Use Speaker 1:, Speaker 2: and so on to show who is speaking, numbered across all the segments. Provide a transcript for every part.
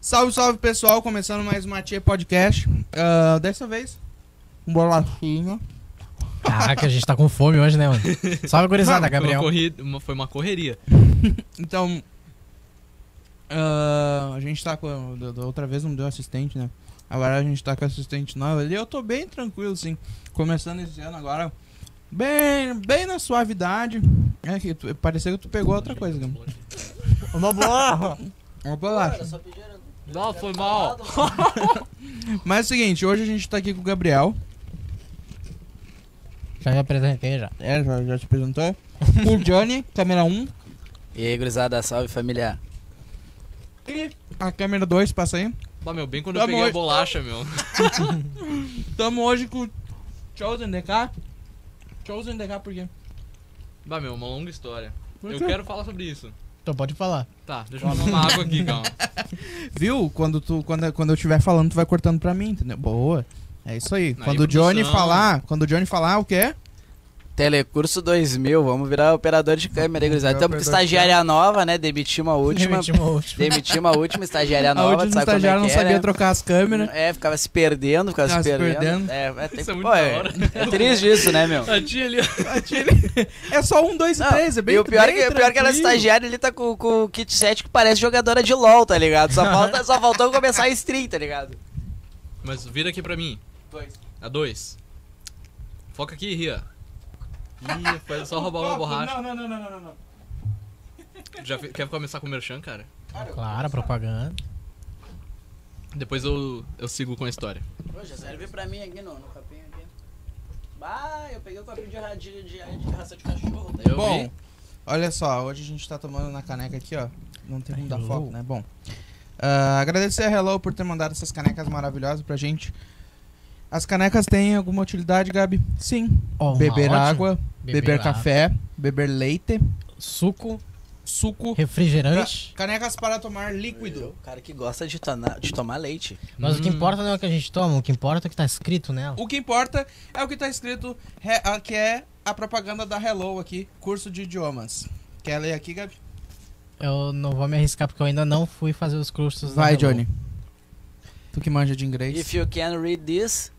Speaker 1: Salve, salve pessoal, começando mais uma Tia Podcast. Ah, dessa vez, um bolachinha.
Speaker 2: Caraca, a gente tá com fome hoje, né, mano? Salve, gurizada,
Speaker 1: Mano,
Speaker 2: Gabriel.
Speaker 3: Foi uma, corrida, uma- foi uma correria.
Speaker 1: Então, ah, a gente tá com. da- Da outra vez não deu assistente, né? Agora a gente tá com assistente nova ali. Eu tô bem tranquilo, assim. Começando esse ano agora, bem, bem na suavidade. É que tu, parecia que tu pegou outra coisa, né? Gama.
Speaker 2: Uma boa!
Speaker 1: Uma bolacha.
Speaker 3: Não, foi mal.
Speaker 1: Mas é o seguinte, hoje a gente tá aqui com o Gabriel.
Speaker 2: Já me apresentei, já.
Speaker 1: É, já, já te apresentou. o Johnny, câmera 1.
Speaker 4: E aí, gurizada, salve família.
Speaker 1: E a câmera 2, passa aí.
Speaker 3: Bah, meu, bem quando
Speaker 1: Tá
Speaker 3: eu peguei
Speaker 1: bom.
Speaker 3: a bolacha, meu.
Speaker 1: Tamo hoje com o Chosen DK. Chosen DK por quê?
Speaker 3: Bah, meu, uma longa história.
Speaker 1: Por
Speaker 3: eu
Speaker 1: quê?
Speaker 3: quero falar sobre isso.
Speaker 2: Então pode falar.
Speaker 3: Tá, deixa eu tomar uma água aqui, calma.
Speaker 1: Viu? Quando, tu, quando, quando eu estiver falando, tu vai cortando pra mim, entendeu? Boa. É isso aí.
Speaker 3: Aí,
Speaker 1: quando o Johnny
Speaker 3: produção.
Speaker 1: falar, quando o Johnny falar, o quê?
Speaker 4: Telecurso 2000, vamos virar operador de câmera, aí, gurizada. Estamos com estagiária nova, né? Demitimos a última.
Speaker 2: Demitimos a última.
Speaker 4: Demitimos a última estagiária
Speaker 1: a
Speaker 4: nova, tu
Speaker 1: última
Speaker 4: sabe como é
Speaker 1: estagiária não
Speaker 4: que é,
Speaker 1: sabia
Speaker 4: né?
Speaker 1: trocar as câmeras.
Speaker 4: É, ficava se perdendo, ficava
Speaker 1: Ficava
Speaker 4: se
Speaker 1: se
Speaker 4: perdendo. É, é, tem-
Speaker 3: Isso é muito
Speaker 4: pô,
Speaker 3: da
Speaker 4: é-
Speaker 3: hora.
Speaker 4: é triste isso, né, meu?
Speaker 3: A tia ali, ó.
Speaker 1: é só um, dois e
Speaker 4: Não,
Speaker 1: três. É bem
Speaker 4: e o pior,
Speaker 1: bem
Speaker 4: é que, o pior é que ela é
Speaker 1: tranquilo.
Speaker 4: estagiária ali tá com, com o kit set que parece jogadora de LOL, tá ligado? Só, falta, só faltou começar a stream, tá ligado?
Speaker 3: Mas vira aqui pra mim. A dois. Foca aqui, Ria. Ih, foi só roubar uma
Speaker 1: Não,
Speaker 3: borracha.
Speaker 1: não, não, não, não, não, não.
Speaker 3: Já fe- quer começar com o merchan, cara?
Speaker 2: Claro, propaganda.
Speaker 3: Depois eu, eu sigo com a história.
Speaker 4: Poxa, serve pra mim aqui no, no copinho aqui. Bah, eu peguei o copinho de, ra- de, de, de raça de cachorro, tá
Speaker 2: Então,
Speaker 3: Eu
Speaker 1: Bom,
Speaker 3: vi.
Speaker 1: olha só, hoje a gente tá tomando na caneca aqui, ó. Não tem como dar
Speaker 2: Hello.
Speaker 1: foco, né? Bom. ah, agradecer a Hello por ter mandado essas canecas maravilhosas pra gente. As canecas têm alguma utilidade, Gabi? Sim.
Speaker 2: Ó, uma
Speaker 1: beber
Speaker 2: ótima.
Speaker 1: água, beber,
Speaker 2: Beber água.
Speaker 1: café, beber leite,
Speaker 2: Suco,
Speaker 1: suco.
Speaker 2: refrigerante.
Speaker 1: Canecas para tomar líquido.
Speaker 4: O cara que gosta de, tona- de tomar leite.
Speaker 2: Mas o que
Speaker 3: Hum.
Speaker 2: importa não é o que a gente toma, o que importa é o que tá escrito nela.
Speaker 1: O que importa é o que tá escrito, re- ah, que é a propaganda da Hello aqui, curso de idiomas. Quer ler aqui, Gabi?
Speaker 2: Eu não vou me arriscar porque eu ainda não fui fazer os cursos. da
Speaker 1: Vai,
Speaker 2: Hello.
Speaker 1: Johnny. Tu que manja de inglês.
Speaker 4: If you can read this,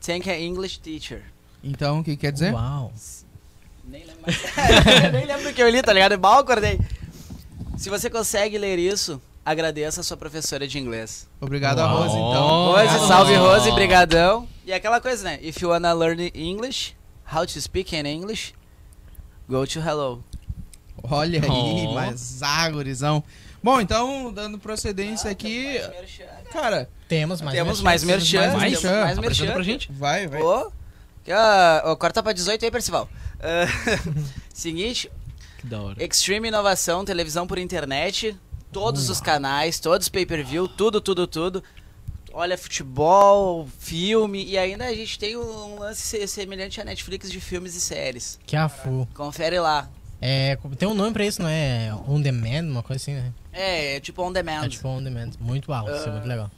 Speaker 4: thank an English teacher.
Speaker 1: Então, o que quer dizer?
Speaker 2: Uau.
Speaker 4: Nem lembro, mais. Nem lembro o que eu li, tá ligado? Mal acordei. Se você consegue ler isso, agradeça a sua professora de inglês.
Speaker 1: Obrigado,
Speaker 2: Uau.
Speaker 1: Rose, então.
Speaker 4: Rose,
Speaker 3: Obrigado,
Speaker 4: salve
Speaker 3: Rose.
Speaker 4: Rose, brigadão. E aquela coisa, né? If you wanna learn English, how to speak in English, go to hello.
Speaker 1: Olha aí,
Speaker 3: Oh.
Speaker 1: mas agorizão. Bom, então, dando procedência aqui. Cara,
Speaker 2: Temos mais
Speaker 4: Temos
Speaker 2: merchan,
Speaker 4: mais
Speaker 2: temos
Speaker 4: merchan,
Speaker 1: mais
Speaker 4: temos
Speaker 1: merchan.
Speaker 4: mais
Speaker 3: Apresenta pra
Speaker 4: merchan.
Speaker 3: gente.
Speaker 1: vai, vai.
Speaker 4: Ô, que, ah, ô, corta pra 18 aí, Percival. Ah, seguinte,
Speaker 3: Que da hora.
Speaker 4: Extreme Inovação, televisão por internet, todos os canais, todos pay-per-view, tudo, tudo, tudo. Olha futebol, filme, e ainda a gente tem um lance se- semelhante à Netflix de filmes e séries.
Speaker 2: Que a fu.
Speaker 4: Confere lá.
Speaker 2: É, tem um nome pra isso, não é? On demand, uma coisa assim, né?
Speaker 4: É, é tipo on
Speaker 2: É
Speaker 4: demand.
Speaker 2: tipo on demand. Muito alto, isso é muito legal.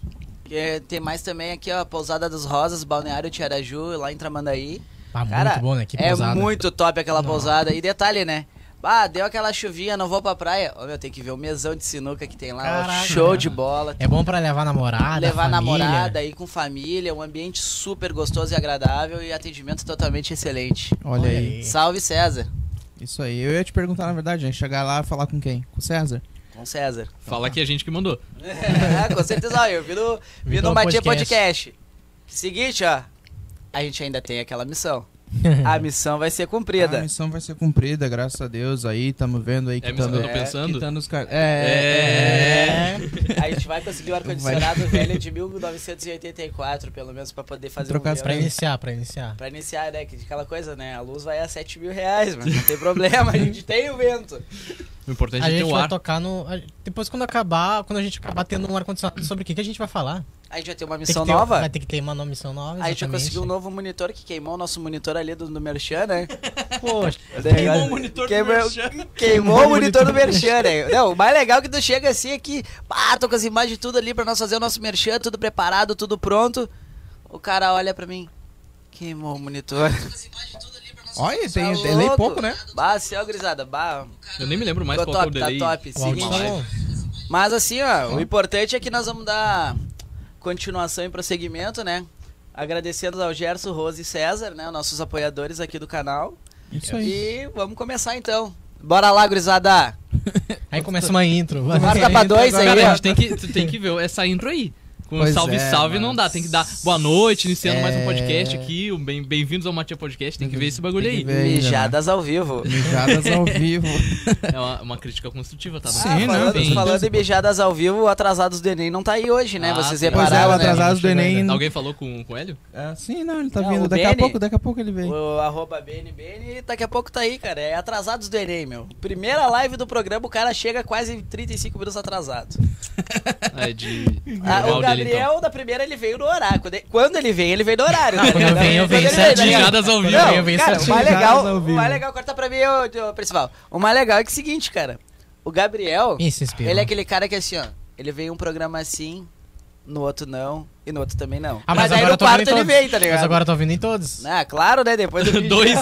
Speaker 4: É, tem mais também aqui, ó, Pousada dos Rosas, Balneário Tiaraju, lá em Tramandaí.
Speaker 2: Ah,
Speaker 4: Cara,
Speaker 2: muito bom, né? Que
Speaker 4: é
Speaker 2: pousada.
Speaker 4: muito top aquela pousada. E detalhe, né? Ah, deu aquela chuvinha, não vou pra praia. Ó, meu, tem que ver o mesão de sinuca que tem lá. ó,
Speaker 2: Caraca.
Speaker 4: show de bola.
Speaker 2: É bom pra levar namorada,
Speaker 4: levar a
Speaker 2: família.
Speaker 4: namorada, ir com família. Um ambiente super gostoso e agradável. E atendimento totalmente excelente.
Speaker 1: Olha,
Speaker 2: Olha
Speaker 1: aí.
Speaker 2: aí.
Speaker 4: Salve, César.
Speaker 1: Isso aí. Eu ia te perguntar, na verdade, gente, chegar lá e falar com quem? Com o César?
Speaker 4: Com César.
Speaker 3: Fala que a gente que mandou.
Speaker 4: É, com certeza, ó, eu vi no,
Speaker 2: Vi
Speaker 4: vi no
Speaker 2: pelo
Speaker 4: Matia
Speaker 2: um podcast.
Speaker 4: Podcast. Seguinte, ó. A gente ainda tem aquela missão. A missão vai ser
Speaker 1: A
Speaker 4: cumprida.
Speaker 1: missão vai ser cumprida, graças a Deus. Aí, tamo vendo aí
Speaker 3: É a
Speaker 1: que
Speaker 3: missão
Speaker 1: tamo
Speaker 3: que eu tô pensando?
Speaker 1: quitando os car... É, é, é.
Speaker 2: É.
Speaker 4: A gente vai conseguir o ar-condicionado velho de 1984, pelo menos, pra poder fazer
Speaker 1: Trocar
Speaker 4: um
Speaker 1: as
Speaker 4: verão.
Speaker 2: Pra iniciar, pra iniciar.
Speaker 4: Pra iniciar, né? Que aquela coisa, né? A luz vai a 7 mil reais, mas não tem problema, a gente tem o vento.
Speaker 3: O importante
Speaker 2: A
Speaker 3: é ter
Speaker 2: gente
Speaker 3: o
Speaker 2: vai
Speaker 3: ar.
Speaker 2: tocar no. a- Depois, quando acabar, quando a gente acabar tendo um ar-condicionado, sobre o que, que a gente vai falar?
Speaker 4: A gente vai ter uma
Speaker 2: Tem que
Speaker 4: missão
Speaker 2: ter- um-
Speaker 4: nova.
Speaker 2: Vai ter que ter uma nova missão nova.
Speaker 4: A gente vai
Speaker 2: exatamente.
Speaker 4: conseguir um novo monitor que queimou o nosso monitor ali do, do Merchan, né?
Speaker 2: Poxa,
Speaker 4: Queimou
Speaker 1: o monitor do
Speaker 4: queimou,
Speaker 1: Merchan.
Speaker 4: Queimou o monitor do Merchan, né? Não, o mais legal é que tu chega assim aqui, ah, tô com as imagens de tudo ali pra nós fazer o nosso Merchan, tudo preparado, tudo pronto. O cara olha pra mim, queimou o monitor.
Speaker 1: Olha,
Speaker 4: Tá
Speaker 1: tem delay
Speaker 4: louco?
Speaker 1: pouco, né?
Speaker 4: Bah, céu, grisada, bah.
Speaker 3: Eu nem me lembro mais
Speaker 4: Tô
Speaker 3: qual que é o
Speaker 4: top, tá
Speaker 3: delay.
Speaker 4: top.
Speaker 2: o áudio tá
Speaker 4: Seguinte,
Speaker 2: bom.
Speaker 4: Mas assim, ó, o importante é que nós vamos dar continuação e prosseguimento, né? Agradecendo ao Gerson, Rose e César, né? Nossos apoiadores aqui do canal.
Speaker 1: Isso aí.
Speaker 4: E vamos começar então. Bora lá, gurizada!
Speaker 2: Aí começa uma intro.
Speaker 4: Marca pra dois aí,
Speaker 3: Cara,
Speaker 4: ó.
Speaker 3: a gente tem que, tu tem que ver essa intro aí. Com
Speaker 1: é- Pois
Speaker 3: salve,
Speaker 1: é,
Speaker 3: salve não
Speaker 1: mas-
Speaker 3: dá. Tem que dar boa noite, iniciando mais um
Speaker 1: É.
Speaker 3: podcast aqui. um bem- Bem-vindos ao Matia Podcast. Tem que ver esse bagulho
Speaker 1: Tem que ver.
Speaker 3: aí.
Speaker 1: ainda, né?
Speaker 4: Mijadas ao vivo.
Speaker 1: Mijadas ao vivo.
Speaker 3: É uma, uma crítica construtiva,
Speaker 4: Ah,
Speaker 3: tá?
Speaker 1: Sim, né?
Speaker 4: falando,
Speaker 1: Sim.
Speaker 4: falando em mijadas ao vivo, o Atrasados do Enem não tá aí hoje, né?
Speaker 3: Ah,
Speaker 4: Vocês
Speaker 3: sim.
Speaker 1: Pois é, o
Speaker 4: repararam, né?
Speaker 1: atrasado do
Speaker 2: Chegou
Speaker 1: Enem.
Speaker 3: Alguém falou com, com o Hélio?
Speaker 1: Ah, sim, não, ele tá
Speaker 4: Não,
Speaker 1: vindo.
Speaker 4: o
Speaker 1: Daqui a
Speaker 4: Benny.
Speaker 1: pouco, daqui a pouco ele vem.
Speaker 4: O arroba BNBN, daqui a pouco tá aí, cara. É Atrasados do Enem, meu. Primeira live do programa, o cara chega quase 35 minutos atrasado.
Speaker 3: É de.
Speaker 4: Ah,
Speaker 3: Legal
Speaker 4: o
Speaker 2: então.
Speaker 3: dele,
Speaker 4: Gabriel, da primeira, ele veio no horário. Quando ele- Quando ele vem, ele vem no horário. né?
Speaker 2: quando eu venho, eu venho
Speaker 4: Quando ele
Speaker 3: então.
Speaker 2: certinho.
Speaker 4: tá ligado?
Speaker 3: Tiradas ao vivo.
Speaker 4: Não,
Speaker 2: eu venho
Speaker 4: cara, o
Speaker 2: certinho.
Speaker 4: mais
Speaker 1: Tiradas
Speaker 4: legal,
Speaker 1: ao
Speaker 4: o
Speaker 1: vivo.
Speaker 4: mais legal, corta pra mim, ô, ô, principal. O mais legal é que é o seguinte, cara. O Gabriel,
Speaker 2: Ih, se inspira.
Speaker 4: ele é aquele cara que assim, ó, ele veio em um programa assim, no outro não, e no outro também não.
Speaker 2: Ah,
Speaker 4: mas, aí
Speaker 2: agora
Speaker 4: no
Speaker 2: eu tô ouvindo em
Speaker 4: quarto ele
Speaker 2: todos.
Speaker 4: veio, tá ligado?
Speaker 2: Mas agora eu tô ouvindo em todos.
Speaker 4: Ah, claro, né? Depois do vídeo.
Speaker 3: Dois.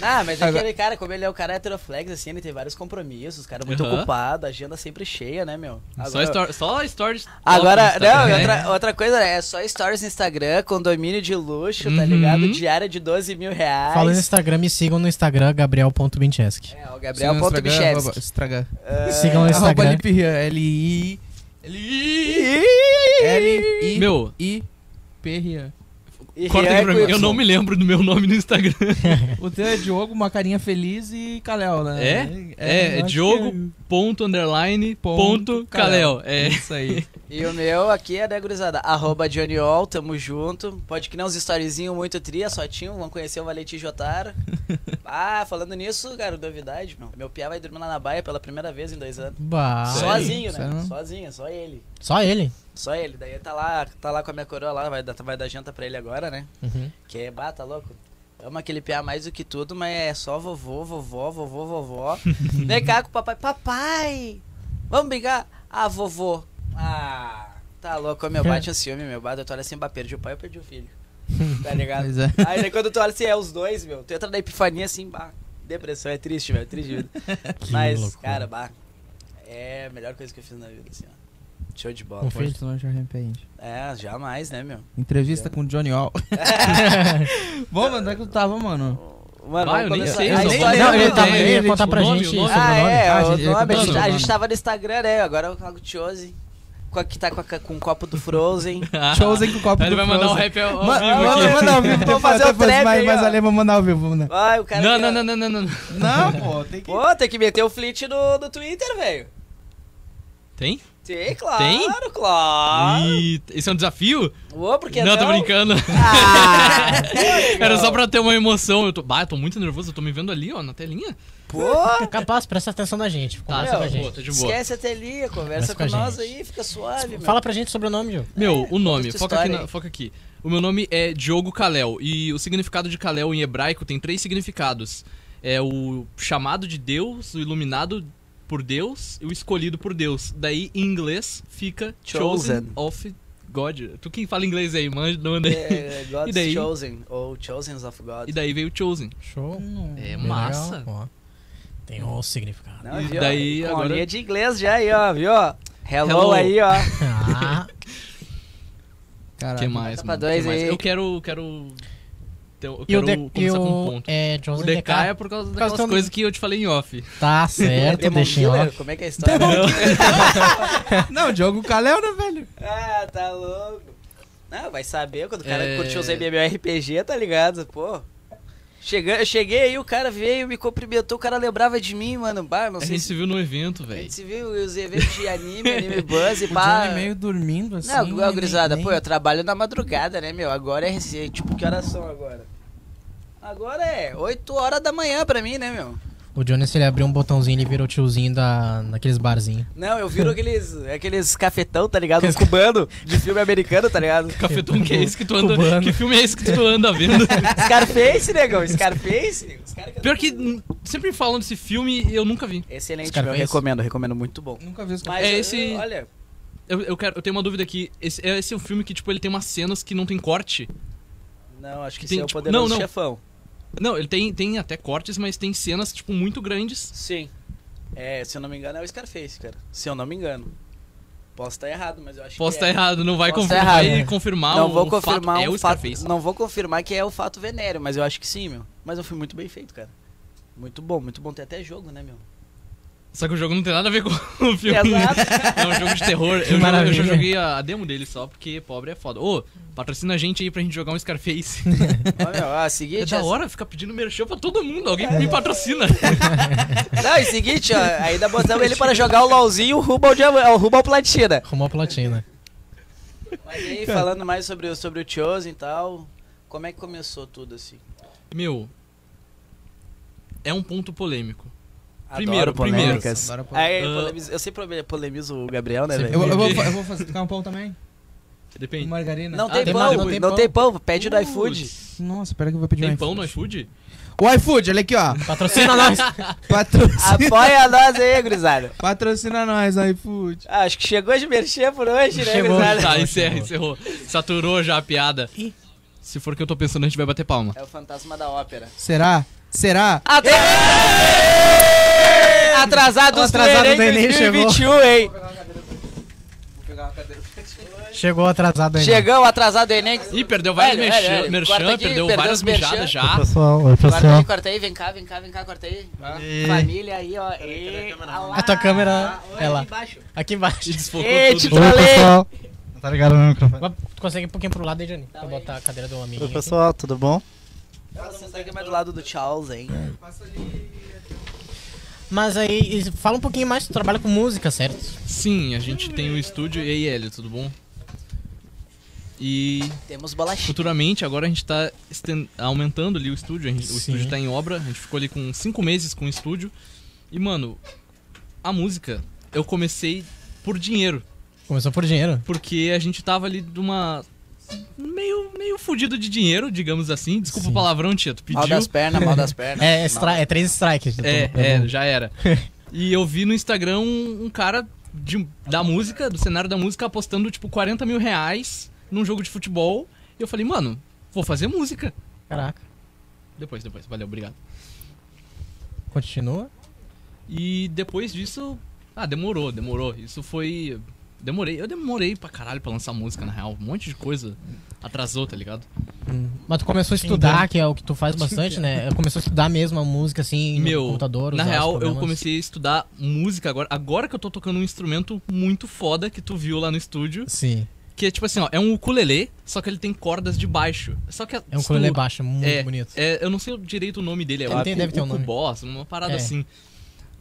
Speaker 4: Ah, mas
Speaker 1: Agora-
Speaker 4: aquele cara, como ele é o cara heteroflex, assim, ele tem vários compromissos, cara muito
Speaker 3: Aham.
Speaker 4: ocupado, agenda sempre cheia, né, meu?
Speaker 3: Só, stories, só stories.
Speaker 4: Agora,
Speaker 3: top no
Speaker 4: não,
Speaker 3: Instagram, né?
Speaker 4: outra, outra coisa é só stories no Instagram, condomínio de luxo, tá
Speaker 3: Uhum.
Speaker 4: ligado? Diária de 12 mil reais.
Speaker 2: Fala no Instagram, me sigam no Instagram, gabriel.bincheski.
Speaker 4: É,
Speaker 1: Siga
Speaker 4: o
Speaker 1: no Instagram, arroba-
Speaker 4: Gabriel.bichevski.
Speaker 1: Estragar.
Speaker 4: É.
Speaker 2: Sigam no
Speaker 1: É, Arroba
Speaker 2: Instagram.
Speaker 1: Lipe Rian, L-I...
Speaker 3: Ele-
Speaker 1: L-I...
Speaker 3: Meu.
Speaker 1: I... P. Rian.
Speaker 3: Corta
Speaker 4: É,
Speaker 3: aqui pra mim. Eu não me lembro do meu nome no Instagram.
Speaker 1: O teu é Diogo, uma carinha feliz e Kalel, né?
Speaker 3: É? É, é
Speaker 1: eu acho
Speaker 3: Diogo ponto underline
Speaker 1: Ponto
Speaker 3: ponto Kalel.
Speaker 1: que É
Speaker 3: É.
Speaker 1: isso aí.
Speaker 4: E o meu aqui é da gurizada, arroba Johnny All, tamo junto. Pode que não uns storyzinhos muito tria, só tinha, vão conhecer o Valente Jotaro. ah, falando nisso, cara, novidade, meu. Meu piá vai dormir lá na baia pela primeira vez em dois anos.
Speaker 2: Bah.
Speaker 3: Sério?
Speaker 4: Sozinho, né?
Speaker 1: Sério?
Speaker 4: Sozinho, só ele.
Speaker 2: Só ele.
Speaker 4: Só ele. Daí tá lá, tá lá com a minha coroa lá, vai dar, vai dar janta pra ele agora, né?
Speaker 2: Uhum.
Speaker 4: Que é, bah, tá louco? Amo aquele piá mais do que tudo, mas é só vovô, vovó, vovô, vovó. Vem cá com o papai. Papai! Vamos brigar? Ah, vovô. Ah, tá louco, meu. Bate o ciúme, meu. Bate, tu olha assim, bah, perdi o pai, eu perdi o filho. Tá ligado?
Speaker 1: Pois é.
Speaker 4: Aí daí quando tu olha assim, é os dois, meu. Tu entra na epifania assim, bah. Depressão é triste, velho. Triste vida.
Speaker 2: Que
Speaker 4: Mas,
Speaker 2: loucura.
Speaker 4: cara, bah. É a melhor coisa que eu fiz na vida, assim, ó. Show de bola.
Speaker 2: Um
Speaker 1: Pode, tu não te arrepende.
Speaker 4: É, jamais, né, meu?
Speaker 1: Entrevista com o Johnny All. Bom, mano, onde é que tu tava, mano?
Speaker 4: Mano,
Speaker 3: Ah,
Speaker 4: vamos
Speaker 3: eu nem
Speaker 4: começar.
Speaker 3: sei,
Speaker 4: Ah,
Speaker 3: eu
Speaker 4: nem
Speaker 3: só-
Speaker 4: sei,
Speaker 2: Não, ele
Speaker 4: né?
Speaker 2: tava
Speaker 1: Ele
Speaker 2: ele ia contar pra
Speaker 3: Gente,
Speaker 2: gente.
Speaker 3: o nome,
Speaker 2: sobre
Speaker 4: Ah,
Speaker 2: o nome.
Speaker 4: é,
Speaker 1: Ah,
Speaker 4: o
Speaker 1: gente,
Speaker 4: nome, a,
Speaker 1: mano,
Speaker 4: gente, a
Speaker 3: mano.
Speaker 4: gente tava no Instagram, né? Agora com o Chose, com a que tá com, a ca- com o copo do Frozen.
Speaker 1: Showzinho com o copo
Speaker 3: Ele
Speaker 1: do
Speaker 3: vai mandar um
Speaker 1: Frozen.
Speaker 3: rap ao, ao
Speaker 1: Ma-
Speaker 3: vivo
Speaker 1: manda-
Speaker 3: aqui.
Speaker 1: Manda ao vivo,
Speaker 4: Vou fazer
Speaker 1: depois-
Speaker 4: o trap
Speaker 1: mais-
Speaker 4: aí,
Speaker 1: mais
Speaker 4: ó.
Speaker 1: ali, vou mandar ao vivo, né?
Speaker 4: Vai, o cara.
Speaker 3: Não,
Speaker 4: que-
Speaker 3: não, não, não, não, não, não.
Speaker 1: Não, pô, tem que...
Speaker 4: Pô, tem que meter o flit no, no Twitter, velho.
Speaker 3: Tem?
Speaker 4: Tem, claro,
Speaker 3: Tem?
Speaker 4: claro.
Speaker 3: Ih, Isso é um desafio?
Speaker 4: Ô, porque
Speaker 3: não, tô brincando.
Speaker 4: Ah,
Speaker 3: Era só pra ter uma emoção. Eu tô, bah, eu tô muito nervoso, eu tô me vendo ali, ó, na telinha.
Speaker 4: pô,
Speaker 2: Capaz, presta atenção na gente. Conversa com
Speaker 4: meu,
Speaker 2: a
Speaker 3: tá de boa,
Speaker 2: gente.
Speaker 3: tá de boa.
Speaker 4: esquece a telinha,
Speaker 2: Conversa
Speaker 4: conversa com,
Speaker 2: com a
Speaker 4: nós
Speaker 2: gente.
Speaker 4: aí, fica suave, meu.
Speaker 2: Fala pra gente sobre o nome, Gil.
Speaker 3: Meu, o nome,
Speaker 4: É, essa
Speaker 3: foca aqui,
Speaker 4: história
Speaker 3: na-
Speaker 4: aí.
Speaker 3: foca aqui. O meu nome é Diogo Kalel e o significado de Kalel em hebraico tem três significados. É o chamado de Deus, o iluminado por Deus e o escolhido por Deus. Daí em inglês fica Chosen,
Speaker 4: Chosen.
Speaker 3: of God. Tu quem fala inglês aí, manja, manda aí.
Speaker 4: É, God's
Speaker 3: E daí?
Speaker 4: Chosen, ou Chosens of God.
Speaker 3: E daí veio Chosen.
Speaker 2: Show. Bem
Speaker 3: É massa.
Speaker 2: legal, ó. Tem o significado.
Speaker 4: Não,
Speaker 3: E
Speaker 4: viu?
Speaker 3: daí,
Speaker 4: Com
Speaker 3: agora-
Speaker 4: a linha de inglês já aí, ó, viu? Hello,
Speaker 3: Hello.
Speaker 4: aí, ó.
Speaker 2: Ah,
Speaker 1: Caraca.
Speaker 3: Que mais,
Speaker 4: Tá pra
Speaker 3: mano?
Speaker 4: dois
Speaker 3: que mais?
Speaker 4: aí.
Speaker 3: Eu quero, quero um, eu
Speaker 2: e o
Speaker 3: quero
Speaker 2: de, e
Speaker 3: começar com um
Speaker 2: o
Speaker 3: ponto.
Speaker 2: é,
Speaker 3: O
Speaker 2: Joseph
Speaker 3: DK é
Speaker 2: DK.
Speaker 3: por causa
Speaker 2: causa
Speaker 3: daquelas
Speaker 2: do-
Speaker 3: coisas que eu te falei em off.
Speaker 4: Então
Speaker 2: Tá certo,
Speaker 4: Demon
Speaker 2: deixa em
Speaker 4: Killer?
Speaker 2: off.
Speaker 4: Como é que é a história?
Speaker 1: Não, Diogo Kalel, né, velho?
Speaker 4: Ah, tá louco. Não, vai saber quando o cara
Speaker 3: É.
Speaker 4: curtiu os MMORPG, tá ligado? Pô. Chega, eu cheguei aí, o cara veio, me cumprimentou, o cara lembrava de mim, mano. Bah, não
Speaker 3: A
Speaker 4: sei
Speaker 3: gente
Speaker 4: se...
Speaker 3: se viu no evento,
Speaker 4: A
Speaker 3: É velho.
Speaker 4: gente se viu os eventos de anime, anime buzz e
Speaker 1: O
Speaker 4: pá.
Speaker 1: Johnny meio dormindo, assim.
Speaker 4: Não, é
Speaker 1: nem-
Speaker 4: ó, gurizada,
Speaker 1: nem-
Speaker 4: pô, eu trabalho na madrugada, né, meu? Agora é recente. Tipo, que horas são agora? Agora é 8 horas da manhã pra mim, né, meu?
Speaker 2: O Jonas, ele abriu um botãozinho, ele virou tiozinho da, daqueles barzinhos.
Speaker 4: Não, eu viro aqueles, aqueles cafetão, tá ligado? Os cubano de filme americano, tá ligado?
Speaker 3: Cafetão que é esse que tu anda.
Speaker 2: Cubano.
Speaker 3: Que filme é esse que tu anda vendo?
Speaker 4: Scarface, negão, Scarface. Os cara
Speaker 3: Pior que hum, sempre falam desse filme e eu nunca vi.
Speaker 4: Excelente,
Speaker 2: Scarface.
Speaker 4: meu, eu recomendo, recomendo, muito bom.
Speaker 1: Nunca vi esse cara.
Speaker 4: Mas,
Speaker 3: É esse-
Speaker 4: olha,
Speaker 3: Eu, eu quero, eu tenho uma dúvida aqui. Esse, é- esse é um filme que, tipo, ele tem umas cenas que não tem corte.
Speaker 4: não, acho que
Speaker 3: Tem,
Speaker 4: esse é o
Speaker 3: tipo, não,
Speaker 4: poderoso
Speaker 3: não.
Speaker 4: chefão.
Speaker 3: Não, ele tem, tem até cortes, mas tem cenas, tipo, muito grandes.
Speaker 4: Sim. É, se eu não me engano, é o Scarface, cara. Se eu não me engano. Posso estar errado, mas eu acho
Speaker 3: Posso
Speaker 4: que
Speaker 3: estar
Speaker 4: é.
Speaker 3: errado, não vai,
Speaker 4: Posso
Speaker 3: confi-
Speaker 4: tá errado,
Speaker 3: vai
Speaker 2: né?
Speaker 3: confirmar
Speaker 4: não
Speaker 3: o,
Speaker 4: vou
Speaker 3: o
Speaker 4: confirmar
Speaker 3: fato. É
Speaker 4: um
Speaker 3: o Scarface.
Speaker 4: Não vou confirmar que é o fato venéreo, mas eu acho que sim, meu. Mas é um filme muito bem feito, cara. Muito bom, muito bom. Tem até jogo, né, meu?
Speaker 3: Só que o jogo não tem nada a ver com o filme.
Speaker 4: Exato.
Speaker 3: É um jogo de terror. Eu, já, eu
Speaker 2: maravilha.
Speaker 3: já joguei a a demo dele só, porque pobre é foda. Ô, patrocina a gente aí pra gente jogar um Scarface.
Speaker 4: Ó, meu, ó, seguinte,
Speaker 3: É da
Speaker 4: ó,
Speaker 3: hora ficar pedindo merchan pra todo mundo. Alguém
Speaker 4: É.
Speaker 3: me patrocina.
Speaker 4: Não, é o seguinte, ó, ainda botamos ele para jogar o LOLzinho, o Rubal, Diam- o Rubal Platina.
Speaker 2: Rumou a né? platina.
Speaker 4: Mas aí, falando mais sobre, o- sobre o Chosen e tal, como é que começou tudo, assim?
Speaker 3: Meu, é um ponto polêmico.
Speaker 4: Adoro
Speaker 3: Primeiro, primeiro.
Speaker 4: polêmicas.
Speaker 1: Adoro polêmica.
Speaker 4: Aí,
Speaker 3: Ah.
Speaker 4: polemizo- eu sempre polemizo- polemizo o Gabriel, né,
Speaker 2: Sempre.
Speaker 1: Eu,
Speaker 4: velho?
Speaker 1: eu vou, eu vou fazer, tocar um pão também? Com
Speaker 3: Depende.
Speaker 1: margarina?
Speaker 4: Não
Speaker 3: Ah,
Speaker 4: tem
Speaker 3: tem Uh.
Speaker 4: pão,
Speaker 3: mais-
Speaker 4: não
Speaker 3: não
Speaker 4: tem,
Speaker 2: tem
Speaker 4: pão, pede do
Speaker 3: Putz,
Speaker 4: iFood.
Speaker 1: Nossa, pera que eu vou pedir um
Speaker 3: Tem pão no
Speaker 1: iFood.
Speaker 3: iFood?
Speaker 1: O iFood, olha aqui, ó.
Speaker 2: Patrocina nós.
Speaker 1: Patrocina,
Speaker 4: Apoia nós aí, gurizada.
Speaker 1: patrocina nós, iFood.
Speaker 4: Ah, acho que chegou de merchan por hoje, né,
Speaker 2: Chegou.
Speaker 4: gurizada?
Speaker 3: Tá,
Speaker 2: Ótimo.
Speaker 3: encerra, encerrou. Saturou já a piada.
Speaker 2: Ih.
Speaker 3: Se for o que eu tô pensando, a gente vai bater palma.
Speaker 4: É o fantasma da ópera.
Speaker 1: Será? Será?
Speaker 4: Até... Atrasado,
Speaker 1: Atrasado
Speaker 4: do
Speaker 1: do
Speaker 4: Enem
Speaker 1: Enem chegou.
Speaker 4: 2021, hein?
Speaker 2: Chegou atrasado ainda.
Speaker 4: Chegamos atrasado do Enem.
Speaker 3: Ih, perdeu várias
Speaker 4: Velho,
Speaker 3: merchan,
Speaker 4: velho, velho.
Speaker 3: merchan,
Speaker 4: Corta aqui,
Speaker 3: perdeu
Speaker 4: perdeu
Speaker 3: várias
Speaker 4: os merchan.
Speaker 3: mijadas já.
Speaker 2: Pessoal, oi,
Speaker 4: Corta
Speaker 2: pessoal.
Speaker 4: aí, corta aí, vem cá, vem cá, vem cá, corta aí.
Speaker 2: E-
Speaker 4: Família aí, ó. E...
Speaker 2: A tua câmera
Speaker 4: Olha
Speaker 2: é lá.
Speaker 4: Aqui embaixo.
Speaker 2: Aqui embaixo.
Speaker 3: E desfocou
Speaker 4: Ei,
Speaker 3: tudo.
Speaker 4: Oi, pessoal.
Speaker 5: Não tá ligado no microfone.
Speaker 2: Agora Tu consegue um pouquinho pro lado aí, Johnny? Pra botar a cadeira do amigo.
Speaker 5: Oi, pessoal, tudo bom?
Speaker 4: Você tá aqui mais do lado do Charles, hein?
Speaker 2: É. Mas aí, e fala um pouquinho mais, tu trabalha com música, certo?
Speaker 3: Sim, a gente tem um estúdio. E aí, Hélio, tudo bom? E
Speaker 4: Temos bolachinha.
Speaker 3: futuramente, agora a gente tá esten- aumentando ali o estúdio. a gente- o
Speaker 2: Sim.
Speaker 3: estúdio tá em obra. A gente ficou ali com cinco meses com o estúdio. E, mano, a música eu comecei por dinheiro.
Speaker 2: Começou por dinheiro.
Speaker 3: Porque a gente tava ali numa. meio, meio fudido de dinheiro, digamos assim. Desculpa
Speaker 2: Sim.
Speaker 3: o palavrão, tia. Tu pediu.
Speaker 4: Mal das pernas, mal das pernas.
Speaker 2: É, stri- é três strikes.
Speaker 3: É, é, já era. E eu vi no Instagram um, um cara de- da música, do cenário da música, apostando tipo 40 mil reais num jogo de futebol. E eu falei, mano, vou fazer música.
Speaker 2: Caraca.
Speaker 3: Depois, depois, valeu, obrigado.
Speaker 2: Continua.
Speaker 3: E depois disso. Ah, demorou, demorou. Isso foi. Demorei. Eu demorei pra caralho pra lançar música, na real. Um monte de coisa atrasou, tá ligado?
Speaker 2: Mas tu começou a estudar, que é o que tu faz bastante, né? Começou a estudar mesmo a música, assim,
Speaker 3: Meu,
Speaker 2: no computador. usar
Speaker 3: Na
Speaker 2: os
Speaker 3: real, eu
Speaker 2: programas.
Speaker 3: comecei a estudar música agora. Agora que eu tô tocando um instrumento muito foda que tu viu lá no estúdio.
Speaker 2: Sim,
Speaker 3: Que é tipo assim, ó, é um ukulele, só que ele tem cordas de baixo. Só que
Speaker 2: é um ukulele
Speaker 3: tu-
Speaker 2: baixo, muito
Speaker 3: é,
Speaker 2: bonito.
Speaker 3: é, eu não sei direito o nome dele, é
Speaker 2: Ele
Speaker 3: o
Speaker 2: tem- deve ter um nome.
Speaker 3: Boss, uma parada
Speaker 2: É.
Speaker 3: assim.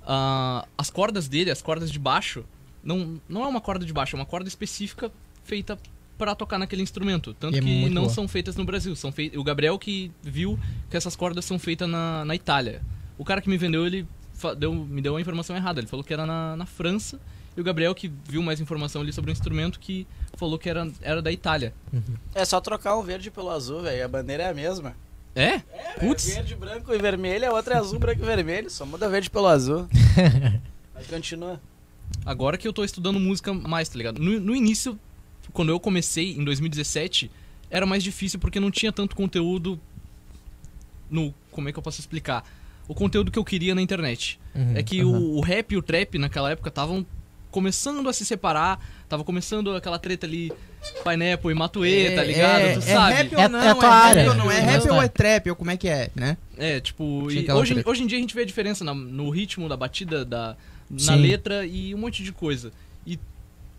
Speaker 3: Ah, as cordas dele, as cordas de baixo, não, não é uma corda de baixo, é uma corda específica feita pra tocar naquele instrumento. Tanto
Speaker 2: E é
Speaker 3: que
Speaker 2: muito
Speaker 3: não
Speaker 2: boa.
Speaker 3: são feitas no Brasil. São fei... O Gabriel que viu que essas cordas são feitas na, na Itália. O cara que me vendeu, ele fa- deu, me deu a informação errada. Ele falou que era na, na França. E o Gabriel, que viu mais informação ali sobre o instrumento, que falou que era, era da Itália.
Speaker 4: É só trocar um verde pelo azul, velho. A bandeira é a mesma.
Speaker 3: É?
Speaker 4: É
Speaker 3: Putz,
Speaker 4: verde, branco e vermelho, a outra é azul, branco e vermelho. Só muda verde pelo azul. Mas continua.
Speaker 3: agora que eu tô estudando música mais, tá ligado? No, no início, quando eu comecei, em 2017, era mais difícil porque não tinha tanto conteúdo no... Como é que eu posso explicar? O conteúdo que eu queria na internet.
Speaker 2: Uhum,
Speaker 3: É que
Speaker 2: aham.
Speaker 3: o, o rap e o trap naquela época estavam começando a se separar, tava começando aquela treta ali, Pineapple e Matuê, tá ligado?
Speaker 1: É,
Speaker 3: tu
Speaker 1: é
Speaker 3: sabe?
Speaker 1: rap ou
Speaker 2: É- é
Speaker 1: não?
Speaker 2: tua
Speaker 1: rap
Speaker 2: área.
Speaker 1: ou não? É
Speaker 2: É
Speaker 1: rap
Speaker 2: tua
Speaker 1: ou é
Speaker 2: área.
Speaker 1: trap? Ou como é que é, né?
Speaker 3: É, tipo,
Speaker 1: Tinha
Speaker 3: e
Speaker 1: aquela
Speaker 3: hoje,
Speaker 1: treta.
Speaker 3: hoje em dia a gente vê a diferença na- no ritmo, da batida, da, na
Speaker 2: Sim.
Speaker 3: letra e um monte de coisa. E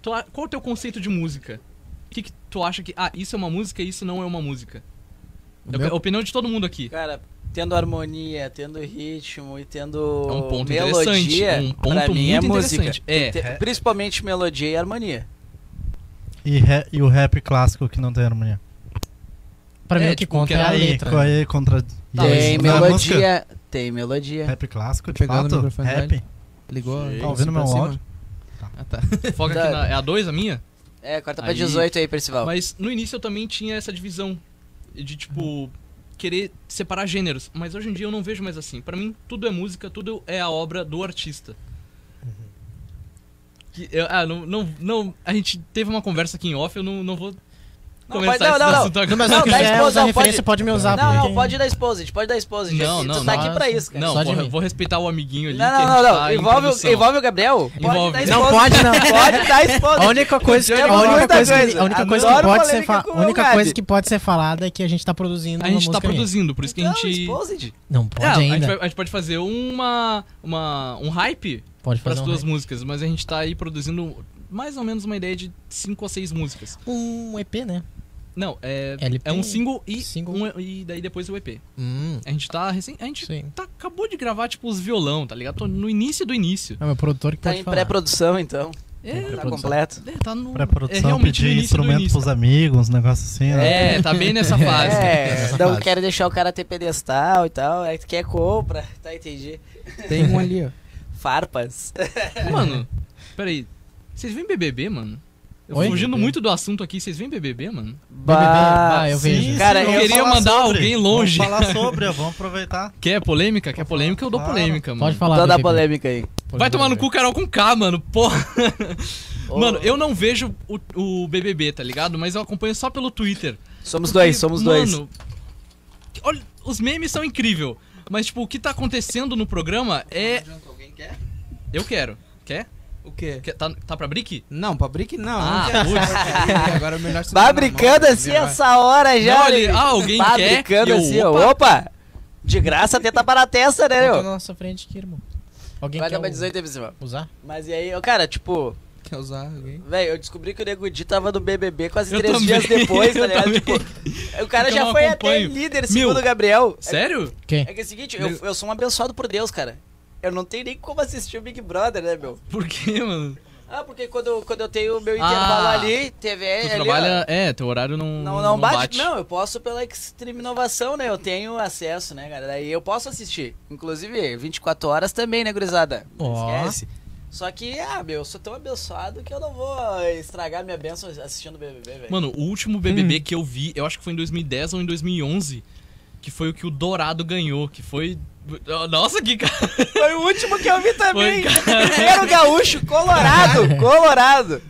Speaker 3: tu a- qual é o teu conceito de música? O que, que tu acha que. Ah, isso é uma música e isso não é uma música? É a
Speaker 2: meu-
Speaker 3: opinião de todo mundo aqui.
Speaker 4: Cara, tendo harmonia, tendo ritmo e tendo
Speaker 3: É um ponto
Speaker 4: melodia,
Speaker 3: interessante. Um ponto
Speaker 4: pra mim é
Speaker 3: muito
Speaker 4: música.
Speaker 3: interessante. É.
Speaker 4: Te- Principalmente melodia e harmonia.
Speaker 5: E, ra- e o rap clássico que não tem harmonia.
Speaker 2: Pra mim
Speaker 3: é,
Speaker 2: o que
Speaker 3: tipo,
Speaker 2: conta
Speaker 3: que
Speaker 2: é a
Speaker 3: aí,
Speaker 2: letra.
Speaker 5: Qual é contra...
Speaker 3: Tá,
Speaker 5: e-
Speaker 4: tem
Speaker 5: isso não é música?
Speaker 4: melodia, tem melodia.
Speaker 5: Rap clássico, de
Speaker 1: Pegando o
Speaker 5: fato?
Speaker 1: microfone,
Speaker 5: Rap?
Speaker 1: Ligou?
Speaker 5: Tá
Speaker 1: pra
Speaker 5: ouvindo meu
Speaker 1: cima?
Speaker 5: áudio?
Speaker 1: Ah, tá.
Speaker 3: Foca aqui na. É a 2 a minha?
Speaker 4: É, corta pra
Speaker 3: Aí-
Speaker 4: 18 aí, Percival.
Speaker 3: Mas no início eu também tinha essa divisão de tipo querer separar gêneros, mas hoje em dia eu não vejo mais assim. Pra mim tudo é música, tudo é a obra do artista.
Speaker 4: Uhum.
Speaker 3: Que eu- ah, não, não, não, a gente teve uma conversa aqui em off, eu não, não vou
Speaker 4: Não,
Speaker 3: começar
Speaker 4: pode- não,
Speaker 3: esse
Speaker 4: não, não.
Speaker 3: assunto agora.
Speaker 2: Não, mas
Speaker 4: Não,
Speaker 2: não,
Speaker 4: dá
Speaker 2: quiser
Speaker 4: esposa,
Speaker 2: usar
Speaker 4: não,
Speaker 2: é referência, pode, me usar.
Speaker 4: Não, não,
Speaker 2: porque-
Speaker 4: pode dar exposed, pode dar exposed.
Speaker 3: Não,
Speaker 4: tu
Speaker 3: não,
Speaker 4: tá
Speaker 2: não.
Speaker 4: aqui pra isso, cara.
Speaker 3: Não,
Speaker 2: Só de
Speaker 3: vou,
Speaker 2: mim.
Speaker 3: vou respeitar o amiguinho ali.
Speaker 4: Não,
Speaker 3: que
Speaker 4: não,
Speaker 3: a
Speaker 4: não,
Speaker 3: gente
Speaker 4: não.
Speaker 3: tá em
Speaker 4: Envolve, o-
Speaker 3: produção.
Speaker 4: envolve o Gabriel?
Speaker 3: Envolve. é
Speaker 4: Pode dar
Speaker 2: Não,
Speaker 4: exposed.
Speaker 2: pode não.
Speaker 4: Pode dar exposed.
Speaker 2: A única coisa que, é
Speaker 4: Eu
Speaker 2: a
Speaker 4: amo
Speaker 2: única
Speaker 4: muita
Speaker 2: coisa, que-
Speaker 4: coisa.
Speaker 2: a única coisa que
Speaker 4: Adoro
Speaker 2: pode ser
Speaker 4: polêmica
Speaker 2: fa-
Speaker 4: com
Speaker 2: a
Speaker 4: o
Speaker 2: única
Speaker 4: Gabi.
Speaker 2: coisa que pode ser falada é que a gente tá produzindo
Speaker 3: A
Speaker 2: uma
Speaker 3: gente tá
Speaker 2: música minha.
Speaker 3: produzindo, por isso que a
Speaker 4: Então,
Speaker 3: gente.
Speaker 4: exposed.
Speaker 2: Não
Speaker 3: É,
Speaker 2: pode
Speaker 3: a, gente
Speaker 2: ainda.
Speaker 3: vai- a gente pode fazer uma, uma um hype
Speaker 2: Pode
Speaker 3: para
Speaker 2: fazer
Speaker 3: as
Speaker 2: um
Speaker 3: tuas
Speaker 2: rap.
Speaker 3: músicas, mas a gente tá aí produzindo mais ou menos uma ideia de cinco ou seis músicas.
Speaker 2: um EP, né?
Speaker 3: Não, é
Speaker 2: LP.
Speaker 3: é um single e
Speaker 2: Single.
Speaker 3: um- e daí depois o EP.
Speaker 2: Hum,
Speaker 3: A gente tá recém, a gente
Speaker 2: sim.
Speaker 3: tá- acabou de gravar tipo os violão, tá ligado? Tô no início do início.
Speaker 2: É meu produtor que
Speaker 4: Tá
Speaker 2: pode
Speaker 4: em
Speaker 2: falar.
Speaker 4: pré-produção, então.
Speaker 3: É,
Speaker 4: Tá completo.
Speaker 3: é, tá no
Speaker 5: Pra
Speaker 3: é
Speaker 5: produção,
Speaker 3: realmente no
Speaker 5: pedir
Speaker 3: início do
Speaker 5: instrumento
Speaker 3: início.
Speaker 5: pros amigos, uns negócios assim, né?
Speaker 3: É, tá bem nessa fase.
Speaker 4: É,
Speaker 2: Essa
Speaker 4: não
Speaker 2: fase.
Speaker 4: quero deixar o cara ter pedestal e tal. Aí tu quer compra. Tá, entendi.
Speaker 1: Tem um ali, ó.
Speaker 4: Farpas.
Speaker 3: Mano, peraí. Vocês vêm BBB, mano? Eu
Speaker 2: Oi?
Speaker 3: fugindo
Speaker 2: BBB?
Speaker 3: muito do assunto aqui, vocês vêm BBB, mano?
Speaker 4: Bah,
Speaker 2: ah, eu vejo.
Speaker 4: Cara,
Speaker 3: Eu
Speaker 4: eu,
Speaker 3: queria
Speaker 5: falar
Speaker 3: mandar alguém longe.
Speaker 5: Vamos falar sobre, ó, vamos aproveitar.
Speaker 3: Quer polêmica? Quer polêmica? Eu dou
Speaker 5: Claro.
Speaker 3: polêmica, mano.
Speaker 2: Pode falar.
Speaker 4: toda a
Speaker 2: BBB.
Speaker 4: Hum, tá polêmica aí.
Speaker 2: Pode
Speaker 3: Vai
Speaker 2: falar,
Speaker 3: tomar no cu
Speaker 2: BBB.
Speaker 3: Carol com K, mano. Porra.
Speaker 4: Ô,
Speaker 3: Mano, eu não vejo o, o BBB, tá ligado? Mas eu acompanho só pelo Twitter.
Speaker 4: Somos dois, somos dois.
Speaker 3: Mano, olha, os memes são incríveis. Mas, tipo, o que tá acontecendo no programa é.
Speaker 1: Alguém quer?
Speaker 3: Eu quero. Quer?
Speaker 1: O quê?
Speaker 3: Quer- Tá, tá pra brick?
Speaker 1: Não, pra brick não.
Speaker 3: Ah,
Speaker 1: não quero
Speaker 3: putz.
Speaker 1: essa brick, Agora é melhor se dar
Speaker 4: Vai
Speaker 1: na
Speaker 4: brincando
Speaker 1: mão,
Speaker 4: assim
Speaker 1: né, vai.
Speaker 4: essa hora já.
Speaker 3: Não, ali,
Speaker 4: né?
Speaker 3: ah, alguém
Speaker 4: Vai
Speaker 3: quer,
Speaker 4: brincando
Speaker 3: e eu,
Speaker 4: assim, ó. Opa! De graça, tenta para a testa, né,
Speaker 2: Bota na
Speaker 4: meu?
Speaker 2: nossa frente aqui, irmão. Alguém
Speaker 4: Vai
Speaker 3: um-
Speaker 2: quer
Speaker 4: acabar
Speaker 2: o-
Speaker 4: 18 episódio.
Speaker 2: usar?
Speaker 4: Mas e aí, eu, cara, tipo,
Speaker 1: Quer usar alguém?
Speaker 4: velho, eu descobri que o Nego Di tava no BBB quase
Speaker 3: Eu
Speaker 4: três
Speaker 3: também,
Speaker 4: dias depois, tá
Speaker 3: eu
Speaker 4: ligado?
Speaker 3: também.
Speaker 4: Tipo, o cara
Speaker 3: Porque eu
Speaker 4: já
Speaker 3: não
Speaker 4: foi
Speaker 3: acompanho.
Speaker 4: até líder,
Speaker 3: Meu,
Speaker 4: segundo o Gabriel. É-
Speaker 3: Sério?
Speaker 2: Quem?
Speaker 4: É, que é o seguinte, eu, eu sou um abençoado por Deus, cara. Eu não tenho nem como assistir o Big Brother, né, meu?
Speaker 3: Por quê, mano?
Speaker 4: Ah, porque quando, quando eu tenho o meu
Speaker 3: Ah,
Speaker 4: intervalo ali, TV
Speaker 3: Tu
Speaker 4: ali, ó,
Speaker 3: trabalha. um É, teu horário não.
Speaker 4: Não, não bate. Não, eu posso pela Extreme Inovação, né? Eu tenho acesso, né, cara? Daí eu posso assistir. Inclusive, 24 horas também, né, gurizada? Não
Speaker 2: Ó.
Speaker 4: esquece. Só que, ah, meu, eu sou tão abençoado que eu não vou estragar minha bênção assistindo o BBB, velho.
Speaker 3: Mano, o último BBB
Speaker 4: Hum.
Speaker 3: que eu vi, eu acho que foi em 2010 ou em 2011, que foi o que o Dourado ganhou, que foi. Nossa, que cara.
Speaker 4: Foi o último que eu vi também.
Speaker 3: Foi,
Speaker 4: Primeiro gaúcho, colorado, colorado.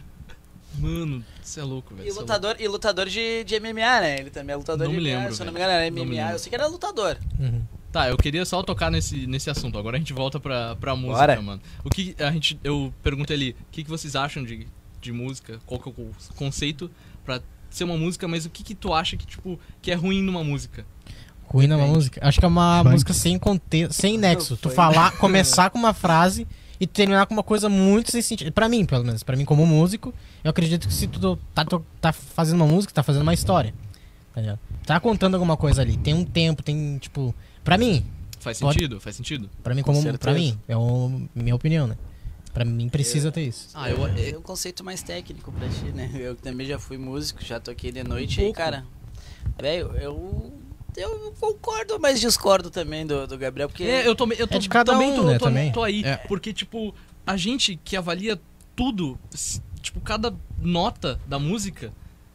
Speaker 3: Mano, você é louco, velho.
Speaker 4: E tá
Speaker 3: cê é
Speaker 4: lutador, e lutador de, de MMA, né? Ele também é lutador
Speaker 3: Não
Speaker 4: de
Speaker 3: me
Speaker 4: MMA,
Speaker 3: lembro,
Speaker 4: se eu não me
Speaker 3: velho.
Speaker 4: engano, era
Speaker 3: Não me
Speaker 4: MMA.
Speaker 3: lembro.
Speaker 4: Eu sei que era lutador.
Speaker 2: Uhum.
Speaker 3: Tá, eu queria só tocar nesse, nesse assunto. Agora a gente volta pra, pra música,
Speaker 4: Bora.
Speaker 3: mano. O que a gente. Eu perguntei ali, o que, que vocês acham de, de música? Qual que é o conceito pra ser uma música, mas o que, que tu acha que, tipo, que é ruim numa música?
Speaker 2: Ruim na
Speaker 3: Depende.
Speaker 2: música? Acho que é uma
Speaker 5: Funk.
Speaker 2: música sem contexto, sem nexo. Tu
Speaker 4: foi.
Speaker 2: falar, começar com uma frase e terminar com uma coisa muito sem sentido. Pra mim, pelo menos. Pra mim, como músico, eu acredito que se tu tá, to- tá fazendo uma música, tá fazendo uma história. Tá, ligado? tá contando alguma coisa ali. Tem um tempo, tem, tipo... Pra mim,
Speaker 3: Faz
Speaker 2: Pode.
Speaker 3: sentido? Faz sentido?
Speaker 2: pra mim,
Speaker 4: Com
Speaker 2: como...
Speaker 4: certeza.
Speaker 2: Pra mim, é o, minha opinião, né? Pra mim, precisa ter isso.
Speaker 3: Ah, eu.
Speaker 4: É um conceito mais técnico pra ti, né? Eu também já fui músico, já toquei de noite aí,
Speaker 3: Um pouco.
Speaker 4: cara. Velho, eu. Eu concordo, mas discordo também do, do Gabriel, porque.
Speaker 3: É, eu também, eu tô,
Speaker 2: É de cada
Speaker 3: também,
Speaker 2: um,
Speaker 3: tô,
Speaker 2: né,
Speaker 3: tô,
Speaker 2: também.
Speaker 3: tô aí.
Speaker 1: É.
Speaker 3: Porque, tipo, a gente que avalia tudo, se- tipo, cada nota da música,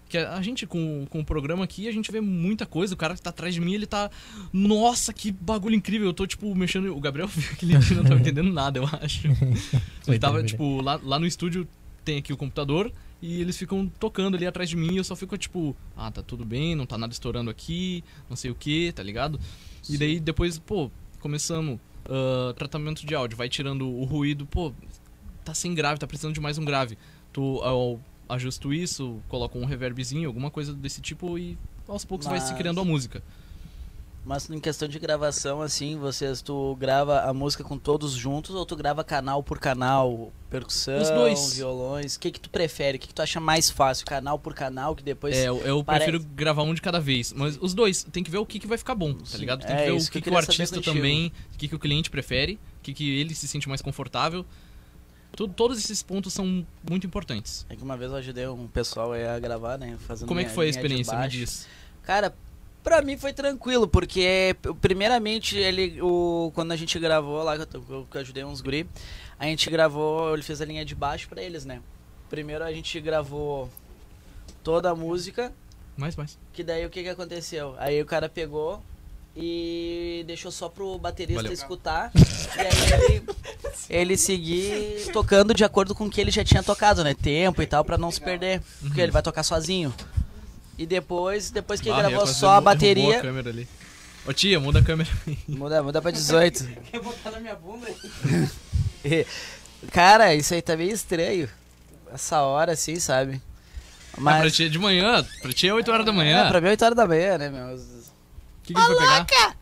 Speaker 3: que a a gente com, com o programa aqui, a gente vê muita coisa. O cara que tá atrás de mim, ele tá. Nossa, que bagulho incrível. Eu tô, tipo, mexendo. O Gabriel viu aquele dia, não tava entendendo nada, eu acho. Ele tava,
Speaker 2: Doideira.
Speaker 3: tipo, lá, lá no estúdio tem aqui o computador. E eles ficam tocando ali atrás de mim e eu só fico tipo, ah, tá tudo bem, não tá nada estourando aqui, não sei o que, tá ligado? E daí depois, pô, começamos. ah, tratamento de áudio, vai tirando o ruído, pô, tá sem grave, tá precisando de mais um grave. Tu ao, ajusto isso, coloco um reverbzinho, alguma coisa desse tipo e aos poucos vai se
Speaker 4: Mas-
Speaker 3: criando a música.
Speaker 4: Mas em questão de gravação, assim, vocês, tu grava a música com todos juntos ou tu grava canal por canal? Percussão,
Speaker 3: Os dois.
Speaker 4: violões. O que, que tu prefere? O que, que tu acha mais fácil? Canal por canal, que depois.
Speaker 3: É, eu, eu
Speaker 4: parece-
Speaker 3: prefiro gravar um de cada vez, mas os dois, tem que ver o que, que vai ficar bom, tá
Speaker 4: Sim,
Speaker 3: ligado? Tem
Speaker 4: é
Speaker 3: que ver o
Speaker 4: isso que
Speaker 3: que,
Speaker 4: eu
Speaker 3: que o
Speaker 4: queria saber
Speaker 3: artista
Speaker 4: contigo.
Speaker 3: também, o que, que o cliente prefere, o que, que ele se sente mais confortável. Tu- todos esses pontos são muito importantes.
Speaker 4: É que uma vez eu ajudei um pessoal aí a gravar, né? Fazendo
Speaker 3: Como é que
Speaker 4: minha
Speaker 3: foi a
Speaker 4: linha de
Speaker 3: experiência? Me
Speaker 4: baixo.
Speaker 3: diz.
Speaker 4: Cara, pra mim foi tranquilo, porque primeiramente ele. O, quando a gente gravou lá, que eu, to- que eu- que eu ajudei uns guri, a gente gravou, ele fez a linha de baixo pra eles, né? Primeiro a gente gravou toda a música,
Speaker 3: Mais, mais.
Speaker 4: que daí o que, que aconteceu? Aí o cara pegou e deixou só pro baterista
Speaker 3: Valeu.
Speaker 4: escutar. e aí ele, ele seguir tocando
Speaker 3: Uhum.
Speaker 4: de acordo com o que ele já tinha tocado, né? Tempo e tal, pra não se perder. Porque ele vai tocar sozinho. E depois, depois que ele
Speaker 3: Bah, eu
Speaker 4: gravou
Speaker 3: quase
Speaker 4: só a
Speaker 3: derru- derrubou
Speaker 4: bateria.
Speaker 3: a câmera ali. Ô tia, muda a câmera.
Speaker 4: Muda, muda pra 18.
Speaker 1: Quer botar na minha bunda?
Speaker 4: Cara, isso aí tá meio estranho. Essa hora assim, sabe?
Speaker 3: Mas... pra
Speaker 4: Mas.
Speaker 3: tia é de manhã, pra tia é 8 horas da
Speaker 4: É,
Speaker 3: manhã.
Speaker 4: pra mim é 8 horas da manhã, né, meu? O
Speaker 3: O que, que ele foi pegar?
Speaker 4: que,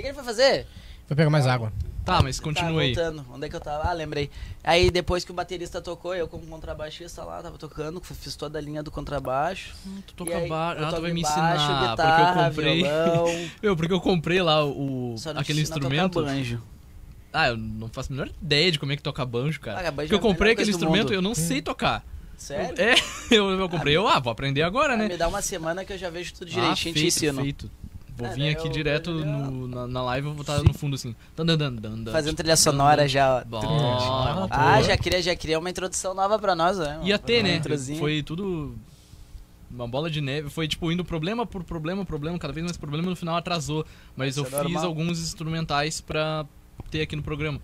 Speaker 4: que ele foi fazer?
Speaker 2: Vou pegar
Speaker 4: Ah.
Speaker 2: mais água.
Speaker 3: Tá, mas
Speaker 4: Tá,
Speaker 3: continua aí.
Speaker 4: voltando. Onde é que eu tava? Ah, lembrei. Aí depois que o baterista tocou, eu como contrabaixista lá, tava tocando, fiz toda a linha do contrabaixo.
Speaker 3: Hum, Tu
Speaker 4: E
Speaker 3: toca
Speaker 4: aí,
Speaker 3: bar...
Speaker 4: eu
Speaker 3: Ah, tu
Speaker 4: toco
Speaker 3: vai me
Speaker 4: baixo,
Speaker 3: ensinar. porque eu
Speaker 4: guitarra,
Speaker 3: comprei.
Speaker 4: Violão,
Speaker 3: Meu, porque eu comprei lá o.
Speaker 4: só não
Speaker 3: aquele
Speaker 4: ensina a tocar
Speaker 3: instrumento.
Speaker 4: banjo.
Speaker 3: Ah, eu não faço a menor ideia de como é que toca banjo, cara.
Speaker 4: Ah, banjo
Speaker 3: Porque
Speaker 4: é a
Speaker 3: eu comprei
Speaker 4: melhor
Speaker 3: aquele
Speaker 4: coisa do
Speaker 3: instrumento
Speaker 4: mundo. Hum.
Speaker 3: e eu não sei tocar.
Speaker 4: Sério?
Speaker 3: É, eu, eu comprei, eu, ah, vou aprender agora,
Speaker 4: Ah,
Speaker 3: né?
Speaker 4: Me dá uma semana que eu já vejo tudo
Speaker 3: Ah,
Speaker 4: direitinho e te
Speaker 3: feito,
Speaker 4: ensino.
Speaker 3: feito. Vou
Speaker 4: É,
Speaker 3: vir
Speaker 4: daí
Speaker 3: aqui
Speaker 4: eu-
Speaker 3: direto
Speaker 4: eu-
Speaker 3: no- na, na live, eu vou estar no fundo assim. Dan, dan, dan, dan, dan.
Speaker 4: Fazendo trilha sonora já, ó.
Speaker 3: Bom,
Speaker 4: Ah,
Speaker 3: boa.
Speaker 4: já queria, já queria uma introdução nova pra nós, né?
Speaker 3: Ia ter,
Speaker 4: Uma
Speaker 3: né?
Speaker 4: introzinha.
Speaker 3: Foi tudo. Uma bola de neve. Foi tipo indo problema por problema, problema, cada vez mais problema. No final atrasou. Mas
Speaker 4: Isso
Speaker 3: eu
Speaker 4: é
Speaker 3: fiz
Speaker 4: normal.
Speaker 3: alguns instrumentais pra ter aqui no programa.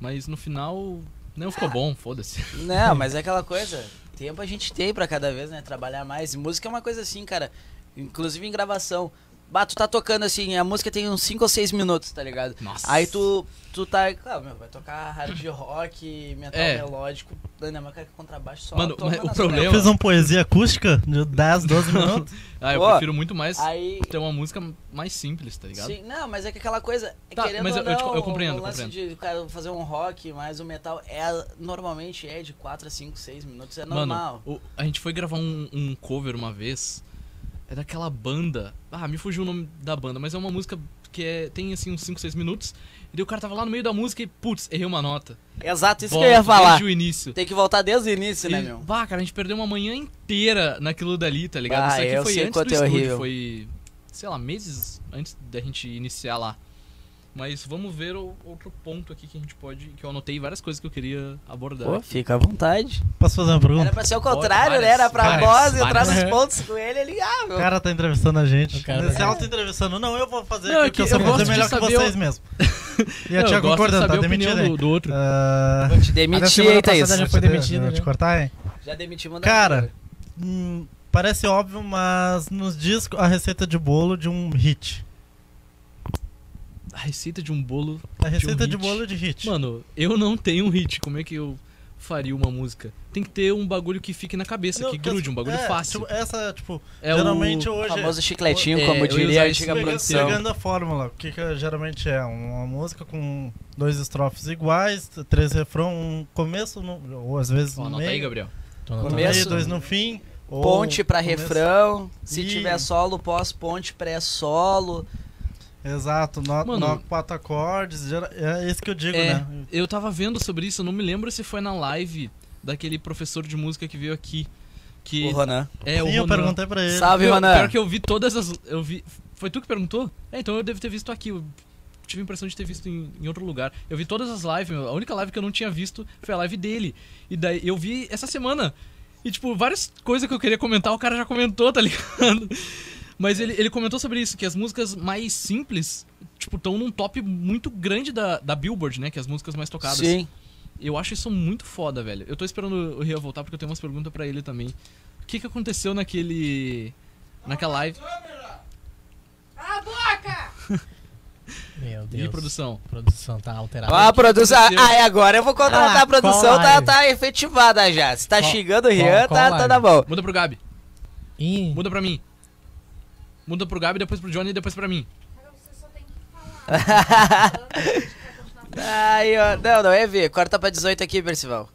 Speaker 3: Mas no final. Não ficou bom, foda-se.
Speaker 4: Não, mas é aquela coisa. Tempo a gente tem pra cada vez, né? Trabalhar mais. Música é uma coisa assim, cara. Inclusive em gravação. Bah, tu tá tocando assim, a música tem uns 5 ou 6 minutos, tá ligado?
Speaker 3: Nossa.
Speaker 4: Aí tu, tu tá. Claro, meu, vai tocar hard rock, metal
Speaker 3: É.
Speaker 4: melódico. Ainda mais que é contrabaixo só.
Speaker 3: Mano,
Speaker 4: toca
Speaker 3: mas o
Speaker 4: nas
Speaker 3: problema- é
Speaker 5: Eu fiz uma poesia acústica de 10, 12 minutos.
Speaker 3: Ah, eu
Speaker 4: Pô,
Speaker 3: prefiro muito mais
Speaker 4: Aí.
Speaker 3: ter uma música mais simples, tá ligado?
Speaker 4: Sim, não, mas é que aquela coisa.
Speaker 3: Tá,
Speaker 4: querendo
Speaker 3: mas
Speaker 4: ou
Speaker 3: eu- eu te-
Speaker 4: não,
Speaker 3: eu compreendo,
Speaker 4: O
Speaker 3: eu
Speaker 4: lance de cara, fazer um rock mais um metal é normalmente é de 4 a 5, 6 minutos, é normal.
Speaker 3: Mano, o- a gente foi gravar um, um cover uma vez. É daquela banda. Ah, me fugiu o nome da banda, mas é uma música que é- tem assim uns 5, 6 minutos. E daí o cara tava lá no meio da música e, putz, errei uma nota.
Speaker 4: Exato, isso que eu
Speaker 3: Volta
Speaker 4: ia falar.
Speaker 3: Desde o início.
Speaker 4: Tem que voltar desde o início, né,
Speaker 3: E-
Speaker 4: meu?
Speaker 3: Bah, cara, a gente perdeu uma manhã inteira naquilo dali, tá ligado?
Speaker 4: Bah,
Speaker 3: Isso aqui
Speaker 4: eu
Speaker 3: foi
Speaker 4: sei
Speaker 3: antes do
Speaker 4: quanto é
Speaker 3: estúdio,
Speaker 4: horrível.
Speaker 3: foi, sei lá, meses antes da gente iniciar lá. Mas vamos ver o- outro ponto aqui que a gente pode. Que eu anotei várias coisas que eu queria abordar.
Speaker 4: Pô, fica à vontade.
Speaker 5: Posso fazer uma pergunta?
Speaker 4: Era pra ser o contrário, né?
Speaker 3: várias,
Speaker 4: Era pra
Speaker 3: várias,
Speaker 4: nós entrar
Speaker 3: várias.
Speaker 4: nos pontos com ele ah, e ligar, meu.
Speaker 5: O cara tá entrevistando a gente.
Speaker 2: O cara-
Speaker 5: Se ela tá entrevistando, não, eu vou fazer
Speaker 3: Não,
Speaker 5: aqui,
Speaker 3: é que
Speaker 5: porque eu sei
Speaker 3: eu gosto
Speaker 5: fazer
Speaker 3: de
Speaker 5: melhor que
Speaker 3: saber o-
Speaker 5: vocês mesmo. E a
Speaker 3: eu gosto de
Speaker 5: tia concordando, tá
Speaker 3: saber a opinião
Speaker 5: demitido aí.
Speaker 3: do, do outro.
Speaker 5: Ah,
Speaker 4: Vou te
Speaker 2: Ah, da
Speaker 4: demitir
Speaker 2: semana
Speaker 4: aí, Thaís.
Speaker 2: passada já
Speaker 5: vou
Speaker 2: foi
Speaker 5: te-
Speaker 2: demitido,
Speaker 5: vou
Speaker 2: já.
Speaker 5: te cortar, hein?
Speaker 4: Já demitimos na
Speaker 5: Cara, hum, parece óbvio, mas nos diz a receita de bolo de um hit.
Speaker 3: A receita de um bolo.
Speaker 5: A receita de
Speaker 3: hit.
Speaker 5: bolo de hit.
Speaker 3: Mano, eu não tenho um hit. Como é que eu faria uma música? Tem que ter um bagulho que fique na cabeça,
Speaker 5: Não,
Speaker 3: que grude, um bagulho
Speaker 5: é,
Speaker 3: fácil.
Speaker 5: tipo, essa, tipo,
Speaker 3: é
Speaker 5: geralmente
Speaker 3: o...
Speaker 4: O
Speaker 5: hoje.
Speaker 4: famoso chicletinho,
Speaker 3: é, eu
Speaker 4: como
Speaker 3: ia
Speaker 4: diria
Speaker 3: usar
Speaker 4: a
Speaker 3: isso
Speaker 4: antiga
Speaker 3: pegando-
Speaker 4: produção.
Speaker 5: Pegando a fórmula, o que, que geralmente é? Uma música com dois estrofes iguais, três refrão, um começo, no- ou às vezes
Speaker 3: Ó,
Speaker 5: no
Speaker 3: anota aí,
Speaker 5: meio,
Speaker 3: Gabriel.
Speaker 2: Tô
Speaker 5: no
Speaker 2: anotando.
Speaker 4: Começo.
Speaker 5: meio, dois no fim. ou
Speaker 4: Ponte pra
Speaker 5: começo-
Speaker 4: refrão. Se
Speaker 5: Ih.
Speaker 4: tiver solo, pós-ponte, pré-solo.
Speaker 5: Exato, nó,
Speaker 3: Mano.
Speaker 5: nó quatro acordes, gera- é isso que eu digo,
Speaker 3: É,
Speaker 5: né?
Speaker 3: eu tava vendo sobre isso, eu não me lembro se foi na live daquele professor de música que veio aqui. Que
Speaker 4: O Ronan.
Speaker 3: é o
Speaker 5: Sim, eu
Speaker 3: Ronan.
Speaker 5: perguntei pra ele.
Speaker 4: Salve,
Speaker 3: Meu,
Speaker 4: Ronan.
Speaker 3: Pior que eu vi todas as. Eu vi. Foi tu que perguntou? É, então eu devo ter visto aqui. Eu tive a impressão de ter visto em, em outro lugar. Eu vi todas as lives, meu. A única live que eu não tinha visto foi a live dele. E daí eu vi essa semana. E, tipo, várias coisas que eu queria comentar, o cara já comentou, tá ligado? Mas ele, ele comentou sobre isso, que as músicas mais simples, tipo, estão num top muito grande da, da Billboard, né? Que é as músicas mais tocadas.
Speaker 4: Sim.
Speaker 3: Eu acho isso muito foda, velho. Eu tô esperando o Ria voltar porque eu tenho umas perguntas pra ele também. O que que aconteceu naquele. naquela live.
Speaker 2: Meu
Speaker 3: Ih,
Speaker 2: Deus.
Speaker 3: produção.
Speaker 2: Produção tá alterada.
Speaker 4: Ó, a produção.
Speaker 3: aconteceu?
Speaker 4: Ah, é, agora eu vou contratar
Speaker 2: Ah,
Speaker 4: a produção,
Speaker 2: qual
Speaker 4: tá,
Speaker 2: live?
Speaker 4: tá efetivada já. Se tá
Speaker 2: Qual-
Speaker 4: xingando o
Speaker 2: qual-
Speaker 4: Rian,
Speaker 2: qual
Speaker 4: tá, tá
Speaker 2: live?
Speaker 4: na mão.
Speaker 3: Muda pro Gabi.
Speaker 2: Ih,
Speaker 3: Muda pra mim. Muda pro Gabi, depois pro Johnny e depois pra mim.
Speaker 4: Aí, ó. Não, não, é ver. Corta pra 18 aqui, Percival.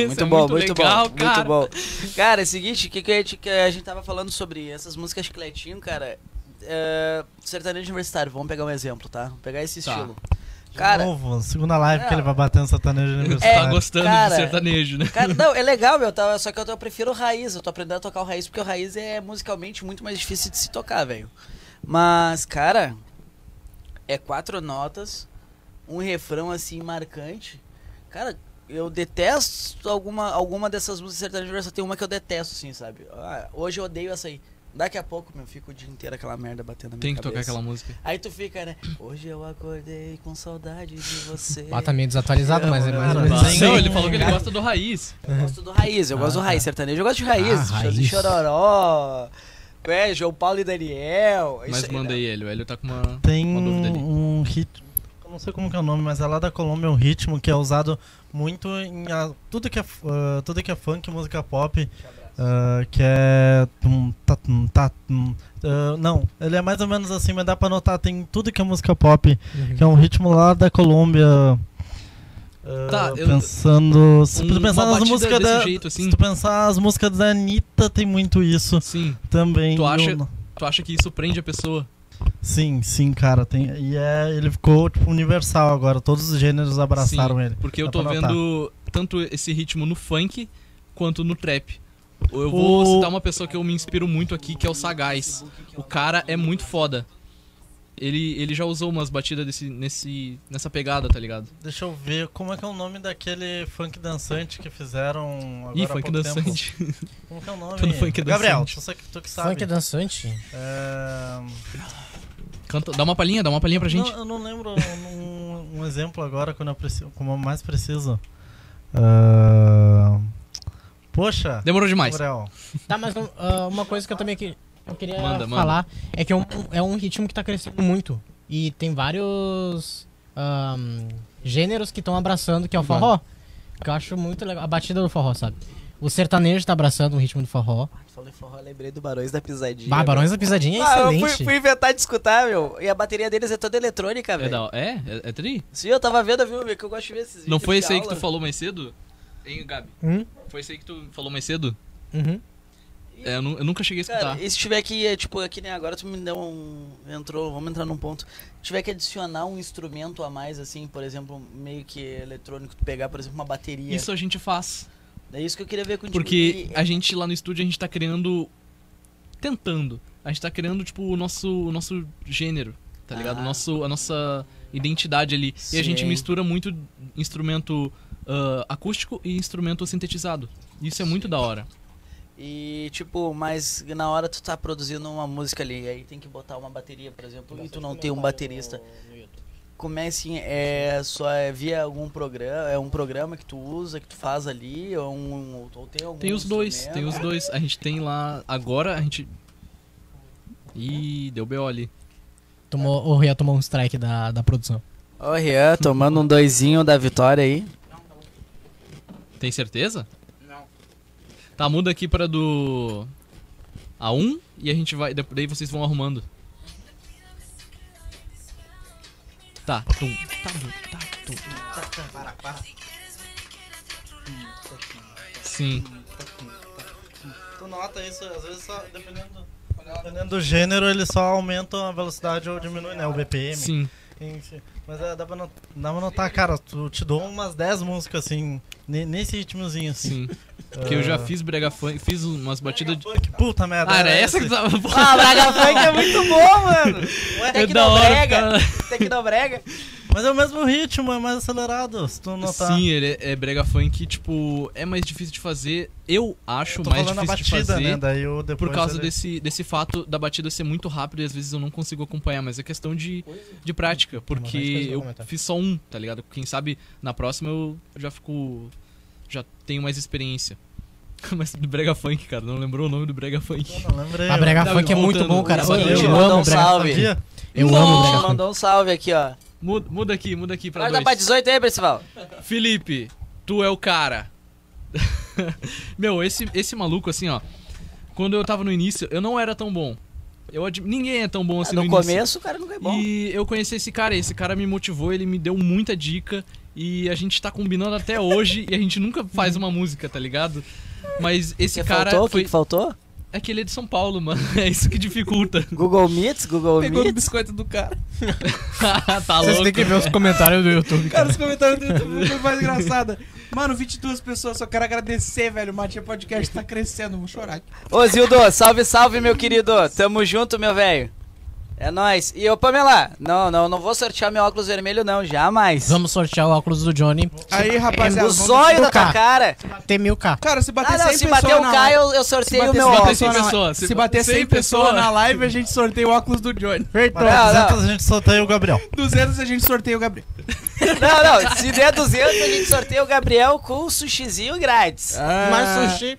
Speaker 3: Isso
Speaker 4: muito
Speaker 3: é
Speaker 4: bom,
Speaker 3: muito
Speaker 4: muito,
Speaker 3: legal,
Speaker 4: bom.
Speaker 3: cara.
Speaker 4: Muito bom. Cara, é o seguinte, o que, que, a gente- que a gente tava falando sobre essas músicas chicletinho, cara. É, sertanejo universitário, vamos pegar um exemplo, tá? Vamos pegar esse
Speaker 3: Tá.
Speaker 4: estilo.
Speaker 5: De
Speaker 4: Cara, é.
Speaker 5: novo, segunda live que
Speaker 4: Não.
Speaker 5: ele vai bater no sertanejo
Speaker 3: Você
Speaker 5: universitário.
Speaker 3: tá gostando
Speaker 4: É, cara.
Speaker 3: de sertanejo, né?
Speaker 4: Cara, não, é legal, meu, tá, só que eu, tô- eu prefiro o raiz, eu tô aprendendo a tocar o raiz, porque o raiz é musicalmente muito mais difícil de se tocar, velho. Mas, cara, é quatro notas, um refrão assim marcante. Cara, eu detesto alguma, alguma dessas músicas sertanejas, só tem uma que eu detesto, assim, sabe? Ah, hoje eu odeio essa aí. Daqui a pouco, meu, fico o dia inteiro aquela merda batendo na minha
Speaker 3: Tem que tocar
Speaker 4: cabeça.
Speaker 3: aquela música.
Speaker 4: Aí tu fica, né? Hoje eu acordei com saudade de você.
Speaker 2: ah, tá meio desatualizado, mas é mais ou
Speaker 5: Cara,
Speaker 2: menos.
Speaker 5: Sim.
Speaker 3: Não, ele falou que ele gosta do raiz.
Speaker 4: Eu gosto do raiz, eu
Speaker 2: Ah,
Speaker 4: gosto do raiz sertanejo, eu gosto de raiz,
Speaker 2: Ah,
Speaker 4: Chororó,
Speaker 2: raiz.
Speaker 4: chororó, É, João Paulo e Daniel.
Speaker 3: Mas
Speaker 4: isso aí,
Speaker 3: manda
Speaker 4: né?
Speaker 3: aí, Hélio. O Hélio tá com uma.
Speaker 5: Tem
Speaker 3: Uma dúvida ali.
Speaker 5: um ritmo, eu não sei como que é o nome, mas é lá da Colômbia um ritmo que é usado muito em a- tudo que é f- ah, tudo que é funk, música pop, ah, que é tum, tá, tum, tá, tum. Ah, não, ele é mais ou menos assim, mas dá pra notar tem tudo que é música pop,
Speaker 3: Uhum.
Speaker 5: que é um ritmo lá da Colômbia. ah,
Speaker 3: Tá, eu- um-
Speaker 5: pensando, se tu
Speaker 3: uma
Speaker 5: pensar nas
Speaker 3: batida
Speaker 5: músicas
Speaker 3: desse
Speaker 5: da,
Speaker 3: jeito, assim.
Speaker 5: se tu pensar as músicas da Anitta tem muito isso
Speaker 3: Sim.
Speaker 5: também.
Speaker 3: Tu
Speaker 5: e
Speaker 3: acha-
Speaker 5: eu-
Speaker 3: Tu acha que isso prende a pessoa?
Speaker 5: Sim, sim, cara. Tem, e é, ele ficou tipo, universal agora. Todos os gêneros abraçaram
Speaker 3: Sim,
Speaker 5: ele.
Speaker 3: Porque eu
Speaker 5: Dá
Speaker 3: tô
Speaker 5: pra notar.
Speaker 3: vendo tanto esse ritmo no funk quanto no trap. Eu vou
Speaker 5: O-
Speaker 3: citar uma pessoa que eu me inspiro muito aqui, que é o Sagaz. O cara é muito foda. Ele, ele já usou umas batidas desse, nesse, nessa pegada, tá ligado?
Speaker 5: Deixa eu ver como é que é o nome daquele funk dançante que fizeram agora
Speaker 3: Ih,
Speaker 5: há
Speaker 3: funk
Speaker 5: pouco tempo?
Speaker 3: dançante.
Speaker 5: Como que é o nome?
Speaker 3: Tô no funk
Speaker 5: Gabriel,
Speaker 3: dançante.
Speaker 5: tu, sei que- tu que sabe.
Speaker 2: Funk dançante?
Speaker 5: É,
Speaker 3: Canta, dá uma palhinha, dá uma palhinha pra gente.
Speaker 5: Não, eu não lembro um, um exemplo agora quando eu preciso, como eu mais preciso. Ah, Poxa,
Speaker 3: Demorou demais.
Speaker 5: Gabriel.
Speaker 2: Tá, mas um, ah, uma coisa que eu também que, eu queria
Speaker 3: Manda, manda.
Speaker 2: falar é que é um, é um ritmo que tá crescendo muito. E tem vários ahm, gêneros que estão abraçando, que é o forró. Que eu acho muito legal. A batida do forró, sabe? O sertanejo tá abraçando o ritmo do forró.
Speaker 4: Falei forró, lembrei do Barões da Pisadinha.
Speaker 2: Bah, Barões da Pisadinha é
Speaker 4: Ah, eu fui,
Speaker 2: excelente.
Speaker 4: fui inventar de escutar, meu. E a bateria deles é toda eletrônica,
Speaker 3: É,
Speaker 4: velho.
Speaker 3: da- é? É, é tri?
Speaker 4: Sim, eu tava vendo, viu, meu, que eu gosto de ver esses
Speaker 3: Não
Speaker 4: vídeos
Speaker 3: foi
Speaker 4: de
Speaker 3: esse aí que tu
Speaker 4: aula.
Speaker 3: falou mais cedo? Hein, Gabi?
Speaker 2: Hum?
Speaker 3: Foi esse aí que tu falou mais cedo?
Speaker 2: Uhum.
Speaker 3: É, eu, nu- eu nunca cheguei a escutar.
Speaker 4: Cara, e se tiver aqui, é, tipo, aqui nem agora tu me deu um. Entrou, vamos entrar num ponto. Se tiver que adicionar um instrumento a mais, assim, por exemplo, meio que eletrônico, tu pegar, por exemplo, uma bateria.
Speaker 3: Isso a gente faz.
Speaker 4: É isso que eu queria ver contigo.
Speaker 3: Porque
Speaker 4: E-
Speaker 3: a gente lá no estúdio, a gente tá criando. Tentando. A gente tá criando, tipo, o nosso, o nosso gênero, tá ligado? O
Speaker 4: Ah.
Speaker 3: nosso, a nossa identidade ali. E a gente
Speaker 4: Sim.
Speaker 3: mistura muito instrumento ah, acústico e instrumento sintetizado. Isso é muito da hora.
Speaker 4: E, tipo, mas na hora tu tá produzindo uma música ali, aí tem que botar uma bateria, por exemplo, e tu não tem um baterista. Como é assim, é só é via algum programa, é um programa que tu usa, que tu faz ali, ou, um, ou tem algum
Speaker 3: Tem os dois, tem os
Speaker 4: instrumento?
Speaker 3: dois. A gente tem lá. Agora a gente. Ih, deu B.O. ali.
Speaker 2: Tomou, o Ria tomou um strike da, da produção.
Speaker 4: Ó, Rian, tomando um doizinho da vitória aí.
Speaker 3: Tem certeza? Não. Tá, muda aqui pra do. A1 e a gente vai. Daí vocês vão arrumando. Tá, tum, tá, tum, tá, tum, tum, tá, tá. Sim,
Speaker 5: Tu nota isso, às vezes só dependendo, dependendo do gênero, ele só aumenta a velocidade ou diminui, né? O BPM.
Speaker 3: sim.
Speaker 5: Enfim. Mas é, dá, pra not- dá pra notar, cara, tu te dou umas 10 músicas assim, ne- nesse ritmozinho assim.
Speaker 3: Sim. Porque eu já
Speaker 5: Ah.
Speaker 3: fiz brega funk, fiz umas batidas de.
Speaker 5: Que puta merda. né?
Speaker 3: Ah, era essa que tava.
Speaker 4: Ah, Braga Funk é muito bom, mano! Ué,
Speaker 3: É da hora.
Speaker 4: Tecnobrega,
Speaker 3: cara.
Speaker 4: Tecnobrega.
Speaker 5: Mas é o mesmo ritmo, é mais acelerado, se tu notar.
Speaker 3: Sim, ele é, é brega funk, tipo, é mais difícil de fazer. Eu acho
Speaker 5: Eu tô
Speaker 3: mais
Speaker 5: falando a
Speaker 3: difícil de
Speaker 5: batida,
Speaker 3: fazer.
Speaker 5: né? Daí eu depois
Speaker 3: Por causa
Speaker 5: ele-
Speaker 3: desse, desse fato da batida ser muito rápida e às vezes eu não consigo acompanhar, mas é questão de, de prática,
Speaker 2: Tem uma
Speaker 3: porque
Speaker 2: coisa pra
Speaker 3: eu
Speaker 2: comentar.
Speaker 3: fiz só um, tá ligado? Quem sabe na próxima eu já fico. já tenho mais experiência. Mas do Brega Funk, cara, não lembrou o nome do Brega Funk.
Speaker 5: Eu Não lembrei.
Speaker 2: A Brega
Speaker 3: Não,
Speaker 2: Funk é
Speaker 3: voltando,
Speaker 2: muito bom, cara.
Speaker 3: só
Speaker 2: Eu,
Speaker 3: que
Speaker 2: eu
Speaker 3: eu
Speaker 4: mandar
Speaker 2: amo
Speaker 4: um
Speaker 2: o Brega
Speaker 4: salve.
Speaker 2: Funk.
Speaker 5: Sabia?
Speaker 2: Eu amo o
Speaker 4: Nossa,
Speaker 2: Brega Funk.
Speaker 4: mandou um salve aqui, ó.
Speaker 3: Muda, muda aqui, muda aqui pra
Speaker 4: Corta pra
Speaker 3: dois.
Speaker 4: 18 aí, principal.
Speaker 3: Felipe, tu é o cara. Meu, esse, esse maluco, assim, ó. Quando eu tava no início, eu não era tão bom. Eu admi- Ninguém é tão bom assim no,
Speaker 4: no
Speaker 3: início.
Speaker 4: começo, o cara nunca é bom.
Speaker 3: E eu conheci esse cara, esse cara me motivou, ele me deu muita dica e a gente tá combinando até hoje e a gente nunca faz uma música, tá ligado? Mas esse
Speaker 4: Você
Speaker 3: cara
Speaker 4: faltou? O
Speaker 3: foi
Speaker 4: que que faltou?
Speaker 3: é que ele é de São Paulo, mano. É isso que dificulta.
Speaker 4: Google Meets? Google
Speaker 1: Pegou no
Speaker 4: Meets?
Speaker 1: biscoito do cara.
Speaker 3: tá
Speaker 2: Vocês têm
Speaker 3: louco.
Speaker 2: que ver os comentários do YouTube,
Speaker 1: Cara,
Speaker 2: cara.
Speaker 1: os comentários do YouTube foi mais engraçada. Mano, 22 pessoas, só quero agradecer, velho. O Matia Podcast tá crescendo, vou chorar. aqui.
Speaker 4: Ô, Zildo, salve, salve, meu querido. Tamo junto, meu velho. É nóis. E ô, Pamela, não, não, não vou sortear meu óculos vermelho, não, jamais.
Speaker 2: Vamos sortear o óculos do Johnny.
Speaker 1: Aí, rapaziada.
Speaker 4: O
Speaker 1: vamos-
Speaker 4: zóio da tua
Speaker 2: trocar.
Speaker 4: cara.
Speaker 2: Tem mil K.
Speaker 1: Cara, se bater
Speaker 4: Ah, não,
Speaker 1: 100
Speaker 4: se
Speaker 1: pessoas
Speaker 4: bater o
Speaker 1: na
Speaker 4: K,
Speaker 1: live-
Speaker 4: eu, eu
Speaker 1: se
Speaker 4: sorteio
Speaker 1: bater
Speaker 4: o meu
Speaker 1: 100
Speaker 4: óculos.
Speaker 1: pessoas na-
Speaker 3: pessoas, se
Speaker 1: Se
Speaker 3: ba-
Speaker 1: bater 100
Speaker 3: 100
Speaker 1: pessoas
Speaker 3: pessoas.
Speaker 1: na live, a gente sorteia o óculos do Johnny.
Speaker 5: Mas
Speaker 4: Não, não.
Speaker 5: 200 a gente soltei o Gabriel.
Speaker 1: 200 a gente sorteia o Gabriel.
Speaker 4: Não, não,
Speaker 1: Ah. É.
Speaker 4: se der 200, a gente sorteia o Gabriel com o sushizinho um grátis.
Speaker 2: Mais sushi.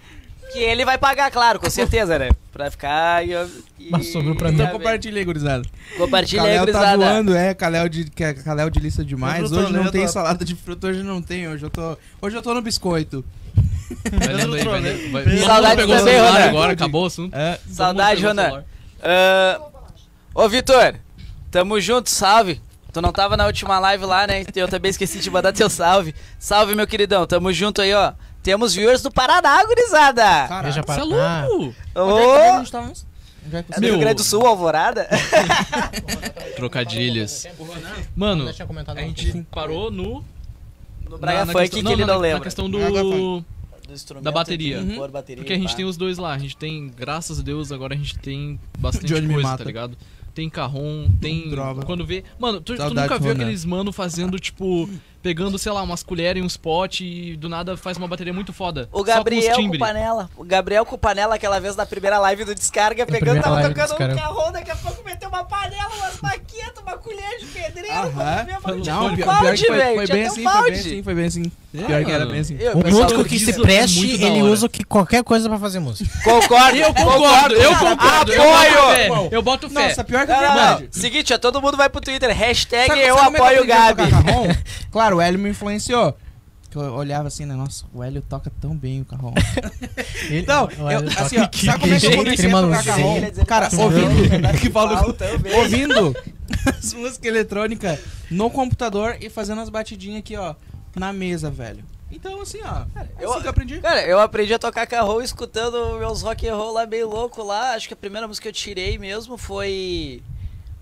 Speaker 4: Que ele vai pagar, claro, com certeza, né? Pra ficar. E, e-
Speaker 2: Mas sobrou pra mim.
Speaker 4: e- tá
Speaker 2: Então
Speaker 1: Então compartilha, gurizada.
Speaker 4: Compartilha aí,
Speaker 1: Caléu tá
Speaker 4: gurizada.
Speaker 1: voando, é, Caléu de, que- Caléu de lista demais.
Speaker 5: Eu tô
Speaker 1: Hoje não
Speaker 5: lendo
Speaker 3: tá.
Speaker 1: tem
Speaker 5: a-
Speaker 1: salada de fruta, hoje não tem, hoje eu tô, hoje eu tô no biscoito.
Speaker 3: Vai lendo aí, vai lendo. Vai-
Speaker 5: Pedro
Speaker 3: Todo mundo
Speaker 4: Saudade
Speaker 3: pegou o
Speaker 4: também,
Speaker 3: celular
Speaker 4: Ronaldo.
Speaker 3: agora, acabou o assunto.
Speaker 1: É,
Speaker 4: Saudade,
Speaker 3: Todo mundo pegou o
Speaker 4: Ronan. Ah, Ô, Vitor, tamo junto, salve. Tu não tava na última live lá, né? Eu também esqueci de mandar teu salve. Salve, meu queridão, tamo junto aí, ó. Temos viewers do Paraná, gurizada.
Speaker 1: caralho.
Speaker 2: Veja para.
Speaker 3: celular. Você é
Speaker 1: Onde
Speaker 3: louco!
Speaker 1: é que a
Speaker 4: Ô,
Speaker 1: gente tá mesmo? Onde é que
Speaker 4: é do Rio Grande do Sul, Alvorada?
Speaker 3: Trocadilhos. Mano,
Speaker 2: tinha comentado
Speaker 3: a gente parou no.
Speaker 4: No Braga
Speaker 3: na- na
Speaker 4: Funk,
Speaker 3: questão-
Speaker 4: que ele
Speaker 3: na-
Speaker 4: não
Speaker 3: Na
Speaker 4: lembra. Uhum.
Speaker 3: questão
Speaker 1: Braga
Speaker 3: do.
Speaker 1: Funk.
Speaker 4: Do instrumento,
Speaker 3: da bateria.
Speaker 4: do tambor, bateria
Speaker 3: Porque a gente
Speaker 4: pá.
Speaker 3: tem os dois lá. A gente tem, graças a Deus, agora a gente tem bastante
Speaker 1: De onde me
Speaker 3: coisa,
Speaker 1: mata. Hum,
Speaker 3: tá ligado? Tem carrom, tem.
Speaker 1: Droga.
Speaker 3: Quando vê. Mano, tu, tu
Speaker 1: Saudade,
Speaker 3: nunca viu
Speaker 1: Ronan.
Speaker 3: aqueles mano fazendo, tipo, pegando, sei lá, umas colheres e uns potes e do nada faz uma bateria muito foda.
Speaker 4: O Gabriel
Speaker 3: Só
Speaker 4: com,
Speaker 3: com os timbre.
Speaker 4: panela. O Gabriel com panela aquela vez na primeira live do Descarga,
Speaker 2: primeira
Speaker 4: pegando, tava
Speaker 2: live do
Speaker 4: tocando um
Speaker 2: Descarga.
Speaker 4: carrão, daqui a pouco meteu uma panela, umas maquetas, uma colher de pedreiro,
Speaker 1: Aham.
Speaker 4: quando vê, mano, tinha
Speaker 1: Não,
Speaker 4: até um
Speaker 1: pior, pior
Speaker 4: balde,
Speaker 1: que foi,
Speaker 4: velho,
Speaker 1: foi
Speaker 4: tinha
Speaker 1: bem
Speaker 4: até um
Speaker 1: assim, foi bem
Speaker 4: balde.
Speaker 1: assim, foi bem assim.
Speaker 3: É,
Speaker 1: Pior que era
Speaker 3: mano.
Speaker 1: bem assim.
Speaker 4: Eu,
Speaker 2: O
Speaker 4: pessoal,
Speaker 2: músico Um que
Speaker 3: Isso
Speaker 2: se
Speaker 3: é
Speaker 2: preste,
Speaker 3: muito da
Speaker 2: ele
Speaker 3: hora.
Speaker 2: usa o que qualquer coisa pra fazer música.
Speaker 4: Concordo,
Speaker 3: Eu concordo, eu concordo. eu boto fé,
Speaker 1: irmão.
Speaker 3: Eu boto fé.
Speaker 1: Nossa, pior que é
Speaker 4: Não, não, não.
Speaker 1: verdade.
Speaker 4: Seguinte, ó, todo mundo vai pro Twitter, hashtag
Speaker 1: Sabe-
Speaker 4: eu
Speaker 1: sabe como é que
Speaker 4: apoio
Speaker 1: aprendi
Speaker 4: o
Speaker 1: a
Speaker 4: Gabi.
Speaker 1: tocar carrom? Claro, o Hélio me influenciou. Que eu olhava assim, né? Nossa, o Hélio toca tão bem o carrom. Então, eu, assim, ó, sabe como é que eu
Speaker 2: gente,
Speaker 1: comecei a
Speaker 2: mano,
Speaker 1: tocar
Speaker 2: gente.
Speaker 1: carrom? Cara, ouvindo, que falou, ouvindo as músicas eletrônicas no computador e fazendo as batidinhas aqui, ó, na mesa, velho. Então, assim, ó, é
Speaker 4: eu-
Speaker 1: assim que eu aprendi.
Speaker 4: Cara, eu aprendi a tocar carro escutando meus rock and roll lá bem louco lá. Acho que a primeira música que eu tirei mesmo foi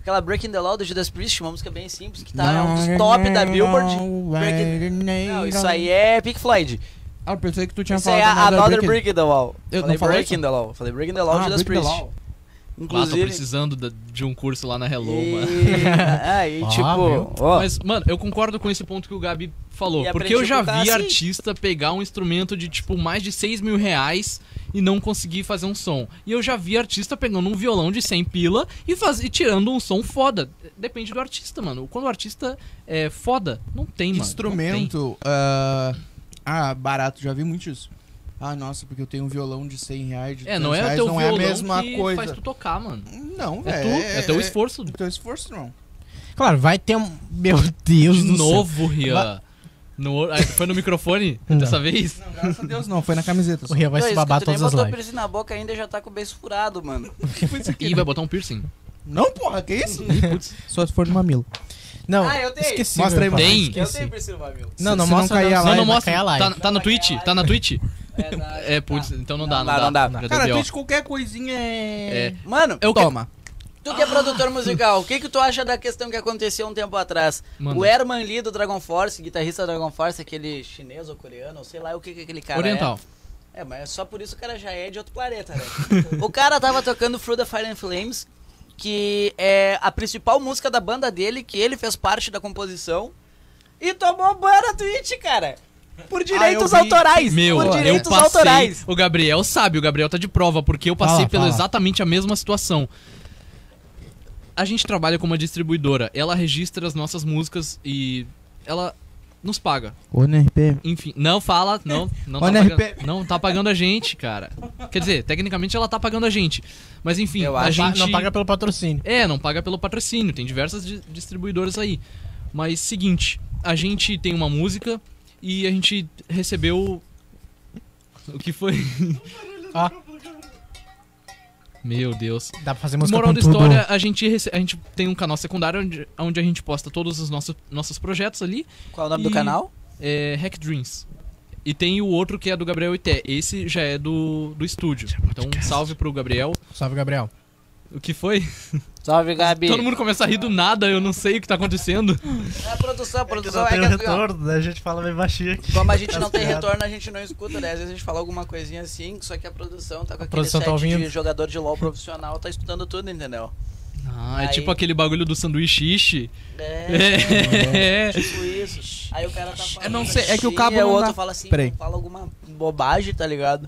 Speaker 4: aquela Breaking the Law do Judas Priest, uma música bem simples que tá é um dos top da Billboard. Breaking- Não, isso aí é Pink Floyd.
Speaker 1: Ah, eu pensei que tu tinha
Speaker 4: Isso aí
Speaker 1: falado.
Speaker 4: é
Speaker 1: nada a
Speaker 4: Another
Speaker 1: Breaking-
Speaker 4: Breaking the Wall.
Speaker 1: Eu
Speaker 4: Falei
Speaker 1: não falei
Speaker 4: Breaking
Speaker 1: isso?
Speaker 4: the Law. Falei Breaking the Law,
Speaker 1: Ah,
Speaker 4: Judas
Speaker 1: Breaking the
Speaker 4: Priest.
Speaker 1: Law.
Speaker 3: Lá, Ah, tô
Speaker 4: Inclusive.
Speaker 3: precisando da- de um curso lá na Hello, mano.
Speaker 4: E... Aí,
Speaker 2: Ah,
Speaker 4: tipo,
Speaker 2: viu?
Speaker 4: ó,
Speaker 3: Mas, mano, eu concordo com esse ponto que o Gabi falou.
Speaker 4: E
Speaker 3: porque
Speaker 4: aprendi
Speaker 3: eu já
Speaker 4: com o cara
Speaker 3: vi
Speaker 4: assim.
Speaker 3: artista pegar um instrumento de, tipo, mais de 6 mil reais e não conseguir fazer um som. E eu já vi artista pegando um violão de 100 pila e, faz... e tirando um som foda. Depende do artista, mano. Quando o artista é foda, não tem, mano. Não tem.
Speaker 1: Instrumento. ah, ah, barato, já vi muito isso. Ah, nossa, porque eu tenho um violão de 100 reais. De
Speaker 3: É,
Speaker 1: 200
Speaker 3: não é o
Speaker 1: reais,
Speaker 3: teu
Speaker 1: não
Speaker 3: violão
Speaker 1: é a mesma
Speaker 3: que
Speaker 1: coisa.
Speaker 3: faz tu tocar, mano.
Speaker 1: Não,
Speaker 3: É
Speaker 1: velho.
Speaker 3: tu, é, teu esforço.
Speaker 1: É teu esforço, não.
Speaker 2: Claro, vai ter um. Meu Deus
Speaker 3: De
Speaker 2: do céu.
Speaker 3: novo, Rian. No... ah, Foi no microfone
Speaker 2: Não.
Speaker 3: dessa vez?
Speaker 1: Não, graças a Deus não, foi na camiseta.
Speaker 2: O Ria vai
Speaker 4: Não,
Speaker 2: se
Speaker 4: isso que
Speaker 2: babar
Speaker 4: tu nem
Speaker 2: todas as
Speaker 4: botou
Speaker 2: lives.
Speaker 4: piercing na boca ainda já tá com o beijo furado, mano.
Speaker 3: E vai botar um piercing.
Speaker 1: Não, porra, que isso? Só se for no mamilo.
Speaker 2: Não, é
Speaker 4: Ah, eu tenho.
Speaker 2: esqueci.
Speaker 1: Mostra aí,
Speaker 2: meu pai,
Speaker 3: Tem?
Speaker 4: Eu tenho
Speaker 2: Esqueci.
Speaker 4: piercing no mamilo.
Speaker 2: Não, não
Speaker 1: Se não
Speaker 2: mostra.
Speaker 1: cair a
Speaker 2: senão
Speaker 3: Não,
Speaker 1: live,
Speaker 3: não
Speaker 2: vai
Speaker 3: mostra.
Speaker 2: cair a live.
Speaker 3: Tá, tá na Twitch? Tá na Twitch?
Speaker 4: tá.
Speaker 3: É, putz, então não dá, não, dá. Já deu
Speaker 1: Cara,
Speaker 3: B.O.
Speaker 1: Twitch qualquer coisinha é.
Speaker 3: É.
Speaker 4: Mano,
Speaker 3: Eu
Speaker 1: Toma.
Speaker 4: tu que é produtor musical, o que que tu acha da questão que aconteceu um tempo atrás?
Speaker 3: Manda.
Speaker 4: O Herman Lee do Dragon Force, guitarrista do Dragon Force, aquele chinês ou coreano, ou sei lá o que que aquele cara
Speaker 3: Oriental.
Speaker 4: é. É, mas só por isso o cara já é de outro planeta, né? o cara tava tocando Through the Fire and Flames, que é a principal música da banda dele, que ele fez parte da composição, e tomou ban na Twitch, cara. Por direitos
Speaker 1: vi.
Speaker 4: autorais.
Speaker 3: Meu,
Speaker 4: por
Speaker 3: eu
Speaker 4: direitos
Speaker 3: passei.
Speaker 4: autorais.
Speaker 3: O Gabriel sabe, o Gabriel tá de prova, porque eu passei
Speaker 2: Fala,
Speaker 3: pela
Speaker 2: fala.
Speaker 3: exatamente a mesma situação. A gente trabalha com uma distribuidora, ela registra as nossas músicas e ela nos paga.
Speaker 1: ONRP.
Speaker 3: Enfim, não fala, não, não, tá
Speaker 1: Olha,
Speaker 3: pagando,
Speaker 1: RP.
Speaker 3: não tá pagando a gente, cara. Quer dizer, tecnicamente ela tá pagando a gente, mas enfim,
Speaker 4: Eu
Speaker 3: a
Speaker 4: acho.
Speaker 3: gente
Speaker 2: Não paga pelo patrocínio.
Speaker 3: É, não paga pelo patrocínio, tem diversas di- distribuidoras aí. Mas seguinte, a gente tem uma música e a gente recebeu o que foi?
Speaker 2: Ah.
Speaker 3: Meu Deus.
Speaker 2: Dá pra fazer música
Speaker 3: Moral
Speaker 2: com
Speaker 3: da
Speaker 2: tudo.
Speaker 3: história, a gente, rece- a gente tem um canal secundário onde, onde a gente posta todos os nossos, nossos projetos ali.
Speaker 4: Qual é o nome
Speaker 3: E-
Speaker 4: do canal?
Speaker 3: É Hack Dreams. E tem o outro que é do Gabriel Ité. Esse já é do, do estúdio. Então, um salve pro Gabriel.
Speaker 2: Salve, Gabriel.
Speaker 3: O que foi?
Speaker 4: Salve, Gabi.
Speaker 3: Todo mundo começa a rir do nada, eu não sei o que tá acontecendo.
Speaker 4: É a produção, a
Speaker 5: Que
Speaker 4: produção
Speaker 5: não
Speaker 4: é,
Speaker 5: tem o
Speaker 4: que assim, ó,
Speaker 5: retorno, né? A gente fala bem baixinho aqui.
Speaker 4: Como a gente não tem
Speaker 5: As piadas.
Speaker 4: retorno, a gente não escuta, né? Às vezes a gente fala alguma coisinha assim, só que a produção tá com aquele
Speaker 2: produção
Speaker 4: set
Speaker 2: tá
Speaker 4: de
Speaker 2: ouvindo.
Speaker 4: jogador de LOL profissional, tá estudando tudo, entendeu?
Speaker 3: Ah, é
Speaker 4: Aí-
Speaker 3: tipo aquele bagulho do sanduíche ishi.
Speaker 4: É,
Speaker 3: É.
Speaker 4: tipo isso. Aí o cara tá falando.
Speaker 1: Eu não sei, é que o
Speaker 4: assim,
Speaker 1: cabo
Speaker 4: aí o
Speaker 1: não
Speaker 4: outro
Speaker 1: dá-
Speaker 4: fala assim,
Speaker 1: Peraí.
Speaker 4: fala alguma bobagem, tá ligado?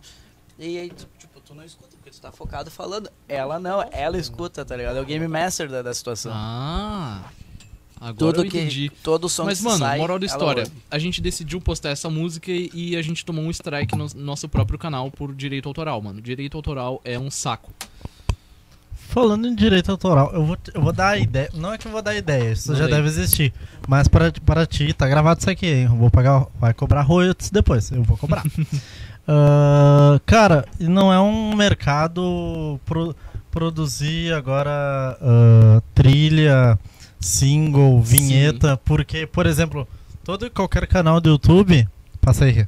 Speaker 4: E aí, tu- tipo, tu não escuta, porque tu tá focado falando. Ela não, ela escuta, tá ligado? É o game master da, da situação.
Speaker 3: Ah. Agora
Speaker 4: Tudo
Speaker 3: eu entendi.
Speaker 4: que, todo som
Speaker 3: Mas,
Speaker 4: que
Speaker 3: mano,
Speaker 4: sai,
Speaker 3: moral da
Speaker 4: ela
Speaker 3: história.
Speaker 4: ouve.
Speaker 3: A gente decidiu postar essa música e, e a gente tomou um strike no nosso próprio canal por direito autoral, mano. Direito autoral é um saco.
Speaker 5: Falando em direito autoral, eu vou, te- eu vou dar a ideia. Não é que eu vou dar ideia, isso
Speaker 3: Manda
Speaker 5: já
Speaker 3: aí.
Speaker 5: deve existir. Mas para, para ti, tá gravado isso aqui, hein? Eu vou pagar. Vai cobrar royalties depois, eu vou cobrar. Ah, cara, e não é um mercado pro- produzir agora ah, trilha, single,
Speaker 3: Sim.
Speaker 5: vinheta, porque, por exemplo, todo e qualquer canal do YouTube. Passa aí, Rê.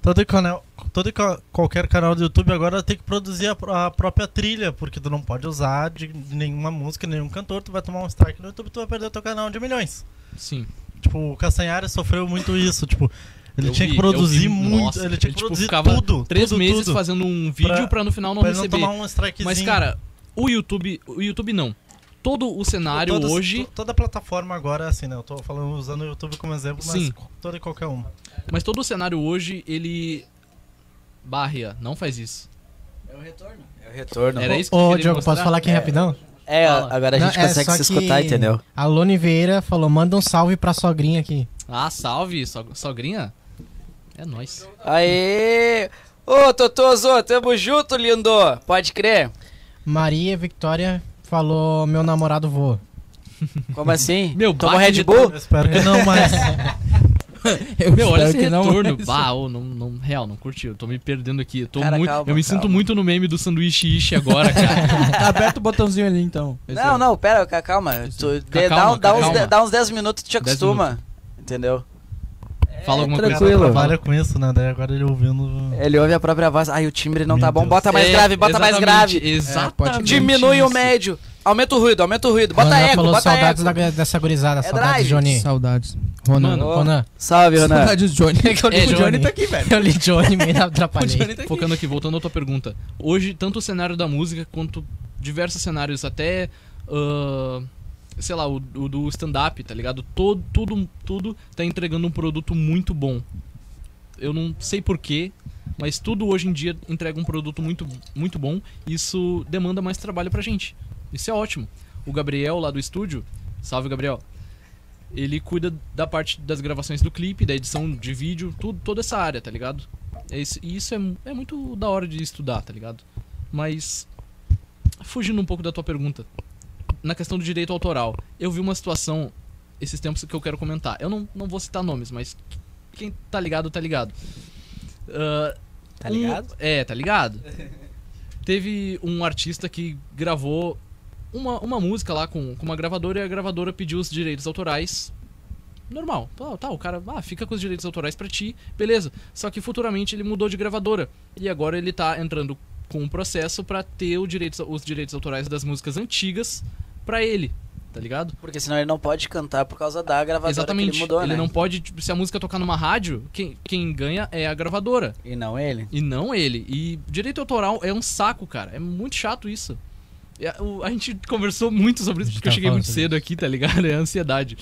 Speaker 5: Todo e canal. Todo e qual- qualquer canal do YouTube agora tem que produzir a, pró- a própria trilha, porque tu não pode usar de nenhuma música, nenhum cantor, tu vai tomar um strike no YouTube, tu vai perder o teu canal de milhões.
Speaker 3: Sim.
Speaker 5: Tipo, o Castanhari sofreu muito isso, tipo, ele
Speaker 3: Eu
Speaker 5: tinha
Speaker 3: vi,
Speaker 5: que produzir
Speaker 3: eu vi,
Speaker 5: muito,
Speaker 3: nossa,
Speaker 5: ele tinha que
Speaker 3: tipo,
Speaker 5: produzir
Speaker 3: ficava
Speaker 5: tudo,
Speaker 3: Três
Speaker 5: tudo,
Speaker 3: meses
Speaker 5: tudo,
Speaker 3: fazendo um vídeo pra,
Speaker 5: Pra-
Speaker 3: no final não
Speaker 5: pra ele
Speaker 3: receber.
Speaker 5: não tomar um strikezinho.
Speaker 3: Mas, cara, o YouTube. O YouTube não. Todo o cenário
Speaker 5: Todas-
Speaker 3: hoje.
Speaker 5: to- Toda plataforma agora é assim, né? Eu tô falando, usando o YouTube como exemplo, mas
Speaker 3: Sim.
Speaker 5: co- toda e qualquer uma.
Speaker 3: Mas todo o cenário hoje, ele. Barria, não faz isso.
Speaker 4: É o retorno. É o retorno.
Speaker 3: Era isso que eu
Speaker 2: Ô,
Speaker 3: queria
Speaker 2: Diogo,
Speaker 3: mostrar.
Speaker 2: posso falar aqui rapidão?
Speaker 4: É,
Speaker 3: Fala.
Speaker 4: agora a gente
Speaker 2: Não, é,
Speaker 4: consegue
Speaker 2: só
Speaker 4: se escutar,
Speaker 2: que
Speaker 4: entendeu?
Speaker 2: A Lone Vieira falou: manda um salve pra sogrinha aqui.
Speaker 3: Ah, salve, so- sogrinha. É nóis.
Speaker 4: Aê! Ô, Totoso, tamo junto, lindo! Pode crer?
Speaker 2: Maria Victoria falou: meu namorado voa.
Speaker 4: Como assim?
Speaker 3: Meu,
Speaker 4: Toma
Speaker 3: bate
Speaker 4: Red
Speaker 3: de
Speaker 4: Bull?
Speaker 5: Eu espero que não, mas.
Speaker 1: Eu
Speaker 3: Meu, olha
Speaker 1: espero
Speaker 3: esse
Speaker 1: que não,
Speaker 3: retorno.
Speaker 1: mas-
Speaker 3: bah, ô, não, não, real, não curti. Eu tô me perdendo aqui. Eu, tô
Speaker 4: Cara,
Speaker 3: muito,
Speaker 4: calma,
Speaker 3: eu me sinto
Speaker 4: calma.
Speaker 3: muito no meme do sanduíche ishi agora, cara.
Speaker 1: Aperta o botãozinho ali então. Esse
Speaker 3: é
Speaker 4: Não,
Speaker 1: aí.
Speaker 4: não, pera, ca- calma. Tu, dê- dá,
Speaker 3: calma,
Speaker 4: um- dá uns
Speaker 3: calma.
Speaker 4: de- dá uns 10 minutos e te
Speaker 3: 10
Speaker 4: acostuma. Entendeu?
Speaker 3: Fala alguma
Speaker 5: O
Speaker 4: É, tranquilo.
Speaker 5: cara
Speaker 3: coisa. Fala.
Speaker 5: trabalha com isso, né? Daí agora ele ouvindo.
Speaker 4: Ele ouve a própria voz. Ai, o timbre não
Speaker 5: Meu
Speaker 4: tá bom.
Speaker 5: Deus.
Speaker 4: Bota mais
Speaker 3: É,
Speaker 4: grave, bota mais
Speaker 3: exatamente,
Speaker 4: grave.
Speaker 1: É,
Speaker 3: Exatamente.
Speaker 4: Diminui o
Speaker 3: isso.
Speaker 4: médio. Aumenta o ruído, aumenta o ruído. Bota
Speaker 2: Ronan
Speaker 4: eco,
Speaker 2: falou:
Speaker 4: bota
Speaker 2: saudades
Speaker 4: eco.
Speaker 2: da, dessa gurizada,
Speaker 4: É
Speaker 2: saudades,
Speaker 4: drive.
Speaker 2: Johnny.
Speaker 1: Saudades. Ronan.
Speaker 3: Mano,
Speaker 2: Ronan,
Speaker 4: Salve, Renan.
Speaker 1: Saudades Johnny.
Speaker 2: que eu li
Speaker 1: o Johnny.
Speaker 2: Johnny.
Speaker 1: tá aqui, velho.
Speaker 2: eu li Johnny, me
Speaker 1: O Johnny
Speaker 2: atrapalhei.
Speaker 1: tá aqui.
Speaker 3: Focando aqui, voltando à tua pergunta. Hoje, tanto o cenário da música quanto diversos cenários, até. ah, sei lá, o, o do stand-up, tá ligado? Todo, tudo, tudo tá entregando um produto muito bom. Eu não sei porquê, mas tudo hoje em dia entrega um produto muito, muito bom. Isso demanda mais trabalho pra gente. Isso é ótimo. O Gabriel lá do estúdio, salve Gabriel. Ele cuida da parte das gravações do clipe, da edição de vídeo, tudo, toda essa área, tá ligado? É isso, e isso é, mu- é muito da hora de estudar, tá ligado? Mas, fugindo um pouco da tua pergunta, na questão do direito autoral, eu vi uma situação esses tempos que eu quero comentar. Eu não, não vou citar nomes, mas quem tá ligado, tá ligado. Ah,
Speaker 4: Tá
Speaker 3: um-
Speaker 4: ligado?
Speaker 3: é, tá ligado? Teve um artista que gravou uma, uma música lá com, com uma gravadora e a gravadora pediu os direitos autorais. Normal. Tá, tá, o cara, ah, fica com os direitos autorais pra ti, beleza. Só que futuramente ele mudou de gravadora. E agora ele tá entrando com um processo pra ter o direitos, os direitos autorais das músicas antigas pra ele, tá ligado?
Speaker 4: Porque senão ele não pode cantar por causa da gravadora
Speaker 3: Exatamente.
Speaker 4: que ele mudou, né?
Speaker 3: não pode, tipo, se a música tocar numa rádio, quem, quem ganha é a gravadora
Speaker 4: E não ele?
Speaker 3: e não ele. E direito autoral é um saco, cara. É muito chato isso. É, o- A gente conversou muito sobre isso
Speaker 2: A gente
Speaker 3: porque eu
Speaker 2: tava
Speaker 3: cheguei
Speaker 2: falando
Speaker 3: muito
Speaker 2: sobre
Speaker 3: cedo aqui, tá ligado? É a ansiedade.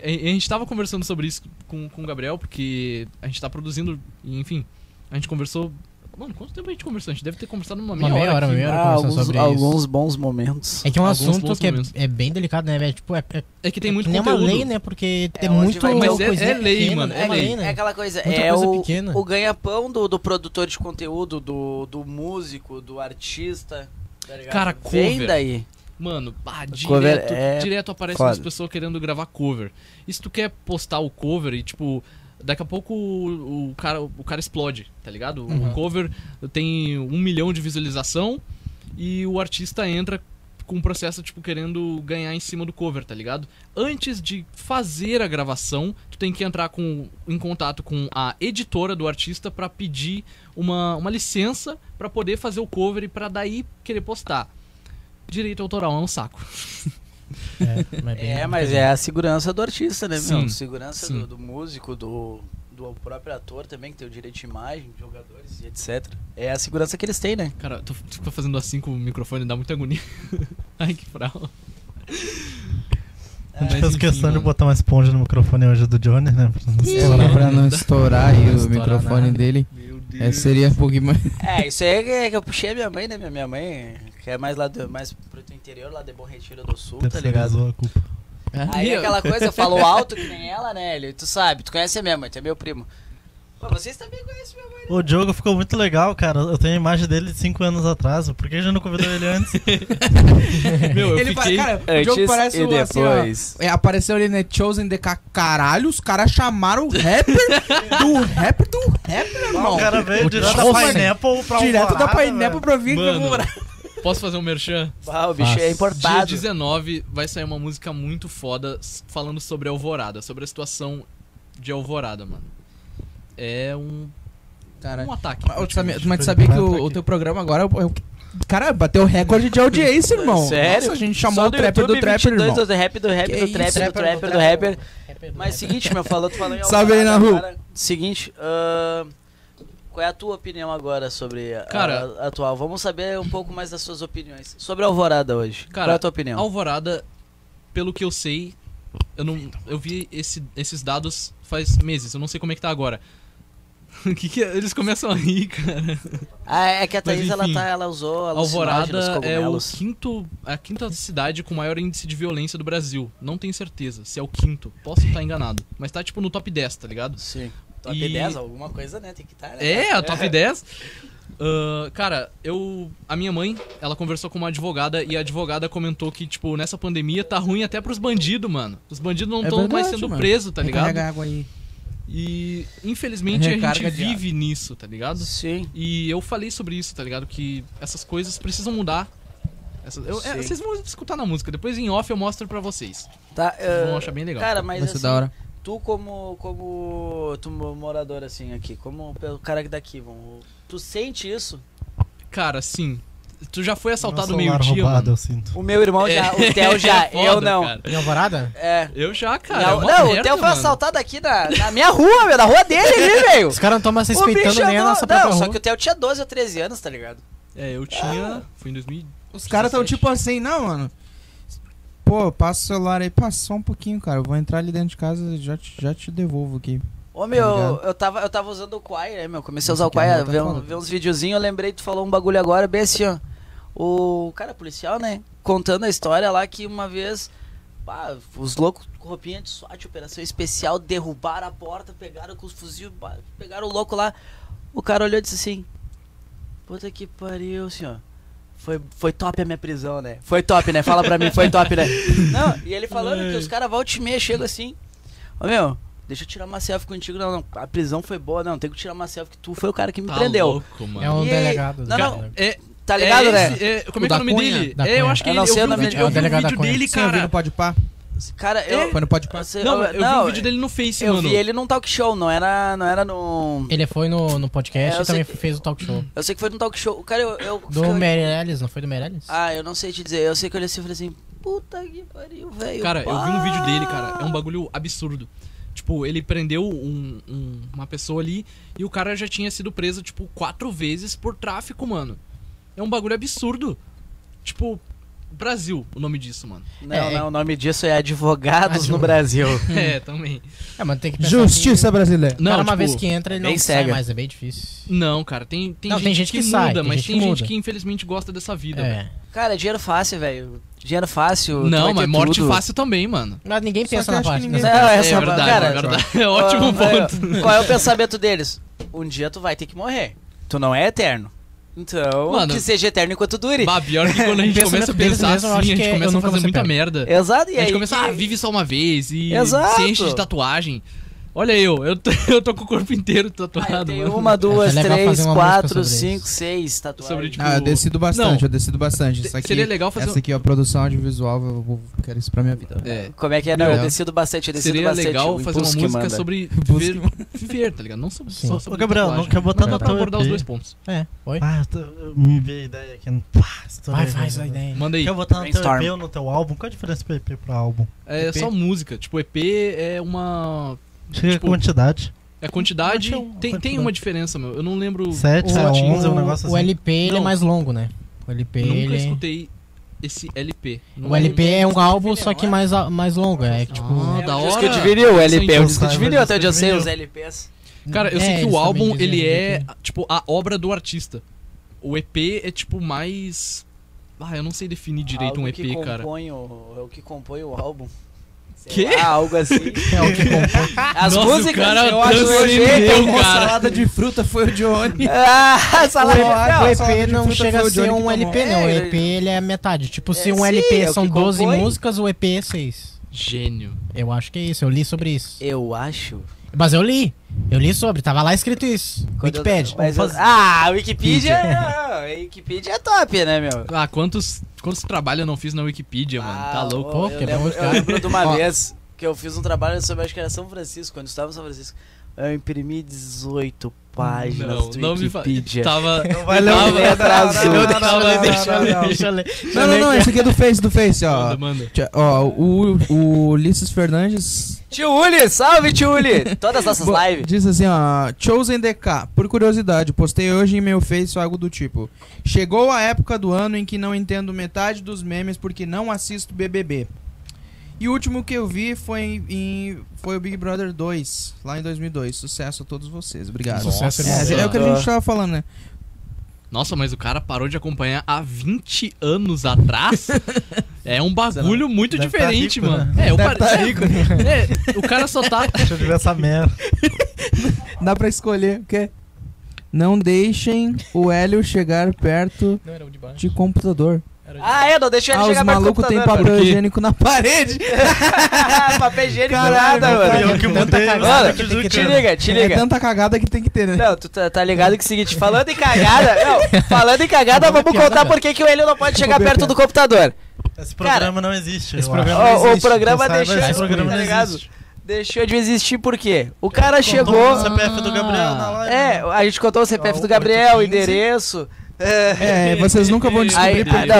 Speaker 3: É, e A gente tava conversando sobre isso com, com o Gabriel, porque a gente tá produzindo, e, enfim. A gente conversou. Mano, quanto tempo a gente conversou? A gente deve ter conversado uma meia,
Speaker 2: Uma meia hora,
Speaker 3: aqui.
Speaker 2: meia hora. Quero
Speaker 4: Ah,
Speaker 2: conversar
Speaker 4: alguns,
Speaker 2: sobre
Speaker 4: alguns bons momentos.
Speaker 2: É que é um
Speaker 3: Alguns
Speaker 2: assunto
Speaker 3: bons
Speaker 2: que é,
Speaker 3: momentos.
Speaker 2: é bem delicado, né, velho? Tipo, é, é,
Speaker 3: É que tem
Speaker 2: é
Speaker 3: muito
Speaker 2: que nem uma
Speaker 3: conteúdo.
Speaker 2: lei, né? Porque tem
Speaker 4: onde
Speaker 2: muito.
Speaker 4: vai ter Mas
Speaker 3: é-
Speaker 2: coisinha
Speaker 3: é lei,
Speaker 2: pequena,
Speaker 3: mano,
Speaker 2: É
Speaker 3: é
Speaker 2: uma
Speaker 3: lei.
Speaker 2: lei,
Speaker 4: É
Speaker 2: né?
Speaker 4: aquela coisa,
Speaker 2: Muita
Speaker 4: é
Speaker 2: coisa
Speaker 4: o,
Speaker 2: pequena.
Speaker 4: o ganha-pão do, do produtor de conteúdo, do, do músico, do artista. tá ligado?
Speaker 3: Cara,
Speaker 4: Vem
Speaker 3: cover.
Speaker 4: daí.
Speaker 3: Mano, ah, direto,
Speaker 4: cover é
Speaker 3: direto aparecem
Speaker 4: foda.
Speaker 3: umas pessoas querendo gravar cover. E se tu quer postar o cover e, tipo, daqui a pouco o, o cara, o cara explode, tá ligado?
Speaker 4: Uhum.
Speaker 3: O cover tem um milhão de visualização e o artista entra com um processo, tipo, querendo ganhar em cima do cover, tá ligado? Antes de fazer a gravação, tu tem que entrar com, em contato com a editora do artista pra pedir uma, uma licença pra poder fazer o cover e pra daí querer postar. Direito autoral é um saco.
Speaker 2: É, mas bem-
Speaker 4: É, mas é a segurança do artista, né,
Speaker 3: Sim,
Speaker 4: meu? Segurança
Speaker 3: sim.
Speaker 4: Do, do músico, do, do próprio ator também, que tem o direito de imagem, de jogadores e etc. É a segurança que eles têm, né?
Speaker 3: Cara, tu, tu fica fazendo assim com o microfone, dá muita agonia. Ai, que frau.
Speaker 1: É.
Speaker 5: A gente fez questão de botar uma esponja no microfone hoje do Johnny, né? Pra não
Speaker 1: Sei lá,
Speaker 5: estourar.
Speaker 1: pra não estourar aí
Speaker 2: Não
Speaker 1: o
Speaker 2: estourar
Speaker 1: microfone
Speaker 2: nada.
Speaker 1: dele. É, seria um pouquinho mais.
Speaker 4: É, isso aí é que eu puxei a minha mãe, né? Minha, minha mãe, que é mais lá do, mais pro teu interior, lá de Bom Retiro do Sul, tá ligado?
Speaker 5: Terceirizou a culpa.
Speaker 4: Aí
Speaker 3: Meu.
Speaker 4: aquela coisa, eu falo alto que nem ela, né, Hélio? Tu sabe, tu conhece a minha mãe, tu é meu primo. Pô, vocês também conhecem minha mãe.
Speaker 5: O Diogo ficou muito legal, cara. Eu tenho a imagem dele de 5 anos atrás. Por que a gente não convidou ele antes?
Speaker 3: Meu, eu
Speaker 1: Ele pa-
Speaker 3: fiquei...
Speaker 1: cara, o jogo
Speaker 4: um
Speaker 1: parece o- assim, ó, é, apareceu ali, né? Chosen de ca- caralho, os caras chamaram o rapper do rapper do rapper, irmão.
Speaker 5: o cara veio
Speaker 2: o
Speaker 5: direto da
Speaker 2: Johnson.
Speaker 5: Pineapple pra
Speaker 1: Direto da
Speaker 5: Alvorada,
Speaker 1: Painel
Speaker 5: velho.
Speaker 1: pra vir
Speaker 3: Mano.
Speaker 1: comemorar.
Speaker 3: Posso fazer um merchan?
Speaker 4: Ah, o bicho
Speaker 2: Nossa.
Speaker 4: é
Speaker 3: Dia
Speaker 4: importado.
Speaker 3: 19 vai sair uma música muito foda s- falando sobre Alvorada, sobre a situação de Alvorada, mano. É um,
Speaker 1: Cara,
Speaker 3: um ataque.
Speaker 1: mas tu sabia- mas tu
Speaker 5: Foi
Speaker 1: sabia que
Speaker 5: direto
Speaker 1: o, o
Speaker 5: aqui.
Speaker 1: teu programa agora é o- é o. Cara, bateu recorde de audiência, irmão.
Speaker 4: Sério?
Speaker 1: Nossa, a gente chamou o trapper do trapper, irmão.
Speaker 4: do rap, do rap,
Speaker 1: Que
Speaker 4: do
Speaker 1: isso,
Speaker 4: trapper,
Speaker 2: trapper,
Speaker 4: do trapper,
Speaker 2: do
Speaker 4: do
Speaker 2: trapper.
Speaker 4: rapper. Mas seguinte, meu, falou, tu falou em
Speaker 1: Salve aí,
Speaker 4: Alvorada,
Speaker 1: Nahu.
Speaker 4: cara. Seguinte, ahn, qual é a tua opinião agora sobre a,
Speaker 3: Cara-
Speaker 4: a- atual? Vamos saber um pouco mais das suas opiniões. Sobre a Alvorada hoje, qual é a tua opinião?
Speaker 3: Alvorada, pelo que eu sei, eu não, eu vi esse- esses dados faz meses. Eu não sei como é que tá agora. O que que é? eles começam a rir, cara?
Speaker 4: Ah, é que a
Speaker 3: Mas,
Speaker 4: Thaís, ela,
Speaker 3: enfim,
Speaker 4: tá, ela usou alucinógenos,
Speaker 3: Alvorada é o
Speaker 4: cogumelos.
Speaker 3: quinto, a quinta cidade com maior índice de violência do Brasil. Não tenho certeza se é o quinto. Posso estar enganado, mas tá tipo no top 10, tá ligado?
Speaker 4: Sim. Top
Speaker 3: E-
Speaker 4: 10, alguma coisa, né? Tem que estar, né?
Speaker 3: É, a top 10. Ah, cara, eu. A minha mãe, ela conversou com uma advogada e a advogada comentou que, tipo, nessa pandemia tá ruim até pros bandidos, mano. Os bandidos não
Speaker 1: É
Speaker 3: estão mais
Speaker 1: verdade,
Speaker 3: sendo
Speaker 1: mano.
Speaker 3: presos, tá ligado?
Speaker 1: Recarrega água aí.
Speaker 3: E infelizmente a gente
Speaker 1: Recarga de
Speaker 3: vive nisso, tá ligado?
Speaker 4: Sim.
Speaker 3: E eu falei sobre isso, tá ligado? Que essas coisas precisam mudar. Essas- eu- é,
Speaker 4: Sim.
Speaker 3: vocês vão escutar na música, depois em off eu mostro pra vocês.
Speaker 4: Tá,
Speaker 3: Vocês vão
Speaker 4: ah,
Speaker 3: achar bem legal.
Speaker 4: Cara, mas
Speaker 1: Vai ser
Speaker 4: assim,
Speaker 1: da hora.
Speaker 4: tu como, como tu mo- morador, assim, aqui, como o cara daqui, vamos, tu sente isso?
Speaker 3: Cara, sim. Tu já foi assaltado
Speaker 5: Meu celular
Speaker 3: meio-dia,
Speaker 5: roubado,
Speaker 3: mano?
Speaker 5: eu sinto.
Speaker 4: O meu irmão já, o Theo já,
Speaker 3: É foda,
Speaker 4: eu não.
Speaker 3: cara.
Speaker 2: Em Alvorada?
Speaker 4: É.
Speaker 3: Eu já, cara. é
Speaker 4: Não,
Speaker 3: uma
Speaker 4: não,
Speaker 3: merda,
Speaker 4: o Theo foi
Speaker 3: mano.
Speaker 4: assaltado aqui na, na minha rua, meu, na rua dele ali, velho. é
Speaker 2: Os caras não estão mais respeitando nem Tá a nossa própria
Speaker 4: Não, só
Speaker 2: rua.
Speaker 4: que o Theo tinha 12 ou 13 anos, tá ligado?
Speaker 3: É, eu tinha. Foi em 2000.
Speaker 1: Os caras tão
Speaker 3: 17.
Speaker 1: tipo assim, não, mano. Pô, passa o celular aí, passa só um pouquinho, cara. Eu vou entrar ali dentro de casa e já te, já te devolvo aqui.
Speaker 4: Ô meu,
Speaker 1: Tá ligado?
Speaker 4: eu tava, eu tava usando o Quai, né, meu? Comecei a usar o
Speaker 1: Isso aqui é
Speaker 4: Quai,
Speaker 1: uma
Speaker 4: ver,
Speaker 1: outra
Speaker 4: um,
Speaker 1: foda.
Speaker 4: ver uns videozinhos, eu lembrei, tu falou um bagulho agora, bem assim, ó. O cara policial, né? Contando a história lá que uma vez. pá, os loucos com roupinha de SWAT, operação especial, derrubaram a porta, pegaram com os fuzil, pá, pegaram o louco lá. O cara olhou e disse assim: Puta que pariu, senhor. Foi, foi top a minha prisão, né? Foi top, né? Fala pra mim, foi top, né? Não, e ele falando que os caras volta e meia chegam assim. Ô meu, deixa eu tirar uma selfie contigo. Não, não, a prisão foi boa, não. Tem que tirar uma selfie que tu foi o cara que me
Speaker 3: Tá
Speaker 4: prendeu.
Speaker 3: louco, mano.
Speaker 2: É um
Speaker 4: E-
Speaker 2: delegado. né?
Speaker 4: não, não,
Speaker 3: É,
Speaker 4: Tá ligado,
Speaker 3: é
Speaker 4: né?
Speaker 3: esse- é, como
Speaker 1: O
Speaker 3: é que é
Speaker 1: da
Speaker 3: o nome
Speaker 1: Cunha?
Speaker 3: dele?
Speaker 2: Da
Speaker 3: É, eu
Speaker 2: Cunha.
Speaker 3: acho que
Speaker 4: Eu
Speaker 3: ele,
Speaker 4: não
Speaker 3: eu
Speaker 4: sei
Speaker 3: vi
Speaker 4: o
Speaker 3: o
Speaker 4: nome
Speaker 3: vídeo,
Speaker 4: dele.
Speaker 3: eu
Speaker 2: É o
Speaker 3: vi o
Speaker 2: delegado da
Speaker 3: vídeo
Speaker 2: Cunha.
Speaker 3: dele,
Speaker 1: Sim, eu vi no
Speaker 3: cara.
Speaker 1: Pode Pá.
Speaker 4: Cara, eu.
Speaker 1: Foi no Pode Pá.
Speaker 4: sei-
Speaker 3: Não, eu vi
Speaker 4: não,
Speaker 3: o vídeo dele no Face,
Speaker 4: Eu
Speaker 3: mano.
Speaker 4: vi ele num talk show, não era, não era num.
Speaker 2: Ele foi no, no podcast
Speaker 4: É, eu
Speaker 2: e também
Speaker 4: sei-
Speaker 2: fez o talk show.
Speaker 4: Eu sei que foi num talk show. Cara, eu. eu
Speaker 2: Do
Speaker 4: eu-
Speaker 2: Meirelles, não foi do Meirelles?
Speaker 4: Ah, eu não sei te dizer. Eu sei que eu olhei assim e falei assim: puta que pariu, velho.
Speaker 3: Cara, eu vi um
Speaker 4: pá.
Speaker 3: vídeo dele, cara. É
Speaker 4: Ah!
Speaker 3: um bagulho absurdo. Tipo, ele prendeu um- um- uma pessoa ali e o cara já tinha sido preso, tipo, quatro vezes por tráfico, mano. É um bagulho absurdo. Tipo, Brasil, o nome disso, mano.
Speaker 4: Não,
Speaker 2: É, é-
Speaker 4: não, o nome disso é Advogados
Speaker 2: Advo-
Speaker 4: no Brasil.
Speaker 3: é, também.
Speaker 2: É, mas tem que pensar
Speaker 1: Justiça brasileira.
Speaker 2: Assim, o
Speaker 3: Não,
Speaker 2: cara, uma
Speaker 3: tipo,
Speaker 2: vez que entra, ele não
Speaker 4: bem
Speaker 2: sai
Speaker 4: cega.
Speaker 2: mais, é bem difícil.
Speaker 3: Não, cara, tem, tem,
Speaker 2: Não,
Speaker 3: gente, que,
Speaker 2: sai,
Speaker 3: muda,
Speaker 2: tem
Speaker 3: mas
Speaker 2: gente
Speaker 3: tem
Speaker 2: que
Speaker 3: gente
Speaker 2: muda.
Speaker 3: que infelizmente gosta dessa vida, velho.
Speaker 2: É.
Speaker 4: Cara, dinheiro fácil, velho. Dinheiro fácil. tu vai
Speaker 3: Não,
Speaker 4: ter
Speaker 3: mas morte
Speaker 4: tudo.
Speaker 3: fácil também, mano.
Speaker 2: Mas ninguém
Speaker 1: Só que
Speaker 2: pensa
Speaker 1: eu
Speaker 2: na
Speaker 1: acho que
Speaker 2: parte. né?
Speaker 1: ninguém-
Speaker 2: nessa-
Speaker 4: Não,
Speaker 3: É,
Speaker 4: essa
Speaker 3: verdade,
Speaker 4: cara,
Speaker 3: é verdade. É ótimo
Speaker 4: Ah,
Speaker 3: ponto.
Speaker 4: velho, Qual é o pensamento deles? Um dia tu vai ter que morrer. Tu não é eterno. Então,
Speaker 3: Mano,
Speaker 4: que seja eterno enquanto dure.
Speaker 3: Bah, pior que quando a gente
Speaker 2: Pensamento
Speaker 3: começa a
Speaker 2: deles
Speaker 3: pensar
Speaker 2: mesmo, eu acho
Speaker 3: assim, a
Speaker 2: que
Speaker 3: gente
Speaker 2: eu
Speaker 3: começa a
Speaker 2: nunca
Speaker 3: fazer
Speaker 2: vou ser
Speaker 3: muita
Speaker 2: pego.
Speaker 3: merda.
Speaker 4: Exato, e
Speaker 3: a
Speaker 4: aí?
Speaker 3: gente começa, ah, vive só uma vez e
Speaker 4: Exato.
Speaker 3: se enche de tatuagem. Olha eu, eu tô, eu tô com o corpo inteiro
Speaker 4: Ah, eu
Speaker 3: tatuado,
Speaker 4: tenho
Speaker 3: mano.
Speaker 4: uma, duas,
Speaker 2: legal
Speaker 4: três,
Speaker 2: fazer uma
Speaker 4: quatro,
Speaker 2: música sobre
Speaker 4: cinco,
Speaker 2: isso.
Speaker 4: seis tatuagens.
Speaker 3: Sobre, tipo,
Speaker 1: Ah, eu decido bastante,
Speaker 3: Não.
Speaker 1: eu decido bastante. Isso aqui,
Speaker 3: Se-
Speaker 1: é assim
Speaker 3: Seria legal fazer
Speaker 1: Essa
Speaker 3: um...
Speaker 1: aqui, ó, produção audiovisual, eu vou- quero isso pra minha vida.
Speaker 3: É,
Speaker 4: Como é que é? Não, eu
Speaker 1: Legal.
Speaker 4: decido bastante, eu decido
Speaker 3: seria
Speaker 4: bastante. um
Speaker 3: legal
Speaker 4: o
Speaker 3: fazer uma
Speaker 4: impulso que
Speaker 3: música
Speaker 4: manda.
Speaker 3: sobre
Speaker 1: Impulso
Speaker 3: viver, viver, tá ligado? Não sobre,
Speaker 2: Sim.
Speaker 3: só
Speaker 5: Ô,
Speaker 3: sobre
Speaker 5: Gabriel, não
Speaker 3: tatuagem.
Speaker 5: quer botar
Speaker 3: Dá
Speaker 5: na
Speaker 3: pra
Speaker 5: tua
Speaker 3: abordar os
Speaker 5: EP?
Speaker 3: dois pontos.
Speaker 2: É, oi.
Speaker 5: Ah, eu tô- me veio a ideia aqui. Pá, estourei,
Speaker 2: Vai, faz a
Speaker 5: velho.
Speaker 2: ideia.
Speaker 3: Manda aí.
Speaker 5: Quer botar no teu
Speaker 4: Brainstorm.
Speaker 5: EP ou no teu álbum? Qual a diferença do EP pra álbum?
Speaker 3: É
Speaker 2: EP?
Speaker 3: só música. Tipo, EP é uma...
Speaker 5: Chega
Speaker 3: Tipo,
Speaker 5: a quantidade.
Speaker 3: É quantidade.
Speaker 5: Acho que é uma
Speaker 3: Tem, tem
Speaker 5: quantidade.
Speaker 3: uma diferença, meu. Eu não lembro...
Speaker 5: 7 a 11, um negócio
Speaker 2: o
Speaker 5: assim.
Speaker 2: LP ele é
Speaker 3: Não.
Speaker 2: mais longo, né? O LP
Speaker 3: Nunca
Speaker 5: é
Speaker 2: ele...
Speaker 3: escutei esse LP. Não
Speaker 2: O LP é um álbum, só que mais, a- mais longo. É tipo.
Speaker 3: Ah, da
Speaker 4: O disco
Speaker 3: hora.
Speaker 4: de vinil, o
Speaker 3: Sim,
Speaker 4: LP, o
Speaker 3: sim.
Speaker 4: disco de
Speaker 5: Sim,
Speaker 4: vinil,
Speaker 5: sim.
Speaker 4: até onde eu sei,
Speaker 5: Sim.
Speaker 4: os LPs.
Speaker 3: Cara, eu
Speaker 2: É,
Speaker 3: sei que
Speaker 2: eles né,
Speaker 3: o álbum,
Speaker 2: também dizem
Speaker 3: ele é,
Speaker 2: LP.
Speaker 3: tipo, a obra do artista. O EP é, tipo, mais. Ah, eu não sei definir direito
Speaker 4: Algo
Speaker 3: um
Speaker 4: que
Speaker 3: EP, cara.
Speaker 4: compõe O, é o que compõe o álbum.
Speaker 3: Quê?
Speaker 4: Ah, algo assim.
Speaker 2: É o que compõe.
Speaker 4: As
Speaker 3: Nossa, o
Speaker 4: músicas
Speaker 3: cara
Speaker 4: eu acho
Speaker 3: transcendeu.
Speaker 4: nojento.
Speaker 1: Pegou
Speaker 3: cara.
Speaker 1: salada de fruta, foi o Johnny.
Speaker 4: Ah, salada.
Speaker 2: O
Speaker 4: Não,
Speaker 1: Ué,
Speaker 2: EP
Speaker 1: salada de
Speaker 2: não
Speaker 1: fruta
Speaker 2: chega
Speaker 1: foi
Speaker 2: a
Speaker 1: o
Speaker 2: ser
Speaker 1: Johnny que
Speaker 2: um LP,
Speaker 4: tomou.
Speaker 2: não. O
Speaker 4: É,
Speaker 2: EP ele é a metade. Tipo, se
Speaker 4: é,
Speaker 2: um
Speaker 4: sim,
Speaker 2: LP
Speaker 4: é o
Speaker 2: são
Speaker 4: que
Speaker 2: 12
Speaker 4: compõe.
Speaker 2: músicas, o EP é 6.
Speaker 3: Gênio.
Speaker 2: Eu acho que é isso, eu li sobre isso.
Speaker 4: eu acho.
Speaker 2: Mas eu li, eu li sobre, tava lá escrito isso.
Speaker 4: Quando eu-
Speaker 2: Wikipedia.
Speaker 4: mas eu- Ah, Wikipedia. não, não, Wikipedia é top, né, meu?
Speaker 3: Ah, quantos, quantos trabalhos eu não fiz na Wikipedia, mano? Tá
Speaker 4: Ah,
Speaker 3: louco.
Speaker 4: ô,
Speaker 2: Pô,
Speaker 4: eu,
Speaker 2: que
Speaker 4: lembro,
Speaker 2: bom,
Speaker 4: eu
Speaker 2: cara.
Speaker 4: lembro de uma
Speaker 2: Ó.
Speaker 4: vez que eu fiz um trabalho sobre, acho que era São Francisco, quando eu estava em São Francisco. Eu imprimi 18 páginas
Speaker 3: Não,
Speaker 4: do
Speaker 3: não me fa- tá-
Speaker 4: Wikipedia.
Speaker 3: Tava.
Speaker 5: Não vai
Speaker 3: Não, é
Speaker 5: ler,
Speaker 3: não,
Speaker 5: né?
Speaker 4: atrasou.
Speaker 5: Não, não,
Speaker 4: Deixa
Speaker 5: não, não, não, não, não.
Speaker 2: eu ler.
Speaker 1: Não, não, não, esse aqui é do Face, do Face, ó.
Speaker 3: Manda, manda.
Speaker 1: Tia- Ó, o, o Ulisses Fernandes
Speaker 4: Tio Uli, salve, Tio Uli! Todas as nossas
Speaker 1: Bo-
Speaker 4: lives.
Speaker 1: Diz assim, ó. Chosen DK, por curiosidade, postei hoje em meu Face algo do tipo: Chegou a época do ano em que não entendo metade dos memes porque não assisto BBB. E o último que eu vi foi, em- em- foi o Big Brother 2, lá em 2002. Sucesso a todos vocês, obrigado.
Speaker 2: Sucesso,
Speaker 1: é,
Speaker 3: irmão.
Speaker 1: é o que a gente tava falando, né?
Speaker 3: Nossa, mas o cara parou de acompanhar há 20 anos atrás. é um bagulho muito
Speaker 5: Deve tá
Speaker 3: diferente,
Speaker 5: rico,
Speaker 3: mano. É, o
Speaker 1: Deve
Speaker 3: cara.
Speaker 1: tá
Speaker 3: é,
Speaker 1: rico.
Speaker 3: é, o cara só tá.
Speaker 5: Deixa eu ver essa merda.
Speaker 1: Dá pra escolher, o quê? Não deixem o Hélio chegar perto
Speaker 2: Não, era o de baixo.
Speaker 1: de computador.
Speaker 4: Ah, é, não deixa ele
Speaker 1: Ah, os
Speaker 4: chegar mais
Speaker 1: malucos têm
Speaker 3: Por
Speaker 1: papel
Speaker 3: quê?
Speaker 1: higiênico na parede.
Speaker 4: papel higiênico
Speaker 1: Caralho,
Speaker 4: nada,
Speaker 1: não
Speaker 5: Foi
Speaker 4: mano.
Speaker 5: eu é que mudei.
Speaker 2: Tanta
Speaker 5: mano,
Speaker 4: Mano,
Speaker 5: te juro
Speaker 4: te
Speaker 5: que-
Speaker 4: liga, te
Speaker 1: É
Speaker 4: liga.
Speaker 1: tanta cagada que tem que ter, né?
Speaker 4: Não, tu tá, tá ligado que é o seguinte, falando em cagada, não, falando em cagada, vamos contar por que que o Helio não pode chegar perto do computador.
Speaker 5: Esse programa não existe.
Speaker 2: esse
Speaker 5: eu
Speaker 2: programa
Speaker 5: acho.
Speaker 2: não
Speaker 4: Ó, o
Speaker 2: existe,
Speaker 4: programa
Speaker 5: tu sabe,
Speaker 4: deixou,
Speaker 5: esse programa
Speaker 4: tá
Speaker 5: não
Speaker 4: ligado?
Speaker 5: existe.
Speaker 4: Deixou de existir por quê? O cara
Speaker 5: Contou Então, né? o
Speaker 4: chegou,
Speaker 5: CPF do Gabriel na live.
Speaker 4: é, a gente contou o CPF
Speaker 5: Ah,
Speaker 4: do Gabriel, o
Speaker 5: 815.
Speaker 4: endereço, é,
Speaker 1: É, vocês nunca vão descobrir
Speaker 4: aí,
Speaker 1: porque...
Speaker 4: não,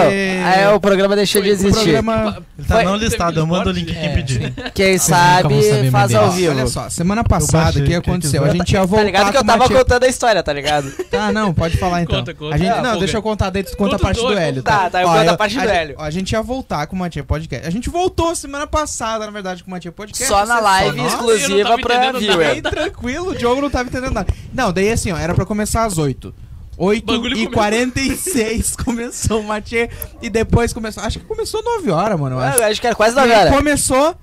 Speaker 4: aí o programa deixou de
Speaker 3: O
Speaker 1: o
Speaker 4: existir.
Speaker 1: programa...
Speaker 5: Ele tá
Speaker 4: Foi-
Speaker 5: não listado, eu mando o link
Speaker 2: É,
Speaker 5: quem pedir.
Speaker 4: Quem
Speaker 2: vão
Speaker 4: sabe
Speaker 2: saber
Speaker 4: faz
Speaker 2: mandar.
Speaker 4: ao
Speaker 1: Ó,
Speaker 4: vivo.
Speaker 1: olha só, semana passada,
Speaker 5: baixei,
Speaker 1: o que
Speaker 5: quem
Speaker 1: aconteceu? A
Speaker 5: quiser.
Speaker 1: gente ia voltar
Speaker 4: Tá ligado que eu
Speaker 1: com uma
Speaker 4: tava
Speaker 1: tia-
Speaker 4: contando a história, tá ligado?
Speaker 1: Tá, não, pode falar então.
Speaker 3: Conta, conta.
Speaker 1: A gente-
Speaker 4: Ah,
Speaker 1: Não,
Speaker 3: folga.
Speaker 1: deixa eu contar, daí tu conta a
Speaker 3: Conta os
Speaker 1: parte do
Speaker 3: dois,
Speaker 1: Hélio.
Speaker 4: conta. Tá, tá, eu
Speaker 1: Ó,
Speaker 4: conto a parte
Speaker 1: a
Speaker 4: do
Speaker 1: gente-
Speaker 4: Hélio.
Speaker 1: ó, A gente ia voltar com uma tia podcast. A gente voltou semana passada, na verdade, com uma tia podcast.
Speaker 4: Só na
Speaker 1: vocês-
Speaker 4: live
Speaker 1: nós.
Speaker 3: exclu- eu não
Speaker 4: exclusiva
Speaker 3: tava
Speaker 4: pra
Speaker 3: entendendo nada.
Speaker 1: Aí,
Speaker 4: viewer.
Speaker 1: Tá tranquilo, o Diogo não tava entendendo nada. Não, daí assim, ó, era pra começar às 8. 8
Speaker 3: Bagulho
Speaker 1: e
Speaker 3: começou.
Speaker 1: 46 começou o Matê e depois começou. Acho que começou 9 horas, mano. Eu acho.
Speaker 4: Eu acho que era quase
Speaker 1: E aí
Speaker 4: 9 horas.
Speaker 1: começou,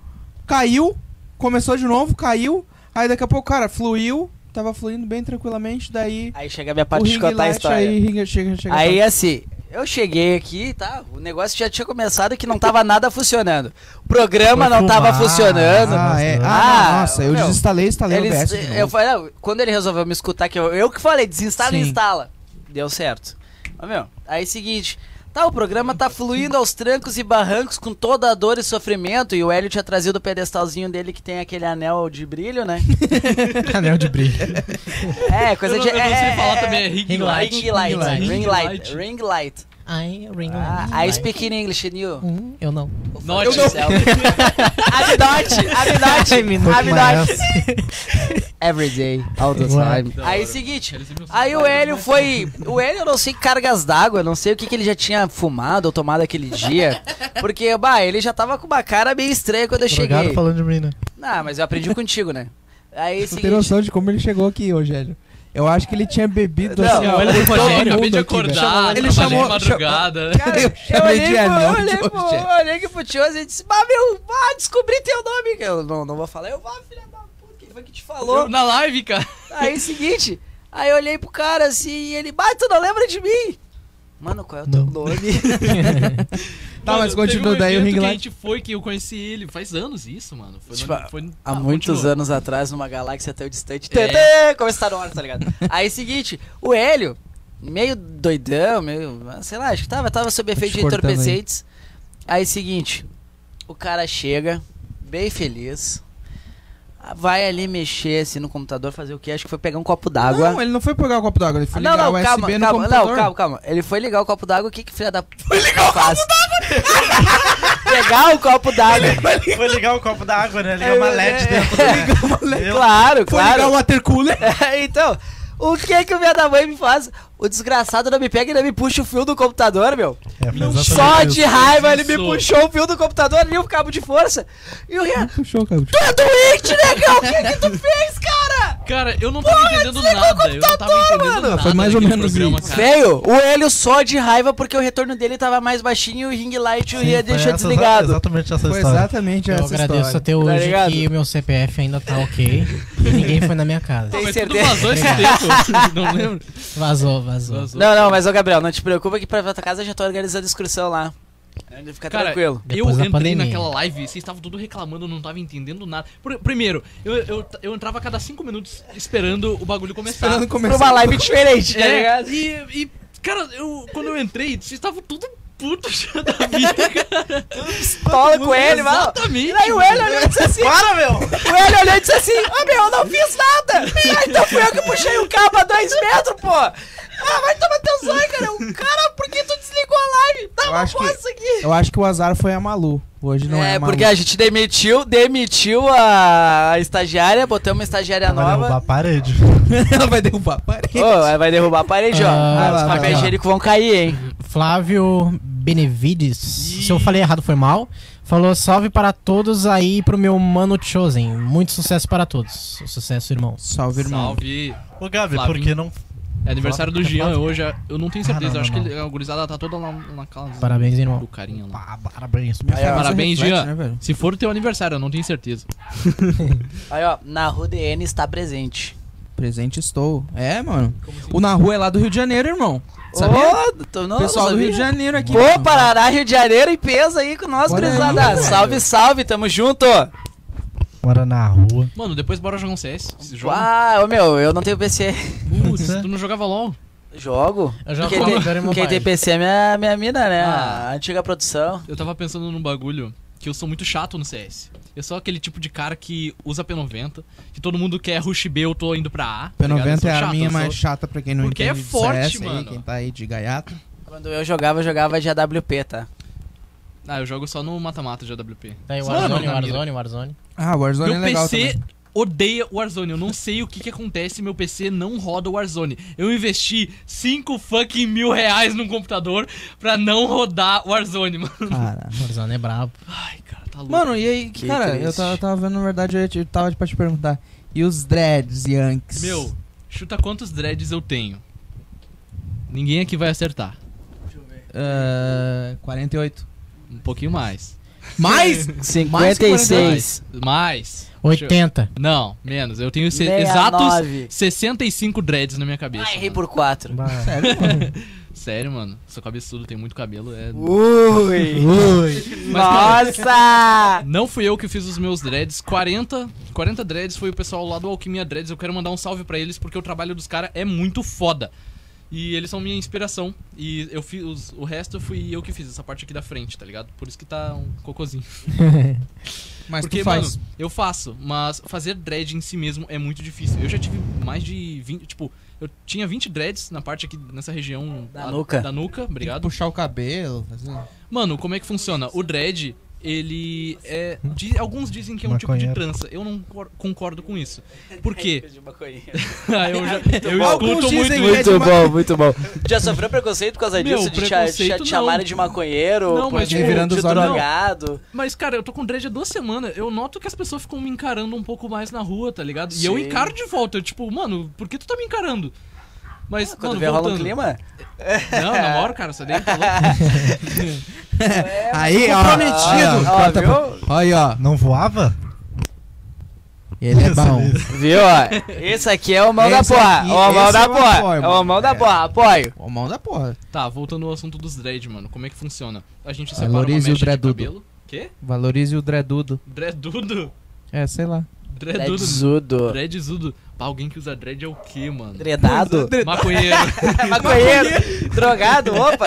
Speaker 1: caiu, começou de novo, caiu. Aí daqui a pouco, cara, fluiu, tava fluindo bem tranquilamente, daí
Speaker 4: Aí chega a minha parte de
Speaker 1: ring
Speaker 4: contar a
Speaker 1: light,
Speaker 4: história.
Speaker 1: aí ring- chega, chega.
Speaker 4: Aí assim, eu cheguei aqui, tá? O negócio já tinha começado que não tava nada funcionando. O programa
Speaker 5: Foi
Speaker 4: não tava
Speaker 5: fumar.
Speaker 4: funcionando.
Speaker 1: ah, é.
Speaker 4: Ah,
Speaker 1: ah, não, nossa, eu
Speaker 4: meu,
Speaker 1: desinstalei, instalei o
Speaker 4: Ele-
Speaker 1: OBS. de novo.
Speaker 4: eu falei, não, quando ele resolveu me escutar, que eu, eu que falei, desinstala e
Speaker 1: Sim.
Speaker 4: instala. Deu certo. Mas, meu, aí seguinte. Tá, o programa tá fluindo aos trancos e barrancos com toda a dor e sofrimento. E o Hélio tinha trazido o pedestalzinho dele que tem aquele anel de brilho, né?
Speaker 2: Anel de brilho.
Speaker 4: É, coisa
Speaker 3: eu
Speaker 4: de.
Speaker 3: não, eu não
Speaker 4: é,
Speaker 3: sei
Speaker 4: é,
Speaker 3: falar
Speaker 4: é,
Speaker 3: também, é
Speaker 2: Ring
Speaker 3: Ring
Speaker 2: light.
Speaker 3: Light.
Speaker 4: Ring light.
Speaker 2: Ring light.
Speaker 4: Ring light. Ring light.
Speaker 2: I ring
Speaker 4: Ah, I speak in English, Neil.
Speaker 2: Hum, eu não.
Speaker 3: Note.
Speaker 4: Abdot, Abdot, Abdot. Every day, all the
Speaker 2: Ué.
Speaker 4: time. Aí seguinte,
Speaker 3: é
Speaker 4: aí o Hélio foi. O Hélio, eu não sei cargas d'água, eu não sei o que, que ele já tinha fumado ou tomado aquele dia. Porque, bah, ele já tava com uma cara meio estranha quando eu
Speaker 5: Drogado
Speaker 4: cheguei.
Speaker 5: falando de mim, né?
Speaker 4: Ah, mas eu aprendi contigo, né?
Speaker 1: Não
Speaker 4: Aí
Speaker 1: tem
Speaker 4: seguinte.
Speaker 1: noção de como ele chegou aqui, Rogério. Eu acho que ele tinha bebido
Speaker 4: Não,
Speaker 1: assim, ó,
Speaker 3: Olha,
Speaker 1: por todo
Speaker 3: Rogério, acabei de
Speaker 1: mundo aqui, velho.
Speaker 3: acordar.
Speaker 1: Ele
Speaker 3: trabalhei de
Speaker 1: chamou.
Speaker 3: madrugada.
Speaker 4: Cara,
Speaker 1: Eu é
Speaker 4: eu,
Speaker 1: chamei
Speaker 4: olhei
Speaker 1: de
Speaker 4: pro,
Speaker 1: anel de
Speaker 4: olhei pro,
Speaker 1: Rogério.
Speaker 4: olhei aqui pro tio e disse, bah, meu, ah, descobri teu nome. que Eu não, não vou falar, eu, vá, filha da puta, quem foi que te falou?
Speaker 3: Eu Na live, cara.
Speaker 4: Aí, seguinte, aí eu olhei pro cara assim e ele, bah, tu não lembra de mim? Mano, qual é o teu
Speaker 2: Não.
Speaker 4: nome?
Speaker 1: Tá,
Speaker 3: Mano,
Speaker 1: mas continua
Speaker 3: teve um
Speaker 1: daí o
Speaker 3: evento
Speaker 1: Ring
Speaker 3: que a
Speaker 1: Light.
Speaker 3: gente foi que eu conheci ele. Faz anos isso, mano. Foi,
Speaker 4: Tipo,
Speaker 3: no- foi no-
Speaker 4: Há
Speaker 3: ah,
Speaker 4: muitos
Speaker 3: continua.
Speaker 4: anos atrás, numa galáxia tão distante.
Speaker 3: É.
Speaker 4: Tê, tê, Como está no ar, tá ligado? aí, seguinte, o Hélio, meio doidão, meio. Sei lá, acho que tava, tava sob efeito de
Speaker 1: cortando aí.
Speaker 4: entorpecentes. Aí, seguinte, o cara chega, bem feliz. Vai ali mexer assim no computador, fazer o quê? Acho que foi pegar um copo d'água.
Speaker 1: Não, ele não foi pegar o copo d'água, ele foi
Speaker 4: Ah,
Speaker 1: ligar
Speaker 4: não, não,
Speaker 1: o USB
Speaker 4: calma,
Speaker 1: no
Speaker 4: calma,
Speaker 1: computador.
Speaker 4: não, calma, calma. Ele foi ligar o copo d'água, o que que filha da... Foi ligar o copo d'água! Pegar o copo d'água.
Speaker 5: Foi ligar o copo da água, né? Ligar uma LED dentro do Meu
Speaker 4: Claro,
Speaker 1: Foi ligar o
Speaker 4: claro.
Speaker 1: water cooler.
Speaker 4: então, o que que o minha da mãe me faz? O desgraçado não me pega e não me puxa o fio do computador, meu.
Speaker 5: É, foi exatamente
Speaker 4: Só de
Speaker 5: isso.
Speaker 4: raiva ele me
Speaker 3: Isso.
Speaker 4: puxou o fio do computador ali, o cabo de força. E o Renan,
Speaker 1: Puxou, cara.
Speaker 4: tu é doente, negão, o que que tu fez, cara?
Speaker 3: Cara, eu não tava entendendo nada. Eu não tava entendendo
Speaker 1: mano.
Speaker 3: nada.
Speaker 1: Foi mais ou
Speaker 3: daquele
Speaker 1: menos
Speaker 3: programa,
Speaker 1: isso.
Speaker 3: cara.
Speaker 4: Velho, o Hélio só de raiva porque o retorno dele tava mais baixinho e o ring light o ia
Speaker 5: Sim, foi
Speaker 4: deixar
Speaker 5: essa-
Speaker 4: desligado.
Speaker 5: Exatamente essa
Speaker 1: Foi
Speaker 5: história.
Speaker 1: exatamente
Speaker 2: Eu
Speaker 1: essa
Speaker 2: agradeço
Speaker 1: história.
Speaker 2: até
Speaker 4: Tá
Speaker 2: hoje
Speaker 4: ligado?
Speaker 2: que o meu CPF ainda tá ok. e ninguém foi na minha casa.
Speaker 4: Tem
Speaker 3: Mas tudo
Speaker 4: certeza?
Speaker 3: vazou esse tempo. Não lembro.
Speaker 2: Vazou, vazou.
Speaker 3: Vazou.
Speaker 4: Não, não, mas ô Gabriel, não te preocupa que pra tua casa eu já tô organizando a excursão lá. Fica
Speaker 3: Cara,
Speaker 4: tranquilo.
Speaker 3: eu
Speaker 2: Depois da
Speaker 3: entrei
Speaker 2: pandemia.
Speaker 3: naquela live, vocês estavam tudo reclamando, eu não tava entendendo nada. Pr- primeiro, eu, eu, eu entrava a cada cinco minutos esperando o bagulho começar.
Speaker 1: Esperando
Speaker 4: Pra
Speaker 1: começar.
Speaker 4: uma live diferente, tá
Speaker 3: É,
Speaker 4: ligado?
Speaker 3: e, e, cara, eu, quando eu entrei, vocês estavam tudo puto já da vida.
Speaker 4: Pistola com ele, mano.
Speaker 3: Exatamente.
Speaker 4: E daí o Hélio olhou e disse assim: Para, meu! O Hélio olhou e disse assim: Ô meu, eu não fiz nada! Ah, então fui eu que puxei o cabo a dois metros, pô! Ah, vai tomar teu zóio, cara! O cara, por que tu desligou a live? Dá
Speaker 1: Eu
Speaker 4: uma
Speaker 1: acho que-
Speaker 4: força aqui!
Speaker 1: Eu acho que o azar foi a Malu. Hoje não é,
Speaker 4: É,
Speaker 1: a Malu.
Speaker 4: porque a gente demitiu, demitiu a a estagiária, botamos uma estagiária
Speaker 5: Vai derrubar
Speaker 4: nova.
Speaker 5: a parede.
Speaker 1: ela vai derrubar a parede.
Speaker 4: Ô, vai derrubar a parede, ó.
Speaker 2: Ah,
Speaker 4: Ah,
Speaker 1: é vai
Speaker 4: os
Speaker 1: lá, vai
Speaker 4: papéis
Speaker 1: lá.
Speaker 4: higiênicos vão cair, hein?
Speaker 2: Flávio Benevides,
Speaker 3: Ih.
Speaker 2: se eu falei errado foi mal, falou salve para todos aí pro meu mano Chosen. Muito sucesso para todos. Sucesso, irmão.
Speaker 1: Salve, irmão.
Speaker 3: Salve.
Speaker 5: Ô, Gabi,
Speaker 3: Flavinho.
Speaker 5: por que não.
Speaker 3: É aniversário do
Speaker 5: Flávio,
Speaker 3: Jean
Speaker 5: Flávio.
Speaker 3: hoje. Eu não tenho certeza.
Speaker 5: Ah, não,
Speaker 3: eu acho
Speaker 5: não,
Speaker 3: que ele- a gurizada tá toda lá na casa
Speaker 2: Parabéns,
Speaker 3: do né?
Speaker 2: irmão.
Speaker 3: carinha lá.
Speaker 5: Ah, parabéns.
Speaker 1: Minha
Speaker 4: Aí, ó.
Speaker 1: cabeça
Speaker 3: Parabéns,
Speaker 1: reflete,
Speaker 3: Jean.
Speaker 1: né, velho?
Speaker 3: Se for o teu aniversário, eu não tenho certeza.
Speaker 4: Aí, ó, na rua DN está presente.
Speaker 1: Presente estou. É, mano. O Na Rua é lá do Rio de Janeiro, irmão. Sabia?
Speaker 4: assim? Ô, tô- não,
Speaker 1: Pessoal do
Speaker 4: sabia.
Speaker 1: Rio de Janeiro aqui.
Speaker 4: Pô,
Speaker 1: mano.
Speaker 4: Parará, Rio de Janeiro e peso aí com nós,
Speaker 1: Olha aí,
Speaker 4: gurizada.
Speaker 1: velho.
Speaker 4: Salve, salve, tamo junto.
Speaker 5: Mora na rua.
Speaker 3: Mano, depois bora jogar um CS. Esse jogo.
Speaker 4: Ah, ô meu, eu não tenho PC.
Speaker 3: Putz,
Speaker 5: né?
Speaker 3: tu não jogava LOL.
Speaker 4: Jogo?
Speaker 2: Eu já
Speaker 4: quem,
Speaker 2: falo, Battle
Speaker 4: tem, quem
Speaker 2: Mobile.
Speaker 4: tem PC é minha, minha mina, né?
Speaker 3: Ah.
Speaker 4: A antiga produção.
Speaker 3: Eu tava pensando num bagulho que eu sou muito chato no CS. Eu sou aquele tipo de cara que usa P90, que todo mundo quer rush B, eu tô indo pra A. tá ligado? Eu
Speaker 1: P90
Speaker 3: sou
Speaker 1: é a
Speaker 3: chato,
Speaker 1: minha
Speaker 3: eu sou-
Speaker 1: mais chata pra quem não
Speaker 3: Porque é
Speaker 1: entende de
Speaker 3: forte,
Speaker 1: CS aí,
Speaker 3: mano.
Speaker 1: quem tá aí de gaiato.
Speaker 4: Quando eu jogava, eu jogava de AWP, tá?
Speaker 3: Ah, eu jogo só no mata-mata de AWP.
Speaker 2: Tá aí,
Speaker 3: Mano,
Speaker 2: Warzone,
Speaker 3: na
Speaker 2: Warzone, Warzone.
Speaker 1: Ah, Warzone é
Speaker 3: Meu
Speaker 1: legal
Speaker 3: PC
Speaker 1: também.
Speaker 3: odeia Warzone. Eu não sei o que que acontece, meu PC não roda Warzone. Eu investi 5 fucking mil reais num computador pra não rodar Warzone, mano.
Speaker 1: Cara.
Speaker 2: Warzone é brabo.
Speaker 3: Ai, cara, tá louco.
Speaker 1: Mano, e aí,
Speaker 4: Que
Speaker 1: cara,
Speaker 4: triste.
Speaker 1: eu tava, tava vendo, na verdade, eu te- eu tava pra te perguntar. E os dreads, Yanks?
Speaker 3: Meu, chuta quantos dreads eu tenho. Ninguém aqui vai acertar.
Speaker 1: Ah, 48.
Speaker 3: Um pouquinho mais.
Speaker 1: Mais?
Speaker 4: 56.
Speaker 3: Mais. Deixa eu-
Speaker 2: 80.
Speaker 3: Não, menos. Eu tenho se-
Speaker 4: 69.
Speaker 3: exatos 65 dreads na minha cabeça.
Speaker 4: Ah, errei
Speaker 3: mano.
Speaker 4: por 4.
Speaker 1: Sério, mano?
Speaker 3: Sério, mano. Sou cabeçudo, tenho muito cabelo. É...
Speaker 4: Ui!
Speaker 2: Ui.
Speaker 4: Nossa!
Speaker 3: Não fui eu que fiz os meus dreads. 40, 40 dreads foi o pessoal lá do Alquimia Dreads. Eu quero mandar um salve pra eles porque o trabalho dos caras é muito foda. E eles são minha inspiração. E eu fiz os- o resto fui eu que fiz essa parte aqui da frente, tá ligado? Por isso que tá um cocôzinho.
Speaker 1: Mas
Speaker 3: Porque,
Speaker 1: tu faz.
Speaker 3: mano, eu faço, mas fazer dread em si mesmo é muito difícil. Eu já tive mais de 20, tipo, eu tinha 20 dreads na parte aqui, nessa região
Speaker 4: Da
Speaker 3: a-
Speaker 4: nuca.
Speaker 3: Da nuca, obrigado.
Speaker 1: Puxar o cabelo, fazer...
Speaker 3: Mano, como é que funciona? O dread, ele é. di- alguns dizem que é um tipo de
Speaker 5: Maconheiro.
Speaker 3: trança. Eu não cor- concordo com isso. Por quê?
Speaker 4: De maconha.
Speaker 3: Ah, eu já, eu
Speaker 1: Alguns
Speaker 3: escuto muito
Speaker 1: dizem
Speaker 3: isso.
Speaker 1: que é de
Speaker 4: bom, muito bom. Já sofreu preconceito por causa
Speaker 3: Meu,
Speaker 4: disso? de te- te,
Speaker 3: preconceito
Speaker 4: te
Speaker 3: não.
Speaker 4: chamarem de maconheiro?
Speaker 3: Não,
Speaker 4: por
Speaker 3: mas,
Speaker 4: de,
Speaker 1: tipo, Revirando
Speaker 4: de
Speaker 1: os olhos.
Speaker 4: drogado?
Speaker 3: Mas, cara, eu tô com dread há duas semanas. Eu noto que as pessoas ficam me encarando um pouco mais na rua, tá ligado? E eu
Speaker 4: Sim.
Speaker 3: encaro de volta. Eu, tipo, mano, por que tu tá me encarando? Mas,
Speaker 4: Quando
Speaker 3: mano,
Speaker 4: vê rola um
Speaker 3: voltando.
Speaker 4: clima?
Speaker 3: Não, namoro, cara, você daí tá louco.
Speaker 1: Aí, ó.
Speaker 4: É, Prometido!
Speaker 1: Ó,
Speaker 4: Ó,
Speaker 1: corta pra-
Speaker 4: viu?
Speaker 1: Olha, ó.
Speaker 5: Não voava?
Speaker 1: Ele é bom.
Speaker 4: ah, Viu, ó? Esse aqui é o mão da
Speaker 1: Esse
Speaker 4: porra.
Speaker 1: aqui-
Speaker 4: Ó, o mão
Speaker 1: esse
Speaker 4: da
Speaker 1: eu
Speaker 4: porra.
Speaker 1: apoio,
Speaker 4: Ó, o mão
Speaker 1: mano.
Speaker 4: da
Speaker 1: É.
Speaker 4: porra. Apoio.
Speaker 1: Ó, mão da porra.
Speaker 3: Tá, voltando ao assunto dos dread, mano. Como é que funciona? A gente separa
Speaker 1: Valorize o
Speaker 3: uma mecha de
Speaker 1: dreadudo.
Speaker 3: cabelo. Quê?
Speaker 1: Valorize o dreadudo.
Speaker 3: Dreadudo?
Speaker 1: É, sei lá.
Speaker 4: Tá
Speaker 3: Dreadudo. É
Speaker 4: Dreadzudo.
Speaker 3: Dreadzudo. Pá, alguém que usa dread é o quê, mano?
Speaker 4: Dredado?
Speaker 3: Maconheiro.
Speaker 4: É Maconheiro. Drogado, opa.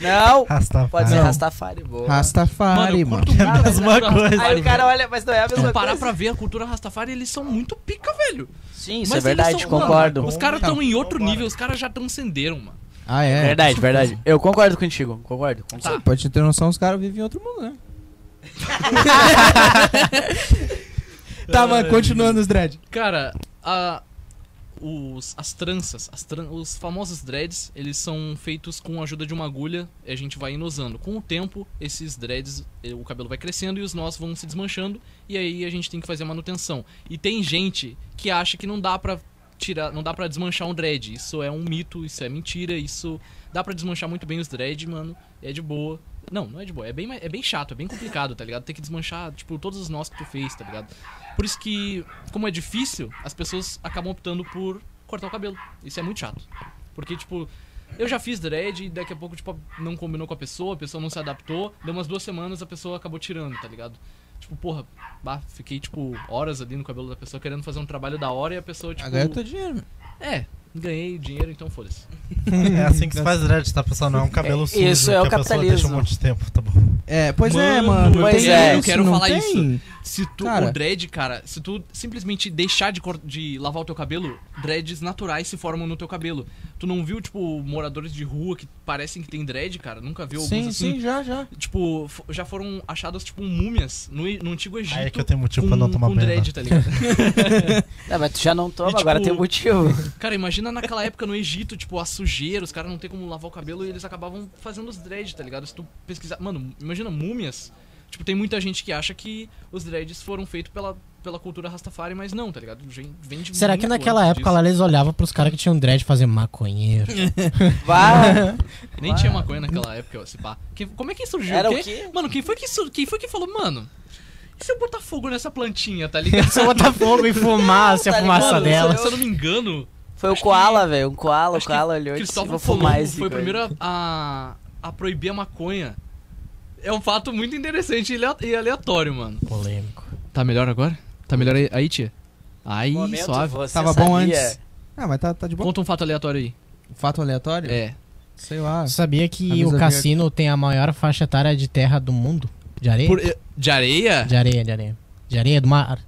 Speaker 4: Não.
Speaker 5: Rasta.
Speaker 4: Pode ser
Speaker 1: Não.
Speaker 4: Rastafari, boa.
Speaker 1: Rastafari,
Speaker 3: eu
Speaker 1: mano.
Speaker 3: curto
Speaker 5: É a
Speaker 3: muito
Speaker 5: mesma
Speaker 3: cultura
Speaker 5: coisa.
Speaker 3: Rastafari,
Speaker 4: Aí o cara
Speaker 3: velho.
Speaker 4: olha, mas não é a
Speaker 3: Se
Speaker 4: mesma
Speaker 3: tu parar
Speaker 4: coisa.
Speaker 3: pra ver a cultura Rastafari, eles são muito pica, velho.
Speaker 4: Sim, isso
Speaker 3: Mas
Speaker 4: é
Speaker 3: eles
Speaker 4: verdade,
Speaker 3: são-
Speaker 4: concordo.
Speaker 3: Os caras estão em outro
Speaker 5: Vambora.
Speaker 3: nível, os caras já transcenderam, mano.
Speaker 1: Ah, é.
Speaker 4: Verdade, verdade. Eu concordo contigo, concordo. concordo.
Speaker 3: Tá.
Speaker 1: Pode ter noção, os caras vivem em outro mundo, né? tá, mano, continuando os dread.
Speaker 3: Cara, a- os, as tranças, as tran- os famosos dreads, eles são feitos com a ajuda de uma agulha e a gente vai inosando. Com o tempo, esses dreads, eh, o cabelo vai crescendo e os nós vão se desmanchando e aí a gente tem que fazer a manutenção. E tem gente que acha que não dá pra tirar, não dá para desmanchar um dread. Isso é um mito, isso é mentira, isso dá pra desmanchar muito bem os dread, mano. É de boa. Não, não é de boa. É bem, mais- é bem chato, é bem complicado, tá ligado? Tem que desmanchar, tipo, todos os nós que tu fez, tá ligado? Por isso que, como é difícil, as pessoas acabam optando por cortar o cabelo. Isso é muito chato. Porque, tipo, eu já fiz dread e daqui a pouco, tipo, não combinou com a pessoa, a pessoa não se adaptou. Deu umas duas semanas, a pessoa acabou tirando, tá ligado? Tipo, porra, bah, fiquei, tipo, horas ali no cabelo da pessoa querendo fazer um trabalho da hora e a pessoa, tipo.
Speaker 1: Ah, ganha teu dinheiro, meu.
Speaker 3: É, ganhei dinheiro, então foda-se.
Speaker 5: É assim que se faz dread, tá, pessoal? Não é um cabelo sujo
Speaker 4: Isso é o
Speaker 5: que a pessoa deixa um
Speaker 4: capitalismo.
Speaker 5: monte de tempo, tá bom?
Speaker 1: É, pois é,
Speaker 3: Mano,
Speaker 1: mano.
Speaker 4: pois
Speaker 1: tem
Speaker 4: é.
Speaker 1: isso,
Speaker 3: Eu quero
Speaker 1: não
Speaker 3: falar
Speaker 1: tem?
Speaker 3: isso. Se tu,
Speaker 1: Cara.
Speaker 3: o dread, cara, se tu simplesmente deixar de, cor- de lavar o teu cabelo, dreads naturais se formam no teu cabelo. Tu não viu, tipo, moradores de rua que parecem que tem dread, cara? Nunca viu
Speaker 1: Sim,
Speaker 3: alguns assim?
Speaker 1: sim, já, já.
Speaker 3: Tipo, f- já foram achadas, tipo, múmias no, i- no antigo Egito.
Speaker 5: Aí é que eu tenho motivo
Speaker 3: com,
Speaker 5: pra não tomar
Speaker 3: com
Speaker 5: banho. né?
Speaker 3: dread, tá ligado?
Speaker 4: Ah, mas tu já não toma,
Speaker 3: E, tipo,
Speaker 4: agora tem motivo.
Speaker 3: Cara, imagina naquela época no Egito, tipo, a sujeira, os caras não tem como lavar o cabelo e eles acabavam fazendo os dreads, tá ligado? Se tu pesquisar. Mano, imagina múmias. Tipo, tem muita gente que acha que os dreads foram feitos pela, pela cultura Rastafari, mas não, tá ligado? Vem, vem de
Speaker 2: Será
Speaker 3: muito
Speaker 2: que naquela
Speaker 3: antes
Speaker 2: época
Speaker 3: disso.
Speaker 2: lá eles olhavam pros caras que tinham dread fazer maconheiro?
Speaker 4: Vá,
Speaker 3: Nem tinha maconha naquela época, ó, se pá. Quem- como é que surgiu?
Speaker 4: Era o
Speaker 3: Quem-
Speaker 4: quê?
Speaker 3: Mano, quem foi, que sur- quem foi que falou, mano? E se eu botar fogo nessa plantinha, tá ligado?
Speaker 2: Só botar fogo e fumaça,
Speaker 4: Não,
Speaker 2: a
Speaker 4: tá
Speaker 2: fumaça
Speaker 4: ligado?
Speaker 2: dela.
Speaker 3: Se eu não me engano,
Speaker 4: foi o
Speaker 3: Acho que-
Speaker 4: Koala, velho. Um Koala, o
Speaker 3: acho que
Speaker 4: Koala olhou e disse,
Speaker 3: Cristóvão
Speaker 4: vou
Speaker 3: Colombo
Speaker 4: fumar esse
Speaker 3: foi o
Speaker 4: coisa."
Speaker 3: primeiro a- a, a proibir a maconha. É um fato muito interessante e ale- e aleatório, mano.
Speaker 2: Polêmico.
Speaker 3: Tá melhor agora? Tá melhor aí, aí tia? Aí,
Speaker 4: Momento,
Speaker 3: suave.
Speaker 4: você
Speaker 1: Tava bom
Speaker 4: sabia?
Speaker 1: antes. Ah, mas tá, tá de boa.
Speaker 3: Conta um fato aleatório aí.
Speaker 1: Fato aleatório?
Speaker 3: É.
Speaker 1: Sei lá.
Speaker 2: Sabia que
Speaker 1: Avisa
Speaker 2: o
Speaker 1: a
Speaker 2: cassino tem a maior faixa etária de terra do mundo? De areia?
Speaker 3: Por- eh, de areia?
Speaker 2: De areia, de areia. De areia do mar.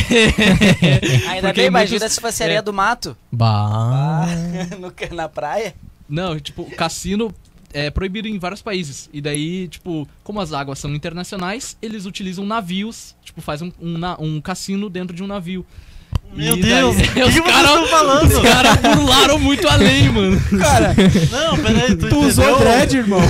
Speaker 3: É.
Speaker 4: Ainda
Speaker 3: Porque
Speaker 4: bem, imagina
Speaker 3: muitos-
Speaker 4: se fosse areia
Speaker 3: é.
Speaker 4: do mato.
Speaker 2: Bah.
Speaker 4: Ah, No ca- na praia.
Speaker 3: Não, tipo, cassino é proibido em vários países. E daí, tipo, como as águas são internacionais, eles utilizam navios. Tipo, faz um, um, na- um cassino dentro de um navio.
Speaker 5: Meu
Speaker 3: E
Speaker 5: Deus, o
Speaker 3: daí-
Speaker 5: que, que
Speaker 3: os
Speaker 5: vocês
Speaker 3: cara-
Speaker 5: estão falando?
Speaker 3: Os caras pularam muito além, mano.
Speaker 5: Não, peraí, tu,
Speaker 1: Tu usou
Speaker 5: entendeu?
Speaker 1: dread, irmão.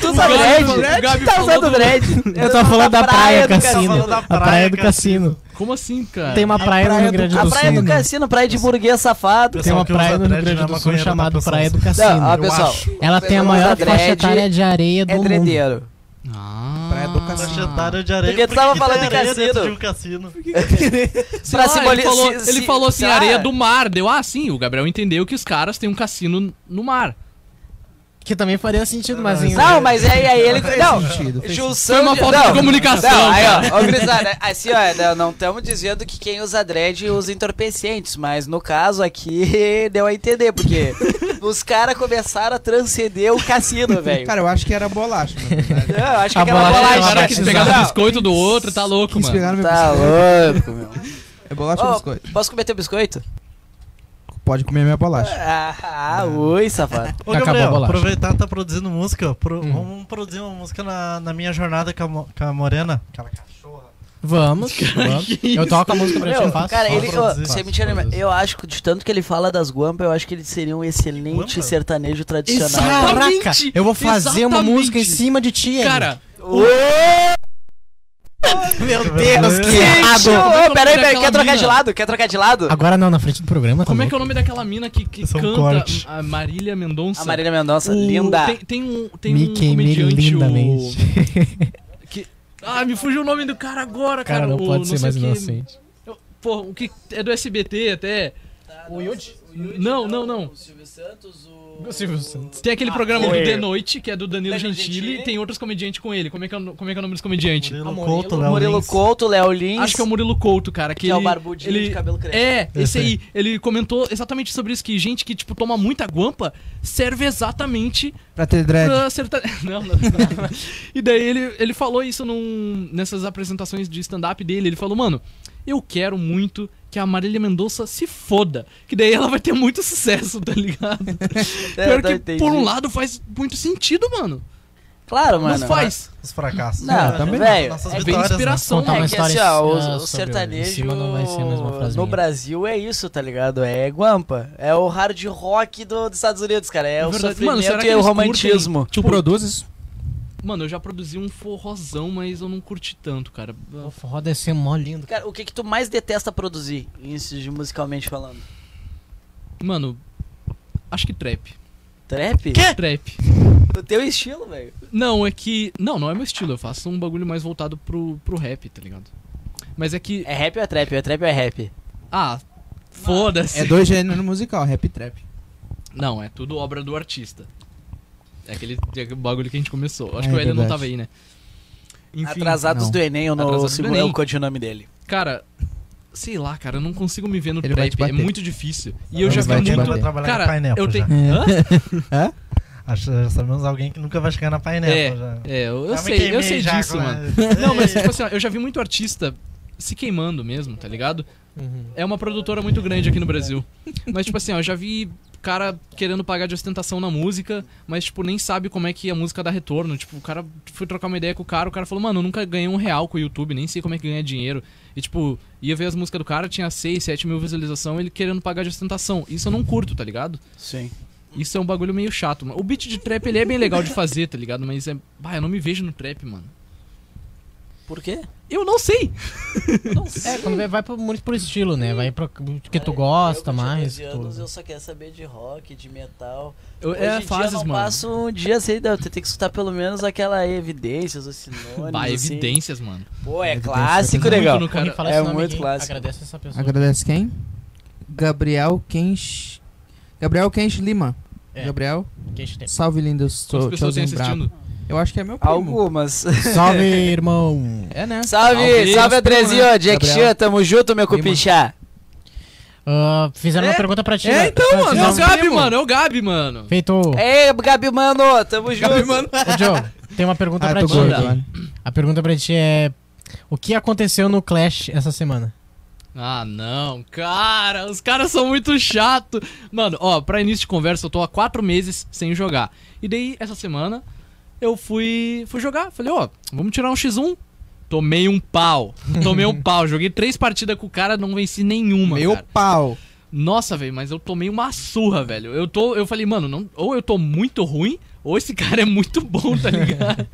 Speaker 4: Tu usa dread?
Speaker 3: o Gabi
Speaker 4: Tu tá
Speaker 3: falou
Speaker 4: usando
Speaker 3: do-
Speaker 4: dread?
Speaker 2: Eu tava falando da praia,
Speaker 4: do
Speaker 2: cassino.
Speaker 5: Tava falando da
Speaker 2: a praia
Speaker 5: praia,
Speaker 2: do cassino.
Speaker 3: Como assim, cara?
Speaker 2: Tem uma praia, no
Speaker 1: praia
Speaker 2: Rio
Speaker 1: do-
Speaker 2: Grande
Speaker 4: A
Speaker 2: do
Speaker 4: praia
Speaker 2: Sul.
Speaker 4: do cassino, praia de burguês safado.
Speaker 2: Tem uma
Speaker 5: Pessoal que usa
Speaker 2: praia no Rio
Speaker 5: dread
Speaker 2: Grande
Speaker 5: não é
Speaker 2: do Sul
Speaker 5: maconheiro, tá,
Speaker 2: chamada
Speaker 5: pessoal?
Speaker 2: Praia do
Speaker 4: Não, ó,
Speaker 2: Cassino.
Speaker 5: eu
Speaker 4: pessoal.
Speaker 5: acho.
Speaker 2: Ela tem a
Speaker 4: Não usa
Speaker 2: maior faixa
Speaker 4: dread,
Speaker 2: etária de areia do
Speaker 4: É
Speaker 2: mundo.
Speaker 4: dreadeiro.
Speaker 3: Ah.
Speaker 1: Praia do cassino.
Speaker 5: Faixa etária de areia.
Speaker 4: Porque tu
Speaker 5: Por
Speaker 4: tava
Speaker 5: que
Speaker 4: falando
Speaker 5: tem
Speaker 4: de
Speaker 5: areia
Speaker 4: cassino?
Speaker 5: dentro de um cassino.
Speaker 3: Sei
Speaker 4: Pra
Speaker 3: lá,
Speaker 4: simboli-
Speaker 3: ele falou,
Speaker 4: se-
Speaker 3: ele
Speaker 4: se- é.
Speaker 3: falou assim,
Speaker 4: sei lá.
Speaker 3: areia do mar. Deu, ah, sim, o Gabriel entendeu que os caras têm um cassino no mar.
Speaker 2: Que também faria sentido, mas... em-
Speaker 4: Não, mas aí, aí ele. Não,
Speaker 1: sentido, fez
Speaker 4: junção.
Speaker 3: Foi uma
Speaker 4: de-
Speaker 3: falta de comunicação,
Speaker 4: Não, aí,
Speaker 3: cara.
Speaker 4: ó, ó, Grisada, assim, ó, não- não estamos dizendo que quem usa dread usa entorpecentes, mas no caso aqui deu a entender, porque os caras começaram a transcender o cassino, velho.
Speaker 1: Cara, eu acho que era bolacha, na verdade.
Speaker 4: Não, eu acho que é
Speaker 2: A
Speaker 4: aquela
Speaker 2: bolacha-
Speaker 4: bolacha.
Speaker 2: a
Speaker 3: Cara,
Speaker 2: bolacha
Speaker 3: que
Speaker 2: Não.
Speaker 3: é pegar o
Speaker 4: Não,
Speaker 3: biscoito do outro, tá louco,
Speaker 1: Quis
Speaker 3: mano.
Speaker 1: pegar no meu
Speaker 4: Tá
Speaker 1: biscoito.
Speaker 4: louco, meu.
Speaker 1: É bolacha ou
Speaker 4: Ô,
Speaker 1: biscoito?
Speaker 4: posso comer teu biscoito?
Speaker 1: Pode comer minha bolacha.
Speaker 4: Ah, ah, ui, safado.
Speaker 5: Ô,
Speaker 2: Acabou a
Speaker 5: Gabriel,
Speaker 2: bolacha. Hum.
Speaker 5: aproveitar tá produzindo música. pro- Vamos produzir uma música na, na minha jornada com a, mo- com a Morena. Aquela cachorra.
Speaker 2: Vamos, vamos. Eu toco a música pra ti, eu
Speaker 4: Meu,
Speaker 2: faço.
Speaker 4: cara,
Speaker 5: Só
Speaker 4: ele.
Speaker 5: pra
Speaker 4: ô,
Speaker 5: dizer,
Speaker 4: Sem
Speaker 5: faço,
Speaker 4: mentira,
Speaker 5: faço.
Speaker 4: nenhuma, eu acho que de tanto que ele fala das guampas, eu acho que ele seria um excelente
Speaker 5: Guampa?
Speaker 4: sertanejo tradicional.
Speaker 3: Exatamente!
Speaker 2: Caraca, eu vou fazer uma
Speaker 3: Exatamente.
Speaker 2: música em cima de ti, Henrique.
Speaker 3: Cara,
Speaker 5: Meu
Speaker 2: Deus, que errado.
Speaker 4: Ô, ô,
Speaker 3: Daquela
Speaker 4: peraí, peraí, quer trocar de
Speaker 3: mina.
Speaker 4: lado? Quer trocar de lado?
Speaker 2: Agora não, na frente do programa, tá
Speaker 3: como é que é o
Speaker 2: louco?
Speaker 3: nome daquela mina que, que
Speaker 5: Isso é um
Speaker 3: canta?
Speaker 5: corte.
Speaker 3: A Marília Mendonça.
Speaker 4: A Marília Mendonça,
Speaker 3: O-
Speaker 4: linda.
Speaker 3: Tem, tem um, tem
Speaker 2: Me
Speaker 3: um
Speaker 2: queimei
Speaker 3: comediante,
Speaker 2: lindamente.
Speaker 3: o... que... Ah, me fugiu o nome do cara agora, cara.
Speaker 2: Cara, não
Speaker 3: o-
Speaker 2: pode ser
Speaker 3: sei
Speaker 2: mais assim.
Speaker 3: o que-
Speaker 2: inocente.
Speaker 3: Eu- Pô, o que é do SBT até.
Speaker 4: Tá,
Speaker 2: O Yudi?
Speaker 3: Não, não, não.
Speaker 4: é Silvio Santos, o.
Speaker 2: O Silvio Santos.
Speaker 3: Tem aquele programa
Speaker 4: foi.
Speaker 3: do The Noite, que é do Danilo
Speaker 4: Danilo
Speaker 3: Gentili,
Speaker 4: Gentili.
Speaker 3: e tem outros comediantes com ele. Como é que é, o no- como é, que é o nome dos comediantes?
Speaker 5: Tipo, Murilo
Speaker 2: Amorelo,
Speaker 5: Couto, Léo
Speaker 4: Murilo
Speaker 5: Lins.
Speaker 4: Couto, Léo Lins.
Speaker 3: Acho que é o Murilo Couto, cara. Que,
Speaker 4: Que é o
Speaker 3: ele-
Speaker 4: barbudinho
Speaker 3: ele,
Speaker 4: de cabelo crespo.
Speaker 3: É, esse
Speaker 5: Esse
Speaker 3: aí. Ele comentou exatamente sobre isso, que gente que, tipo, toma muita guampa serve exatamente
Speaker 1: Pra ter dread.
Speaker 3: pra sertane... Não, não, não. E daí ele, ele falou isso num, nessas apresentações de stand-up dele. Ele falou, mano, eu quero muito que a Marília Mendonça se foda. Que daí ela vai ter muito sucesso, tá ligado?
Speaker 4: É,
Speaker 3: Pior
Speaker 4: tá,
Speaker 3: que, um
Speaker 4: entendi.
Speaker 3: por um lado, faz muito sentido, mano.
Speaker 4: Claro, mano.
Speaker 3: Mas faz.
Speaker 5: Os fracassos.
Speaker 4: Não,
Speaker 5: É,
Speaker 1: também.
Speaker 4: velho,
Speaker 5: Nossas
Speaker 4: é
Speaker 3: Vem
Speaker 5: vitórias. né?
Speaker 3: inspiração.
Speaker 2: Conta
Speaker 4: É
Speaker 2: uma
Speaker 4: que
Speaker 2: história
Speaker 4: assim, ó,
Speaker 2: em-
Speaker 4: os-
Speaker 2: ah,
Speaker 4: o
Speaker 2: sobre- em
Speaker 4: sertanejo
Speaker 2: cima não vai ser a mesma frase
Speaker 4: no
Speaker 2: minha.
Speaker 4: Brasil é isso, tá ligado? É guampa. É o hard rock do- dos Estados Unidos, cara. É,
Speaker 3: É
Speaker 4: o
Speaker 3: verdade.
Speaker 4: sofrimento
Speaker 3: Mano, será que
Speaker 4: e o
Speaker 3: eles
Speaker 4: romantismo.
Speaker 1: Tu produzes?
Speaker 3: Mano, eu já produzi um forrozão, mas eu não curti tanto, cara.
Speaker 2: O forró deve ser mó lindo.
Speaker 4: Cara, o que que tu mais detesta produzir, isso de musicalmente falando?
Speaker 3: Mano, acho que trap.
Speaker 4: Trap?
Speaker 3: Trap.
Speaker 4: O teu estilo, velho.
Speaker 3: Não, é que. Não, não é meu estilo. Eu faço um bagulho mais voltado pro, pro rap, tá ligado? Mas é que.
Speaker 4: É rap ou é trap? É trap ou é rap?
Speaker 3: Ah, foda-se.
Speaker 1: É dois gêneros musical, rap e trap.
Speaker 3: Não, é tudo obra do artista. É aquele bagulho que a gente começou. Acho
Speaker 1: É
Speaker 3: que o Hélio não
Speaker 1: verdade.
Speaker 3: tava aí, né? Enfim,
Speaker 4: Atrasados
Speaker 1: não.
Speaker 4: do Enem, eu não
Speaker 3: Atrasados do
Speaker 4: seguro é
Speaker 3: Enem.
Speaker 4: o codinome dele.
Speaker 3: cara, sei lá, cara, eu não consigo me ver no
Speaker 1: Ele vai te
Speaker 3: trap. É
Speaker 1: bater.
Speaker 3: muito difícil. E eu
Speaker 1: Ele
Speaker 3: já
Speaker 1: vai
Speaker 3: vi
Speaker 1: te
Speaker 5: Sabemos alguém
Speaker 3: muito.
Speaker 5: que
Speaker 1: bater. É.
Speaker 5: vai trabalhar na
Speaker 3: Cara,
Speaker 5: Pineapple
Speaker 3: eu tenho. Hã?
Speaker 5: já. Acho- já sabemos alguém que nunca vai chegar na Pineapple já.
Speaker 3: É, eu, eu
Speaker 5: Já Tá me
Speaker 3: sei, eu
Speaker 5: queimei
Speaker 3: sei
Speaker 5: já
Speaker 3: disso,
Speaker 5: com a-
Speaker 3: mano. Não, mas tipo assim, ó, eu já vi muito artista se queimando mesmo, tá ligado? É uma produtora muito grande aqui no Brasil. Mas tipo assim, ó, eu já vi cara querendo pagar de ostentação na música, mas tipo nem sabe como é que a música dá retorno. Tipo, o cara fui trocar uma ideia com o cara, o cara falou: "Mano, eu nunca ganhei um real com o YouTube, nem sei como é que ganha dinheiro". E tipo, ia ver as músicas do cara, tinha 6, 7 mil visualização, ele querendo pagar de ostentação. Isso eu não curto, tá ligado?
Speaker 4: Sim.
Speaker 3: Isso é um bagulho meio chato, mano. O beat de trap, ele é bem legal de fazer, tá ligado? Mas é. Bah, eu não me vejo no trap, mano.
Speaker 4: Por quê?
Speaker 3: Eu não sei!
Speaker 2: É, quando vai, vai pro- muito pro estilo, né? Vai pro pro que tu gosta
Speaker 4: eu, com
Speaker 2: mais.
Speaker 4: 14 anos,
Speaker 2: tudo.
Speaker 4: eu só quero saber de rock, de metal.
Speaker 3: Eu,
Speaker 4: Hoje em
Speaker 3: é
Speaker 4: dia
Speaker 3: fases,
Speaker 4: eu não
Speaker 3: mano.
Speaker 4: passo um dia sem... Não, tu tem que escutar pelo menos aquela evidências, os sinônimos,
Speaker 3: Bah,
Speaker 4: assim.
Speaker 3: evidências, mano.
Speaker 4: Pô, é
Speaker 1: Evidências,
Speaker 4: clássico,
Speaker 1: muito
Speaker 4: legal.
Speaker 3: no
Speaker 2: Quando
Speaker 3: cara-
Speaker 2: fala
Speaker 4: é
Speaker 2: esse nome
Speaker 4: muito
Speaker 2: aqui,
Speaker 4: clássico.
Speaker 2: Agradece essa pessoa.
Speaker 1: Agradece quem? Gabriel Kench. Gabriel Kench Lima.
Speaker 2: É.
Speaker 1: Gabriel,
Speaker 2: Que a gente tem.
Speaker 1: salve lindo,
Speaker 3: As
Speaker 1: sou
Speaker 3: pessoas têm
Speaker 1: Chosen Brabo.
Speaker 3: assistindo.
Speaker 1: Eu acho que é meu primo.
Speaker 4: Algumas.
Speaker 2: Salve, irmão.
Speaker 1: É, né?
Speaker 4: Salve,
Speaker 3: Salve,
Speaker 4: salve, Andrezinho, Jack
Speaker 1: Gabriel.
Speaker 4: Chan, tamo junto, meu
Speaker 1: Lima.
Speaker 4: cupinchá.
Speaker 2: Ah, fizeram uma pergunta pra ti.
Speaker 1: É,
Speaker 2: né?
Speaker 1: então,
Speaker 2: Pra-
Speaker 1: mano,
Speaker 3: É o
Speaker 1: Salve,
Speaker 3: Gabi,
Speaker 1: primo.
Speaker 3: mano. É o Gabi, mano.
Speaker 2: Feito. Ô,
Speaker 4: Ei, Gabi, mano, tamo junto.
Speaker 3: Um
Speaker 2: Diogo, tem uma pergunta
Speaker 1: Ah,
Speaker 2: pra
Speaker 1: tô
Speaker 2: ti.
Speaker 1: gordo,
Speaker 3: Manda.
Speaker 1: olha.
Speaker 2: A pergunta pra ti é... O que aconteceu no Clash essa semana?
Speaker 3: Ah, não, cara. Os caras são muito chato. Mano, ó, pra início de conversa, eu tô há quatro meses sem jogar. E daí, essa semana, eu fui, fui jogar. Falei, ó, vamos tirar um X1. Tomei um pau. Tomei um pau. Joguei três partidas com o cara, não venci nenhuma.
Speaker 1: Meu
Speaker 3: cara.
Speaker 1: pau.
Speaker 3: Nossa, velho, mas eu tomei uma surra, velho. Eu tô, eu falei, mano, não, ou eu tô muito ruim, ou esse cara é muito bom, tá ligado?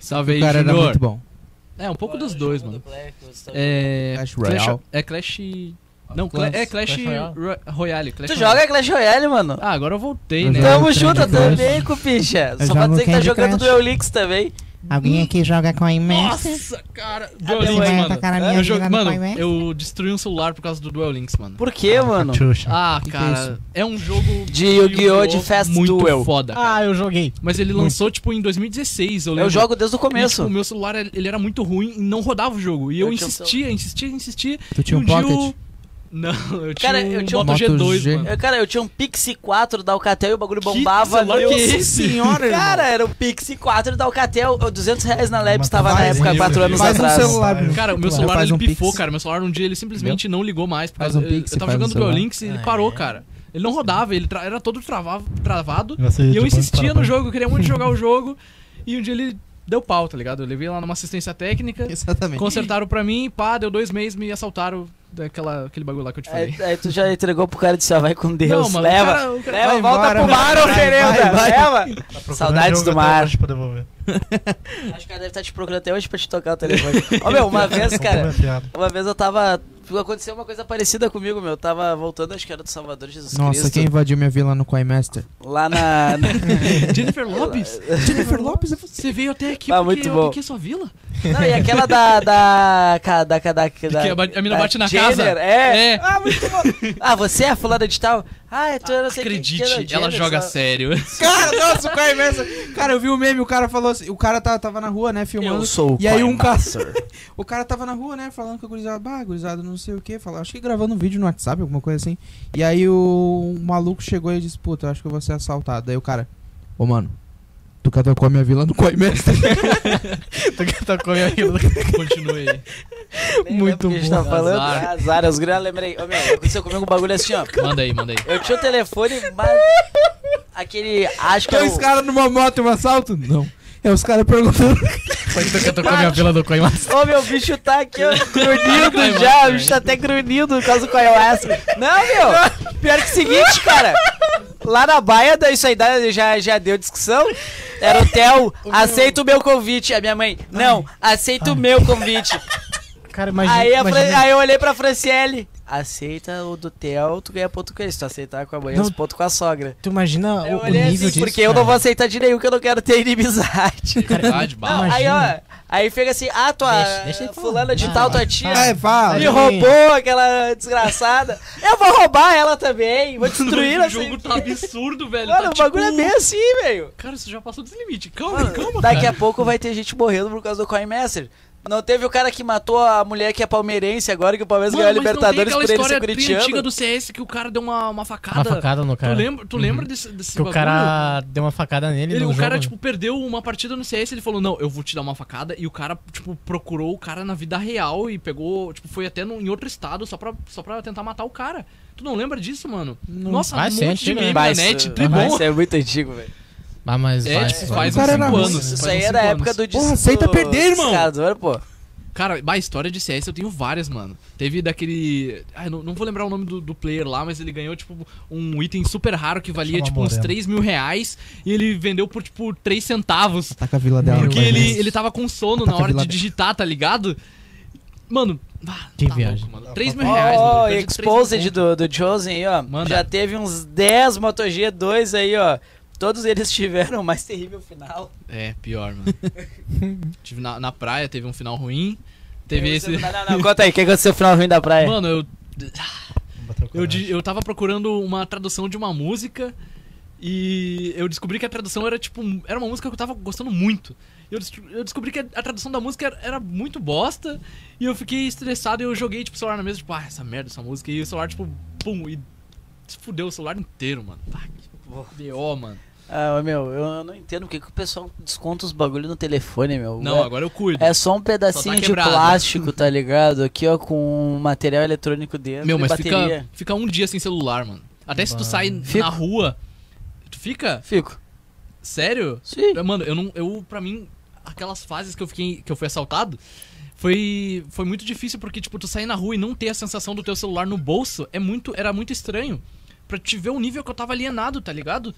Speaker 3: Salve
Speaker 1: O
Speaker 3: aí,
Speaker 1: cara era
Speaker 3: Junior.
Speaker 1: muito bom.
Speaker 3: É, um pouco dos dois, mano.
Speaker 4: tá
Speaker 3: É
Speaker 1: Clash
Speaker 3: Clash-
Speaker 1: Royale.
Speaker 3: É Clash. Não, Cla- é Clash,
Speaker 2: Clash Royale.
Speaker 3: Ro- Royale. Clash
Speaker 4: Tu
Speaker 3: Royale.
Speaker 4: joga Clash Royale, mano?
Speaker 3: Ah, agora eu voltei,
Speaker 1: Eu
Speaker 3: né?
Speaker 1: jogo.
Speaker 4: Tamo
Speaker 1: Candy
Speaker 4: junto
Speaker 1: Crush.
Speaker 4: também, cupincha.
Speaker 1: Eu
Speaker 4: Só pra
Speaker 1: jogo
Speaker 4: dizer que tá
Speaker 1: Candy
Speaker 4: jogando
Speaker 1: Crush.
Speaker 4: Duel Links também.
Speaker 6: Alguém aqui joga com a imensa?
Speaker 3: Hum. Nossa, cara.
Speaker 4: Ah,
Speaker 3: Duel
Speaker 4: meu
Speaker 3: Links,
Speaker 6: Vai
Speaker 3: mano.
Speaker 6: atacar a minha
Speaker 3: Eu jogo-
Speaker 6: jogando
Speaker 3: mano,
Speaker 6: com a imensa?
Speaker 3: eu destruí um celular por causa do Duel Links, mano.
Speaker 4: Por quê, mano?
Speaker 5: Xuxa.
Speaker 3: Ah,
Speaker 1: que é
Speaker 3: cara,
Speaker 1: isso?
Speaker 3: é um jogo
Speaker 4: De Yu-Gi-Oh! de Fast
Speaker 3: muito
Speaker 4: Duel.
Speaker 3: foda, cara.
Speaker 2: Ah, eu joguei.
Speaker 3: Mas ele lançou, tipo, em 2016, eu lembro.
Speaker 4: Eu jogo desde
Speaker 3: E,
Speaker 4: o
Speaker 3: tipo,
Speaker 4: começo.
Speaker 3: o meu celular, ele era muito ruim e não rodava o jogo. E eu,
Speaker 4: Eu tinha um
Speaker 3: insistia, insistia, insistia.
Speaker 1: Tu tinha
Speaker 3: e
Speaker 1: um pocket?
Speaker 3: Dia eu... Não, eu tinha
Speaker 4: Cara,
Speaker 3: um
Speaker 4: eu tinha um
Speaker 3: Moto G2,
Speaker 1: Moto G.
Speaker 3: mano.
Speaker 4: Eu, cara, eu tinha um Pixie 4 da Alcatel e o bagulho bombava.
Speaker 3: celular
Speaker 4: meu
Speaker 3: que é esse?
Speaker 1: senhora, irmão.
Speaker 4: Cara, era um Pixie 4 da Alcatel. eu- 200 reais na Labs
Speaker 5: Mas
Speaker 4: tava na
Speaker 1: faz
Speaker 4: época,
Speaker 1: um-
Speaker 4: 4 anos
Speaker 1: faz um
Speaker 4: atrás.
Speaker 1: celular, Bruno.
Speaker 3: Cara, o meu
Speaker 1: Claro.
Speaker 3: celular
Speaker 1: Faz
Speaker 3: ele
Speaker 1: um
Speaker 3: pifou,
Speaker 1: pix.
Speaker 3: cara. Meu celular um dia ele simplesmente não ligou mais. Por
Speaker 1: Faz
Speaker 3: causa,
Speaker 1: um pix,
Speaker 3: eu tava
Speaker 1: faz um
Speaker 3: jogando Duel
Speaker 1: celular.
Speaker 3: Links e ele
Speaker 2: Ah,
Speaker 3: parou,
Speaker 2: é.
Speaker 3: cara. Ele não rodava, ele tra- era todo travavo- travado.
Speaker 5: Você tipo,
Speaker 3: E eu
Speaker 5: de
Speaker 3: insistia
Speaker 5: banco
Speaker 3: no
Speaker 5: pra
Speaker 3: jogo, eu queria muito jogar o jogo. E um dia ele deu pau, tá ligado? Eu levei lá numa assistência técnica,
Speaker 1: Exatamente.
Speaker 3: consertaram pra mim, pá, deu dois meses, me assaltaram daquela, aquele bagulho lá que eu te falei.
Speaker 4: Aí, aí tu já entregou pro cara e disse, ah, vai com É, Deus,
Speaker 3: mano, o
Speaker 4: leva.
Speaker 3: cara- o cara-
Speaker 4: Leva,
Speaker 1: vai
Speaker 4: volta
Speaker 1: embora,
Speaker 4: pro
Speaker 1: vai,
Speaker 4: mar, ô
Speaker 1: vai,
Speaker 4: Ferenda,
Speaker 1: vai,
Speaker 4: leva.
Speaker 5: Tá procurando
Speaker 4: Saudades
Speaker 5: jogo
Speaker 4: do
Speaker 5: até
Speaker 4: mar.
Speaker 5: hoje pra devolver.
Speaker 3: Tá
Speaker 4: Acho que ela deve estar te procurando até hoje pra te tocar o telefone. Ó, meu, uma vez, cara,
Speaker 5: Como é piada?
Speaker 4: Uma vez eu tava. Aconteceu uma coisa parecida comigo, meu. Eu tava voltando, acho que era do Salvador Jesus
Speaker 1: Nossa,
Speaker 4: Cristo.
Speaker 1: quem invadiu minha vila no Coinmaster?
Speaker 4: Lá na.
Speaker 3: Jennifer Lopes?
Speaker 1: Jennifer Lopes,
Speaker 3: Você veio até aqui
Speaker 4: Ah,
Speaker 3: porque
Speaker 4: muito
Speaker 3: eu
Speaker 4: bom.
Speaker 3: piquei sua vila?
Speaker 4: Não, e aquela da. Da. ca- Da. ca- Da. da,
Speaker 3: que a ba- a mina
Speaker 4: da
Speaker 3: bate na
Speaker 4: Jenner,
Speaker 3: casa?
Speaker 4: É.
Speaker 3: É.
Speaker 4: Ah, muito bom. Ah, você é a fulana de tal? Ah, tu eu não sei quem
Speaker 3: Acredite,
Speaker 4: que era,
Speaker 3: ela
Speaker 4: Jenner,
Speaker 3: joga
Speaker 4: só-
Speaker 3: sério.
Speaker 1: Cara, nossa, o Caio Messa. Cara, eu vi o meme, o cara falou assim. O cara tá- tava na rua, né, filmando.
Speaker 4: Eu sou o
Speaker 1: E aí
Speaker 4: Pai
Speaker 1: um cara.
Speaker 4: Master.
Speaker 1: O cara tava na rua, né, falando com a gurizada, bah, gurizada, não sei o que. Falou, acho que gravando um vídeo no WhatsApp, alguma coisa assim. E aí o, o maluco chegou e disse, puta, eu acho que eu vou ser assaltado. Daí o cara, ô mano, tu catacou a minha vila no Coimestre.
Speaker 3: Continue aí.
Speaker 4: Nem
Speaker 1: Muito
Speaker 4: lembro o que A gente tá
Speaker 3: bom.
Speaker 4: falando.
Speaker 3: Azar.
Speaker 4: Ah, Azar, os grãos, lembrei. Ô, meu, aconteceu comigo um bagulho assim, ó.
Speaker 3: Manda aí, manda aí.
Speaker 4: Eu tinha o telefone, mas. Aquele. Acho que é
Speaker 1: Dois
Speaker 4: o.
Speaker 1: caras numa moto e um assalto? Não. É os caras perguntando.
Speaker 2: Foi tu que tocou a minha vila do Coin Master.
Speaker 4: Ô, meu bicho tá aqui, ó, grunhido já. O bicho tá até grunhido por causa do Coilas. Não, meu. Pior que o seguinte, cara. Lá na baia, da- isso aí dá- já, já deu discussão. Era o Theo, aceita o meu convite. A minha mãe, não, aceita o meu convite.
Speaker 2: Cara, imagina.
Speaker 4: Aí, a Fran-
Speaker 2: imagina-
Speaker 4: aí eu olhei pra Franciele. Aceita o do Theo, tu ganha ponto com ele. Se tu aceitar com a mãe,
Speaker 2: Não.
Speaker 4: os pontos com a sogra.
Speaker 2: Tu imagina
Speaker 4: Aí eu
Speaker 2: o, o
Speaker 4: olhei
Speaker 2: nível
Speaker 4: assim,
Speaker 2: disso.
Speaker 4: porque eu não vou
Speaker 2: cara?
Speaker 4: aceitar de nenhum que eu não quero ter inimizade.
Speaker 3: Verdade,
Speaker 4: Não,
Speaker 3: bala.
Speaker 4: aí, ó,
Speaker 2: imagina.
Speaker 4: aí fica assim, ah, tua
Speaker 2: Deixa- deixa ele falar.
Speaker 4: fulana de
Speaker 2: Ah,
Speaker 4: tal, tua
Speaker 2: vai,
Speaker 4: tia,
Speaker 2: fala.
Speaker 1: É, fala.
Speaker 2: Aí.
Speaker 4: me roubou aquela desgraçada. Eu vou roubar ela também, vou destruir
Speaker 3: o
Speaker 4: essa...
Speaker 3: jogo tá absurdo, velho.
Speaker 4: Mano,
Speaker 3: tá
Speaker 4: o bagulho é
Speaker 3: tipo-
Speaker 4: bem assim, velho.
Speaker 3: Cara, você já passou dos limites. Calma, calma,
Speaker 4: Daqui
Speaker 3: cara.
Speaker 4: a pouco vai ter gente morrendo por causa do Coin Master. Não teve o cara que matou a mulher que é palmeirense agora, que o Palmeiras ganhou a
Speaker 3: mas
Speaker 4: Libertadores
Speaker 3: não
Speaker 4: por
Speaker 3: tem
Speaker 4: ele
Speaker 3: aquela
Speaker 4: ser
Speaker 3: história tri- antiga
Speaker 4: corintiano?
Speaker 3: do CS que o cara deu uma, uma facada.
Speaker 2: Uma facada no cara.
Speaker 3: Tu lembra, tu
Speaker 2: Uhum.
Speaker 3: lembra desse, desse
Speaker 2: Que o
Speaker 3: bagulho?
Speaker 2: cara deu uma facada nele
Speaker 3: Ele,
Speaker 2: no
Speaker 3: o
Speaker 2: jogo.
Speaker 3: cara, tipo, perdeu uma partida no CS, ele falou, não, eu vou te dar uma facada. E o cara, tipo, procurou o cara na vida real e pegou, tipo, foi até no- em outro estado só pra, só pra tentar matar o cara. Tu não lembra disso, mano? Nossa,
Speaker 2: Vai
Speaker 3: um
Speaker 2: ser
Speaker 3: monte de
Speaker 2: antigo, né?
Speaker 3: meme na
Speaker 4: Mas,
Speaker 3: net,
Speaker 4: uh,
Speaker 3: tri
Speaker 4: mas
Speaker 3: bom.
Speaker 4: isso é muito antigo, velho.
Speaker 2: Ah, mas
Speaker 3: É,
Speaker 2: vai,
Speaker 3: tipo,
Speaker 2: vai.
Speaker 3: faz
Speaker 1: O
Speaker 3: uns
Speaker 1: cara era
Speaker 3: 5
Speaker 1: ruim,
Speaker 3: anos.
Speaker 1: né?
Speaker 3: faz
Speaker 4: Isso
Speaker 3: uns
Speaker 4: aí
Speaker 3: cinco
Speaker 4: era a época
Speaker 3: anos.
Speaker 4: do disco.
Speaker 1: aceita perder, irmão.
Speaker 4: Escador, pô.
Speaker 3: Cara, bah, história de CS eu tenho várias, mano. Teve daquele. Ah, eu não, não vou lembrar o nome do, do player lá, mas ele ganhou, tipo, um item super raro que valia,
Speaker 5: Chama
Speaker 3: tipo, uns
Speaker 5: Moreno.
Speaker 3: 3 mil reais. E ele vendeu por, tipo, 3 centavos.
Speaker 1: Ataca Tá a vila dela.
Speaker 3: Porque
Speaker 1: vai,
Speaker 3: ele,
Speaker 1: né?
Speaker 3: ele tava com sono
Speaker 1: Ataca
Speaker 3: na hora
Speaker 1: Vila
Speaker 3: de
Speaker 1: Dela.
Speaker 3: digitar, tá ligado? Mano, ah,
Speaker 2: Que
Speaker 3: tá
Speaker 2: viagem.
Speaker 3: louco, mano. 3 mil reais,
Speaker 4: Ó,
Speaker 3: mano.
Speaker 4: oh,
Speaker 3: Perdi 3 mil
Speaker 4: Exposed
Speaker 3: reais.
Speaker 4: do, do Chosen aí, ó.
Speaker 3: Manda.
Speaker 4: Já teve uns 10 Moto G2 aí, ó. Todos eles tiveram o mais terrível final.
Speaker 3: É, pior, mano. Tive na, na praia, teve um final ruim. Teve esse.
Speaker 4: Não, não, não, conta aí, o que aconteceu no final ruim da praia?
Speaker 3: Mano, eu
Speaker 5: Bateu com
Speaker 3: Eu,
Speaker 5: ela.
Speaker 3: di- eu tava procurando uma tradução de uma música e eu descobri que a tradução era tipo. um- Era uma música que eu tava gostando muito. Eu, des- eu descobri que a, a tradução da música era, era muito bosta e eu fiquei estressado e eu joguei tipo, o celular na mesa, tipo, ah, essa merda, essa música. E o celular, tipo, pum, e se fudeu o celular inteiro, mano. Pá, que B.O., mano.
Speaker 4: Ah, meu, eu não entendo porque que o pessoal desconta os bagulho no telefone, meu.
Speaker 3: Não,
Speaker 4: é,
Speaker 3: agora eu cuido.
Speaker 4: é só um pedacinho de
Speaker 3: quebrado.
Speaker 4: plástico, tá ligado? Aqui, ó, com um material eletrônico dentro
Speaker 3: Meu,
Speaker 4: e
Speaker 3: mas
Speaker 4: é bateria.
Speaker 3: fica, fica um dia sem celular, mano. Até se tu
Speaker 2: Bah.
Speaker 3: sai na
Speaker 4: Fico.
Speaker 3: rua. Tu fica?
Speaker 4: Fico.
Speaker 3: Sério?
Speaker 4: Sim.
Speaker 3: Eu, Mano, eu não. Eu, pra mim, aquelas fases que eu fiquei. que eu fui assaltado. Foi, foi muito difícil porque, tipo, tu sair na rua e não ter a sensação do teu celular no bolso é muito, era muito estranho. Pra te ver o nível que eu tava alienado, tá ligado?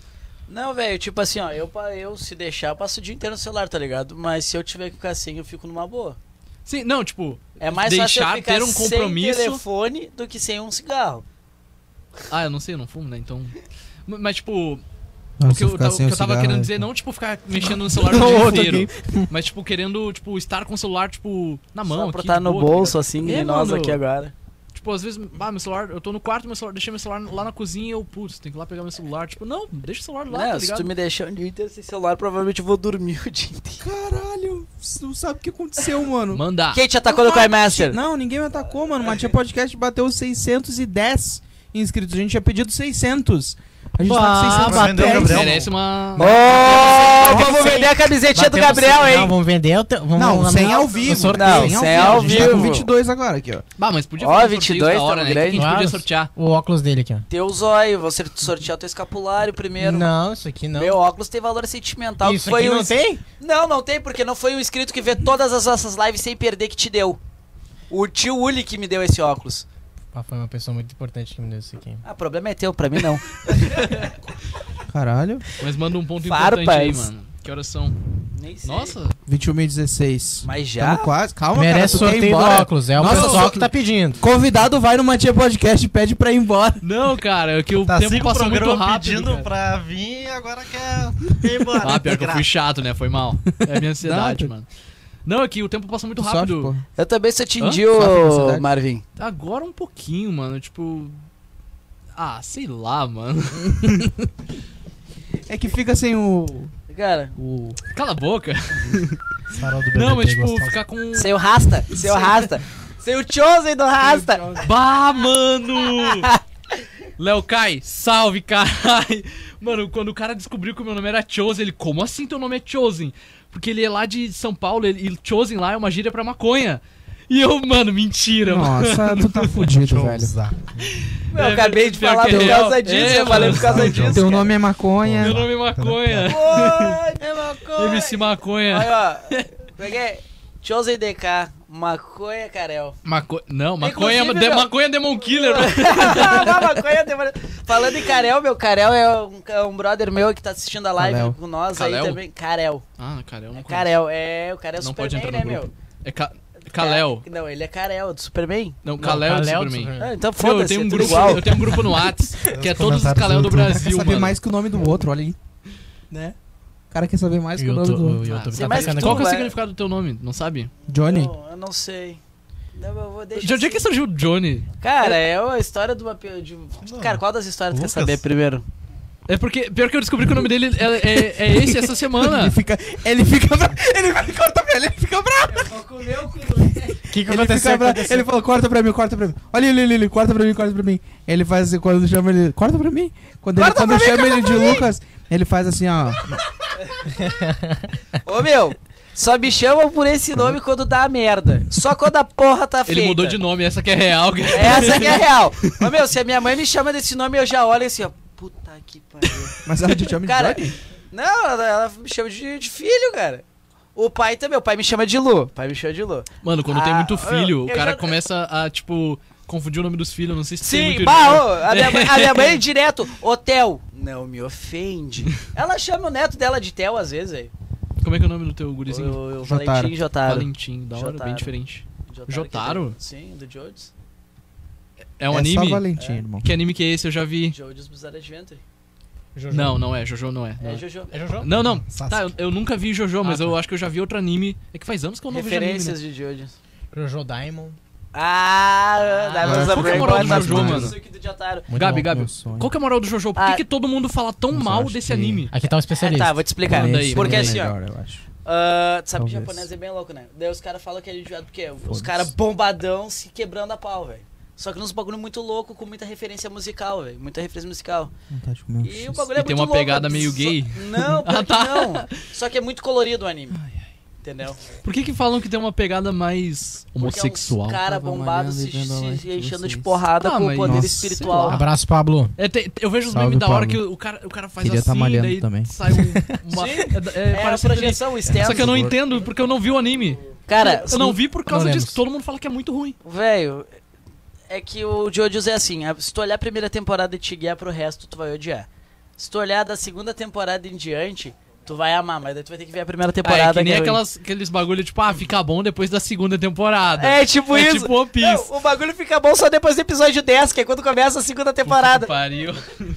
Speaker 4: Não, velho, tipo assim, ó, eu, pa- eu se deixar, eu passo o dia inteiro no celular, tá ligado? Mas se eu tiver que ficar sem, eu fico numa boa.
Speaker 3: Sim, não, tipo.
Speaker 4: É mais
Speaker 3: deixar
Speaker 4: fácil eu ficar
Speaker 3: ter um compromisso.
Speaker 4: sem telefone do que sem um cigarro.
Speaker 3: Ah, eu não sei, eu não fumo, né? Então. M- Mas, tipo,
Speaker 1: Nossa,
Speaker 3: o que eu,
Speaker 1: ficar
Speaker 3: tava- o
Speaker 1: sem
Speaker 3: que eu tava
Speaker 1: cigarro,
Speaker 3: querendo
Speaker 1: né?
Speaker 3: dizer, não, tipo, ficar mexendo no celular o
Speaker 2: Não,
Speaker 3: dia
Speaker 2: outro
Speaker 3: inteiro. Mas, tipo, querendo, tipo, estar com o celular, tipo, na mão.
Speaker 4: Só
Speaker 3: aqui,
Speaker 4: botar
Speaker 3: de
Speaker 4: no
Speaker 3: boa, tá ligado?
Speaker 4: bolso, assim,
Speaker 3: É,
Speaker 4: e nós
Speaker 3: mano.
Speaker 4: aqui agora.
Speaker 3: Tipo, às vezes, ah, meu celular, eu tô no quarto, meu celular, deixei meu celular lá na cozinha e eu, putz, tem que ir lá pegar meu celular. Tipo, não, deixa o celular lá,
Speaker 4: Né,
Speaker 3: tá
Speaker 4: se
Speaker 3: ligado?
Speaker 4: tu me deixar o dia inteiro sem celular, provavelmente eu vou dormir o dia inteiro.
Speaker 1: Caralho, você não sabe o que aconteceu, mano.
Speaker 3: Mandar.
Speaker 4: Quem te atacou no Coin Master?
Speaker 1: Não, ninguém me atacou, mano. Matia Podcast bateu 610 inscritos. A gente tinha pedido 600. A gente
Speaker 2: Bah,
Speaker 1: tá com 610.
Speaker 5: bateu, Gabriel.
Speaker 3: Merece uma...
Speaker 4: Ô, vamos vender a camisetinha do
Speaker 2: Batemos cem-
Speaker 4: Gabriel,
Speaker 2: Não,
Speaker 4: hein?
Speaker 2: vamos vender o teu. Vamos,
Speaker 1: Não,
Speaker 2: vamos-
Speaker 1: 100 ao vivo.
Speaker 2: sorteio.
Speaker 4: Não,
Speaker 1: cem
Speaker 4: cem ao
Speaker 1: A gente tá com
Speaker 4: vivo.
Speaker 1: 22 agora aqui, ó.
Speaker 3: Bah, mas podia
Speaker 4: Ó,
Speaker 3: fazer um
Speaker 4: 22
Speaker 3: sorteio da hora, né?
Speaker 4: tamo
Speaker 3: Que a gente
Speaker 2: grande.
Speaker 3: podia
Speaker 2: Claro.
Speaker 3: sortear.
Speaker 2: O óculos dele aqui, ó.
Speaker 4: Teu zóio, vou ser- sortear o teu escapulário primeiro.
Speaker 2: Não, isso aqui não.
Speaker 4: Meu óculos tem valor sentimental.
Speaker 2: isso
Speaker 4: que foi
Speaker 2: aqui
Speaker 4: um
Speaker 2: não tem?
Speaker 4: Não, não tem, porque não foi um inscrito que vê todas as nossas lives sem perder que te deu. O tio Uli que me deu esse óculos.
Speaker 2: Ah, foi uma pessoa muito importante que me deu isso aqui.
Speaker 4: Ah, problema é teu, pra mim não.
Speaker 1: Caralho.
Speaker 3: Mas manda um ponto
Speaker 4: Farpas.
Speaker 3: importante aí, mano. Que horas são?
Speaker 4: Nem sei.
Speaker 3: Nossa,
Speaker 1: 21.016.
Speaker 4: Mas já?
Speaker 1: Tamo quase. Calma, cara. tu
Speaker 2: Merece
Speaker 1: quer ir
Speaker 2: sorteio do
Speaker 1: embora?
Speaker 2: óculos. É o
Speaker 1: Nossa,
Speaker 2: pessoal
Speaker 1: só-
Speaker 2: que tá pedindo.
Speaker 1: Convidado vai no Matia Podcast e pede pra ir embora.
Speaker 3: não, cara, é que o
Speaker 5: Tá
Speaker 3: tempo
Speaker 5: cinco
Speaker 3: passou muito
Speaker 5: programas
Speaker 3: rápido,
Speaker 5: pedindo
Speaker 3: cara.
Speaker 5: pra vir e agora quer ir embora.
Speaker 3: Ah, pior que eu fui
Speaker 5: desgraça.
Speaker 3: chato, né? Foi mal. É a minha ansiedade,
Speaker 1: Não,
Speaker 3: mano. Não, é que o tempo passou muito
Speaker 1: Sobe,
Speaker 3: rápido.
Speaker 1: pô.
Speaker 4: Eu também sou
Speaker 1: Hã? Só fica na
Speaker 4: tindio,
Speaker 1: cidade.
Speaker 4: Marvin.
Speaker 3: Agora um pouquinho, mano. Tipo. Ah, sei lá, mano.
Speaker 1: É que fica sem o.
Speaker 4: Cara,
Speaker 1: o...
Speaker 3: Cala a boca.
Speaker 5: Sarau do
Speaker 3: Não,
Speaker 5: BBB
Speaker 3: mas tipo,
Speaker 5: gostoso.
Speaker 3: ficar com.
Speaker 4: seu Rasta, seu Rasta. Seu Chosen do Rasta.
Speaker 3: Bah, mano! Léo Kai, salve, carai! Mano, quando o cara descobriu que o meu nome era Chosen, ele, como assim teu nome é Chosen? Porque ele é lá de São Paulo ele- e Chosen lá é uma gíria pra maconha. E eu, mano, mentira, mano.
Speaker 1: Nossa, tu tá fudido,
Speaker 5: Deixa eu
Speaker 1: velho.
Speaker 5: usar.
Speaker 4: Não, eu acabei de
Speaker 3: Pior
Speaker 4: falar
Speaker 3: que
Speaker 4: por
Speaker 3: é
Speaker 4: causa
Speaker 3: real.
Speaker 4: disso,
Speaker 3: É,
Speaker 4: eu falei
Speaker 3: mano. um
Speaker 4: por causa disso.
Speaker 6: Teu
Speaker 4: cara. é
Speaker 6: nome é maconha.
Speaker 3: Meu nome é Maconha.
Speaker 4: Oi, meu maconha.
Speaker 3: MC Maconha.
Speaker 4: Olha, ó. Peguei. Chosen DK, maconha Carel.
Speaker 3: Maco... Não, Maconha, é
Speaker 4: Inclusive,
Speaker 3: de...
Speaker 4: meu-
Speaker 3: maconha Demon Killer. mano.
Speaker 4: Ah, maconha demora- Falando em Carel, meu Carel é um, é um brother meu que tá assistindo a live
Speaker 1: Carel.
Speaker 4: com nós
Speaker 3: Carel?
Speaker 4: aí também. Carel.
Speaker 3: ah, cara, eu não
Speaker 4: É
Speaker 3: conheço.
Speaker 4: Carel, é. O Carel é
Speaker 3: Não pode
Speaker 4: Superman, né,
Speaker 3: entrar no
Speaker 4: meu?
Speaker 3: grupo. É Ca... Kalel.
Speaker 4: Não, ele é Carel, do Superman.
Speaker 3: Não, Kalel é do
Speaker 2: Kalel do
Speaker 3: Superman.
Speaker 2: Superman.
Speaker 4: Ah, então
Speaker 3: Meu, eu
Speaker 4: foda-se,
Speaker 3: tenho um
Speaker 4: é tudo
Speaker 3: grupo,
Speaker 4: igual.
Speaker 3: eu tenho um grupo no Whats, que é todos os
Speaker 5: comentários
Speaker 3: Kalel
Speaker 5: do
Speaker 3: do
Speaker 5: YouTube.
Speaker 1: Quer
Speaker 3: Brasil,
Speaker 1: saber
Speaker 3: mano.
Speaker 1: mais que o nome do outro, olha aí. Né? O cara quer saber mais que o nome do
Speaker 2: YouTube,
Speaker 1: outro.
Speaker 3: Ah,
Speaker 2: YouTube
Speaker 4: sei
Speaker 2: tá
Speaker 4: mais que
Speaker 2: atacando
Speaker 4: tu.
Speaker 3: Qual que é o
Speaker 4: Vai.
Speaker 3: significado do teu nome? Não sabe?
Speaker 1: Johnny.
Speaker 4: Não, eu não sei. Não, eu vou deixar. assim.
Speaker 3: De onde é que surgiu o Johnny?
Speaker 4: Cara, é a história de uma. pe- De... um- Cara, qual das histórias tu quer
Speaker 5: Lucas?
Speaker 4: saber primeiro?
Speaker 3: É porque, pior que eu descobri que o nome dele é, é, é esse essa semana.
Speaker 1: Ele fica. Ele fica bravo. Ele vai corta pra ele, ele fica bravo.
Speaker 2: aqui. O que, que
Speaker 1: Ele,
Speaker 2: aconteceu?
Speaker 1: fica bravo. ele fala, corta pra mim, corta pra mim. Olha ele, ele, ele, corta pra mim, corta pra mim. Ele faz assim, quando chama ele. Corta pra mim. Quando, ele,
Speaker 4: Corta
Speaker 1: quando
Speaker 4: pra mim,
Speaker 1: chama
Speaker 4: corta
Speaker 1: ele de
Speaker 4: pra mim.
Speaker 1: Lucas, ele faz assim, ó.
Speaker 4: Ô meu, só me chamam por esse nome quando dá a merda. Só quando a porra tá feita.
Speaker 3: Ele mudou de nome, essa que é real, cara.
Speaker 4: Essa que é a real. Ô meu, se a minha mãe me chama desse nome, eu já olho assim, ó. Puta que pariu.
Speaker 1: Mas ela te chama de
Speaker 4: Cara,
Speaker 1: Johnny.
Speaker 4: não, ela, ela me chama de, de filho, cara. O pai também, o pai me chama de Lu. O pai me chama de Lu.
Speaker 3: Mano, quando tem
Speaker 4: Ah,
Speaker 3: muito
Speaker 4: eu-
Speaker 3: filho, o
Speaker 4: eu
Speaker 3: cara
Speaker 4: já-
Speaker 3: começa a, tipo, confundir o nome dos filhos, não sei se tem
Speaker 4: Sim,
Speaker 3: muito
Speaker 4: bah,
Speaker 3: irmão.
Speaker 4: ô, a, minha, mãe- a minha mãe é direto, hotel. Não me ofende. Ela chama o neto dela de Tel às vezes, aí.
Speaker 3: Como é que é o nome do teu
Speaker 4: Eu,
Speaker 3: gurizinho?
Speaker 4: eu, eu
Speaker 1: Jotaro.
Speaker 4: Valentim Jotaro.
Speaker 3: Valentim, da hora, bem
Speaker 4: Jotaro.
Speaker 3: diferente.
Speaker 4: que
Speaker 3: Jotaro?
Speaker 4: tem- Sim, do Jodes.
Speaker 3: É um
Speaker 1: Só
Speaker 3: anime?
Speaker 1: Valentim, irmão.
Speaker 3: Que anime que é esse? Eu já vi.
Speaker 4: Jodes Bizarre Adventure.
Speaker 2: Jojo.
Speaker 3: Não, não é, Jojo não é. não
Speaker 4: É
Speaker 3: é.
Speaker 4: Jojo.
Speaker 2: É Jojo?
Speaker 3: Não, não.
Speaker 5: Sasuke.
Speaker 3: Tá, eu, eu nunca vi Jojo, mas
Speaker 2: Ah, tá.
Speaker 3: eu acho que eu já vi outro anime. É que faz anos que eu não vejo anime. né?
Speaker 4: Referências de Jodes.
Speaker 2: Jojo Diamond.
Speaker 4: Ah, Diamonds
Speaker 3: qual
Speaker 4: of
Speaker 3: que é a moral
Speaker 4: Rainbow
Speaker 3: do
Speaker 4: das
Speaker 3: Jojo, mano?
Speaker 4: Suzuki do Jotaro.
Speaker 2: Muito
Speaker 3: Gabi,
Speaker 2: bom.
Speaker 3: Gabi,
Speaker 1: Meu sonho.
Speaker 3: qual que é a moral do Jojo? Por que,
Speaker 4: Ah.
Speaker 3: que todo mundo fala tão
Speaker 1: Mas eu
Speaker 3: mal
Speaker 1: acho
Speaker 3: desse
Speaker 1: que-
Speaker 3: anime?
Speaker 2: Aqui tá o
Speaker 4: Ah,
Speaker 2: especialista.
Speaker 4: tá, vou te explicar.
Speaker 3: é Manda aí,
Speaker 1: Esse
Speaker 4: Porque
Speaker 1: é
Speaker 4: assim, ó.
Speaker 1: melhor, eu acho.
Speaker 4: Ah, tu sabe que
Speaker 1: Talvez.
Speaker 4: japonês é bem louco, né? Daí os caras falam que ele é enjoado, porque os
Speaker 1: Foda-se.
Speaker 4: caras bombadão se quebrando a pau, velho. Só que nos bagulho muito louco, com muita referência musical, velho. Muita referência musical.
Speaker 1: Vontade de comer um
Speaker 4: E o
Speaker 1: X.
Speaker 4: bagulho é
Speaker 3: E tem
Speaker 4: muito
Speaker 3: uma pegada
Speaker 4: louco,
Speaker 3: meio
Speaker 4: só-
Speaker 3: gay? Ah, tá.
Speaker 4: Não, pior que não. Só que é muito colorido o anime. Entendeu?
Speaker 3: Por que que falam que tem uma pegada mais homossexual?
Speaker 4: Porque é uns cara
Speaker 1: Tava
Speaker 4: bombado
Speaker 1: malhando e
Speaker 4: se,
Speaker 1: vendo a
Speaker 4: se-
Speaker 1: live
Speaker 4: se
Speaker 1: de
Speaker 4: enchendo de
Speaker 1: vocês.
Speaker 4: porrada
Speaker 3: Ah,
Speaker 4: com o
Speaker 3: mas-
Speaker 4: poder
Speaker 1: Nossa,
Speaker 4: espiritual.
Speaker 1: sei lá.
Speaker 2: Abraço, Pablo.
Speaker 3: É, tem- eu vejo os
Speaker 1: Salve,
Speaker 3: memes da hora
Speaker 1: Pablo.
Speaker 3: que o cara, o cara faz
Speaker 1: Queria
Speaker 3: assim,
Speaker 1: tá malhando
Speaker 3: daí
Speaker 1: também.
Speaker 3: sai um- uma...
Speaker 4: Sim.
Speaker 3: é,
Speaker 4: É, a
Speaker 3: parece que
Speaker 4: projeção, o
Speaker 3: Só
Speaker 4: externo.
Speaker 3: que eu não entendo, porque eu não vi o anime.
Speaker 4: Cara,
Speaker 3: Eu não vi por causa
Speaker 2: Não
Speaker 3: disso,
Speaker 2: lembro.
Speaker 3: todo mundo fala que é muito ruim.
Speaker 4: velho, é que o Jojo's é assim, a- se tu olhar a primeira temporada e te guiar pro resto, tu vai odiar. Se tu olhar da segunda temporada em diante, tu vai amar, mas daí tu vai ter que ver a primeira temporada.
Speaker 3: Ah, é que nem
Speaker 4: cara.
Speaker 3: aquelas, aqueles bagulho, tipo, ah, fica bom depois da segunda temporada.
Speaker 4: É, tipo
Speaker 3: É
Speaker 4: isso.
Speaker 3: tipo One Piece.
Speaker 4: Não, o bagulho fica bom só depois do episódio 10, que é quando começa a segunda temporada.
Speaker 3: Que Pariu.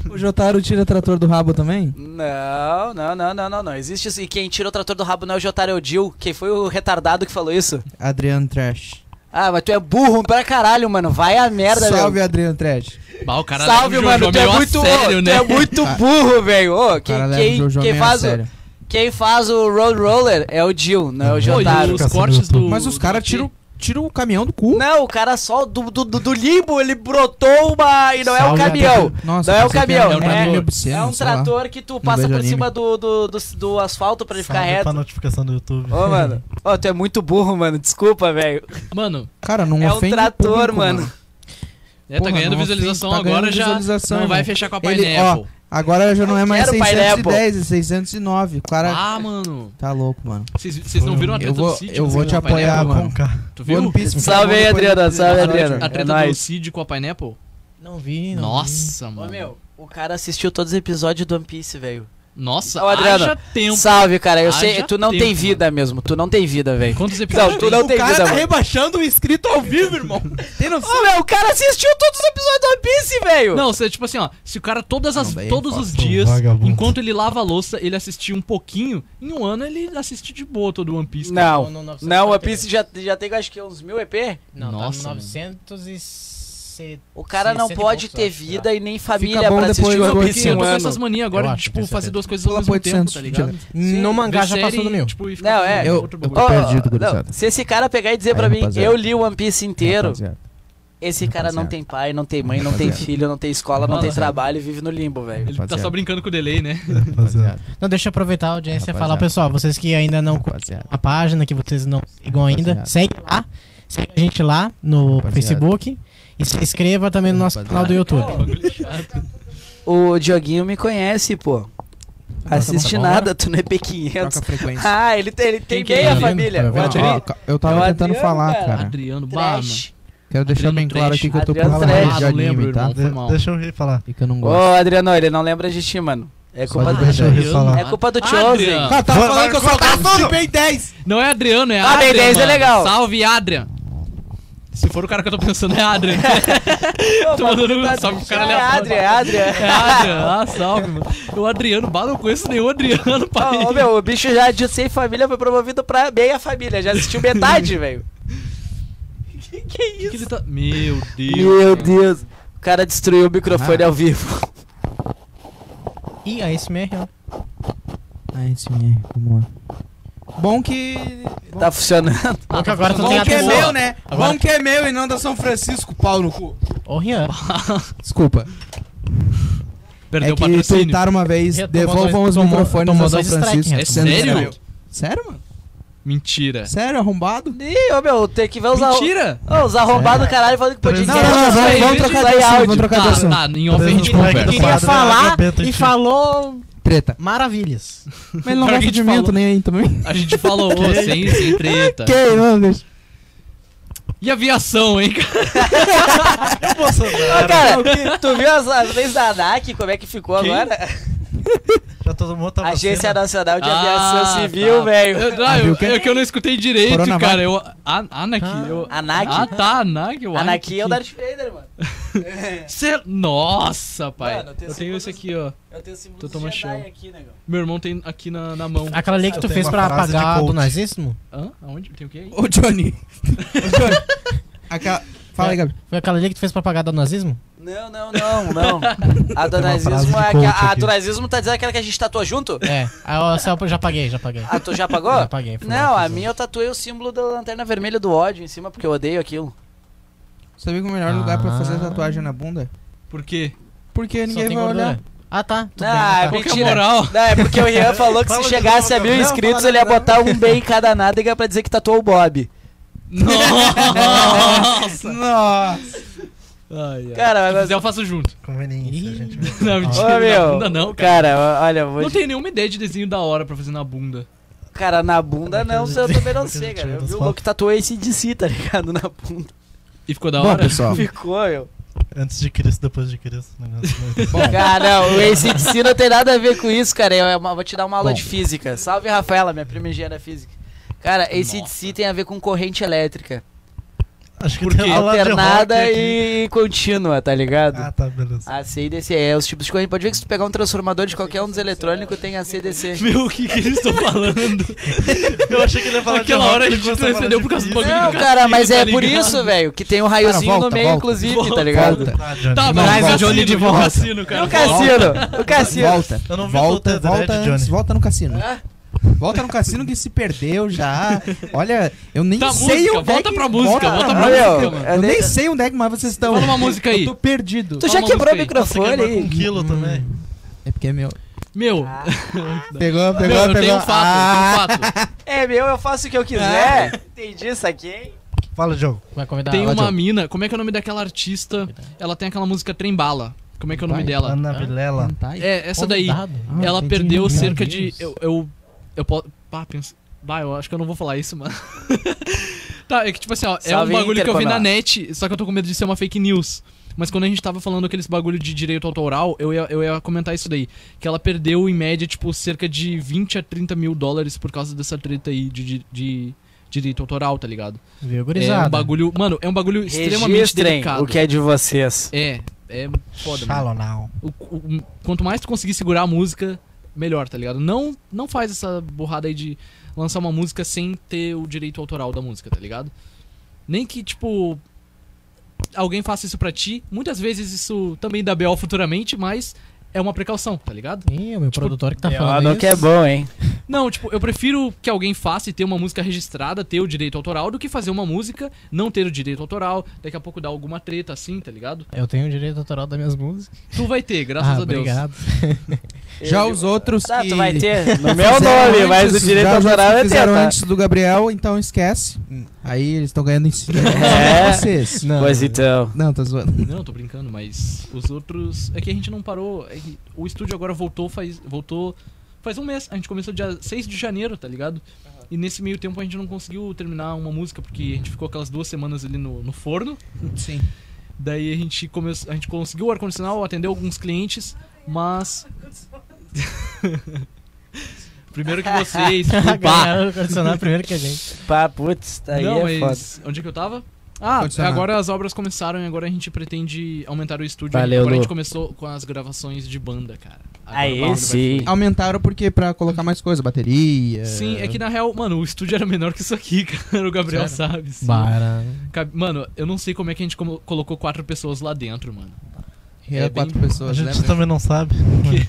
Speaker 1: O Jotaro tira trator do rabo também?
Speaker 4: Não, não, não, não, não, não. Existe isso. E quem tirou o trator do rabo não é o Jotaro é o Jill. Quem foi o retardado que falou isso?
Speaker 1: Adriano Trash.
Speaker 4: Ah, mas tu é burro pra caralho, mano. Vai a merda, meu.
Speaker 1: Salve, Adriano Trash.
Speaker 3: Bah, o cara
Speaker 4: Salve,
Speaker 3: leva o
Speaker 4: mano.
Speaker 3: Jojo
Speaker 4: Tu é
Speaker 3: meio a
Speaker 4: muito,
Speaker 3: sério,
Speaker 4: ô,
Speaker 3: né?
Speaker 4: tu é muito burro, velho. Ô,
Speaker 1: O cara
Speaker 4: quem,
Speaker 1: leva o
Speaker 4: quem,
Speaker 1: Jojo
Speaker 4: quem
Speaker 1: meio a
Speaker 4: faz o,
Speaker 1: sério.
Speaker 4: quem faz o Road Roller é o Jill, não é o
Speaker 3: Pô, e
Speaker 4: Jotaro.
Speaker 3: os cortes do...
Speaker 1: Mas os
Speaker 3: do
Speaker 1: caras
Speaker 3: Jojo-
Speaker 1: tiram tira o caminhão do cu.
Speaker 4: Não, o cara só do, do, do- do limbo, ele brotou uma. E não é o
Speaker 2: Salve,
Speaker 4: caminhão.
Speaker 1: Nossa,
Speaker 4: não é o
Speaker 1: pensei que
Speaker 4: caminhão,
Speaker 1: era um
Speaker 4: é-
Speaker 1: anime obsceno,
Speaker 4: É um
Speaker 1: sei lá.
Speaker 4: trator que tu passa
Speaker 1: vejo
Speaker 4: por
Speaker 1: anime.
Speaker 4: cima do, do, do, do asfalto pra ele ficar
Speaker 5: Salve pra
Speaker 4: reto.
Speaker 5: notificação do YouTube.
Speaker 4: Ô, mano. Ô, tu é muito burro, mano. Desculpa, velho.
Speaker 3: Mano,
Speaker 1: Cara, não
Speaker 4: É um
Speaker 1: ofende o
Speaker 4: trator,
Speaker 1: público,
Speaker 4: mano.
Speaker 3: é, tá
Speaker 1: Porra,
Speaker 3: ganhando
Speaker 1: não,
Speaker 3: visualização
Speaker 1: tá
Speaker 3: agora,
Speaker 1: ganhando
Speaker 3: já
Speaker 1: visualização,
Speaker 3: não vai
Speaker 1: irmão.
Speaker 3: fechar com a
Speaker 1: Ele-
Speaker 3: Pineapple.
Speaker 1: Agora já não é mais
Speaker 4: Quero
Speaker 1: 610, é 609. O cara
Speaker 3: Ah, mano.
Speaker 1: tá louco, mano.
Speaker 3: Vocês- Vocês não viram a
Speaker 1: Eu
Speaker 3: treta
Speaker 1: vou-
Speaker 3: do Cid?
Speaker 1: eu vou
Speaker 3: com
Speaker 1: te
Speaker 3: a Pineapple?
Speaker 1: apoiar, mano.
Speaker 5: Ah, Com K.
Speaker 3: Tu viu?
Speaker 1: One Piece,
Speaker 4: Salve aí, Adriano. Salve, Adriano.
Speaker 3: A
Speaker 4: É
Speaker 3: treta do
Speaker 4: nóis.
Speaker 3: Cid com a Pineapple?
Speaker 2: Não vi, não
Speaker 3: Nossa,
Speaker 4: Ô,
Speaker 3: mano.
Speaker 4: meu. O cara assistiu todos os episódios do One Piece, velho.
Speaker 3: Nossa,
Speaker 4: Ô, Adriano,
Speaker 3: haja tempo.
Speaker 4: Salve, cara. Eu
Speaker 3: Haja
Speaker 4: sei, tu não
Speaker 3: tempo,
Speaker 4: tem vida mesmo. Tu não tem vida, velho.
Speaker 3: Quantos episódios
Speaker 4: Não, é tu
Speaker 3: tem?
Speaker 4: não tem vida, tá mano.
Speaker 1: rebaixando o inscrito ao vivo, irmão. Tem noção?
Speaker 4: Ô, meu, o cara assistiu todos os episódios do One Piece, velho.
Speaker 3: Não, você, tipo assim, ó, se o cara todas as,
Speaker 1: Não, daí é
Speaker 3: todos os
Speaker 1: fácil.
Speaker 3: dias,
Speaker 5: Vagabundo.
Speaker 3: enquanto ele lava a louça, ele assistir um pouquinho, em um ano ele assiste de boa todo o One Piece. cara.
Speaker 4: Não,
Speaker 2: Não, não,
Speaker 4: não, o One Piece já, já tem, acho que, uns mil EP.
Speaker 2: Não,
Speaker 3: Nossa,
Speaker 2: tá
Speaker 3: mano.
Speaker 2: 970.
Speaker 4: O cara não
Speaker 2: 60 e
Speaker 4: pode
Speaker 2: poucos,
Speaker 4: ter
Speaker 2: acho,
Speaker 4: vida e nem
Speaker 1: Fica
Speaker 4: família
Speaker 1: bom
Speaker 4: pra assistir
Speaker 1: depois,
Speaker 4: o One
Speaker 1: depois
Speaker 4: Piece
Speaker 3: Porque eu
Speaker 4: em
Speaker 3: tô
Speaker 4: um
Speaker 3: com
Speaker 4: ano.
Speaker 3: essas manias agora
Speaker 2: Eu
Speaker 3: de,
Speaker 2: acho,
Speaker 3: tipo,
Speaker 2: tenho
Speaker 3: fazer
Speaker 2: certeza.
Speaker 3: duas coisas ao
Speaker 1: Pula
Speaker 3: mesmo
Speaker 1: 800,
Speaker 3: tempo, tá ligado?
Speaker 2: No mangá
Speaker 3: Ver
Speaker 2: já passou
Speaker 3: série,
Speaker 2: do meu.
Speaker 3: Tipo, e ficar
Speaker 4: Não,
Speaker 3: fazendo
Speaker 4: é.
Speaker 1: Eu-
Speaker 3: outro
Speaker 1: eu-
Speaker 3: bagulho.
Speaker 4: Ô,
Speaker 1: perdido,
Speaker 4: não,
Speaker 1: gurizada.
Speaker 4: se esse cara pegar e dizer pra
Speaker 1: Aí,
Speaker 4: mim,
Speaker 1: rapaziada.
Speaker 4: eu li o One Piece inteiro, esse cara não
Speaker 1: Rapaziada.
Speaker 4: tem pai, não tem mãe, não tem
Speaker 1: Rapaziada.
Speaker 4: filho, não tem escola, não tem
Speaker 3: Rapaziada.
Speaker 4: trabalho e vive no limbo, velho.
Speaker 3: Ele tá só
Speaker 1: Rapaziada.
Speaker 3: brincando com o delay, né?
Speaker 5: Rapaziada.
Speaker 2: Não, deixa eu aproveitar a audiência e falar,
Speaker 1: Rapaziada.
Speaker 2: pessoal, vocês que ainda não curtiram
Speaker 1: Rapaziada.
Speaker 2: a página, que vocês não sigam ainda,
Speaker 1: Rapaziada.
Speaker 2: segue lá. Segue a gente lá no
Speaker 1: Rapaziada.
Speaker 2: Facebook. E se inscreva também no nosso canal do YouTube.
Speaker 4: O Dioguinho me conhece, pô. Assiste
Speaker 1: tá bom. né?
Speaker 4: nada, tu não é
Speaker 1: Troca a
Speaker 4: P500.
Speaker 1: frequência.
Speaker 4: Ah, ele tem, ele tem
Speaker 3: Quem que é
Speaker 4: meia
Speaker 3: ele?
Speaker 4: família.
Speaker 3: vendo?
Speaker 4: O Adri-
Speaker 3: Adriano?
Speaker 1: Ó, ca- eu tava
Speaker 4: É o
Speaker 1: tentando
Speaker 4: Adriano,
Speaker 1: falar,
Speaker 4: cara.
Speaker 1: cara.
Speaker 3: Adriano
Speaker 4: Trash.
Speaker 1: Quero deixar
Speaker 3: Adriano
Speaker 1: bem claro aqui que eu tô por
Speaker 4: Adriano
Speaker 1: falar
Speaker 4: Trash.
Speaker 1: de
Speaker 3: Ah, não lembro,
Speaker 1: anime, tá?
Speaker 3: irmão. Foi mal.
Speaker 5: deixa eu rir falar.
Speaker 1: E que eu não
Speaker 4: Ô,
Speaker 1: gosto.
Speaker 4: Adriano, ele não lembra de ti, mano. É culpa
Speaker 5: Só
Speaker 4: do.
Speaker 5: deixa eu rir falar.
Speaker 4: É culpa do
Speaker 3: Ah,
Speaker 4: Chosen.
Speaker 3: Adriano.
Speaker 1: Ah, tava
Speaker 5: Vai-
Speaker 1: falando que eu só
Speaker 2: é
Speaker 1: gosto de Ben 10.
Speaker 3: Não é Adriano, é
Speaker 4: Ah,
Speaker 3: Adrian.
Speaker 4: bem, dez é
Speaker 3: mano.
Speaker 4: legal.
Speaker 3: Salve, Adrian. Se for o cara que eu tô pensando, é Adrian.
Speaker 4: Pô,
Speaker 3: tô mandando
Speaker 4: tá-
Speaker 3: um salve pro cara
Speaker 4: é
Speaker 3: aleatório.
Speaker 4: Adria, é Adria.
Speaker 3: É Adrian. Ah, salve, mano. O Adriano, bala, eu não conheço nenhum Adriano, pai.
Speaker 4: Ô, ô, Ah, meu, o bicho já de 100 família foi promovido pra meia família. Já assistiu metade, velho.
Speaker 3: Que que ele tá- Meu Deus.
Speaker 4: Meu Deus. O cara destruiu o microfone ao vivo.
Speaker 2: E a SMR, é ó.
Speaker 1: Ah, esse mesmo, vamos lá. é. Bom que.
Speaker 4: Tá funcionando.
Speaker 2: Bom que agora tu
Speaker 1: Bom
Speaker 2: tem
Speaker 1: que é
Speaker 2: atenção.
Speaker 1: meu, né?
Speaker 2: Agora-
Speaker 1: Bom que é meu e não da São Francisco, pau no cu.
Speaker 2: Ô, Rian.
Speaker 1: Desculpa.
Speaker 3: Perdeu
Speaker 1: é
Speaker 3: o
Speaker 1: que
Speaker 3: patrocínio.
Speaker 1: tuitaram uma vez,
Speaker 2: Tomou
Speaker 1: devolvam
Speaker 2: dois-
Speaker 1: os
Speaker 2: tomou-
Speaker 1: microfones
Speaker 2: tomou
Speaker 1: a São
Speaker 2: dois strike,
Speaker 1: Francisco.
Speaker 2: né?
Speaker 3: É
Speaker 1: Sendo
Speaker 3: sério?
Speaker 1: sério? Sério, mano?
Speaker 3: Mentira.
Speaker 1: Sério, arrombado?
Speaker 4: Ih, ô, meu, tem que ver os arro-
Speaker 3: Mentira.
Speaker 4: Ô, os arrombados do caralho falando que é podia
Speaker 5: Não,
Speaker 1: não, não, vamos-
Speaker 4: Isso aí,
Speaker 1: vamos
Speaker 4: isso
Speaker 1: trocar
Speaker 4: aí,
Speaker 1: de assunto,
Speaker 4: áudio.
Speaker 1: vamos trocar de
Speaker 3: Tá,
Speaker 1: assunto.
Speaker 3: tá, em off a gente
Speaker 5: Não,
Speaker 3: conversa.
Speaker 5: não, não.
Speaker 2: Queria
Speaker 5: Quadro,
Speaker 2: falar
Speaker 5: Beto,
Speaker 2: e
Speaker 5: tio.
Speaker 2: falou
Speaker 1: Treta.
Speaker 2: maravilhas.
Speaker 1: Mas ele não
Speaker 3: Pior que a
Speaker 1: gosta de
Speaker 3: gente
Speaker 1: mim, eu
Speaker 3: falou. Tá.
Speaker 1: tô nem aí também.
Speaker 3: A gente falou ô, sem, sem treta.
Speaker 1: Que, mano, deixa.
Speaker 3: E aviação, hein, cara?
Speaker 4: Ô, cara, tu viu as, as leis da ANAC, como é que ficou
Speaker 3: Quem?
Speaker 4: agora?
Speaker 5: Já todo mundo tá
Speaker 4: Agência
Speaker 5: vacinado.
Speaker 4: Nacional de
Speaker 3: Ah,
Speaker 4: Aviação Civil,
Speaker 3: tá.
Speaker 4: velho.
Speaker 3: Eu, ah,
Speaker 1: Ah, viu
Speaker 3: eu,
Speaker 1: o quê?
Speaker 3: é que eu não escutei direito,
Speaker 1: Coronavac.
Speaker 3: cara. Eu, ah, a, Anakin. eu,
Speaker 4: Anakin?
Speaker 3: Ah, tá, Anakin. o
Speaker 4: Anakin é o
Speaker 3: Anakin.
Speaker 4: Darth Vader, mano.
Speaker 3: Cê- é- Nossa, pai.
Speaker 4: Mano, eu tenho
Speaker 3: eu tenho esse aqui, ó.
Speaker 4: Eu tenho símbolo
Speaker 3: Tô
Speaker 4: do
Speaker 3: tomando
Speaker 4: Jedi
Speaker 3: chão.
Speaker 4: aqui, negão.
Speaker 3: Meu irmão tem aqui na, na mão.
Speaker 2: Aquela lei que
Speaker 5: Eu
Speaker 2: tu
Speaker 5: tenho
Speaker 2: fez
Speaker 5: uma
Speaker 2: pra
Speaker 5: frase de
Speaker 2: apagar do
Speaker 5: coach.
Speaker 2: nazismo?
Speaker 3: Hã? Aonde? Tem o quê aí?
Speaker 1: Ô, Johnny. Ô, Johnny. Aquela... Fala aí, Gabi.
Speaker 2: Foi aquela lei que tu fez pra apagar do nazismo?
Speaker 4: Não, não, não, não. A do
Speaker 5: Tem uma frase
Speaker 4: nazismo
Speaker 5: de
Speaker 4: é aquela.
Speaker 5: coach
Speaker 4: A
Speaker 5: aqui.
Speaker 4: do nazismo tá dizendo aquela que a gente tatuou junto?
Speaker 2: É. Aí eu- essa eu já paguei, já paguei.
Speaker 4: Ah, tu já pagou?
Speaker 2: Já paguei. fui lá,
Speaker 4: Não, a
Speaker 2: fiz
Speaker 4: minha eu tatuei o símbolo da lanterna vermelha do ódio em cima, porque eu odeio aquilo.
Speaker 1: Sabia que o melhor lugar pra fazer
Speaker 2: Ah.
Speaker 1: tatuagem é na bunda?
Speaker 3: Por quê?
Speaker 1: Porque
Speaker 2: Só
Speaker 1: ninguém
Speaker 2: tem
Speaker 1: vai
Speaker 2: gordura.
Speaker 1: olhar.
Speaker 2: Ah, tá. Tudo
Speaker 4: Ah,
Speaker 2: bem.
Speaker 4: é
Speaker 2: tá.
Speaker 3: Qual que é a
Speaker 4: Mentira.
Speaker 3: moral?
Speaker 4: Não, é porque o Ian falou que
Speaker 5: Fala
Speaker 4: se
Speaker 5: de
Speaker 4: chegasse
Speaker 5: novo,
Speaker 4: a mil
Speaker 5: Gabriel.
Speaker 4: inscritos,
Speaker 5: Não,
Speaker 4: ele ia botar um bem em cada nádega pra dizer que tatuou o Bob.
Speaker 3: Nossa!
Speaker 1: Nossa.
Speaker 3: Ai, ai.
Speaker 4: Cara,
Speaker 3: Se
Speaker 4: mas-
Speaker 3: quiser, eu faço junto.
Speaker 5: Conveniência, gente.
Speaker 3: Não, mentira.
Speaker 4: Ô, meu.
Speaker 3: Na bunda não, cara.
Speaker 4: Cara, olha, eu vou
Speaker 3: Não
Speaker 4: te-
Speaker 3: tem nenhuma ideia de desenho da hora pra fazer na bunda.
Speaker 4: cara, na bunda
Speaker 5: Como é que
Speaker 4: não,
Speaker 5: eu
Speaker 4: se eu
Speaker 5: disse-
Speaker 4: também não
Speaker 5: como é que eu
Speaker 4: sei,
Speaker 5: disse
Speaker 4: cara. Eu vi
Speaker 5: das
Speaker 4: o
Speaker 5: fotos?
Speaker 4: louco que tatuou esse DC, tá ligado? Na bunda.
Speaker 3: E ficou da
Speaker 1: Bom,
Speaker 3: hora?
Speaker 1: pessoal.
Speaker 4: Ficou, meu.
Speaker 5: Antes de Cristo, depois de Cristo. né, Negócio.
Speaker 4: Cara, não, o ACDC não tem nada a ver com isso, cara. Eu, eu vou te dar uma aula
Speaker 1: Bom.
Speaker 4: de física. Salve, Rafaela, minha prima engenheira física. Cara, ACDC tem a ver com corrente elétrica.
Speaker 5: Acho que
Speaker 3: Por
Speaker 5: tem
Speaker 3: quê?
Speaker 5: aula é de rock
Speaker 4: alternada
Speaker 5: aqui.
Speaker 4: e contínua, tá ligado?
Speaker 5: Ah, tá, beleza.
Speaker 4: ACDC é os tipos de corrente. Pode ver que se tu pegar um transformador de qualquer um dos eletrônicos, tem ACDC.
Speaker 3: Meu, o que, que eles estão falando?
Speaker 5: Eu achei que ele ia falar de
Speaker 3: Aquela
Speaker 5: rock,
Speaker 3: hora a
Speaker 5: ele
Speaker 3: gente
Speaker 5: começou a falar
Speaker 3: transcendeu
Speaker 5: de
Speaker 3: por causa do
Speaker 5: física.
Speaker 3: bagulho
Speaker 4: Não,
Speaker 3: do
Speaker 4: cara,
Speaker 3: castigo,
Speaker 4: mas
Speaker 3: tá
Speaker 4: é por
Speaker 3: ligado?
Speaker 4: isso, velho, que tem um raiozinho
Speaker 1: Cara,
Speaker 4: no
Speaker 1: volta,
Speaker 4: meio,
Speaker 1: volta.
Speaker 4: inclusive,
Speaker 3: Volta,
Speaker 4: tá ligado?
Speaker 1: volta.
Speaker 5: Tá, Johnny.
Speaker 3: Tá,
Speaker 5: Não,
Speaker 3: mas
Speaker 1: Traz
Speaker 3: o
Speaker 1: a
Speaker 3: Johnny
Speaker 1: Johnny
Speaker 3: de
Speaker 1: de
Speaker 3: volta.
Speaker 1: volta.
Speaker 3: cassino, cara. Tá,
Speaker 4: No cassino, no cassino.
Speaker 1: Volta.
Speaker 5: Eu não vi
Speaker 1: volta,
Speaker 5: o Tetra
Speaker 1: volta,
Speaker 5: Red,
Speaker 1: antes,
Speaker 5: Johnny.
Speaker 1: volta no cassino.
Speaker 7: Ah.
Speaker 4: Hã?
Speaker 1: Volta no cassino que se perdeu já. Olha, eu nem
Speaker 3: Da
Speaker 1: sei
Speaker 3: Tá música,
Speaker 1: onde é
Speaker 3: volta
Speaker 1: que-
Speaker 3: pra música, volta pra
Speaker 1: música.
Speaker 4: Olha,
Speaker 3: mano.
Speaker 1: Eu
Speaker 4: eu
Speaker 1: nem
Speaker 4: nem-
Speaker 1: sei onde é que mais vocês estão.
Speaker 3: Fala uma música aí.
Speaker 1: Eu tô perdido.
Speaker 4: Tu
Speaker 3: Fala
Speaker 4: já
Speaker 3: uma
Speaker 4: quebrou o
Speaker 3: música
Speaker 5: Nossa,
Speaker 4: microfone
Speaker 5: quebrou
Speaker 4: aí?
Speaker 5: com um quilo também.
Speaker 1: É porque é meu.
Speaker 3: Meu,
Speaker 1: Pegou, pegou, pegou. Ah,
Speaker 3: meu, eu tenho um fato, eu tenho um fato.
Speaker 4: É meu, eu faço o que eu quiser. Entendi isso aqui, hein?
Speaker 5: Fala, Diogo.
Speaker 2: Vai
Speaker 1: Tá,
Speaker 2: convidar
Speaker 3: Tem
Speaker 2: ela,
Speaker 3: uma
Speaker 2: Diogo.
Speaker 3: mina, como é que é o nome daquela artista? Ela tem aquela música Trembala. Como é que é o nome
Speaker 1: Vai.
Speaker 3: dela?
Speaker 5: Ana Vilela.
Speaker 1: tá
Speaker 3: É, essa daí.
Speaker 2: Convidado.
Speaker 1: Ah,
Speaker 3: Ela
Speaker 1: entendi.
Speaker 3: perdeu
Speaker 1: Meu
Speaker 3: cerca de.
Speaker 1: Deus.
Speaker 3: Eu. Eu, eu posso. Pá, pensa. Bah, eu acho que eu não vou falar isso, mano. tá, é que tipo assim, ó, é um
Speaker 4: Salve,
Speaker 3: bagulho que eu vi
Speaker 4: Interconal.
Speaker 3: na net, só que eu tô com medo de ser uma fake news. Mas quando a gente tava falando aqueles bagulho de direito autoral, eu ia, eu ia comentar isso daí. Que ela perdeu, em média, tipo, cerca de 20 a 30 mil dólares por causa dessa treta aí de, de, de direito autoral, tá ligado?
Speaker 2: Viu,
Speaker 3: É
Speaker 2: gurizada?
Speaker 3: um bagulho. Mano, é um bagulho extremamente
Speaker 4: Registrem
Speaker 3: delicado.
Speaker 4: o que é de vocês.
Speaker 3: É, é foda, mano.
Speaker 5: Fala, não.
Speaker 3: O- o- quanto mais tu conseguir segurar a música, melhor, tá ligado? Não, não faz essa burrada aí de lançar uma música sem ter o direito autoral da música, tá ligado? Nem que, tipo, alguém faça isso pra ti. Muitas vezes isso também dá B.O. futuramente, mas é uma precaução, tá ligado?
Speaker 2: Ih, o meu produtor que tá
Speaker 4: Ah,
Speaker 2: falando
Speaker 4: não
Speaker 2: isso.
Speaker 4: que é bom, hein?
Speaker 3: Não, tipo, eu prefiro que alguém faça e ter uma música registrada, ter o direito autoral, do que fazer uma música, não ter o direito autoral, daqui a pouco dar alguma treta assim, tá ligado?
Speaker 2: Eu tenho o direito autoral das minhas músicas.
Speaker 3: Tu vai ter, graças
Speaker 2: ah,
Speaker 3: a Deus.
Speaker 2: obrigado.
Speaker 1: Já os outros
Speaker 4: Tá,
Speaker 1: que...
Speaker 4: tu vai ter.
Speaker 7: No meu nome, mas o direito
Speaker 1: já os outros
Speaker 7: autoral
Speaker 1: que
Speaker 7: é teu,
Speaker 1: fizeram
Speaker 7: tá?
Speaker 1: antes do Gabriel, então esquece.
Speaker 3: Hum.
Speaker 1: Aí eles estão ganhando em cima.
Speaker 7: É.
Speaker 1: Vocês.
Speaker 2: Não.
Speaker 7: Pois então.
Speaker 1: Não, tá zoando.
Speaker 3: Não, tô brincando, mas os outros. É que a gente não parou. é que o estúdio agora voltou faz. Voltou. Faz um mês. A gente começou dia 6 de janeiro, tá ligado? E nesse meio tempo a gente não conseguiu terminar uma música, porque a gente ficou aquelas duas semanas ali no, no forno.
Speaker 1: Sim.
Speaker 3: Daí a gente começou. A gente conseguiu o ar-condicionado, atendeu alguns clientes, mas. Primeiro que vocês, pá.
Speaker 2: Ganharam o condicionado é primeiro que a gente.
Speaker 7: Pá, putz, tá aí
Speaker 3: Não,
Speaker 7: é foda.
Speaker 3: mas onde é que eu tava? Ah,
Speaker 1: Condicionado.
Speaker 3: agora as obras começaram e agora a gente pretende aumentar o estúdio.
Speaker 7: Valeu,
Speaker 3: agora a
Speaker 7: Lu.
Speaker 3: gente começou com as gravações de banda, cara. Agora
Speaker 7: Aí
Speaker 3: o bagulho vai
Speaker 7: sim.
Speaker 3: fluir.
Speaker 1: Aumentaram porque pra colocar mais coisa, bateria.
Speaker 3: Sim, é que na real, mano, o estúdio era menor que isso aqui, cara. O Gabriel sabe. sim.
Speaker 2: Bara.
Speaker 3: Cabe- Mano, eu não sei como é que a gente como- colocou quatro pessoas lá dentro, mano.
Speaker 1: E era
Speaker 3: é bem-
Speaker 1: quatro
Speaker 5: A
Speaker 1: pessoas,
Speaker 5: gente
Speaker 1: lembra?
Speaker 5: também não sabe.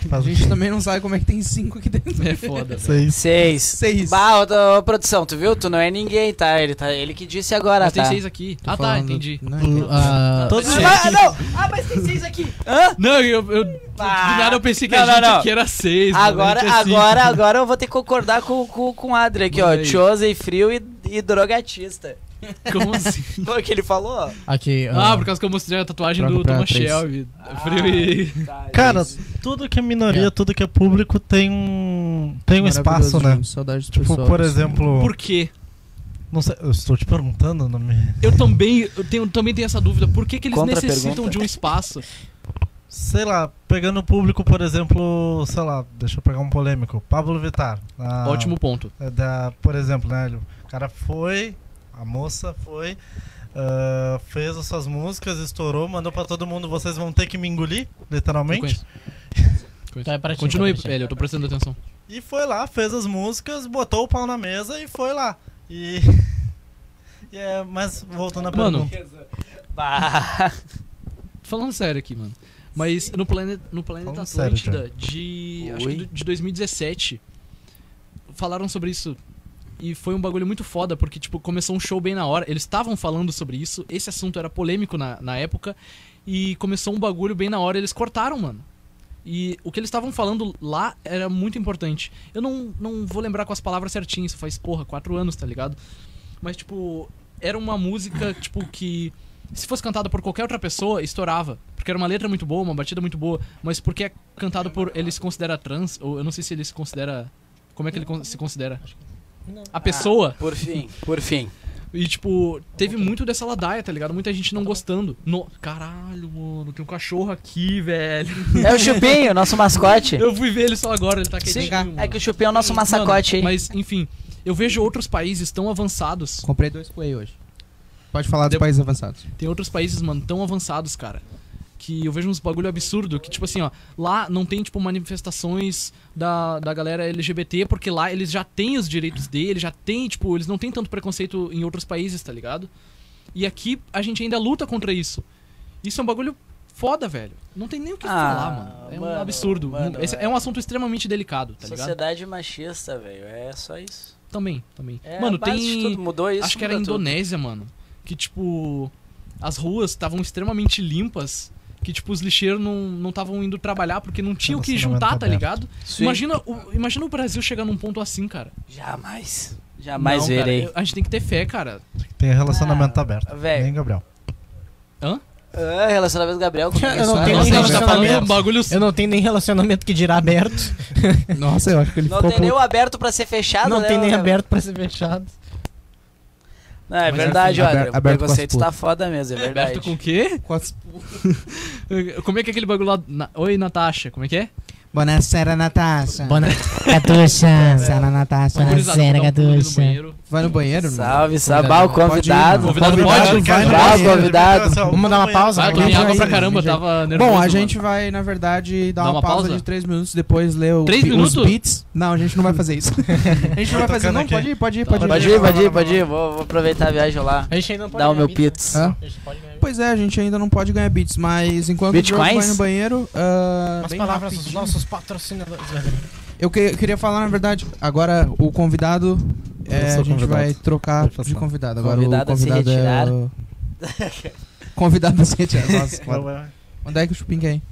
Speaker 1: A
Speaker 5: Faz o
Speaker 1: gente também não sabe como é que tem cinco aqui dentro.
Speaker 3: É foda, velho.
Speaker 5: Seis.
Speaker 4: Seis.
Speaker 1: Seis.
Speaker 4: Bah, ô, ô, ô, produção, tu viu? Tu não é ninguém, tá? Ele, tá, ele que disse agora,
Speaker 3: Mas
Speaker 4: tá?
Speaker 3: tem seis aqui.
Speaker 1: Tô
Speaker 3: ah, tá,
Speaker 1: falando-
Speaker 3: entendi.
Speaker 1: Não,
Speaker 2: Ah,
Speaker 5: Todos
Speaker 4: Ah,
Speaker 5: cheios.
Speaker 4: ah, não! Ah, mas tem seis aqui! Hã?
Speaker 3: Não, eu, eu do nada eu pensei que a
Speaker 4: Não, não,
Speaker 3: gente
Speaker 4: não.
Speaker 3: aqui era seis. mano, a
Speaker 4: Agora,
Speaker 3: gente é cinco.
Speaker 4: agora, agora eu vou ter que concordar com, com, com o Adri aqui,
Speaker 3: Manda
Speaker 4: ó.
Speaker 3: aí.
Speaker 4: Chose, frio e, e drogatista.
Speaker 3: Como assim?
Speaker 4: Foi o que ele falou?
Speaker 2: aqui.
Speaker 3: Ah,
Speaker 2: ah,
Speaker 3: por causa que eu mostrei a tatuagem
Speaker 1: Troca
Speaker 3: do
Speaker 1: pra
Speaker 3: Thomas
Speaker 1: três.
Speaker 3: Shelby. Frio e.
Speaker 4: Tá,
Speaker 5: Cara,
Speaker 4: gente.
Speaker 5: tudo que é minoria,
Speaker 2: É.
Speaker 5: tudo que é público tem um. tem um espaço, né?
Speaker 1: Saudades
Speaker 5: Tipo, por
Speaker 1: assim,
Speaker 5: exemplo.
Speaker 3: Por quê?
Speaker 5: Não sei, eu estou te perguntando, não me.
Speaker 3: Eu também, eu tenho, também tenho essa dúvida. Por que, que eles
Speaker 7: Contra a
Speaker 3: necessitam
Speaker 7: pergunta.
Speaker 3: de um espaço?
Speaker 5: Sei lá, pegando o público, por exemplo, sei lá, deixa eu pegar um polêmico. Pablo Vittar. a-
Speaker 3: Ótimo ponto.
Speaker 5: é Da, por exemplo, né? ele- O cara foi, a moça foi, ah, fez as suas músicas, estourou, mandou pra todo mundo, vocês vão ter que me engolir,
Speaker 3: Eu
Speaker 5: literalmente.
Speaker 3: conheço.
Speaker 2: então é pra ti, então
Speaker 3: Continue,
Speaker 2: é pra ti.
Speaker 3: velho, eu tô prestando atenção.
Speaker 5: E foi lá, fez as músicas, botou o pau na mesa e foi lá. E. e é, mas voltando à
Speaker 3: Mano,
Speaker 5: pergunta.
Speaker 4: Bah.
Speaker 3: Falando sério aqui, mano. Mas no planeta, no planeta
Speaker 5: Falando sério,
Speaker 3: Atlântida de, acho que
Speaker 7: Oi?
Speaker 3: do- de 2017, falaram sobre isso. E foi um bagulho muito foda, porque, tipo, começou um show bem na hora. Eles estavam falando sobre isso, esse assunto era polêmico na, na época. E começou um bagulho bem na hora, eles cortaram, mano. E o que eles estavam falando lá era muito importante. Eu não, não vou lembrar com as palavras certinhas, isso faz, porra, quatro anos, tá ligado? Mas, tipo, era uma música, tipo, que se fosse cantada por qualquer outra pessoa, estourava. Porque era uma letra muito boa, uma batida muito boa. Mas porque é cantado por. Ele se considera trans, ou eu não sei se ele se considera. Como é que ele con- se considera? A pessoa.
Speaker 4: Por fim, por fim.
Speaker 3: E, tipo, teve muito dessa ladaia, tá ligado? Muita gente não gostando. No... Caralho, mano, tem um cachorro aqui, velho.
Speaker 4: É o Chupinho, nosso mascote.
Speaker 3: Eu fui ver ele só agora, ele tá
Speaker 4: Sim,
Speaker 3: quietinho. mano.
Speaker 4: é que o Chupinho é o nosso
Speaker 3: Mano,
Speaker 4: massacote, hein?
Speaker 3: Mas, enfim, eu vejo outros países tão avançados
Speaker 1: Comprei dois Play hoje. Pode falar dos
Speaker 3: Deu-
Speaker 1: países avançados.
Speaker 3: Tem outros países, mano, tão avançados, cara. Que eu vejo uns bagulho absurdo, que tipo assim, ó, lá não tem, tipo, manifestações da, da galera LGBT, porque lá eles já têm os direitos dele, já tem, tipo, eles não têm tanto preconceito em outros países, tá ligado? E aqui a gente ainda luta contra isso. Isso é um bagulho foda, velho. Não tem nem o que
Speaker 4: Ah,
Speaker 3: falar, mano. É um
Speaker 4: mano,
Speaker 3: absurdo.
Speaker 4: mano,
Speaker 3: Esse é um assunto extremamente delicado, tá ligado?
Speaker 4: Sociedade machista, velho. É só isso.
Speaker 3: Também, também.
Speaker 4: É
Speaker 3: mano,
Speaker 4: a base
Speaker 3: tem
Speaker 4: de tudo, mudou isso.
Speaker 3: acho que era a
Speaker 4: mudou tudo.
Speaker 3: Indonésia, mano. Que, tipo, as ruas estavam extremamente limpas. Que, tipo, os lixeiros não não estavam indo trabalhar porque não tinha o que
Speaker 5: Relacionamento
Speaker 3: juntar, tá
Speaker 5: aberto.
Speaker 3: ligado?
Speaker 4: Sim.
Speaker 3: Imagina o, imagina o Brasil chegar num ponto assim, cara.
Speaker 4: Jamais. Jamais
Speaker 3: Não, cara,
Speaker 4: verei.
Speaker 3: eu- a gente tem que ter fé, cara.
Speaker 5: Tem relacionamento aberto.
Speaker 4: velho.
Speaker 5: Nem Gabriel.
Speaker 4: Ah, relacionamento Gabriel com
Speaker 2: Eu não
Speaker 1: Tem
Speaker 2: tenho
Speaker 3: Nossa,
Speaker 2: nem
Speaker 3: a gente tá falando
Speaker 2: relacionamento.
Speaker 3: um bagulho.
Speaker 2: Eu não tenho nem relacionamento que dirá aberto.
Speaker 1: Nossa, eu acho que ele
Speaker 4: Não
Speaker 1: ficou
Speaker 4: tem nem o aberto pra ser fechado,
Speaker 2: Ah, não
Speaker 4: né?
Speaker 2: tem nem
Speaker 4: Gabriel?
Speaker 2: aberto pra ser fechado.
Speaker 4: Não, é
Speaker 1: Mas
Speaker 4: verdade,
Speaker 1: assim,
Speaker 4: olha.
Speaker 1: aber-
Speaker 4: O
Speaker 1: aberto com as
Speaker 4: preconceito
Speaker 1: putas.
Speaker 4: tá foda mesmo, é verdade.
Speaker 3: Aberto com o quê?
Speaker 1: com as...
Speaker 3: Como é que é aquele bagulho lá. na- Oi, Natasha, como é que é?
Speaker 6: Buonasera, Natasha.
Speaker 2: Bona- É.
Speaker 6: Gatuxa. Sala,
Speaker 2: Ah,
Speaker 6: Natasha.
Speaker 3: Gurizada,
Speaker 6: Buonasera,
Speaker 3: vou dar um pulo ali no
Speaker 6: gatuxa.
Speaker 3: banheiro.
Speaker 1: Vai no banheiro, né? mano.
Speaker 4: Salve, sabal, convidado.
Speaker 3: Convidado pode?
Speaker 1: vai no
Speaker 4: Bravo,
Speaker 1: banheiro.
Speaker 4: convidado.
Speaker 2: Vamos dar uma pausa?
Speaker 3: Vai, eu tomei
Speaker 1: Vai,
Speaker 3: água
Speaker 1: vai,
Speaker 3: pra
Speaker 1: vai,
Speaker 3: caramba,
Speaker 2: vai.
Speaker 3: tava nervoso.
Speaker 1: Bom, a
Speaker 3: mano.
Speaker 1: gente vai, na verdade, dar
Speaker 3: Dá
Speaker 1: uma,
Speaker 3: uma
Speaker 1: pausa,
Speaker 3: pausa?
Speaker 1: de 3 minutos, depois ler o
Speaker 3: Três
Speaker 1: bi- os
Speaker 3: minutos?
Speaker 1: beats. Não, a gente não vai fazer isso. a gente não vai
Speaker 5: Tô
Speaker 1: fazer,
Speaker 5: tocando
Speaker 1: não,
Speaker 5: aqui.
Speaker 1: pode ir, pode ir,
Speaker 3: Tá.
Speaker 1: pode ir.
Speaker 4: Pode ir, pode ir, pode ir. Vou, vou aproveitar a viagem lá.
Speaker 2: A gente ainda não pode
Speaker 4: Dar o
Speaker 2: ganhar
Speaker 4: meu
Speaker 2: bits, né?
Speaker 4: pits.
Speaker 1: Hã?
Speaker 2: A gente pode ganhar bits.
Speaker 1: Pois é, a gente ainda não pode ganhar beats, mas enquanto o Diogo
Speaker 4: Bitcoins?
Speaker 1: vai no banheiro... ah,
Speaker 2: Umas
Speaker 1: bem
Speaker 2: palavras dos
Speaker 1: rapidinho.
Speaker 2: nossos patrocinadores.
Speaker 1: Eu, que- eu queria falar, na verdade, agora o convidado. é,
Speaker 5: Eu
Speaker 1: a
Speaker 5: sou
Speaker 1: gente
Speaker 5: convidado.
Speaker 1: vai trocar
Speaker 5: Pode passar.
Speaker 1: de convidado. Agora
Speaker 4: Convidado
Speaker 1: o
Speaker 4: a se
Speaker 1: convidado
Speaker 4: retirar.
Speaker 1: é o- Convidado a se retirar. Nossa,
Speaker 5: Vai,
Speaker 1: foda.
Speaker 5: vai.
Speaker 1: Onde é que o Chupim quer ir?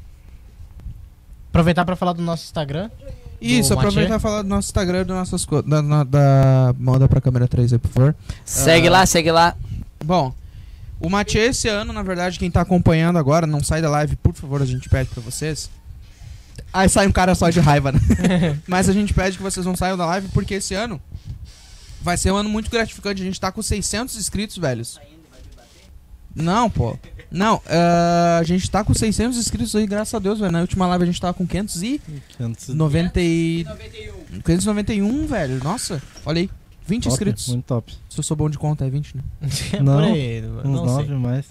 Speaker 2: Aproveitar pra falar do nosso Instagram.
Speaker 1: Isso,
Speaker 2: Mathieu?
Speaker 1: aproveitar e falar do nosso Instagram e do nossas co- da, na- da- Manda pra câmera 3 aí, por favor.
Speaker 4: Segue
Speaker 1: Ah.
Speaker 4: lá, segue lá.
Speaker 1: Bom, o Mathieu esse ano, na verdade, quem tá acompanhando agora, não sai da live, por favor, a gente pede pra vocês. Aí sai um cara só de raiva, né? Mas a gente pede que vocês não saiam da live, porque esse ano vai ser um ano muito gratificante. A gente tá com 600 inscritos, velhos. Não, pô. Não, ah, a gente tá com 600 inscritos aí, graças a Deus, velho. Na última live a gente tava com 500 e... 90 e... 591, velho. Nossa, olha aí. 20 inscritos.
Speaker 5: Muito top.
Speaker 1: Se eu sou bom de conta, é 20, né?
Speaker 2: É
Speaker 5: Não,
Speaker 2: por aí,
Speaker 5: Uns
Speaker 2: não sei.
Speaker 5: nove mais.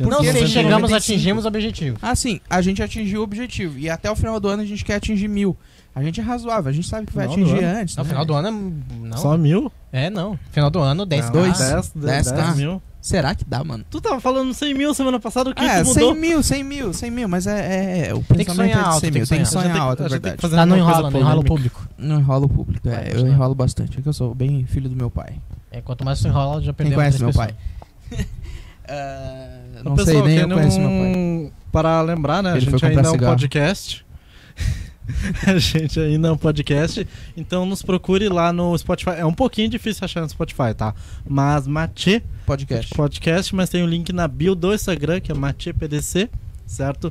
Speaker 2: Não sei,
Speaker 5: 195.
Speaker 2: chegamos, atingimos o objetivo.
Speaker 1: Assim, a gente atingiu o objetivo. E até o final do ano a gente quer atingir mil. A gente é razoável, a gente sabe que vai
Speaker 5: Final do
Speaker 1: atingir
Speaker 5: ano?
Speaker 1: antes.
Speaker 2: No
Speaker 1: né?
Speaker 2: final do ano é. Não.
Speaker 5: Só mil?
Speaker 2: É, não. Final do ano, 10
Speaker 1: Não,
Speaker 2: dois.
Speaker 1: dez.
Speaker 5: 10,
Speaker 1: Dez,
Speaker 5: 10,
Speaker 1: tá.
Speaker 5: mil.
Speaker 1: Será que dá, mano?
Speaker 5: Tu tava falando 100 mil semana passada, o que
Speaker 1: é,
Speaker 5: que
Speaker 1: 100
Speaker 5: mudou?
Speaker 1: mil, 100 mil, 100 mil, mas é, é- o
Speaker 2: que
Speaker 1: pensamento
Speaker 2: sonhar
Speaker 1: é de 100
Speaker 2: alto, tem
Speaker 1: mil,
Speaker 2: que
Speaker 1: tem que
Speaker 5: sonhar.
Speaker 1: sonhar
Speaker 5: Eu já
Speaker 1: alto, é
Speaker 5: tenho- eu já tenho que
Speaker 1: verdade.
Speaker 5: fazer
Speaker 2: Tá, não
Speaker 5: alguma
Speaker 2: enrola,
Speaker 5: coisa
Speaker 2: não enrola o
Speaker 5: polêmica.
Speaker 2: público.
Speaker 1: Não enrola o público,
Speaker 2: Vai,
Speaker 1: é, eu
Speaker 2: vai.
Speaker 1: enrolo bastante, é que eu sou bem filho do meu pai.
Speaker 2: É, quanto mais tu enrola, já perdeu
Speaker 1: conhece
Speaker 2: muitas
Speaker 1: meu
Speaker 2: pessoas.
Speaker 1: Ah,
Speaker 5: Ô,
Speaker 1: não sei, nem eu
Speaker 5: querendo
Speaker 1: conheço meu pai.
Speaker 5: um- Para lembrar, né?
Speaker 1: Ele
Speaker 5: a
Speaker 1: foi
Speaker 5: gente
Speaker 1: comprar
Speaker 5: ainda é um
Speaker 1: cigarro.
Speaker 5: podcast. a gente ainda é um podcast. Então nos procure lá no Spotify. É um pouquinho difícil achar no Spotify, tá? Mas Mati
Speaker 1: Podcast.
Speaker 5: Podcast, mas tem o link na bio do Instagram, que é Mati PDC, certo?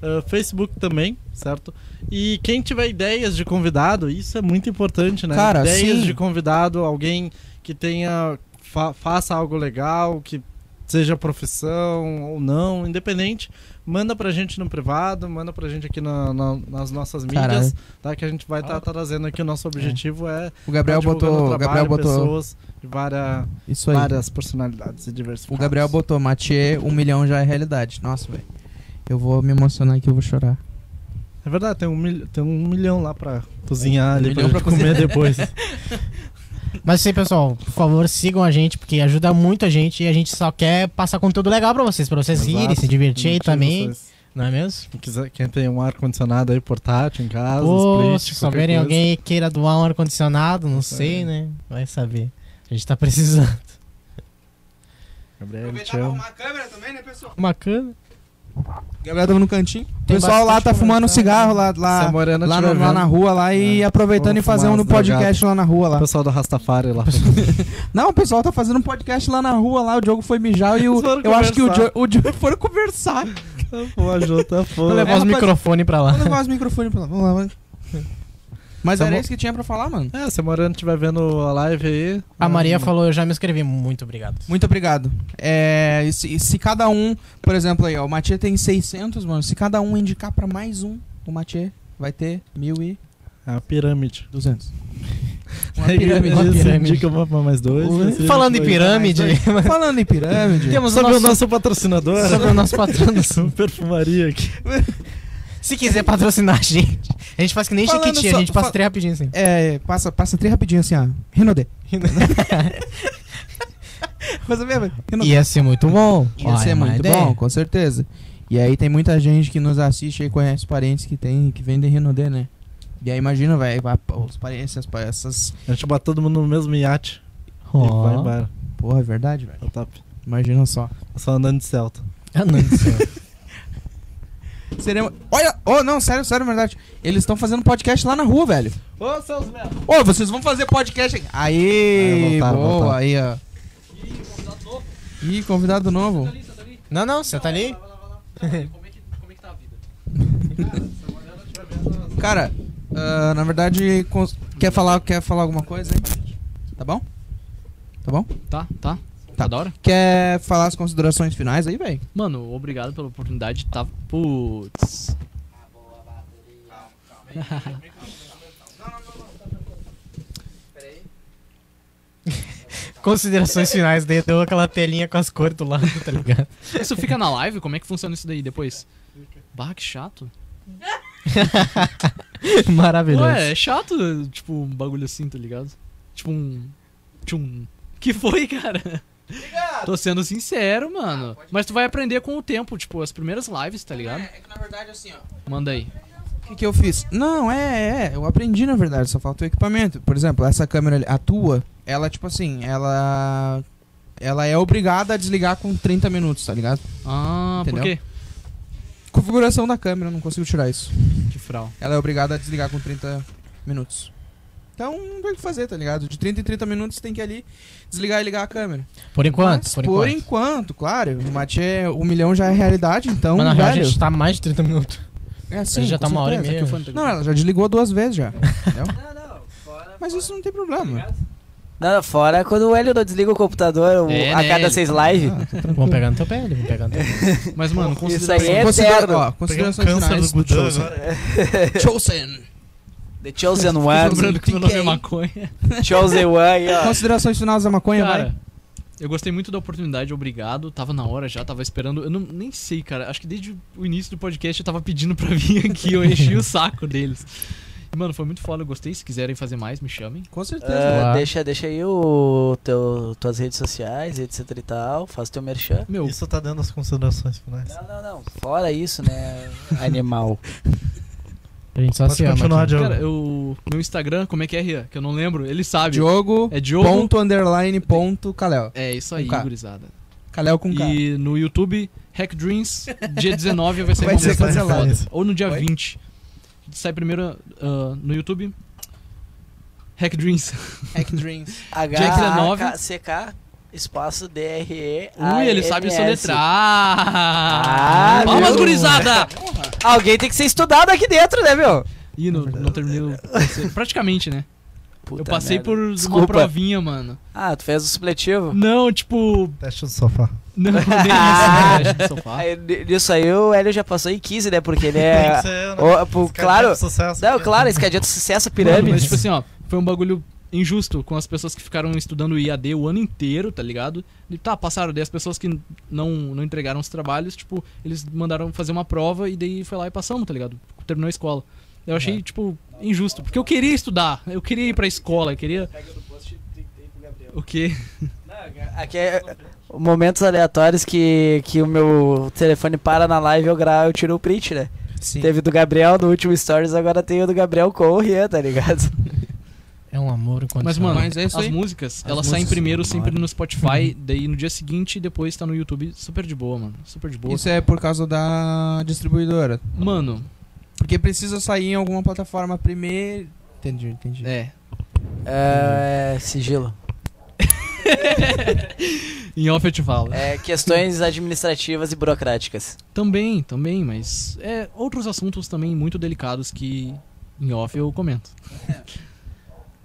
Speaker 5: Ah, Facebook também, certo? E quem tiver ideias de convidado, isso é muito importante, né?
Speaker 1: Cara,
Speaker 5: ideias
Speaker 1: sim.
Speaker 5: de convidado, alguém que tenha fa- faça algo legal, que seja profissão ou não, independente, manda pra gente no privado, manda pra gente aqui na- na- nas nossas mídias,
Speaker 1: Caralho.
Speaker 5: tá? Que a gente vai estar trazendo aqui. O nosso objetivo é,
Speaker 1: O Ah. Gabriel
Speaker 5: tá
Speaker 1: botou,
Speaker 5: divulgando o
Speaker 1: o Gabriel
Speaker 5: trabalho,
Speaker 1: botou,
Speaker 5: pessoas de várias,
Speaker 1: isso aí.
Speaker 5: várias personalidades e
Speaker 1: O
Speaker 5: diversificadas.
Speaker 1: Gabriel botou, Mathieu, um milhão já é realidade. Nossa, velho. Eu vou me emocionar aqui, eu vou chorar.
Speaker 5: É verdade, tem um, mil- tem um milhão lá pra cozinhar ali, pra,
Speaker 1: Um milhão
Speaker 5: gente
Speaker 1: pra
Speaker 5: comer depois.
Speaker 2: Mas sim, pessoal, por favor, sigam a gente, porque ajuda muito a gente e a gente só quer passar conteúdo legal pra vocês, pra vocês
Speaker 5: Exato.
Speaker 2: rirem, se divertir aí
Speaker 5: Gente,
Speaker 2: também,
Speaker 5: vocês-
Speaker 2: não é mesmo?
Speaker 5: quem quiser- Quem tem um ar-condicionado aí portátil em casa,
Speaker 2: Ou
Speaker 5: split,
Speaker 2: se
Speaker 5: qualquer
Speaker 2: souberem
Speaker 5: coisa.
Speaker 2: alguém aí queira doar um ar-condicionado, não sei, né? Vai saber. A gente tá precisando.
Speaker 5: Gabriel, te amo.
Speaker 1: a câmera também, né, pessoal?
Speaker 2: Uma cana.
Speaker 1: Gabriel tava no cantinho. O
Speaker 2: Tem
Speaker 1: pessoal lá
Speaker 2: bastante
Speaker 1: tá fumando
Speaker 2: comentário.
Speaker 1: cigarro lá,
Speaker 5: Se a
Speaker 1: lá,
Speaker 5: Morena
Speaker 1: lá,
Speaker 5: tiver
Speaker 1: no- lá
Speaker 5: vendo,
Speaker 1: na rua lá e
Speaker 5: É.
Speaker 1: aproveitando e
Speaker 5: Vamos fumar
Speaker 1: fazendo um
Speaker 5: uns
Speaker 1: podcast lá na rua
Speaker 5: o
Speaker 1: lá.
Speaker 5: pessoal do Rastafari lá.
Speaker 1: Não, o pessoal tá fazendo um podcast lá na rua lá, o Diogo foi mijar e o,
Speaker 5: Eles foram
Speaker 1: eu acho que o
Speaker 5: conversar.
Speaker 1: Diogo, o Diogo foram conversar.
Speaker 5: Pô, a Jô tá
Speaker 2: Vou
Speaker 5: foda.
Speaker 2: levar
Speaker 1: É, rapaz.
Speaker 2: os microfones pra lá.
Speaker 1: Vamos levar os microfones pra lá, vamos lá. Vamos. Mas
Speaker 5: Tá
Speaker 1: era
Speaker 5: bom.
Speaker 1: isso que tinha pra falar, mano.
Speaker 5: É, se a Morena estiver vendo a live aí. é
Speaker 2: A Maria falou, eu já me inscrevi, muito obrigado.
Speaker 1: Muito obrigado. É, e se, e se cada um, por exemplo aí, ó, o Mathieu tem 600, mano. Se cada um indicar pra mais um, o Mathieu vai ter 1.200.
Speaker 5: É a pirâmide.
Speaker 1: Uma
Speaker 5: Aí
Speaker 1: pirâmide.
Speaker 5: eles
Speaker 2: pirâmide.
Speaker 5: indicam uma pra mais dois.
Speaker 1: é,
Speaker 5: esse
Speaker 2: Falando em
Speaker 5: dois.
Speaker 2: pirâmide,
Speaker 1: Falando em pirâmide.
Speaker 2: temos o
Speaker 5: Sobre o
Speaker 2: nosso,
Speaker 5: nosso patrocinador,
Speaker 2: sobre o nosso patrono.
Speaker 5: perfumaria aqui.
Speaker 2: Se quiser patrocinar a gente, a gente faz que nem
Speaker 1: Falando
Speaker 2: Chiquitinha,
Speaker 1: só-
Speaker 2: a gente passa
Speaker 1: fa-
Speaker 2: três rapidinho assim.
Speaker 1: É, passa, passa três rapidinho assim, ó. Renaudet. Mas é mesmo, Renaudet.
Speaker 2: Ia ser assim, é muito bom.
Speaker 1: Ia ser
Speaker 2: Olha, uma
Speaker 1: muito
Speaker 2: ideia.
Speaker 1: bom, com certeza. E aí tem muita gente que nos assiste e conhece parentes que tem, que vendem Renaudet, né? E aí imagina, velho, os parentes, as, pa- essas...
Speaker 5: A gente bate todo mundo no mesmo iate e vai
Speaker 2: Ó.
Speaker 5: embora.
Speaker 1: Porra, é verdade, velho.
Speaker 5: É o top.
Speaker 1: Imagina só.
Speaker 5: Só andando de Celta.
Speaker 2: Ah, não, do céu.
Speaker 1: Seremos... Olha, oh, não, sério, sério, verdade. Eles estão fazendo podcast lá na rua, velho.
Speaker 5: Ô, seus merda!
Speaker 1: Ô, vocês vão fazer podcast aqui. Aê,
Speaker 5: Aí, voltaram,
Speaker 1: boa,
Speaker 5: voltaram.
Speaker 1: aí, ó. Ih, convidado novo.
Speaker 2: não, não, você tá ali?
Speaker 3: Como é que, como é que tá a vida?
Speaker 1: Cara, ah, na verdade, cons- quer, falar, quer falar alguma coisa aí? Tá bom? Tá bom?
Speaker 3: Tá, tá.
Speaker 1: Tá.
Speaker 3: Tá da hora?
Speaker 1: Quer falar as considerações finais aí, velho?
Speaker 3: Mano, obrigado pela oportunidade. Tá. Putz.
Speaker 2: Considerações finais, daí deu aquela telinha com as cores do lado, tá ligado?
Speaker 3: Isso fica na live? Como é que funciona isso daí depois? Bah, que chato.
Speaker 2: Maravilhoso.
Speaker 3: Ué, é chato, tipo, um bagulho assim, tá ligado? Tipo um. Tchum. Que foi, cara? Tô sendo sincero, mano. Mas tu vai aprender com o tempo, tipo, as primeiras lives, tá ligado?
Speaker 1: que na verdade, assim, ó.
Speaker 3: Manda aí.
Speaker 1: O que, que eu fiz? Não, é, é, eu aprendi na verdade, só falta o equipamento. Por exemplo, essa câmera, ali, a tua, ela, tipo assim, ela. Ela é obrigada a desligar com 30 minutos, tá ligado?
Speaker 3: Ah,
Speaker 1: Entendeu?
Speaker 3: por quê?
Speaker 1: Co- configuração da câmera, eu não consigo tirar isso.
Speaker 3: Que fral.
Speaker 1: Ela é obrigada a desligar com 30 minutos. Então não tem o que fazer, tá ligado? De 30 em 30 minutos tem que ir ali desligar e ligar a câmera.
Speaker 2: Por enquanto,
Speaker 1: Mas,
Speaker 2: por enquanto.
Speaker 1: enquanto, claro. O Mate é. O milhão já é realidade, então.
Speaker 2: Mas na real a
Speaker 1: velho,
Speaker 2: gente tá mais de 30 minutos.
Speaker 1: é assim,
Speaker 2: Ele já
Speaker 1: com
Speaker 2: tá uma hora e
Speaker 1: certeza.
Speaker 2: meia.
Speaker 1: Não, ela já desligou duas vezes já. entendeu?
Speaker 4: Não, não. Fora,
Speaker 1: Mas isso não tem problema.
Speaker 4: Não, fora quando o Hélio não desliga o computador o-
Speaker 3: É,
Speaker 4: a
Speaker 3: né,
Speaker 4: cada
Speaker 3: Hélio?
Speaker 4: seis lives.
Speaker 2: Vamos pegar no teu pé, ele, vamos pegar no teu pé.
Speaker 3: Mas, mano,
Speaker 4: isso
Speaker 3: considera...
Speaker 4: aí é
Speaker 1: Considera,
Speaker 4: eterno.
Speaker 1: ó,
Speaker 5: Peguei um
Speaker 1: considerações
Speaker 5: câncer
Speaker 1: finais
Speaker 5: do
Speaker 1: do
Speaker 5: Gudan
Speaker 1: Chosen.
Speaker 5: agora.
Speaker 1: Chosen.
Speaker 4: The Chosen One.
Speaker 3: Lembrando que meu nome é
Speaker 1: TK.
Speaker 3: maconha.
Speaker 4: Chosen One. aí, ó.
Speaker 1: Considerações finais da maconha, vai.
Speaker 3: Cara, eu gostei muito da oportunidade, obrigado. Tava na hora já, tava esperando. Eu não, nem sei, cara. Acho que desde o início do podcast eu tava pedindo pra vir aqui. Eu enchi o saco deles. E, mano, foi muito foda, eu gostei. Se quiserem fazer mais, me chamem.
Speaker 1: Com certeza.
Speaker 4: Ah,
Speaker 2: Lá.
Speaker 4: deixa, deixa aí o teu, tuas redes sociais, etc e tal. Faz teu merchan.
Speaker 3: Meu,
Speaker 5: Isso tá dentro das considerações finais.
Speaker 4: Não, não, não. Fora isso, né? Animal.
Speaker 2: A gente
Speaker 3: Tá
Speaker 2: só
Speaker 5: Pode
Speaker 2: se ama.
Speaker 5: continuar,
Speaker 2: aqui.
Speaker 5: Diogo.
Speaker 3: cara, eu, meu Instagram, como é que é, Rian? Que eu não lembro, ele sabe.
Speaker 1: Diogo.
Speaker 3: É Diogo.
Speaker 1: Ponto underline ponto Kalel.
Speaker 3: É isso aí,
Speaker 1: Com K.
Speaker 3: gurizada.
Speaker 1: Kalel com K.
Speaker 3: E no YouTube, Hack Dreams, dia 19 vai sair
Speaker 1: Vai
Speaker 3: uma
Speaker 1: ser
Speaker 3: música
Speaker 1: cancelado.
Speaker 3: foda. Ou no dia
Speaker 1: Oi?
Speaker 3: 20. Sai primeiro ah, no YouTube. Hack Dreams.
Speaker 1: Hack Dreams.
Speaker 4: H-A-K-C-K, espaço D-R-E.
Speaker 3: Ui, ele sabe
Speaker 4: AMS.
Speaker 3: soletrar.
Speaker 4: Ah,
Speaker 3: Palmas,
Speaker 4: meu.
Speaker 3: gurizada!
Speaker 4: Alguém tem que ser estudado aqui dentro, né, meu?
Speaker 3: Ih, não, não terminei. o- Praticamente, né?
Speaker 4: Puta
Speaker 3: eu passei
Speaker 4: merda.
Speaker 3: por uma
Speaker 4: Desculpa.
Speaker 3: provinha, mano.
Speaker 4: Ah, tu fez o supletivo?
Speaker 3: Não, tipo.
Speaker 5: Teste do sofá.
Speaker 3: Não, nem isso, né? Acho que sofá.
Speaker 4: Aí, ni- nisso aí o Hélio já passou em 15, né? Porque ele
Speaker 5: Tem
Speaker 4: é.
Speaker 5: que ser, né?
Speaker 4: Ô, pô,
Speaker 5: Esse cara
Speaker 4: claro.
Speaker 5: teve sucesso.
Speaker 4: Não, claro, escadinha do sucesso,
Speaker 3: Mano, mas,
Speaker 4: pirâmide.
Speaker 3: tipo assim, ó, foi um bagulho injusto com as pessoas que ficaram estudando IAD o ano inteiro, tá ligado? E tá, passaram, daí as pessoas que não, não entregaram os trabalhos, tipo, eles mandaram fazer uma prova e daí foi lá e passamos, tá ligado? Terminou a escola. Eu
Speaker 1: É.
Speaker 3: achei, tipo, injusto, porque eu queria estudar, eu queria ir pra escola, eu queria. O quê?
Speaker 4: Aqui é momentos aleatórios que, que o meu telefone para na live, eu gravo, eu tiro o print, né?
Speaker 1: Sim.
Speaker 4: Teve do Gabriel no último Stories, agora tem o do Gabriel com o Rian, tá ligado?
Speaker 2: É um amor enquanto.
Speaker 3: Mas, mano,
Speaker 1: Mas é isso
Speaker 3: as
Speaker 1: aí.
Speaker 3: músicas,
Speaker 1: As
Speaker 3: elas saem
Speaker 1: músicas,
Speaker 3: primeiro sempre
Speaker 2: claro.
Speaker 3: no Spotify,
Speaker 1: Uhum.
Speaker 3: daí no dia seguinte depois tá no YouTube, super de boa, mano. Super de boa.
Speaker 1: Isso é por causa da distribuidora.
Speaker 3: Mano,
Speaker 1: Porque precisa sair em alguma plataforma primeiro. Entendi, entendi.
Speaker 3: é.
Speaker 4: É, sigilo.
Speaker 3: Em off eu te falo.
Speaker 4: É, questões administrativas e burocráticas.
Speaker 3: Também, também, mas é outros assuntos também muito delicados que em off eu comento.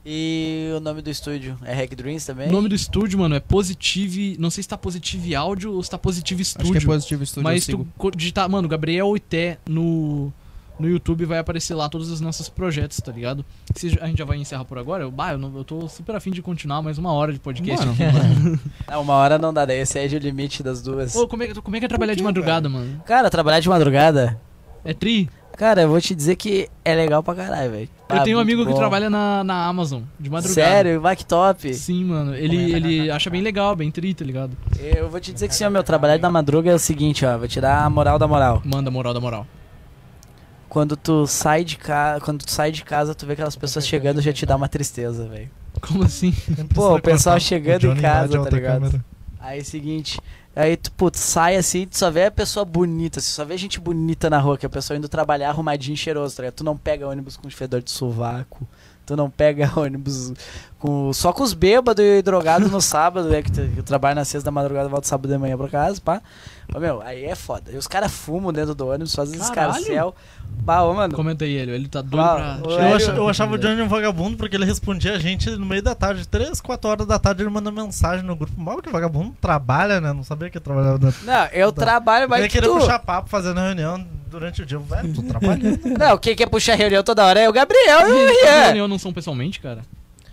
Speaker 4: E o nome do estúdio é Hack Dreams também?
Speaker 3: O nome do estúdio, mano, é Positive, não sei se tá Positive Áudio ou se tá Positive
Speaker 1: Acho
Speaker 3: Studio.
Speaker 1: que é positivo estúdio.
Speaker 3: mas
Speaker 1: eu
Speaker 3: tu
Speaker 1: sigo.
Speaker 3: co- digitar, mano, Gabriel Oité no no YouTube vai aparecer lá todos os nossos projetos, tá ligado? Se a gente já vai encerrar por agora, eu, bah, eu, não- eu tô super afim de continuar mais uma hora de podcast.
Speaker 1: Mano,
Speaker 4: Não, uma hora não dá, né? daí excede o limite das duas.
Speaker 3: Ô, como é, que- como é que é trabalhar de madrugada, mano?
Speaker 4: Cara, trabalhar de madrugada?
Speaker 3: É tri?
Speaker 4: Cara, eu vou te dizer que é legal pra caralho, velho.
Speaker 3: eu
Speaker 4: Ah,
Speaker 3: tenho um
Speaker 4: muito
Speaker 3: amigo que
Speaker 4: bom.
Speaker 3: trabalha na, na Amazon, de madrugada.
Speaker 4: Sério, back top.
Speaker 3: Sim, mano. Ele, ele acha bem legal, bem tri, tá ligado?
Speaker 4: Eu vou te dizer que sim, ó, meu trabalhar da madruga é o seguinte, ó, vou te dar a moral da moral.
Speaker 3: Manda moral da moral.
Speaker 4: Quando tu sai de casa, quando tu sai de casa, tu vê aquelas pessoas chegando, já te dá uma tristeza, velho.
Speaker 3: Como assim?
Speaker 5: Sempre
Speaker 4: Pô, o
Speaker 5: precisa
Speaker 4: pessoal
Speaker 5: cortar.
Speaker 4: chegando
Speaker 5: O Johnny
Speaker 4: em casa,
Speaker 5: dá de
Speaker 4: tá
Speaker 5: alta
Speaker 4: ligado?
Speaker 5: câmera.
Speaker 4: Aí é o seguinte, aí tu, putz, sai assim, tu só vê a pessoa bonita, assim, só vê gente bonita na rua, que é a pessoa indo trabalhar arrumadinho e cheiroso, tá ligado? Tu não pega ônibus com fedor de sovaco, tu não pega ônibus com só com os bêbados e drogados no sábado, né, que tu- que eu trabalho na sexta da madrugada, volto sábado de manhã pra casa, pá. Ô, meu, aí é foda. E os caras fumam dentro do ônibus, fazem
Speaker 3: Caralho!
Speaker 4: escarcel. Bah, ô, mano,
Speaker 3: Comenta aí, ele. Ele tá doido
Speaker 4: Ah,
Speaker 3: pra.
Speaker 4: o
Speaker 3: tirar-
Speaker 5: Eu,
Speaker 4: Hélio-
Speaker 5: ach- eu achava o Johnny um vagabundo porque ele respondia a gente no meio da tarde, 3, 4 horas da tarde, ele manda mensagem no grupo. Mal que vagabundo trabalha, né? Não sabia que eu trabalhava na.
Speaker 4: não, eu
Speaker 5: Tá.
Speaker 4: trabalho mais
Speaker 5: Ele
Speaker 4: que
Speaker 5: queria
Speaker 4: tu.
Speaker 5: puxar papo fazendo reunião durante o dia. Eu, Velho, tô trabalhando. né?
Speaker 4: Não, quem quer puxar reunião toda hora é o Gabriel e o
Speaker 3: Essa
Speaker 4: Rian.
Speaker 3: reunião não são pessoalmente, cara?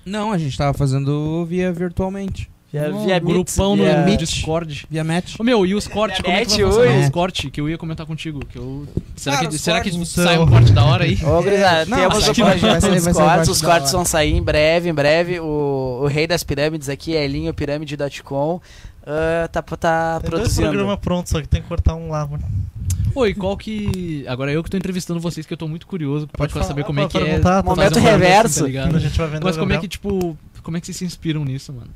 Speaker 1: Não, a gente tava fazendo via virtualmente.
Speaker 4: Via,
Speaker 3: Não,
Speaker 4: É, via Meets,
Speaker 3: grupão
Speaker 4: via-
Speaker 3: no Discord.
Speaker 1: Via match.
Speaker 3: Ô meu, e os cortes? Como é que vai
Speaker 4: Net,
Speaker 3: funcionar
Speaker 4: oi.
Speaker 3: os cortes? Que eu ia comentar contigo. Que eu... Será,
Speaker 1: Cara,
Speaker 3: que,
Speaker 1: os
Speaker 3: será que
Speaker 1: cortes
Speaker 3: sai
Speaker 5: são-
Speaker 3: um corte da hora aí?
Speaker 4: Ô, Grisada,
Speaker 1: Não,
Speaker 4: temos
Speaker 1: acho
Speaker 4: o
Speaker 1: que vai- vai
Speaker 4: projeto
Speaker 1: sair- vai
Speaker 4: dos
Speaker 1: sair
Speaker 4: cortes,
Speaker 1: parte
Speaker 4: os
Speaker 1: da
Speaker 4: cortes
Speaker 1: hora.
Speaker 4: vão sair em breve, em breve. O, o rei das pirâmides aqui, Elinho Pirâmide.com, ah, tá, tá
Speaker 5: Tem dois programas
Speaker 4: produzindo.
Speaker 5: prontos, só que tem que cortar um lá. mano.
Speaker 3: Oi, qual que. Agora eu que tô entrevistando vocês, que eu tô muito curioso pra
Speaker 5: Pode falar,
Speaker 3: saber como é
Speaker 5: pode
Speaker 3: que é.
Speaker 5: perguntar, tá
Speaker 3: fazer um
Speaker 4: Momento
Speaker 3: bagulho assim,
Speaker 4: reverso.
Speaker 3: tá ligado?
Speaker 5: A gente vai vendo
Speaker 3: Mas
Speaker 5: o
Speaker 3: como é
Speaker 5: Gabriel.
Speaker 3: que, tipo. Como é que vocês se inspiram nisso, mano?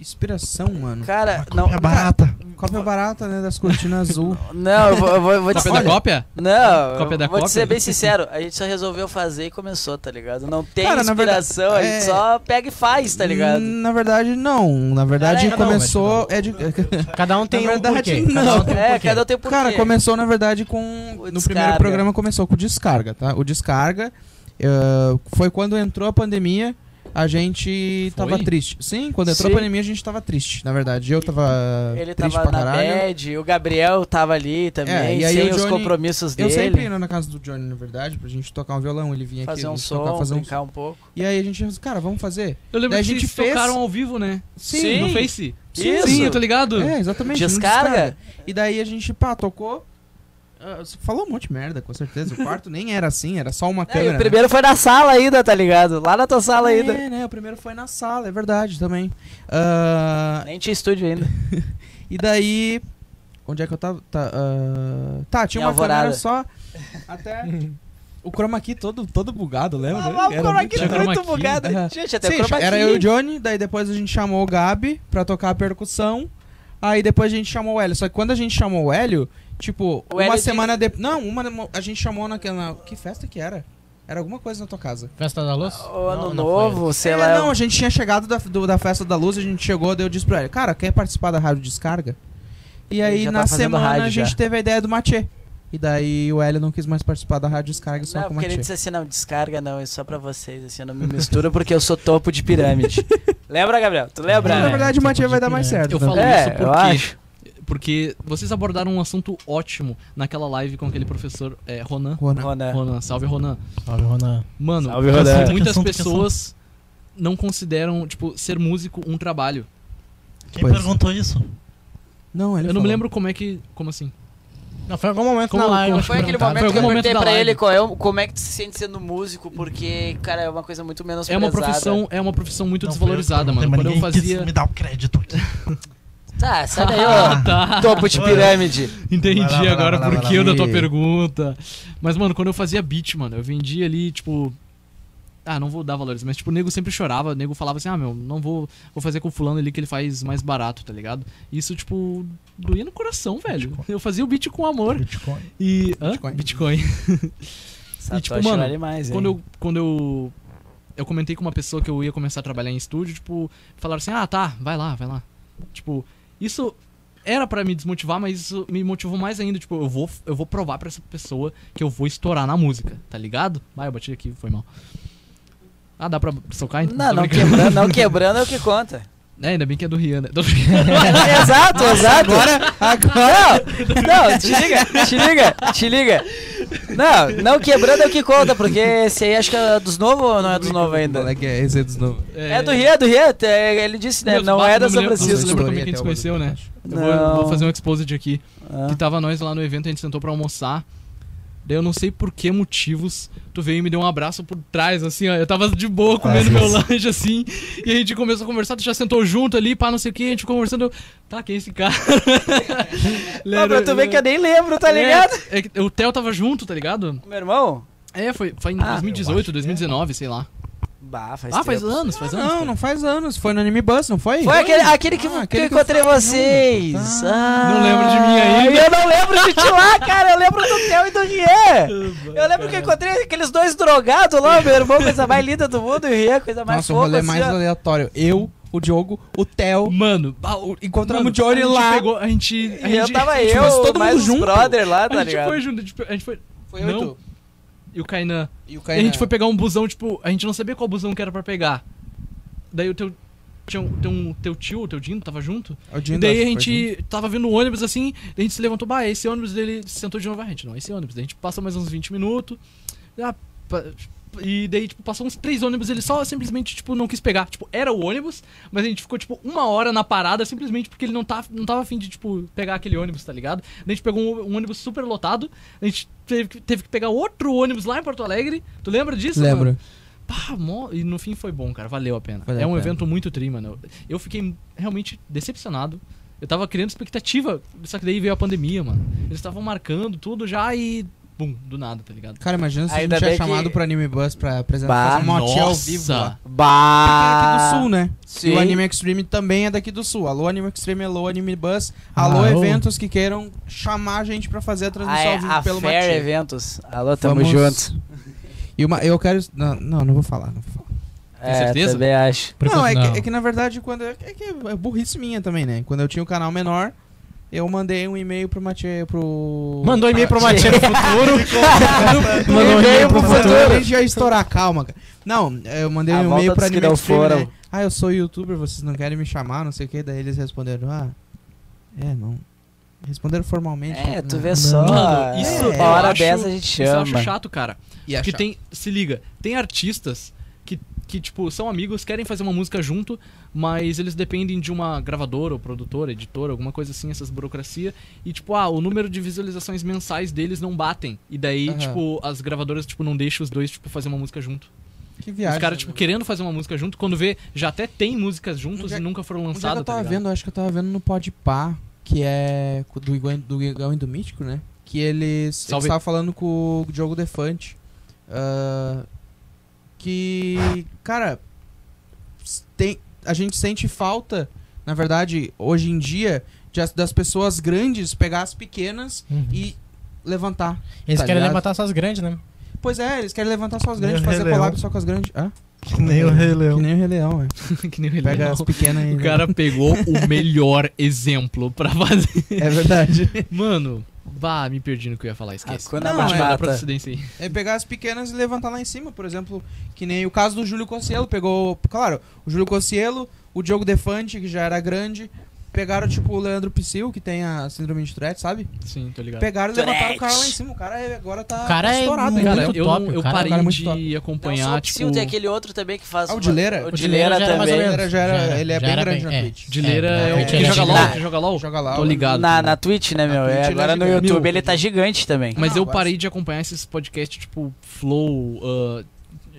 Speaker 1: inspiração, mano.
Speaker 4: Cara, não.
Speaker 5: Não, é barata.
Speaker 1: Cópia barata, né, das cortinas azul.
Speaker 4: Não, eu vou, eu vou, eu vou te
Speaker 3: Cópia da cópia?
Speaker 4: Não,
Speaker 3: Cópia
Speaker 4: eu
Speaker 3: da
Speaker 4: vou
Speaker 3: cópia?
Speaker 4: te ser bem sincero, a gente só resolveu fazer e começou, tá ligado? Não tem
Speaker 1: Cara, na verdade,
Speaker 4: inspiração, a
Speaker 1: é- Hum,
Speaker 4: gente só pega e faz, tá ligado?
Speaker 1: Na verdade, não. Na verdade,
Speaker 2: Cara, é-
Speaker 1: começou... é de-
Speaker 2: Cada um tem um
Speaker 1: verdade,
Speaker 2: porquê.
Speaker 1: não.
Speaker 2: Cada um tem um
Speaker 4: É,
Speaker 2: porquê.
Speaker 4: cada um tem porquê.
Speaker 1: Cara, começou na verdade com.
Speaker 4: O
Speaker 1: No primeiro
Speaker 4: descarga.
Speaker 1: programa começou com o descarga, tá? O descarga eh, foi quando entrou a pandemia, a gente
Speaker 3: Foi?
Speaker 1: tava triste. Sim, quando entrou
Speaker 4: Sim.
Speaker 1: a pandemia a gente tava triste, na verdade. Eu tava
Speaker 4: Ele
Speaker 1: triste
Speaker 4: tava
Speaker 1: pra
Speaker 4: na
Speaker 1: caralho.
Speaker 4: bad, o Gabriel tava ali também,
Speaker 1: É, e aí
Speaker 4: sem
Speaker 1: o
Speaker 4: os
Speaker 1: Johnny-
Speaker 4: compromissos
Speaker 1: Eu
Speaker 4: dele.
Speaker 1: sempre ia na casa do Johnny, na verdade, pra gente tocar um violão. Ele vinha
Speaker 4: fazer
Speaker 1: aqui
Speaker 4: um
Speaker 1: gente
Speaker 4: som,
Speaker 1: tocar, fazer um...
Speaker 4: brincar um pouco.
Speaker 1: E aí a gente, cara, vamos fazer?
Speaker 3: Eu lembro
Speaker 1: Daí a
Speaker 3: que
Speaker 1: gente
Speaker 3: vocês
Speaker 1: fez-
Speaker 3: tocaram ao vivo, né?
Speaker 1: Sim.
Speaker 3: No Face?
Speaker 4: Isso.
Speaker 3: Sim, eu tô ligado.
Speaker 1: É, exatamente. no
Speaker 4: Hum. Descarga?
Speaker 1: E daí a gente, pá, tocou. Ah, você falou um monte de merda, com certeza. O quarto nem era assim, era só uma
Speaker 4: É, e
Speaker 1: câmera.
Speaker 4: o
Speaker 1: né?
Speaker 4: primeiro foi na sala ainda, tá ligado? Lá na tua sala ainda.
Speaker 1: É, né? O primeiro foi na sala, é verdade também. Ah,
Speaker 4: Nem tinha estúdio ainda.
Speaker 1: e daí. Onde é que eu tava? Tá, ah, tá tinha
Speaker 4: Em
Speaker 1: uma câmera
Speaker 4: Alvorada.
Speaker 1: só. Até. O chroma key todo, todo bugado, lembra?
Speaker 4: Ah, o
Speaker 1: Era
Speaker 4: chroma
Speaker 1: muito
Speaker 4: key né?
Speaker 1: legal.
Speaker 3: tinha
Speaker 4: foi muito
Speaker 3: chroma key.
Speaker 4: bugado.
Speaker 1: Aham.
Speaker 4: Gente, até
Speaker 1: Sim,
Speaker 4: o chroma
Speaker 1: era
Speaker 4: key.
Speaker 1: eu e o Johnny, daí depois a gente chamou o Gabi pra tocar a percussão. Aí depois a gente chamou o Hélio. Só que quando a gente chamou o Hélio, tipo,
Speaker 4: O
Speaker 1: uma
Speaker 4: Hélio
Speaker 1: semana depois. Não, uma, a gente chamou naquela. Que festa que era? Era alguma coisa na tua casa.
Speaker 2: Festa da Luz?
Speaker 4: O ano
Speaker 2: Não, não foi
Speaker 4: novo, sei
Speaker 1: é,
Speaker 4: lá.
Speaker 1: Não, a gente tinha chegado da, do- da festa da luz, a gente chegou, daí eu disse pra ele, cara, quer participar da rádio descarga? E aí
Speaker 4: já
Speaker 1: na
Speaker 4: tá fazendo
Speaker 1: semana
Speaker 4: rádio
Speaker 1: a gente
Speaker 4: já.
Speaker 1: teve a ideia do Matê. E daí o Hélio não quis mais participar da rádio descarga só
Speaker 4: não,
Speaker 1: com o
Speaker 4: porque ele
Speaker 1: Matê.
Speaker 4: disse assim, não, descarga não, é só pra vocês, assim, eu não me misturo porque eu sou topo de pirâmide. lembra, Gabriel? Tu lembra?
Speaker 1: Mas,
Speaker 4: né?
Speaker 1: na verdade o Matê
Speaker 2: tipo
Speaker 1: vai
Speaker 2: de
Speaker 1: dar mais
Speaker 2: pirâmide.
Speaker 1: certo.
Speaker 3: Eu
Speaker 1: né?
Speaker 3: falo
Speaker 4: É,
Speaker 3: isso
Speaker 4: eu
Speaker 3: porque,
Speaker 4: acho.
Speaker 3: porque vocês abordaram um assunto ótimo naquela live com aquele professor é, Ronan.
Speaker 1: Rona.
Speaker 4: Ronan.
Speaker 3: Ronan, salve Ronan.
Speaker 2: Salve, Ronan.
Speaker 3: Mano,
Speaker 7: Salve, Rodan.
Speaker 3: muitas
Speaker 5: Assunto que
Speaker 3: pessoas não consideram, tipo, ser músico um trabalho.
Speaker 5: Quem
Speaker 1: Pois.
Speaker 5: perguntou isso?
Speaker 1: Não, ele
Speaker 3: eu não me
Speaker 1: falou.
Speaker 3: lembro como é que. Como assim?
Speaker 2: Não, foi algum momento
Speaker 3: Como-
Speaker 2: na live.
Speaker 3: como
Speaker 2: acho
Speaker 4: Tá, Foi
Speaker 2: que
Speaker 4: aquele
Speaker 2: perguntaram.
Speaker 4: momento que eu
Speaker 3: algum momento
Speaker 4: perguntei
Speaker 3: da
Speaker 4: pra
Speaker 3: live.
Speaker 4: ele qual é, o- como é que tu se sente sendo músico, porque, cara, é uma coisa muito menos
Speaker 3: É uma profissão, é uma profissão muito
Speaker 5: Não, foi eu que
Speaker 3: desvalorizada,
Speaker 5: perguntei,
Speaker 3: mano.
Speaker 5: mas
Speaker 3: Quando eu
Speaker 5: ninguém quis
Speaker 3: fazia.
Speaker 5: me dá o crédito aqui.
Speaker 4: Tá, sai daí,
Speaker 3: Ah,
Speaker 4: ó.
Speaker 3: tá.
Speaker 4: Topo de pirâmide.
Speaker 3: Entendi
Speaker 5: Vai lá, vai lá,
Speaker 3: agora
Speaker 5: vai lá,
Speaker 3: por
Speaker 5: vai
Speaker 3: que
Speaker 5: lá.
Speaker 3: da tua
Speaker 5: E-
Speaker 3: pergunta. Mas, mano, quando eu fazia beat, mano, eu vendia ali, tipo. Ah, não vou dar valores, mas tipo, o nego sempre chorava, o nego falava assim, ah, meu, não vou. Vou fazer com o fulano ali que ele faz mais barato, tá ligado? Isso, tipo, doía no coração, velho. Eu fazia o beat com amor.
Speaker 5: Bitcoin.
Speaker 3: E. hã?
Speaker 1: Bitcoin.
Speaker 3: Bitcoin. E, tipo,
Speaker 4: Satoshi
Speaker 3: mano,
Speaker 4: vale mais, hein?
Speaker 3: quando eu, quando eu eu comentei com uma pessoa que eu ia começar a trabalhar em estúdio, tipo, falaram assim: "Ah, tá, vai lá, vai lá". Tipo, isso era pra me desmotivar, mas isso me motivou mais ainda, tipo, eu vou eu vou provar pra essa pessoa que eu vou estourar na música, tá ligado? Vai, eu bati aqui, foi mal. Ah, dá pra socar então?
Speaker 4: Não,
Speaker 3: Tô
Speaker 4: não
Speaker 3: brincando.
Speaker 4: quebrando, não quebrando é o que conta.
Speaker 3: É, ainda bem que é do Rihanna.
Speaker 4: exato, exato. Agora, agora. Não, não, te liga, te liga, te liga. Não, não quebrando é o que conta, porque esse aí acho que é dos novos ou não é dos novos ainda?
Speaker 1: Moleque, é esse é dos novos.
Speaker 4: É do Rio, é do Rio, até ele disse, né? Não é da São
Speaker 3: Vocês
Speaker 4: Francisco.
Speaker 3: lembram
Speaker 1: Estourei
Speaker 3: como é que a gente
Speaker 1: até
Speaker 3: se
Speaker 1: o
Speaker 3: conheceu, né? Eu vou,
Speaker 4: Não.
Speaker 3: vou fazer um exposit aqui.
Speaker 4: Ah.
Speaker 3: Que tava nós lá no evento, a gente sentou pra almoçar. Daí eu não sei por que motivos, tu veio e me deu um abraço por trás, assim, ó. Eu tava de boa comendo
Speaker 4: Ah,
Speaker 3: meu lanche, assim. E a gente começou a conversar, tu já sentou junto ali, pá, não sei o que, a gente ficou conversando. Eu, tá, quem é esse cara? Ele
Speaker 4: Não, Ah, pra tu ver que eu nem lembro, tá
Speaker 3: É,
Speaker 4: ligado?
Speaker 3: é que o Theo tava junto, tá ligado?
Speaker 4: Meu irmão?
Speaker 3: É, foi, foi em
Speaker 4: Ah,
Speaker 3: 2018, 2019, sei lá.
Speaker 4: Bah, faz
Speaker 3: Ah, faz
Speaker 4: tempo.
Speaker 3: anos, faz anos.
Speaker 1: Não,
Speaker 3: cara.
Speaker 1: não faz anos. Foi no Anime Bus, não foi?
Speaker 4: Foi aquele, aquele que,
Speaker 1: Ah,
Speaker 4: que
Speaker 1: aquele
Speaker 4: eu
Speaker 1: que
Speaker 4: encontrei vocês. Ah,
Speaker 3: Não lembro de mim ainda.
Speaker 4: Eu não lembro de ti lá, cara. Eu lembro do Theo e do Rian. Eu lembro que eu encontrei aqueles dois drogados lá, meu irmão, coisa mais linda do mundo, e o Rian, coisa mais
Speaker 1: Nossa, o
Speaker 4: fofa.
Speaker 1: rolê
Speaker 4: assim,
Speaker 1: mais
Speaker 4: ó.
Speaker 1: aleatório. Eu, o Diogo, o Theo.
Speaker 3: Mano,
Speaker 1: Encontramos
Speaker 3: mano,
Speaker 1: o Johnny
Speaker 3: a gente
Speaker 1: lá.
Speaker 3: Pegou, a gente. A
Speaker 4: E eu
Speaker 3: gente-
Speaker 4: tava
Speaker 3: a gente
Speaker 4: eu,
Speaker 3: fez todo
Speaker 4: mais
Speaker 3: mundo
Speaker 4: os
Speaker 3: junto.
Speaker 4: brother lá, tá
Speaker 3: a gente
Speaker 4: ligado?
Speaker 3: foi junto, tipo, a gente foi.
Speaker 1: Foi eu e
Speaker 3: Não.
Speaker 1: tu.
Speaker 3: E o Kainan.
Speaker 1: E o né?
Speaker 3: E a gente foi pegar um busão, tipo, a gente não sabia qual busão que era pra pegar. Daí o teu. Tinha um, teu, um- teu tio, o teu Dino, tava junto. E daí a gente tava vendo o ônibus assim, daí a gente se levantou, bah, esse ônibus dele se sentou de novo, a gente não, esse ônibus. Daí a gente passou mais uns 20 minutos. ah, pa- E daí, tipo, passou uns três ônibus, ele só simplesmente, tipo, não quis pegar. Tipo, era o ônibus, mas a gente ficou, tipo, uma hora na parada simplesmente porque ele não tava, não tava afim de, tipo, pegar aquele ônibus, tá ligado? Daí a gente pegou um, um ônibus super lotado, a gente teve, que- teve que pegar outro ônibus lá em Porto Alegre. Tu lembra disso? mano?
Speaker 1: Lembro.
Speaker 3: Pá, mó- E no fim foi bom, cara. Valeu a pena.
Speaker 1: Valeu
Speaker 3: é
Speaker 1: a
Speaker 3: um
Speaker 1: pena.
Speaker 3: evento muito tri, mano. Eu fiquei realmente decepcionado. Eu tava criando expectativa, só que daí veio a pandemia, mano. Eles estavam marcando tudo já e Bum, do nada, tá ligado?
Speaker 1: Cara, imagina se
Speaker 7: Ainda
Speaker 1: a gente é
Speaker 7: bem
Speaker 1: chamado
Speaker 7: que-
Speaker 1: pro Anime Bus pra apresentar
Speaker 7: Bah.
Speaker 1: fazer um motel ao
Speaker 3: Nossa!
Speaker 1: vivo lá.
Speaker 4: Ah,
Speaker 1: Porque é
Speaker 7: Bah!
Speaker 1: aqui do Sul, né?
Speaker 7: Sim.
Speaker 1: E o Anime Extreme também é daqui do Sul. Alô, Anime Extreme, alô, Anime Bus. Alô,
Speaker 5: Alô.
Speaker 1: eventos que queiram chamar a gente pra fazer a transmissão ao
Speaker 4: a,
Speaker 1: vivo
Speaker 4: Ah, é, a
Speaker 1: pelo
Speaker 4: Fair
Speaker 1: Matinho.
Speaker 4: Eventos. Alô, tamo
Speaker 1: Vamos-
Speaker 4: junto.
Speaker 1: E uma, eu quero... Não, não, não vou falar, não vou falar.
Speaker 4: É,
Speaker 3: certeza?
Speaker 4: também acho.
Speaker 2: Por
Speaker 1: não,
Speaker 2: enquanto,
Speaker 1: é, Que, é que, na verdade, quando é que é burrice minha também, né? Quando eu tinha o canal menor, eu mandei um e-mail pro Mathieu, pro...
Speaker 2: Mandou um e-mail pro Matheus no futuro. Mandou um
Speaker 1: e-mail
Speaker 2: e-mail
Speaker 1: pro
Speaker 2: pro
Speaker 1: futuro.
Speaker 2: futuro.
Speaker 1: A gente ia estourar, calma, cara. Não, eu mandei
Speaker 7: A
Speaker 1: um
Speaker 7: volta
Speaker 1: e-mail pra
Speaker 7: dos que
Speaker 1: Anime
Speaker 7: não
Speaker 1: Extreme,
Speaker 7: foram.
Speaker 1: né? Ah, eu sou youtuber, vocês não querem me chamar, não sei o que. Daí eles responderam, ah... É, não... Responderam formalmente. né?
Speaker 4: É, tu
Speaker 1: Não.
Speaker 4: vê só.
Speaker 3: Mano,
Speaker 1: Ah,
Speaker 3: isso
Speaker 4: é,
Speaker 3: eu
Speaker 4: uma hora
Speaker 3: acho-
Speaker 4: dessa a gente
Speaker 3: Isso eu
Speaker 4: chama.
Speaker 3: acho chato, cara.
Speaker 1: E
Speaker 3: Porque
Speaker 1: achar-
Speaker 3: tem. Se liga, tem artistas que, que, tipo, são amigos, querem fazer uma música junto, mas eles dependem de uma gravadora, ou produtora, editora, alguma coisa assim, essas burocracia. E, tipo, ah, o número de visualizações mensais deles não batem. E daí,
Speaker 1: Aham.
Speaker 3: tipo, as gravadoras, tipo, não deixam os dois, tipo, fazer uma música junto.
Speaker 1: Que viagem. né?
Speaker 3: os caras, tipo, querendo fazer uma música junto, quando vê, já até tem músicas juntos
Speaker 1: Onde é-
Speaker 3: e nunca foram
Speaker 1: Onde é que
Speaker 3: lançadas.
Speaker 1: eu tava
Speaker 3: tá ligado?
Speaker 1: vendo? Acho que eu tava vendo no Podpah, que é co- do Igão, do Igão e do Mítico, né? Que eles
Speaker 3: Salve.
Speaker 1: estavam falando com o Diogo Defante. ah, que, cara, s- tem, a gente sente falta, na verdade, hoje em dia, de as- das pessoas grandes pegar as pequenas
Speaker 3: Uhum.
Speaker 1: e levantar.
Speaker 2: Eles
Speaker 1: Tá
Speaker 2: querem
Speaker 1: ligado?
Speaker 2: levantar suas grandes, né?
Speaker 1: Pois é, eles querem levantar só as grandes,
Speaker 5: Meu
Speaker 1: fazer
Speaker 5: Rei
Speaker 1: collab
Speaker 5: Leão.
Speaker 1: só com as grandes. Hã?
Speaker 5: Que nem o Rei
Speaker 1: Que
Speaker 5: Leão.
Speaker 1: nem o Rei Leão, velho.
Speaker 3: que nem o
Speaker 1: Pega
Speaker 3: Helena.
Speaker 1: as pequenas e...
Speaker 3: O cara pegou o melhor exemplo pra fazer.
Speaker 1: É verdade.
Speaker 3: Mano, bah, me perdi no que eu ia falar, esquece.
Speaker 4: Ah, quando a
Speaker 1: Não,
Speaker 4: Mata
Speaker 1: é,
Speaker 3: Dá
Speaker 4: mata.
Speaker 3: pra dissidência aí.
Speaker 1: É pegar as pequenas e levantar lá em cima, por exemplo, que nem o caso do Júlio Cossielo, pegou, claro, o Júlio Cossielo, o Diogo Defante, que já era grande, pegaram tipo o Leandro Psyll, que tem a síndrome de Tourette, sabe?
Speaker 3: Sim, tô ligado.
Speaker 1: Pegaram e levantaram o cara lá em
Speaker 4: Tourette.
Speaker 1: cima, o cara é- agora tá
Speaker 2: É. O cara é
Speaker 1: estourado, né?
Speaker 3: Cara,
Speaker 2: Muito
Speaker 3: eu,
Speaker 2: top,
Speaker 3: não- eu
Speaker 2: cara,
Speaker 3: parei
Speaker 1: cara, muito
Speaker 3: de
Speaker 1: top.
Speaker 3: acompanhar,
Speaker 4: Não, só o
Speaker 3: tipo...
Speaker 4: Psyll, tem aquele outro também que faz.
Speaker 1: Ah, o
Speaker 4: uma-
Speaker 1: Dileira?
Speaker 4: O
Speaker 1: O
Speaker 4: Dileira
Speaker 2: Dileira já era mais ou
Speaker 4: também.
Speaker 2: menos.
Speaker 1: Era, já era,
Speaker 2: Já era,
Speaker 1: ele é
Speaker 2: já
Speaker 1: bem
Speaker 2: era
Speaker 1: grande
Speaker 2: bem-
Speaker 1: na
Speaker 2: é.
Speaker 1: Twitch.
Speaker 3: Dileira é,
Speaker 2: É,
Speaker 3: o
Speaker 2: é,
Speaker 3: que
Speaker 2: é,
Speaker 3: joga
Speaker 2: é,
Speaker 3: LOL,
Speaker 4: é.
Speaker 3: que joga LOL.
Speaker 1: Joga lá.
Speaker 2: né?
Speaker 3: Tô
Speaker 1: o-
Speaker 3: ligado.
Speaker 4: Na, na Twitch, né, meu?
Speaker 1: Twitch
Speaker 4: É,
Speaker 1: ele é
Speaker 4: agora no
Speaker 1: gigante.
Speaker 4: YouTube
Speaker 1: Meu,
Speaker 4: ele tá gigante também.
Speaker 3: Mas
Speaker 1: Não,
Speaker 3: eu
Speaker 1: quase.
Speaker 3: parei de acompanhar esses podcasts tipo Flow, ah,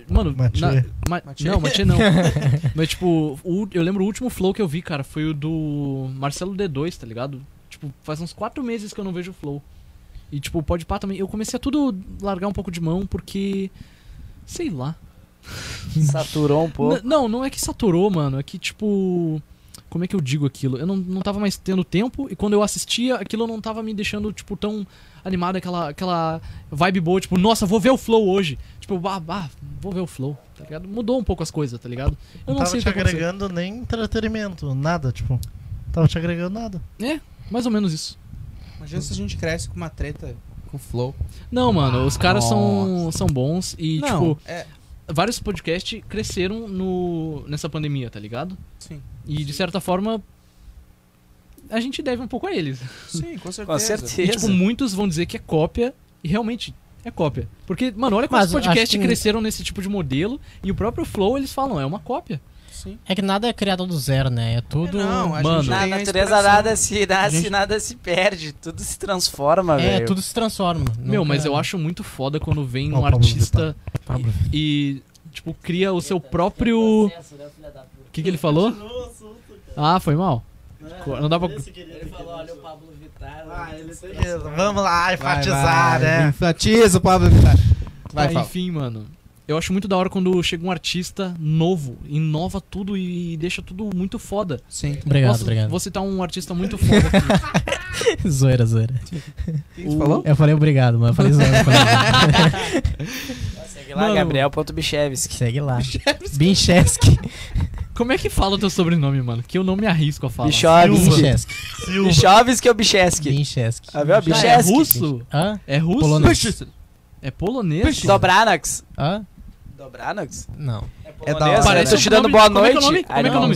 Speaker 3: mano,
Speaker 5: Mathieu.
Speaker 3: na- ma-
Speaker 1: Mathieu.
Speaker 3: não, Mathieu não. Mas tipo, o- eu lembro o último Flow que eu vi, cara, foi o do Marcelo D2, tá ligado? Tipo, faz uns quatro meses que eu não vejo Flow. E tipo, o Podpah também, eu comecei a tudo largar um pouco de mão porque sei lá.
Speaker 7: Saturou um pouco.
Speaker 3: N- Não, não é que saturou, mano. É que, tipo. Como é que eu digo aquilo? Eu não, não tava mais tendo tempo e quando eu assistia, aquilo não tava me deixando, tipo, tão animado, aquela, aquela vibe boa, tipo, nossa, vou ver o Flow hoje. Tipo, bah, bah, vou ver o Flow, tá ligado? Mudou um pouco as coisas, tá ligado? Eu
Speaker 5: Não
Speaker 3: não,
Speaker 5: tava
Speaker 3: sei o
Speaker 5: te
Speaker 3: que aconteceu.
Speaker 5: agregando nem entretenimento, nada, tipo. Tava te agregando nada.
Speaker 3: Mais ou menos isso.
Speaker 1: Imagina se a gente cresce com uma treta com o Flow.
Speaker 3: Não, mano, os caras são, são bons e,
Speaker 1: não,
Speaker 3: tipo,
Speaker 1: é,
Speaker 3: vários podcasts cresceram no, nessa pandemia, tá ligado?
Speaker 1: sim.
Speaker 3: E, de certa forma, a gente deve um pouco a eles.
Speaker 1: Sim, com certeza.
Speaker 4: Com certeza.
Speaker 3: E, tipo, muitos vão dizer que é cópia, e realmente é cópia. Porque, mano, olha quantos
Speaker 2: Mas eu acho
Speaker 3: podcasts
Speaker 2: que-
Speaker 3: cresceram nesse tipo de modelo, e o próprio Flow, eles falam, é uma cópia.
Speaker 1: Sim.
Speaker 2: É que nada é criado do zero, né? É tudo.
Speaker 1: Não, a
Speaker 3: Mano.
Speaker 1: gente
Speaker 4: Na
Speaker 1: tem a
Speaker 4: natureza
Speaker 1: inspiração.
Speaker 4: nada é se, nada,
Speaker 1: é gente-
Speaker 4: se, nada se perde, tudo se transforma,
Speaker 2: é,
Speaker 4: velho.
Speaker 2: tudo se transforma.
Speaker 3: Meu,
Speaker 2: Nunca-
Speaker 3: mas eu acho muito foda quando vem
Speaker 5: Ó,
Speaker 3: um
Speaker 5: o Pablo
Speaker 3: artista
Speaker 2: Pablo.
Speaker 3: e, tipo, cria o seu próprio... O que, que ele falou? Ah, foi mal. Não dá pra...
Speaker 5: Vamos lá, enfatizar, né?
Speaker 1: Enfatiza o Pablo Vittar. Vai,
Speaker 3: Ah,
Speaker 1: Fábio.
Speaker 3: enfim, mano. Eu acho muito da hora quando chega um artista novo, inova tudo e deixa tudo muito foda.
Speaker 1: Sim.
Speaker 2: Obrigado,
Speaker 3: Posso-
Speaker 2: obrigado.
Speaker 3: Vou citar um artista muito foda aqui.
Speaker 2: zoeira, zoeira.
Speaker 1: Você falou?
Speaker 2: Eu falei obrigado, mas eu falei zoeira. eu falei-
Speaker 4: Segue lá,
Speaker 3: Mano.
Speaker 4: Gabriel.bichevski.
Speaker 2: Segue lá. Bincheski.
Speaker 3: Como é que fala o teu sobrenome, mano? Que eu não me arrisco a falar.
Speaker 4: Bichovski.
Speaker 2: Bincheski.
Speaker 5: Silva.
Speaker 4: Bichevski ou Bichevski?
Speaker 2: Bincheski.
Speaker 4: Ah, viu?
Speaker 3: Ah, é
Speaker 4: Bichevski.
Speaker 3: russo?
Speaker 2: Hã?
Speaker 3: É russo?
Speaker 2: Polonês.
Speaker 3: É polonês?
Speaker 4: Dobranax.
Speaker 2: Hã?
Speaker 4: Dobranax?
Speaker 2: Não.
Speaker 1: da
Speaker 4: É
Speaker 1: hora.
Speaker 4: polonês?
Speaker 3: Parece
Speaker 4: Eu tô
Speaker 3: um
Speaker 4: te dando
Speaker 3: nome-
Speaker 4: boa
Speaker 3: como é que é o
Speaker 4: noite.
Speaker 3: nome? Como é que é o
Speaker 4: Ah,
Speaker 2: Não, não
Speaker 3: nome?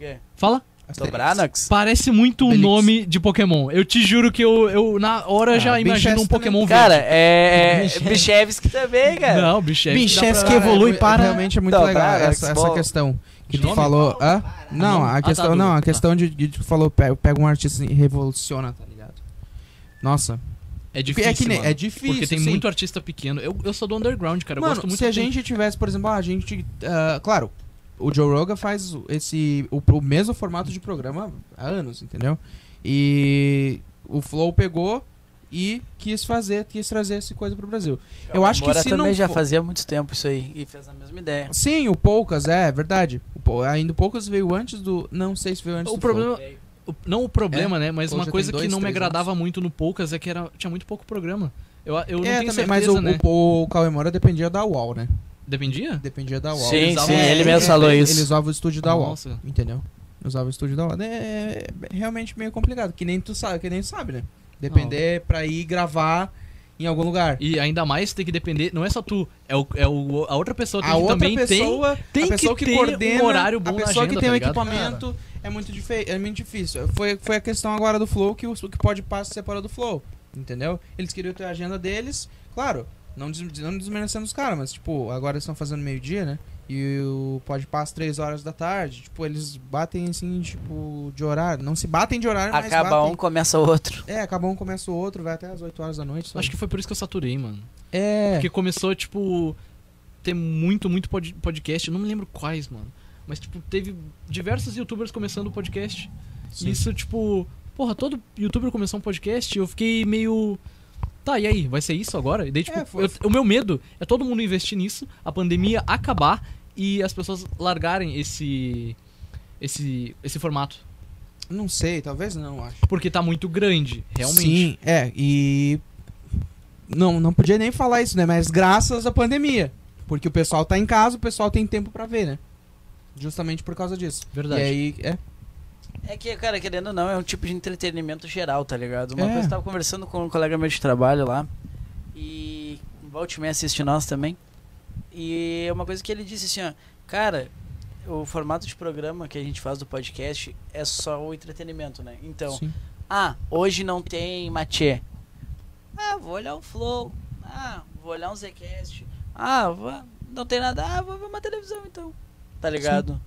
Speaker 2: sei.
Speaker 3: Fala.
Speaker 4: não. Dobranax?
Speaker 3: Parece muito um
Speaker 1: Belix.
Speaker 3: nome de Pokémon. Eu te juro que eu, eu na hora já
Speaker 1: Ah,
Speaker 3: imagino um
Speaker 1: Binchester também.
Speaker 3: Pokémon
Speaker 4: Cara, é.
Speaker 2: Bichevski.
Speaker 4: Bichevski também, cara.
Speaker 3: Não, bicho. é-
Speaker 2: Bicho, Chefs
Speaker 1: Dá
Speaker 2: que
Speaker 1: pra-
Speaker 2: evolui
Speaker 1: é,
Speaker 2: para-
Speaker 1: Realmente é muito
Speaker 4: Não,
Speaker 1: legal
Speaker 4: para,
Speaker 1: essa,
Speaker 4: Alex,
Speaker 1: essa
Speaker 4: bom.
Speaker 1: questão que tu
Speaker 3: Nome?
Speaker 1: falou. Hã? Não,
Speaker 3: Ah,
Speaker 1: a
Speaker 3: tá,
Speaker 1: questão
Speaker 3: do-
Speaker 1: não, a
Speaker 3: tá.
Speaker 1: questão de, de tu falou pe- pega um artista e revoluciona, tá ligado? Nossa,
Speaker 3: É difícil.
Speaker 1: é que nem-
Speaker 3: mano.
Speaker 1: é difícil.
Speaker 3: Porque tem
Speaker 1: sim.
Speaker 3: muito artista pequeno. Eu, eu sou do underground, cara. Eu
Speaker 1: Mano,
Speaker 3: gosto muito
Speaker 1: se a
Speaker 3: de-
Speaker 1: gente tivesse, por exemplo, ah, a gente, ah, claro, o Joe Rogan faz o- esse o, o mesmo formato de programa há anos, entendeu? E o Flow pegou e quis fazer, quis trazer essa coisa pro Brasil. Eu acho que
Speaker 4: Moura
Speaker 1: se
Speaker 4: É também
Speaker 1: não
Speaker 4: já
Speaker 1: for-
Speaker 4: fazia há muito tempo isso aí e fez a mesma ideia.
Speaker 1: Sim, o Poucas, é, é verdade. O Pou- ainda o Poucas veio antes do. Não sei se veio antes
Speaker 3: O
Speaker 1: do
Speaker 3: problema. é o- não o problema, né?
Speaker 1: Hoje
Speaker 3: Mas
Speaker 1: É? já
Speaker 3: uma
Speaker 1: tem
Speaker 3: coisa que
Speaker 1: dois,
Speaker 3: não me
Speaker 1: três
Speaker 3: agradava muito no Poucas é que era, tinha muito pouco programa. Eu, eu
Speaker 1: Flow.
Speaker 3: não
Speaker 1: É,
Speaker 3: tenho
Speaker 1: também,
Speaker 3: certeza,
Speaker 1: mas o,
Speaker 3: né?
Speaker 1: o, o Cauê Moura dependia da UOL, né?
Speaker 3: Dependia?
Speaker 1: Dependia da UOL.
Speaker 4: Sim,
Speaker 1: Eles
Speaker 4: sim,
Speaker 1: usavam-
Speaker 4: ele mesmo falou
Speaker 1: ele-
Speaker 4: isso.
Speaker 1: Ele usava o estúdio da UOL.
Speaker 3: Nossa.
Speaker 1: Entendeu? Usava o estúdio da UOL. É, é realmente meio complicado, que nem tu sabe, que nem tu sabe, né? Depender pra ir gravar em algum lugar.
Speaker 3: E ainda mais tem que depender, não é só tu, é, o, é o, a outra pessoa tem
Speaker 1: a
Speaker 3: que
Speaker 1: outra
Speaker 3: também tem.
Speaker 1: pessoa,
Speaker 3: tem
Speaker 1: a pessoa
Speaker 3: que
Speaker 1: que,
Speaker 3: ter
Speaker 1: coordena,
Speaker 3: um horário bom
Speaker 1: a
Speaker 3: na
Speaker 1: pessoa
Speaker 3: agenda,
Speaker 1: que tem
Speaker 3: tá
Speaker 1: o
Speaker 3: ligado?
Speaker 1: equipamento é muito, dife- é muito difícil. Foi, foi a questão agora do Flow que o que pode passar se separa do Flow, entendeu? Eles queriam ter a agenda deles, claro, não, des- não desmerecendo os caras, mas tipo, agora eles estão fazendo meio-dia, né? E o pode às 3 horas da tarde. Tipo, eles batem assim, tipo, de horário. Não se batem de horário, mas
Speaker 4: Acaba
Speaker 1: batem.
Speaker 4: um, começa outro.
Speaker 1: É, acaba um, começa o outro, vai até as 8 horas da noite. sabe?
Speaker 3: Acho que foi por isso que eu saturei, mano.
Speaker 1: É.
Speaker 3: Porque começou, tipo, ter muito, muito pod- podcast. Eu não me lembro quais, mano. Mas, tipo, teve diversos youtubers começando o podcast. E isso, tipo, porra, todo youtuber começou um podcast. Eu fiquei meio. Tá, e aí? Vai ser isso agora? E daí, tipo,
Speaker 1: É, foi-
Speaker 3: eu- o meu medo é todo mundo investir nisso, a pandemia acabar e as pessoas largarem esse. Esse, esse formato.
Speaker 1: Não sei, talvez não, acho.
Speaker 3: Porque tá muito grande, realmente.
Speaker 1: Sim, é, e. Não, não podia nem falar isso, né? Mas graças à pandemia. Porque o pessoal tá em casa, o pessoal tem tempo pra ver, né? Justamente por causa disso.
Speaker 3: Verdade.
Speaker 1: E aí, é.
Speaker 4: É que, cara, querendo ou não, é um tipo de entretenimento geral, tá ligado? Uma
Speaker 1: É.
Speaker 4: vez eu tava conversando com um colega meu de trabalho lá e volte me assiste nós também. E é uma coisa que ele disse assim, ó, cara, o formato de programa que a gente faz do podcast é só o entretenimento, né? Então,
Speaker 1: sim.
Speaker 4: ah, hoje não tem Matê. Ah, vou olhar o Flow. Ah, vou olhar um Zcast. Ah, vou- não tem nada. Ah, vou ver uma televisão então. Tá ligado?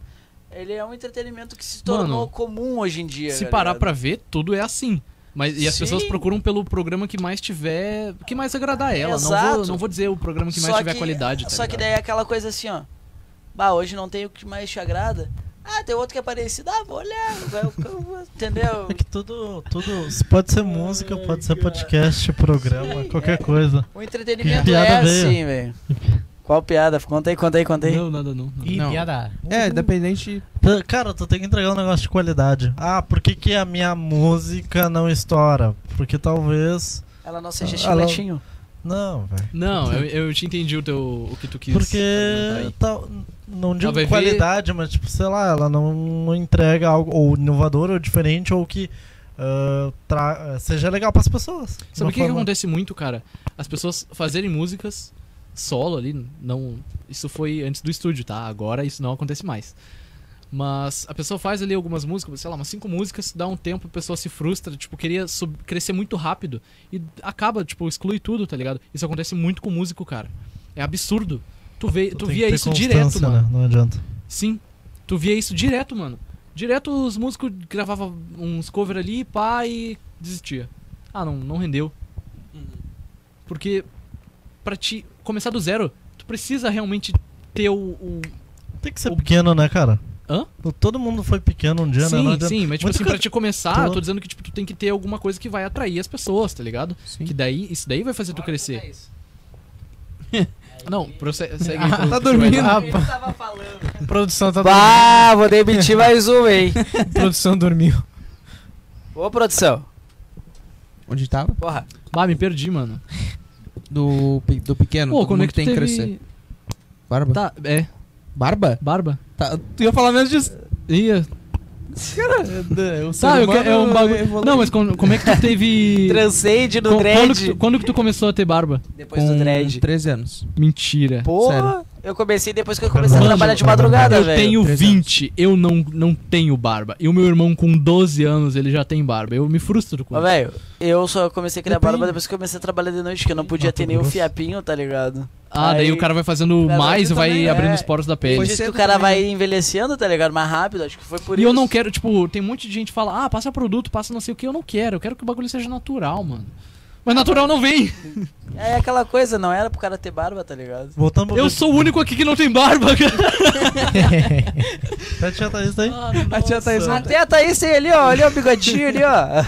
Speaker 4: Ele é um entretenimento que se tornou
Speaker 3: Mano,
Speaker 4: comum hoje em dia.
Speaker 3: Se
Speaker 4: tá
Speaker 3: parar
Speaker 4: ligado?
Speaker 3: pra ver, tudo é assim. Mas, e as
Speaker 4: Sim.
Speaker 3: pessoas procuram pelo programa que mais tiver. que mais agradar ela. Não vou,
Speaker 4: Exato.
Speaker 3: não vou dizer o programa um que mais
Speaker 4: Só
Speaker 3: tiver
Speaker 4: que-
Speaker 3: qualidade. Tá
Speaker 4: Só que
Speaker 3: ligado?
Speaker 4: daí é aquela coisa assim, ó. Bah, hoje não tem o que mais te agrada. Ah, tem outro que é parecido. Ah, vou olhar. vai- eu- eu- Entendeu?
Speaker 5: É que tudo, tudo pode ser música, pode ser podcast, programa, qualquer coisa.
Speaker 4: O entretenimento
Speaker 5: piada
Speaker 4: é
Speaker 5: veio.
Speaker 4: assim, velho. Qual piada? Conta aí, conta aí, conta aí.
Speaker 3: Não, nada, não. não.
Speaker 2: Ih,
Speaker 1: Não.
Speaker 2: piada.
Speaker 1: É, dependente.
Speaker 5: Tá, Cara, tu tem que entregar um negócio de qualidade. Ah, por que, que a minha música não estoura? Porque talvez.
Speaker 4: Ela não seja
Speaker 5: Ela-
Speaker 4: chicletinho.
Speaker 5: Não, velho.
Speaker 3: Não, eu, eu te entendi o, teu, o que tu quis.
Speaker 5: Porque.
Speaker 3: argumentar
Speaker 5: tal- não digo
Speaker 3: vai ver-
Speaker 5: qualidade, mas, tipo, sei lá, ela não, não entrega algo ou inovador ou diferente ou que ah, tra- seja legal pras pessoas.
Speaker 3: aí.
Speaker 5: De
Speaker 3: Sabe
Speaker 5: uma
Speaker 3: o que, que
Speaker 5: forma-
Speaker 3: acontece muito, cara? As pessoas fazerem músicas solo ali, não. Isso foi antes do estúdio, tá? Agora isso não acontece mais. Mas a pessoa faz ali algumas músicas, sei lá, umas cinco músicas, dá um tempo, a pessoa se frustra, tipo, queria sub- crescer muito rápido e acaba, tipo, exclui tudo, tá ligado? Isso acontece muito com músico, cara. É absurdo. Tu, vê, tu
Speaker 5: tem
Speaker 3: via
Speaker 5: que ter
Speaker 3: isso
Speaker 5: constância,
Speaker 3: direto,
Speaker 5: né?
Speaker 3: mano.
Speaker 5: Não adianta.
Speaker 3: Sim. Tu via isso direto, mano. Direto os músicos gravavam uns cover ali, pá, e desistia. Ah, não, não rendeu. Porque pra te começar do zero, tu precisa realmente ter o... o-
Speaker 5: Tem que ser pequeno, né, cara?
Speaker 3: Hã?
Speaker 5: Todo mundo foi pequeno um dia, né? Não
Speaker 3: Sim,
Speaker 5: adianta.
Speaker 3: sim, mas tipo
Speaker 5: Muito
Speaker 3: assim,
Speaker 5: cara-
Speaker 3: pra te começar, eu
Speaker 5: Tô-
Speaker 3: tô dizendo que tipo, tu tem que ter alguma coisa que vai atrair as pessoas, tá ligado?
Speaker 1: Sim.
Speaker 3: Que daí, isso daí vai fazer tu crescer. Não, proce- segue aí pro-
Speaker 1: Tá
Speaker 3: pro que tu vai
Speaker 1: dormindo.
Speaker 3: dar.
Speaker 2: Ah,
Speaker 4: Ele tava falando.
Speaker 2: produção tá
Speaker 4: Bah, vou demitir mais um, hein?
Speaker 2: dormindo. produção dormiu.
Speaker 4: Ô, produção.
Speaker 1: Onde tava?
Speaker 4: Porra.
Speaker 3: Bah, me perdi, mano.
Speaker 1: Do, pe- do pequeno.
Speaker 3: Pô,
Speaker 1: todo
Speaker 3: como
Speaker 1: mundo
Speaker 3: é que tu
Speaker 1: tem que
Speaker 3: teve-
Speaker 1: crescer? Barba.
Speaker 3: Tá, é,
Speaker 1: Barba?
Speaker 3: barba.
Speaker 1: Tá, tu ia falar menos disso.
Speaker 3: Ia,
Speaker 1: Eu
Speaker 3: Tá, eu que- é um bagulho. Não, mas como, como é que tu teve.
Speaker 4: Transcende
Speaker 3: Quan-
Speaker 4: no
Speaker 3: quando, que
Speaker 4: dread.
Speaker 3: tu, quando que tu começou a ter barba?
Speaker 4: Depois
Speaker 1: Com
Speaker 4: do dread.
Speaker 1: 13 anos.
Speaker 3: Mentira.
Speaker 4: Porra. Eu comecei depois que eu comecei a
Speaker 5: Mano,
Speaker 4: trabalhar de madrugada,
Speaker 3: eu
Speaker 4: velho.
Speaker 3: tenho
Speaker 1: três
Speaker 3: 20, eu não, não tenho barba. E o meu irmão com 12 anos, ele já tem barba. Eu me frustro com
Speaker 4: Mas,
Speaker 3: isso.
Speaker 4: velho, eu só comecei a criar
Speaker 5: Depende.
Speaker 4: barba depois que eu comecei a trabalhar de noite, que eu não podia
Speaker 5: Mato
Speaker 4: ter nem o
Speaker 5: Grosso.
Speaker 4: fiapinho, tá ligado?
Speaker 3: Ah, daí
Speaker 4: Aí-
Speaker 3: o cara vai fazendo
Speaker 4: Cara,
Speaker 3: mais e
Speaker 4: eu
Speaker 3: vai
Speaker 4: também,
Speaker 3: abrindo
Speaker 4: é.
Speaker 3: os poros da
Speaker 4: Por
Speaker 1: Foi
Speaker 3: pele.
Speaker 4: isso que
Speaker 1: cedo
Speaker 4: o cara
Speaker 1: também.
Speaker 4: vai envelhecendo, tá ligado? Mais rápido, acho que foi por
Speaker 3: E
Speaker 4: isso.
Speaker 3: eu não quero, tipo, tem um monte de gente que fala, ah, passa produto, passa não sei o que, eu não quero. Eu quero que o bagulho seja natural, mano. Mas natural não vem!
Speaker 4: É aquela coisa, não era pro cara ter barba, tá ligado?
Speaker 5: Voltando pro-
Speaker 3: Eu sou o único aqui que não tem barba, cara.
Speaker 5: Tá, tia Thaís aí.
Speaker 1: A tia Thaís não
Speaker 4: Até a Thaís tem ali, ó, ali, ó, o bigodinho ali, ó.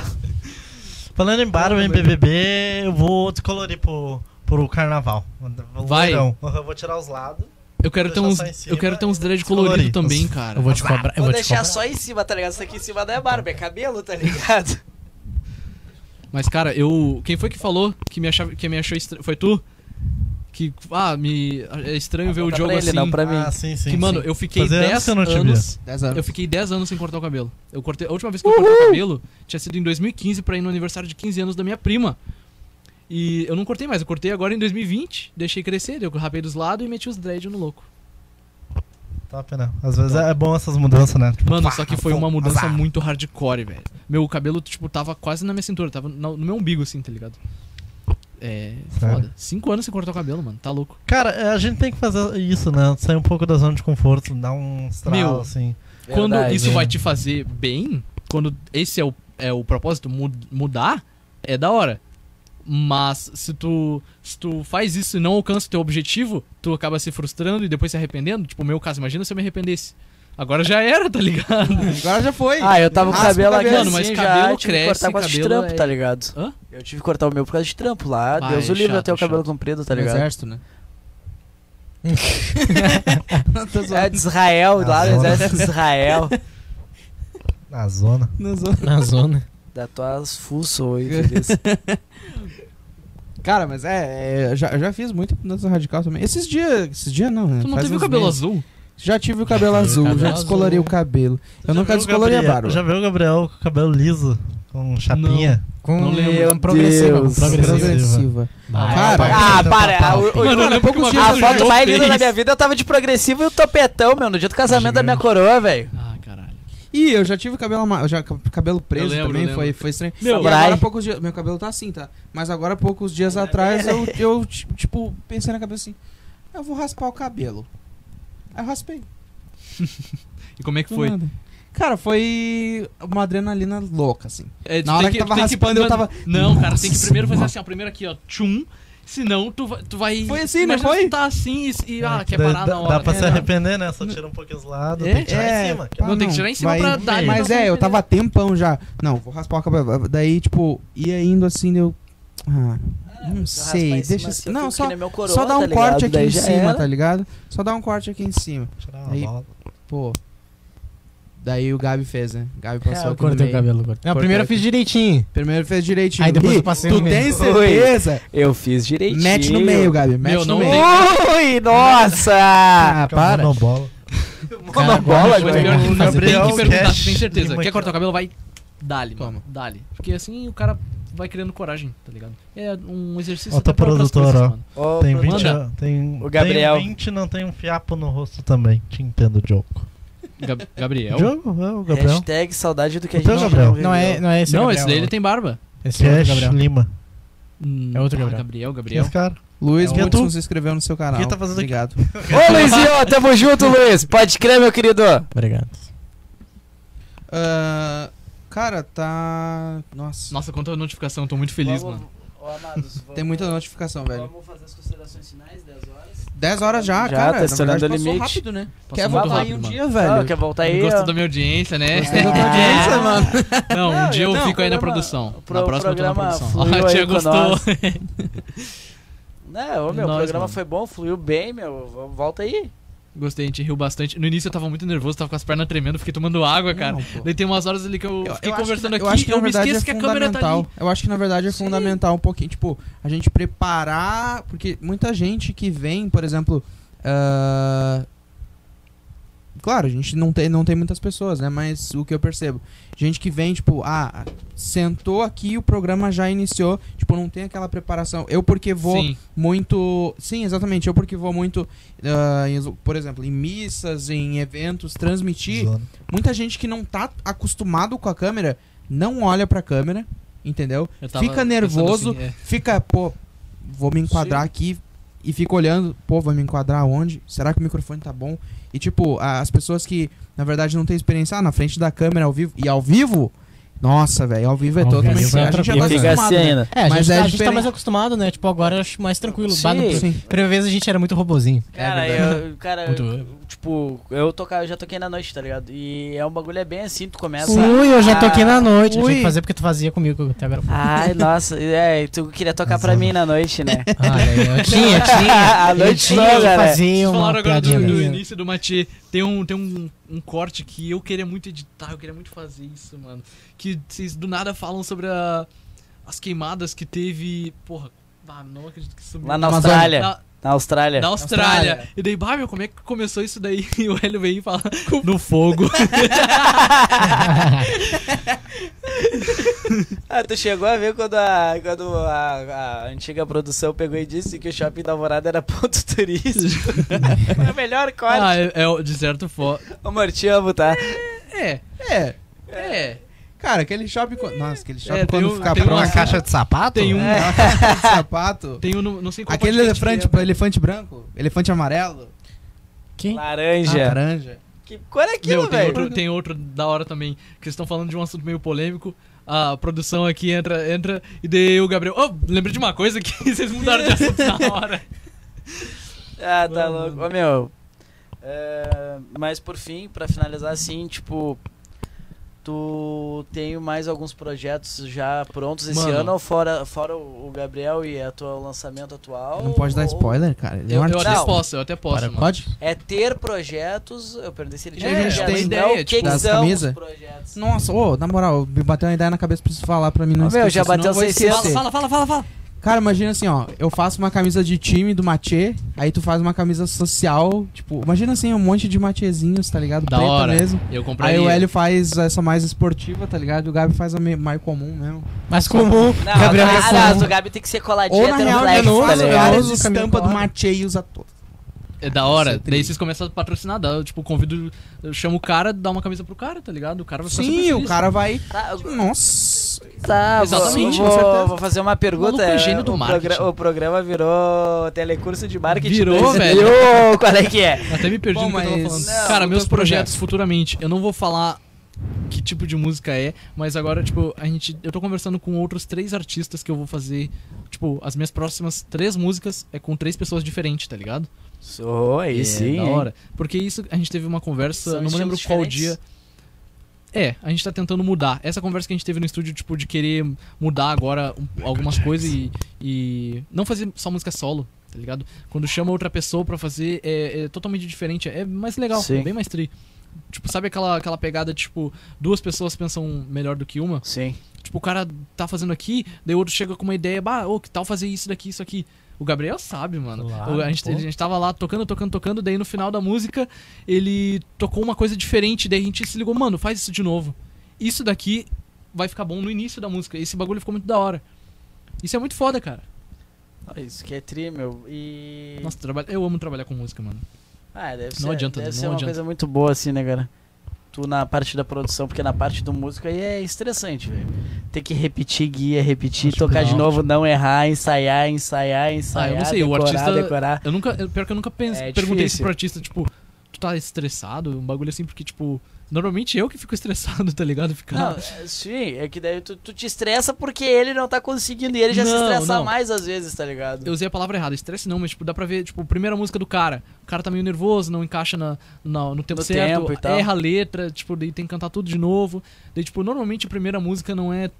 Speaker 5: Falando em Barba, em BBB, eu vou descolorir pro, pro carnaval. Vou-
Speaker 3: Vai.
Speaker 5: Não, eu vou tirar os lados.
Speaker 3: Eu quero ter
Speaker 5: Deixa
Speaker 3: uns,
Speaker 5: só em cima
Speaker 3: eu quero ter uns dread
Speaker 5: descolorir.
Speaker 3: colorido também, cara.
Speaker 2: Eu vou te cobrar. Eu
Speaker 4: Vou
Speaker 2: vou te
Speaker 4: deixar
Speaker 2: cobrar.
Speaker 4: só em cima, tá ligado? Isso aqui em cima não é barba, é cabelo, tá ligado?
Speaker 3: Mas cara, eu, quem foi que falou que me achava, que me achou estranho? Foi tu? Que ah, me é estranho ver o
Speaker 7: Conta
Speaker 3: jogo
Speaker 7: tá pra ele,
Speaker 3: assim.
Speaker 7: não pra mim.
Speaker 5: Ah, sim, sim.
Speaker 3: que mano,
Speaker 5: sim.
Speaker 3: eu fiquei
Speaker 5: Fazia anos
Speaker 3: 10
Speaker 5: que eu não te
Speaker 3: anos.
Speaker 1: 10 anos.
Speaker 3: Eu fiquei 10 anos sem cortar o cabelo. Eu cortei, a última vez que eu cortei o cabelo tinha sido em 2015 pra ir no aniversário de 15 anos da minha prima. E eu não cortei mais, eu cortei agora em 2020, deixei crescer, daí eu rapei dos lados e meti os dread no louco.
Speaker 5: Top, né? Às vezes é bom essas mudanças, né? Tipo,
Speaker 3: Mano,
Speaker 5: pá,
Speaker 3: só que foi
Speaker 5: pum,
Speaker 3: uma mudança
Speaker 5: azar.
Speaker 3: muito hardcore, velho. Meu cabelo, tipo, tava quase na minha cintura, tava no no meu umbigo, assim, tá ligado? É.
Speaker 5: Sério?
Speaker 3: Foda. Cinco anos sem cortar o cabelo, mano, tá louco.
Speaker 5: Cara, é, a gente tem que fazer isso, né? Sair um pouco da zona de conforto, dar um estralo,
Speaker 3: Meu,
Speaker 5: assim.
Speaker 3: Quando
Speaker 7: Verdade.
Speaker 3: isso vai te fazer bem, quando esse é o, é o propósito, mu- mudar, é da hora. Mas se tu, se tu faz isso e não alcança o teu objetivo, tu acaba se frustrando e depois se arrependendo. Tipo, o meu caso, imagina se eu me arrependesse. Agora já era, tá ligado?
Speaker 1: Agora já foi.
Speaker 7: Ah, eu tava com o
Speaker 1: Raspa o
Speaker 7: cabelo aqui
Speaker 1: cabelo.
Speaker 7: assim,
Speaker 3: Mano, mas
Speaker 7: já
Speaker 3: cabelo
Speaker 7: tive que
Speaker 3: cresce,
Speaker 7: cortar por causa de
Speaker 3: cabelo
Speaker 7: trampo,
Speaker 3: é-
Speaker 7: tá ligado?
Speaker 3: Hã?
Speaker 7: Eu tive que cortar o meu por causa de trampo lá.
Speaker 3: Vai,
Speaker 7: Deus o livre
Speaker 3: chato,
Speaker 7: até o cabelo
Speaker 3: chato.
Speaker 7: comprido, tá
Speaker 2: No
Speaker 7: ligado?
Speaker 2: exército, né?
Speaker 7: É de Israel, lá do
Speaker 5: Nossa.
Speaker 7: exército de Israel.
Speaker 5: Na zona.
Speaker 1: Na zona.
Speaker 2: Na zona.
Speaker 7: Da tua fuça, ô infeliz.
Speaker 1: Cara, mas é, é, já, já fiz muita mudança radical também. Esses dias, esses dias não, né?
Speaker 3: Tu não
Speaker 1: Faz
Speaker 3: teve o
Speaker 1: uns
Speaker 3: cabelo
Speaker 1: meses.
Speaker 3: azul?
Speaker 1: Já tive o cabelo azul,
Speaker 2: cabelo
Speaker 1: já descolori
Speaker 2: azul.
Speaker 1: o cabelo. Eu
Speaker 5: Já
Speaker 1: nunca
Speaker 5: viu o
Speaker 1: descolori a
Speaker 5: Gabriel-
Speaker 1: barba.
Speaker 5: Já viu o Gabriel com o cabelo liso, com chapinha?
Speaker 2: Com um
Speaker 3: Não lembro.
Speaker 2: com progressiva, com
Speaker 7: Deus.
Speaker 2: progressiva.
Speaker 1: Progressiva.
Speaker 2: Vai,
Speaker 1: Cara,
Speaker 2: vai,
Speaker 4: Ah,
Speaker 2: vai,
Speaker 4: para.
Speaker 2: vai,
Speaker 4: o-
Speaker 2: vai.
Speaker 4: o-
Speaker 3: Mano, eu lembro
Speaker 1: poucos
Speaker 3: que uma
Speaker 1: dias
Speaker 4: a um
Speaker 3: vez o
Speaker 4: foto
Speaker 3: Jô
Speaker 4: mais linda
Speaker 3: fez-
Speaker 4: da minha vida, eu tava de progressivo e o topetão, meu, no dia do casamento da minha coroa, velho.
Speaker 3: Ah, caralho.
Speaker 1: Ih, eu já tive cabelo ama- já ca- cabelo preso
Speaker 3: Eu lembro, eu
Speaker 1: também,
Speaker 3: lembro.
Speaker 1: foi, foi estranho.
Speaker 3: Meu,
Speaker 1: e agora
Speaker 7: Samurai.
Speaker 1: há poucos dias, meu cabelo tá assim, tá? Mas agora há poucos dias atrás eu, eu ti- tipo pensei na cabeça assim, eu vou raspar o cabelo. Aí eu raspei.
Speaker 3: E como é que
Speaker 1: do
Speaker 3: foi?
Speaker 1: nada. Cara, foi uma adrenalina louca assim.
Speaker 3: É, tu
Speaker 1: Na hora
Speaker 3: tem
Speaker 1: que tava raspando, eu tava-
Speaker 3: Não, cara, tem que
Speaker 1: Nossa
Speaker 3: primeiro fazer
Speaker 1: senhora.
Speaker 3: assim, ó. Primeiro aqui, ó. Tchum. Senão tu vai. Tu vai
Speaker 1: Foi assim, não
Speaker 3: imagina
Speaker 1: foi?
Speaker 3: se tu tá assim e. e ah, quer
Speaker 5: É, Dá-
Speaker 3: parar
Speaker 5: dá,
Speaker 3: na hora.
Speaker 5: Dá pra
Speaker 3: né?
Speaker 5: se arrepender, né? Só tira um pouquinho os lados,
Speaker 3: É,
Speaker 5: tem que tirar
Speaker 1: é,
Speaker 5: em cima.
Speaker 1: pá,
Speaker 3: Não, tem que tirar em cima
Speaker 1: vai-
Speaker 3: pra dar.
Speaker 1: Mas é, eu tava tempão já. Não, vou raspar o cabelo. Daí, tipo, ia indo assim, eu. Ah, não sei, deixa.
Speaker 7: assim,
Speaker 4: assim,
Speaker 1: Não, só, só dá um
Speaker 4: tá
Speaker 1: corte aqui em cima, tá ligado? Só dá um corte aqui em cima.
Speaker 5: Tirar uma
Speaker 1: Aí-
Speaker 5: bola.
Speaker 1: Pô. Daí o Gabi fez, né? O Gabi
Speaker 2: É,
Speaker 1: passou
Speaker 2: eu
Speaker 1: aqui no
Speaker 2: cortei o
Speaker 1: meio.
Speaker 2: cabelo. agora. Não,
Speaker 1: Cortei
Speaker 2: primeiro eu
Speaker 1: aqui.
Speaker 2: fiz direitinho.
Speaker 1: Primeiro fez direitinho.
Speaker 2: Aí depois
Speaker 1: Ih,
Speaker 2: eu passei
Speaker 1: Tu
Speaker 2: no meio.
Speaker 1: tem certeza?
Speaker 7: Eu fiz direitinho.
Speaker 1: Mete no meio, Gabi. Mete
Speaker 3: Meu, não
Speaker 1: no
Speaker 3: tem.
Speaker 1: meio.
Speaker 7: Ui, nossa!
Speaker 1: Ah,
Speaker 5: Fica uma
Speaker 1: para.
Speaker 5: monobola.
Speaker 2: Cara,
Speaker 7: Monobola,
Speaker 2: agora-
Speaker 3: Mas pior
Speaker 7: Gabriel.
Speaker 3: que
Speaker 5: O
Speaker 3: não, tem
Speaker 5: Gabriel
Speaker 3: que perguntar,
Speaker 5: Cash
Speaker 3: tu tem certeza.
Speaker 5: Lima,
Speaker 3: Quer cortar o
Speaker 5: cara.
Speaker 3: cabelo, vai. Dale, mano.
Speaker 1: Toma.
Speaker 3: Dale. Porque assim o cara vai criando coragem, tá ligado? É um exercício
Speaker 5: Ó, tá
Speaker 3: até pra outras
Speaker 5: produtor,
Speaker 3: coisas,
Speaker 5: ó.
Speaker 3: mano.
Speaker 7: Ô,
Speaker 5: Tem
Speaker 7: produtor.
Speaker 5: 20,
Speaker 3: Manda.
Speaker 5: tem,
Speaker 7: O Gabriel.
Speaker 5: tem 20 não tem um fiapo no rosto também. Te entendo, Diogo.
Speaker 3: Gab- Gabriel.
Speaker 5: Diogo? É o Gabriel.
Speaker 7: Hashtag saudade do que a
Speaker 5: O teu
Speaker 7: gente
Speaker 5: Gabriel.
Speaker 7: não viveu.
Speaker 2: Não é, não é esse
Speaker 3: Não,
Speaker 2: Gabriel,
Speaker 3: esse daí ele tem barba.
Speaker 2: Esse é outro
Speaker 5: Cash
Speaker 2: Gabriel.
Speaker 5: Lima.
Speaker 3: Hum,
Speaker 2: É outro
Speaker 3: ah,
Speaker 2: Gabriel.
Speaker 3: Gabriel,
Speaker 5: Quem é
Speaker 3: Gabriel.
Speaker 5: esse cara?
Speaker 1: Luiz
Speaker 5: É um-
Speaker 1: Hudson se inscreveu no seu canal.
Speaker 5: Quem tá fazendo aqui?
Speaker 1: Obrigado.
Speaker 4: é-
Speaker 7: Ô, Luizinho, tamo junto, Luiz. Pode crer, meu querido.
Speaker 2: Obrigado.
Speaker 1: Ah, cara, tá. Nossa.
Speaker 3: Nossa, quanta notificação, eu tô muito feliz, mano.
Speaker 1: Tem muita notificação, velho.
Speaker 4: fazer as considerações finais, né? 10 horas.
Speaker 1: 10 horas já,
Speaker 7: Já,
Speaker 1: cara.
Speaker 7: tá
Speaker 1: na
Speaker 7: estourando
Speaker 1: verdade,
Speaker 7: o
Speaker 1: passou
Speaker 7: limite.
Speaker 1: rápido, né?
Speaker 3: Passou
Speaker 1: Quer
Speaker 3: muito
Speaker 1: voltar aí
Speaker 3: rápido,
Speaker 1: um
Speaker 3: mano.
Speaker 1: dia,
Speaker 7: Ah,
Speaker 1: velho?
Speaker 7: quer voltar aí?
Speaker 3: Gostou
Speaker 7: ó.
Speaker 3: da minha audiência, né?
Speaker 1: Gostei da
Speaker 7: É.
Speaker 1: tua audiência, mano.
Speaker 3: Não, um
Speaker 7: Não,
Speaker 3: dia eu
Speaker 7: não,
Speaker 3: fico aí na
Speaker 7: programa-
Speaker 3: produção.
Speaker 7: pro-
Speaker 3: na próxima eu tô na
Speaker 7: programa
Speaker 3: produção.
Speaker 7: fluiu
Speaker 3: Ah, a tia
Speaker 7: aí com
Speaker 3: gostou.
Speaker 7: nós. Não, ô, meu, o
Speaker 3: Nós,
Speaker 7: programa
Speaker 3: mano.
Speaker 7: foi bom, fluiu bem, meu. v- Volta aí.
Speaker 3: Gostei, a gente riu bastante. No início eu tava muito nervoso, tava com as pernas tremendo, fiquei tomando água, cara.
Speaker 1: Não, pô.
Speaker 3: Daí tem umas horas ali que eu,
Speaker 1: Eu-
Speaker 3: fiquei
Speaker 1: eu acho
Speaker 3: conversando
Speaker 1: que-
Speaker 3: aqui
Speaker 1: eu acho que,
Speaker 3: e eu
Speaker 1: na
Speaker 3: me
Speaker 1: verdade,
Speaker 3: esqueço
Speaker 1: é
Speaker 3: que a câmera tá
Speaker 1: fundamental.
Speaker 3: ali.
Speaker 1: Eu acho que na verdade é
Speaker 3: Sim.
Speaker 1: fundamental um pouquinho, tipo, a gente preparar, porque muita gente que vem, por exemplo, ah, claro, a gente não tem, não tem muitas pessoas, né, mas o que eu percebo, gente que vem, tipo, ah, sentou aqui, o programa já iniciou, tipo, não tem aquela preparação. Eu porque vou
Speaker 3: Sim,
Speaker 1: muito. Sim, exatamente. Eu porque vou muito, ah, em- por exemplo, em missas, em eventos, transmitir.
Speaker 5: Zona.
Speaker 1: Muita gente que não tá acostumado com a câmera não olha pra câmera, entendeu?
Speaker 3: eu tava
Speaker 1: Fica
Speaker 3: pensando
Speaker 1: nervoso.
Speaker 3: assim, é.
Speaker 1: Fica, pô, vou me enquadrar aqui e fica olhando, pô, vou me enquadrar onde? Será que o microfone tá bom? E tipo, a- as pessoas que na verdade não têm experiência ah, na frente da câmera ao vivo e ao vivo Nossa, velho, ao vivo é
Speaker 2: Ao
Speaker 1: totalmente
Speaker 2: vivo é
Speaker 1: A gente já
Speaker 2: outra
Speaker 1: tá
Speaker 7: E fica
Speaker 1: acostumado,
Speaker 7: assim
Speaker 1: né?
Speaker 7: ainda.
Speaker 2: É, a,
Speaker 1: Mas
Speaker 2: gente,
Speaker 1: é
Speaker 2: tá- a gente tá
Speaker 1: diferente.
Speaker 2: mais acostumado, né? Tipo, agora eu acho mais tranquilo. Lá no-
Speaker 4: Sim.
Speaker 1: Sim.
Speaker 2: primeira vez a gente era muito robozinho.
Speaker 4: Cara,
Speaker 2: É verdade.
Speaker 4: eu, cara,
Speaker 2: Muito-
Speaker 4: tipo, eu, toca, eu já toquei na noite, tá ligado? E é um bagulho é bem assim, tu começa.
Speaker 2: Ui, eu já toquei na noite. Eu tinha
Speaker 1: Ui.
Speaker 2: que fazer porque tu fazia comigo até agora.
Speaker 4: Ai, nossa, é, tu queria tocar pra mim na noite, né?
Speaker 2: Ah, eu tinha, tinha.
Speaker 4: a
Speaker 2: Eu
Speaker 4: noite
Speaker 2: tinha
Speaker 4: toda,
Speaker 2: que
Speaker 4: né?
Speaker 2: fazer
Speaker 3: Vocês
Speaker 2: uma
Speaker 3: falaram agora do, então.
Speaker 2: piadinha.
Speaker 3: do
Speaker 2: dessa.
Speaker 3: início do Matê. Tem, um, tem um, um corte que eu queria muito editar, eu queria muito fazer isso, mano. Que vocês do nada falam sobre a- as queimadas que teve. Porra, ah, não acredito que subiu.
Speaker 4: Lá na
Speaker 1: Amazônia.
Speaker 4: Austrália.
Speaker 3: Da,
Speaker 4: Na Austrália.
Speaker 1: É.
Speaker 3: da Austrália.
Speaker 1: Austrália.
Speaker 3: E daí, bah, meu, como é que começou isso daí? E o Hélio vem e fala no fogo.
Speaker 4: Ah, tu chegou a ver quando, a, quando a, a antiga produção pegou e disse que o shopping da Alvorada era ponto turístico. é o melhor corte.
Speaker 3: ah, é, é de certo foda.
Speaker 4: Ô, amor, te amo, tá?
Speaker 3: É,
Speaker 1: É,
Speaker 3: é.
Speaker 1: cara, aquele shopping... co- Nossa, aquele shopping
Speaker 3: tem
Speaker 1: quando
Speaker 3: um-
Speaker 1: ficar
Speaker 3: tem uma
Speaker 1: pronto...
Speaker 5: Uma caixa de sapato?
Speaker 3: Tem um.
Speaker 1: uma caixa de sapato...
Speaker 3: Tem um. no- Não sei qual
Speaker 1: Aquele
Speaker 3: podcast que
Speaker 1: elefante,
Speaker 3: é,
Speaker 1: elefante branco, elefante amarelo, ah,
Speaker 2: Quem?
Speaker 4: Laranja.
Speaker 1: laranja.
Speaker 4: que cor é
Speaker 3: Ah,
Speaker 4: aquilo,
Speaker 3: Meu, tem
Speaker 4: velho?
Speaker 3: outro, tem outro da hora também, que vocês estão falando de um assunto meio polêmico. A produção aqui entra, entra, e daí o Gabriel. Oh, lembrei de uma coisa que vocês mudaram de assunto na hora.
Speaker 4: Ah, tá louco. Ô, meu. é, mas por fim, pra finalizar assim, tipo. Tu tem mais alguns projetos já prontos esse
Speaker 3: Mano.
Speaker 4: ano, ou fora, fora o o Gabriel e a tua- o lançamento atual?
Speaker 1: Não pode dar
Speaker 4: ou-
Speaker 1: spoiler, cara. Ele é um
Speaker 3: Oh, Eu, eu
Speaker 1: artista.
Speaker 3: até
Speaker 4: Não.
Speaker 3: posso, eu até posso.
Speaker 2: Para,
Speaker 3: mano.
Speaker 2: pode?
Speaker 4: É ter projetos. Eu perguntei se ele
Speaker 1: É, a gente
Speaker 4: tinha
Speaker 1: tem
Speaker 4: ideia,
Speaker 3: ideia,
Speaker 4: o que,
Speaker 3: tipo,
Speaker 4: que
Speaker 1: das
Speaker 4: são
Speaker 1: camisas.
Speaker 4: os projetos.
Speaker 1: Nossa, ô, na moral, me bateu uma ideia na cabeça, preciso falar pra mim não
Speaker 4: Ô, meu,
Speaker 1: esquecer,
Speaker 4: já
Speaker 1: senão
Speaker 4: bateu
Speaker 1: eu vou
Speaker 4: 600.
Speaker 1: esquecer.
Speaker 3: Fala, fala, fala, fala.
Speaker 1: Cara, imagina assim, ó, eu faço uma camisa de time do Matê, aí tu faz uma camisa social, tipo, imagina assim, um monte de Matêzinhos, tá ligado?
Speaker 3: Da
Speaker 1: Preto
Speaker 3: hora.
Speaker 1: mesmo.
Speaker 3: Eu comprei.
Speaker 1: Aí o Hélio faz essa mais esportiva, tá ligado? E o Gabi faz a me- mais comum mesmo.
Speaker 2: Mas comum.
Speaker 4: Não,
Speaker 2: Gabriel
Speaker 4: ah,
Speaker 2: Refo-
Speaker 4: não, mas o Gabi tem que ser coladinho
Speaker 1: Ou na
Speaker 4: até
Speaker 1: real,
Speaker 4: no
Speaker 1: eu
Speaker 4: flex,
Speaker 1: não
Speaker 4: tá
Speaker 1: uso,
Speaker 4: ligado?
Speaker 1: eu uso estampa do
Speaker 2: Claro.
Speaker 1: Matê e usa todo.
Speaker 3: É da hora.
Speaker 1: Isso é
Speaker 3: daí
Speaker 1: tri.
Speaker 3: vocês começam a patrocinar. dá- Tipo, convido. Eu chamo o cara, dá uma camisa pro cara, tá ligado? O cara vai ficar super
Speaker 1: Sim, o
Speaker 3: feliz.
Speaker 1: cara vai...
Speaker 4: Tá, eu-
Speaker 1: Nossa...
Speaker 4: tá,
Speaker 3: Exatamente,
Speaker 4: vou,
Speaker 3: com certeza.
Speaker 4: vou, vou fazer uma pergunta.
Speaker 3: Maluco é gênio do
Speaker 4: o,
Speaker 3: marketing.
Speaker 4: progra- o programa virou telecurso de marketing.
Speaker 3: Virou,
Speaker 4: dois-
Speaker 3: velho.
Speaker 4: Virou, qual é que é?
Speaker 3: Até me perdi
Speaker 1: Bom,
Speaker 3: no que eu tava
Speaker 1: mas-
Speaker 3: falando.
Speaker 1: Não,
Speaker 3: Cara,
Speaker 1: os
Speaker 3: meus
Speaker 1: teus
Speaker 3: projetos
Speaker 1: projetos.
Speaker 3: futuramente, eu não vou falar que tipo de música é, mas agora, tipo, a gente. Eu tô conversando com outros três artistas que eu vou fazer. Tipo, as minhas próximas três músicas é com três pessoas diferentes, tá ligado?
Speaker 4: Sou, aí
Speaker 3: é,
Speaker 4: sim.
Speaker 3: Da
Speaker 4: hein?
Speaker 3: hora. Porque isso, a gente teve uma conversa,
Speaker 4: São
Speaker 3: não me lembro
Speaker 4: estilos
Speaker 3: qual dia.
Speaker 4: diferentes.
Speaker 3: É, a gente tá tentando mudar. Essa conversa que a gente teve no estúdio, tipo, de querer mudar agora um-
Speaker 4: É
Speaker 3: algumas coisas e, e não fazer só música solo, tá ligado? Quando chama outra pessoa pra fazer, é, é totalmente diferente. É mais legal,
Speaker 4: Sim.
Speaker 3: é bem mais tri. Tipo, sabe aquela, aquela pegada, tipo, duas pessoas pensam melhor do que uma?
Speaker 4: Sim.
Speaker 3: Tipo, o cara tá fazendo aqui, daí o outro chega com uma ideia, bah, ô, que tal fazer isso daqui, isso aqui. O Gabriel sabe, mano.
Speaker 2: Claro,
Speaker 3: O- a, gente,
Speaker 2: pô.
Speaker 3: a gente tava lá tocando, tocando, tocando, daí no final da música ele tocou uma coisa diferente, daí a gente se ligou, mano, faz isso de novo. Isso daqui vai ficar bom no início da música. Esse bagulho ficou muito da hora. Isso é muito foda, cara.
Speaker 4: Isso que é tri, meu. E.
Speaker 3: Nossa, trabalha- eu amo trabalhar com música, mano.
Speaker 4: Ah, deve
Speaker 3: Não
Speaker 4: ser,
Speaker 3: adianta,
Speaker 4: deve
Speaker 3: não
Speaker 4: ser uma
Speaker 3: adianta.
Speaker 4: coisa muito boa assim, né, cara? Tu na parte da produção, porque na parte do músico aí é estressante, velho. Ter que repetir guia, repetir, tocar de
Speaker 3: não. Ah,
Speaker 4: novo, não errar, ensaiar, ensaiar, ensaiar,
Speaker 3: não sei, o
Speaker 4: decorar,
Speaker 3: artista-
Speaker 4: decorar.
Speaker 3: Eu nunca, eu- pior que eu nunca pense,
Speaker 4: É
Speaker 3: perguntei isso
Speaker 4: difícil.
Speaker 3: pro artista, tipo, tu tá estressado? Um bagulho assim, porque, tipo, normalmente eu que fico estressado, tá ligado? Ficar...
Speaker 4: Não, é, sim, é que daí tu, tu te estressa porque ele não tá conseguindo e ele já se
Speaker 3: Não,
Speaker 4: estressa
Speaker 3: não.
Speaker 4: mais às vezes, tá ligado?
Speaker 3: Eu usei a palavra errada, estresse não, mas tipo, dá pra ver, tipo, primeira música do cara. O cara tá meio nervoso, não encaixa na, na- no tempo
Speaker 4: No
Speaker 3: certo,
Speaker 4: tempo e tal.
Speaker 3: erra a letra, tipo, daí tem que cantar tudo de novo. Daí, tipo, normalmente a primeira música não é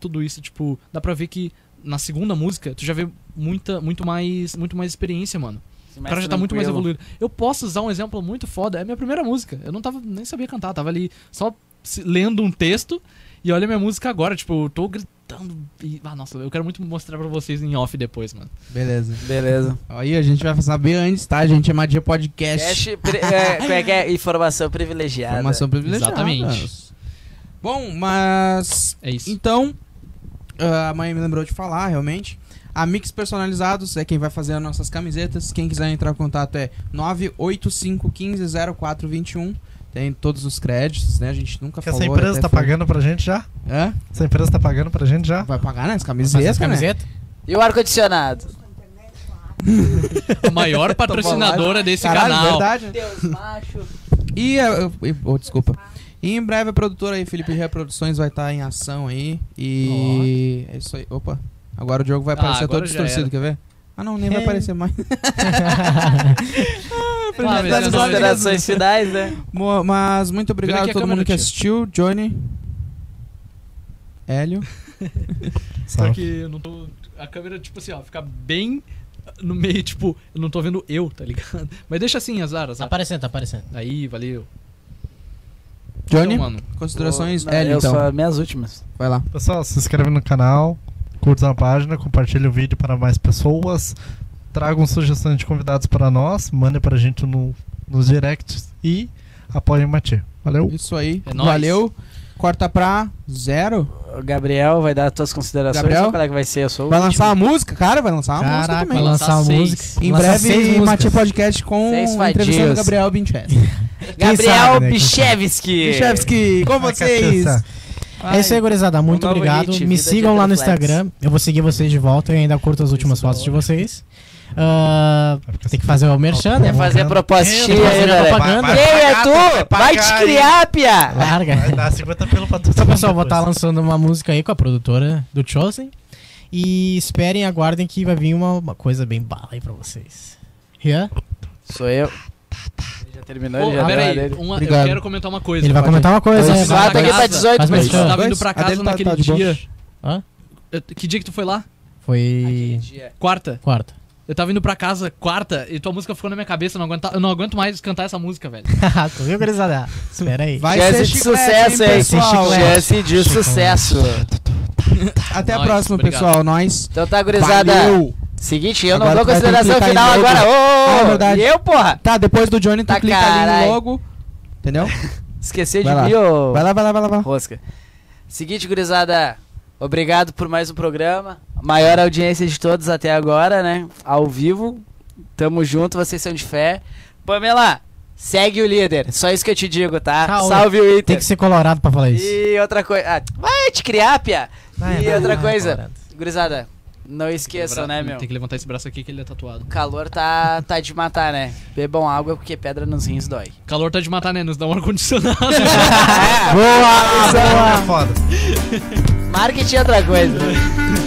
Speaker 3: tudo isso, tipo, dá pra ver que na segunda música tu já vê muita, muito mais, muito mais experiência, mano. O cara já tá muito mais evoluído. Eu posso usar um exemplo muito foda, é a minha primeira música. Eu não tava, nem sabia cantar, tava ali só se- lendo um texto e olha a minha música agora, tipo, eu tô gritando. E, ah, nossa, eu quero muito mostrar pra vocês em off depois, mano.
Speaker 1: Beleza.
Speaker 4: Beleza.
Speaker 1: Aí a gente vai saber antes, tá? A gente é Madia Podcast.
Speaker 4: Cash, pri- é, como é que é? Informação privilegiada.
Speaker 1: Informação privilegiada.
Speaker 3: Exatamente.
Speaker 1: Bom, mas
Speaker 3: É isso.
Speaker 1: Então, ah, a mãe me lembrou de falar, realmente. A Mix Personalizados é quem vai fazer as nossas camisetas. Quem quiser entrar em contato é 985150421. Tem todos os créditos, né? A gente nunca
Speaker 5: Que
Speaker 1: falou.
Speaker 5: essa empresa
Speaker 1: até
Speaker 5: tá
Speaker 1: foi-
Speaker 5: pagando pra gente já?
Speaker 1: Hã?
Speaker 5: Essa empresa tá pagando pra gente já?
Speaker 1: Vai pagar, né? As
Speaker 2: Fazer
Speaker 1: camisetas,
Speaker 2: as
Speaker 1: né?
Speaker 2: camisetas.
Speaker 4: E o ar-condicionado?
Speaker 3: A maior patrocinadora desse
Speaker 1: Caralho,
Speaker 3: canal.
Speaker 1: verdade. né?
Speaker 4: Deus macho.
Speaker 1: E, ah, eu- eu- oh, desculpa. E em breve a produtora aí, Felipe Reproduções, vai estar em ação aí. E. É isso aí. Opa, agora o jogo vai
Speaker 3: Ah,
Speaker 1: aparecer
Speaker 3: agora
Speaker 1: todo
Speaker 3: já
Speaker 1: distorcido,
Speaker 3: era. É.
Speaker 1: quer ver? Ah, não, nem vai aparecer mais.
Speaker 3: Ah, mas
Speaker 1: Mas
Speaker 3: eu
Speaker 1: só-
Speaker 3: não-
Speaker 4: Considerações finais, né?
Speaker 1: Mo- Mas muito
Speaker 3: Vira
Speaker 1: obrigado
Speaker 3: aqui
Speaker 1: a
Speaker 3: a
Speaker 1: todo
Speaker 3: câmera,
Speaker 1: mundo que
Speaker 3: tia.
Speaker 1: assistiu. Johnny. Hélio.
Speaker 3: Só
Speaker 5: Salve.
Speaker 3: que eu não tô. A câmera, tipo assim, ó, fica bem no meio, tipo, eu não tô vendo eu, tá ligado? Mas deixa assim, azar,
Speaker 2: Tá
Speaker 3: azar.
Speaker 2: aparecendo, tá aparecendo.
Speaker 3: Aí, valeu.
Speaker 1: Johnny,
Speaker 3: Então, mano.
Speaker 1: considerações.
Speaker 4: Não,
Speaker 1: Hélio,
Speaker 4: eu
Speaker 1: então.
Speaker 4: só minhas últimas.
Speaker 1: Vai lá.
Speaker 5: Pessoal, se inscreve no canal, curta a página, compartilha o vídeo para mais pessoas, tragam sugestões de convidados para nós, mandem para a gente no, nos directs e apoiem o Mati. Valeu!
Speaker 1: Isso aí.
Speaker 3: É nóis.
Speaker 1: Valeu. Corta pra zero.
Speaker 4: O Gabriel vai dar as tuas considerações.
Speaker 1: Gabriel?
Speaker 4: ou Qual é que vai ser a sua
Speaker 1: Vai lançar
Speaker 4: última?
Speaker 1: uma música, cara. Vai lançar uma música
Speaker 2: Caraca,
Speaker 1: também.
Speaker 2: vai lançar uma
Speaker 3: Lançar
Speaker 2: música.
Speaker 3: seis.
Speaker 1: Em
Speaker 2: Lança seis
Speaker 1: breve,
Speaker 2: músicas.
Speaker 1: Mati Podcast com
Speaker 4: Seis
Speaker 1: a entrevista do
Speaker 4: fadias.
Speaker 1: Gabriel Binchevski.
Speaker 4: Gabriel
Speaker 2: sabe,
Speaker 5: né, quem sabe.
Speaker 4: Bichevski.
Speaker 1: Bichevski, com vocês.
Speaker 5: assim,
Speaker 2: É isso aí, gurizada. Muito
Speaker 4: Um novo
Speaker 2: obrigado.
Speaker 4: hit,
Speaker 2: Me
Speaker 4: Vida
Speaker 2: sigam
Speaker 4: de
Speaker 2: lá no
Speaker 4: Reflex.
Speaker 2: Instagram. Eu vou seguir vocês de volta e ainda curto as últimas
Speaker 3: é
Speaker 2: fotos de vocês. Ah, tem
Speaker 5: assim.
Speaker 2: que fazer né, o merchan, né?
Speaker 4: Quer fazer a
Speaker 5: Quem
Speaker 4: propostinha
Speaker 5: é
Speaker 4: aí,
Speaker 5: tu?
Speaker 4: galera?
Speaker 2: Propaganda.
Speaker 4: Quem é tu? Vai te criar, pia!
Speaker 2: Larga.
Speaker 5: Vai dar 50 pelo pra todo
Speaker 2: Então, pessoal, vou
Speaker 5: depois.
Speaker 2: estar lançando uma música aí com a produtora do Chosen. E esperem, aguardem que vai vir uma, uma coisa bem bala aí pra vocês. Rian,
Speaker 4: Sou eu. Ele já terminou,
Speaker 3: Pô,
Speaker 4: ele já
Speaker 3: pera
Speaker 4: deu a
Speaker 3: aí,
Speaker 4: dele.
Speaker 3: uma- eu
Speaker 1: Obrigado.
Speaker 3: quero comentar uma coisa.
Speaker 2: ele vai
Speaker 1: pode-
Speaker 2: comentar uma coisa.
Speaker 4: Eu
Speaker 2: né?
Speaker 4: Esse
Speaker 2: Vai-
Speaker 4: lado aqui tá
Speaker 3: Faz
Speaker 4: 18
Speaker 2: mais
Speaker 4: vezes.
Speaker 3: Tu
Speaker 2: merchan.
Speaker 3: tava indo pra
Speaker 1: A
Speaker 3: casa
Speaker 1: dele tá-
Speaker 3: naquele
Speaker 1: tá de boa.
Speaker 3: dia.
Speaker 2: Hã?
Speaker 3: Eu- Que dia que tu foi lá?
Speaker 2: Foi
Speaker 3: Quarta.
Speaker 2: quarta.
Speaker 3: Eu tava indo pra casa quarta e tua música ficou na minha cabeça. Eu não aguento, eu não aguento mais cantar essa música, velho.
Speaker 2: tu viu, gurizada? Espera aí.
Speaker 1: Vai
Speaker 4: Chance
Speaker 1: ser
Speaker 4: de
Speaker 1: chiclete,
Speaker 4: sucesso,
Speaker 1: hein,
Speaker 4: hein?
Speaker 1: pessoal. É.
Speaker 2: Chiclete.
Speaker 4: um Chance de
Speaker 1: um
Speaker 4: sucesso.
Speaker 5: né?
Speaker 1: Até a
Speaker 3: Nós,
Speaker 1: próxima,
Speaker 3: obrigado.
Speaker 1: pessoal. Nós.
Speaker 4: Então tá, gurizada.
Speaker 1: Valeu.
Speaker 4: Seguinte, eu não
Speaker 1: Agora
Speaker 4: dou
Speaker 1: tu vai ter que
Speaker 4: consideração
Speaker 1: clicar em
Speaker 4: final
Speaker 1: logo.
Speaker 4: agora.
Speaker 1: Ah, é
Speaker 4: Ô,
Speaker 1: verdade.
Speaker 4: e eu, porra?
Speaker 1: Tá, depois do Johnny, tu
Speaker 4: Tá,
Speaker 1: clica ali
Speaker 4: carai. Tá
Speaker 1: no logo. Entendeu?
Speaker 4: Esqueceu
Speaker 1: Vai
Speaker 4: de
Speaker 1: lá.
Speaker 4: mim, ô.
Speaker 1: Vai lá, vai lá, vai lá. Vai lá.
Speaker 4: Rosca. Seguinte, gurizada. Obrigado por mais um programa. Maior audiência de todos até agora, né? Ao vivo. Tamo junto, vocês são de fé. Pamela, segue o líder. Só isso que eu te digo, tá?
Speaker 2: Calma.
Speaker 1: né?
Speaker 4: Salve o
Speaker 2: Tem
Speaker 4: Inter.
Speaker 2: que ser colorado pra falar isso.
Speaker 4: E outra coisa. Ah, vai te criar, pia.
Speaker 2: Vai,
Speaker 4: e
Speaker 2: vai,
Speaker 4: outra
Speaker 2: vai,
Speaker 4: coisa.
Speaker 2: colorado.
Speaker 4: Gurizada, não esqueçam, né,
Speaker 3: Lembrar-
Speaker 4: meu?
Speaker 3: Tem que levantar esse braço aqui que ele é tatuado.
Speaker 4: O calor tá, tá de matar, né? Bebam água porque pedra nos rins dói.
Speaker 3: Calor tá de matar, né? Nos dá um ar-condicionado.
Speaker 4: É,
Speaker 5: Ah, é foda.
Speaker 4: Marketing é outra coisa.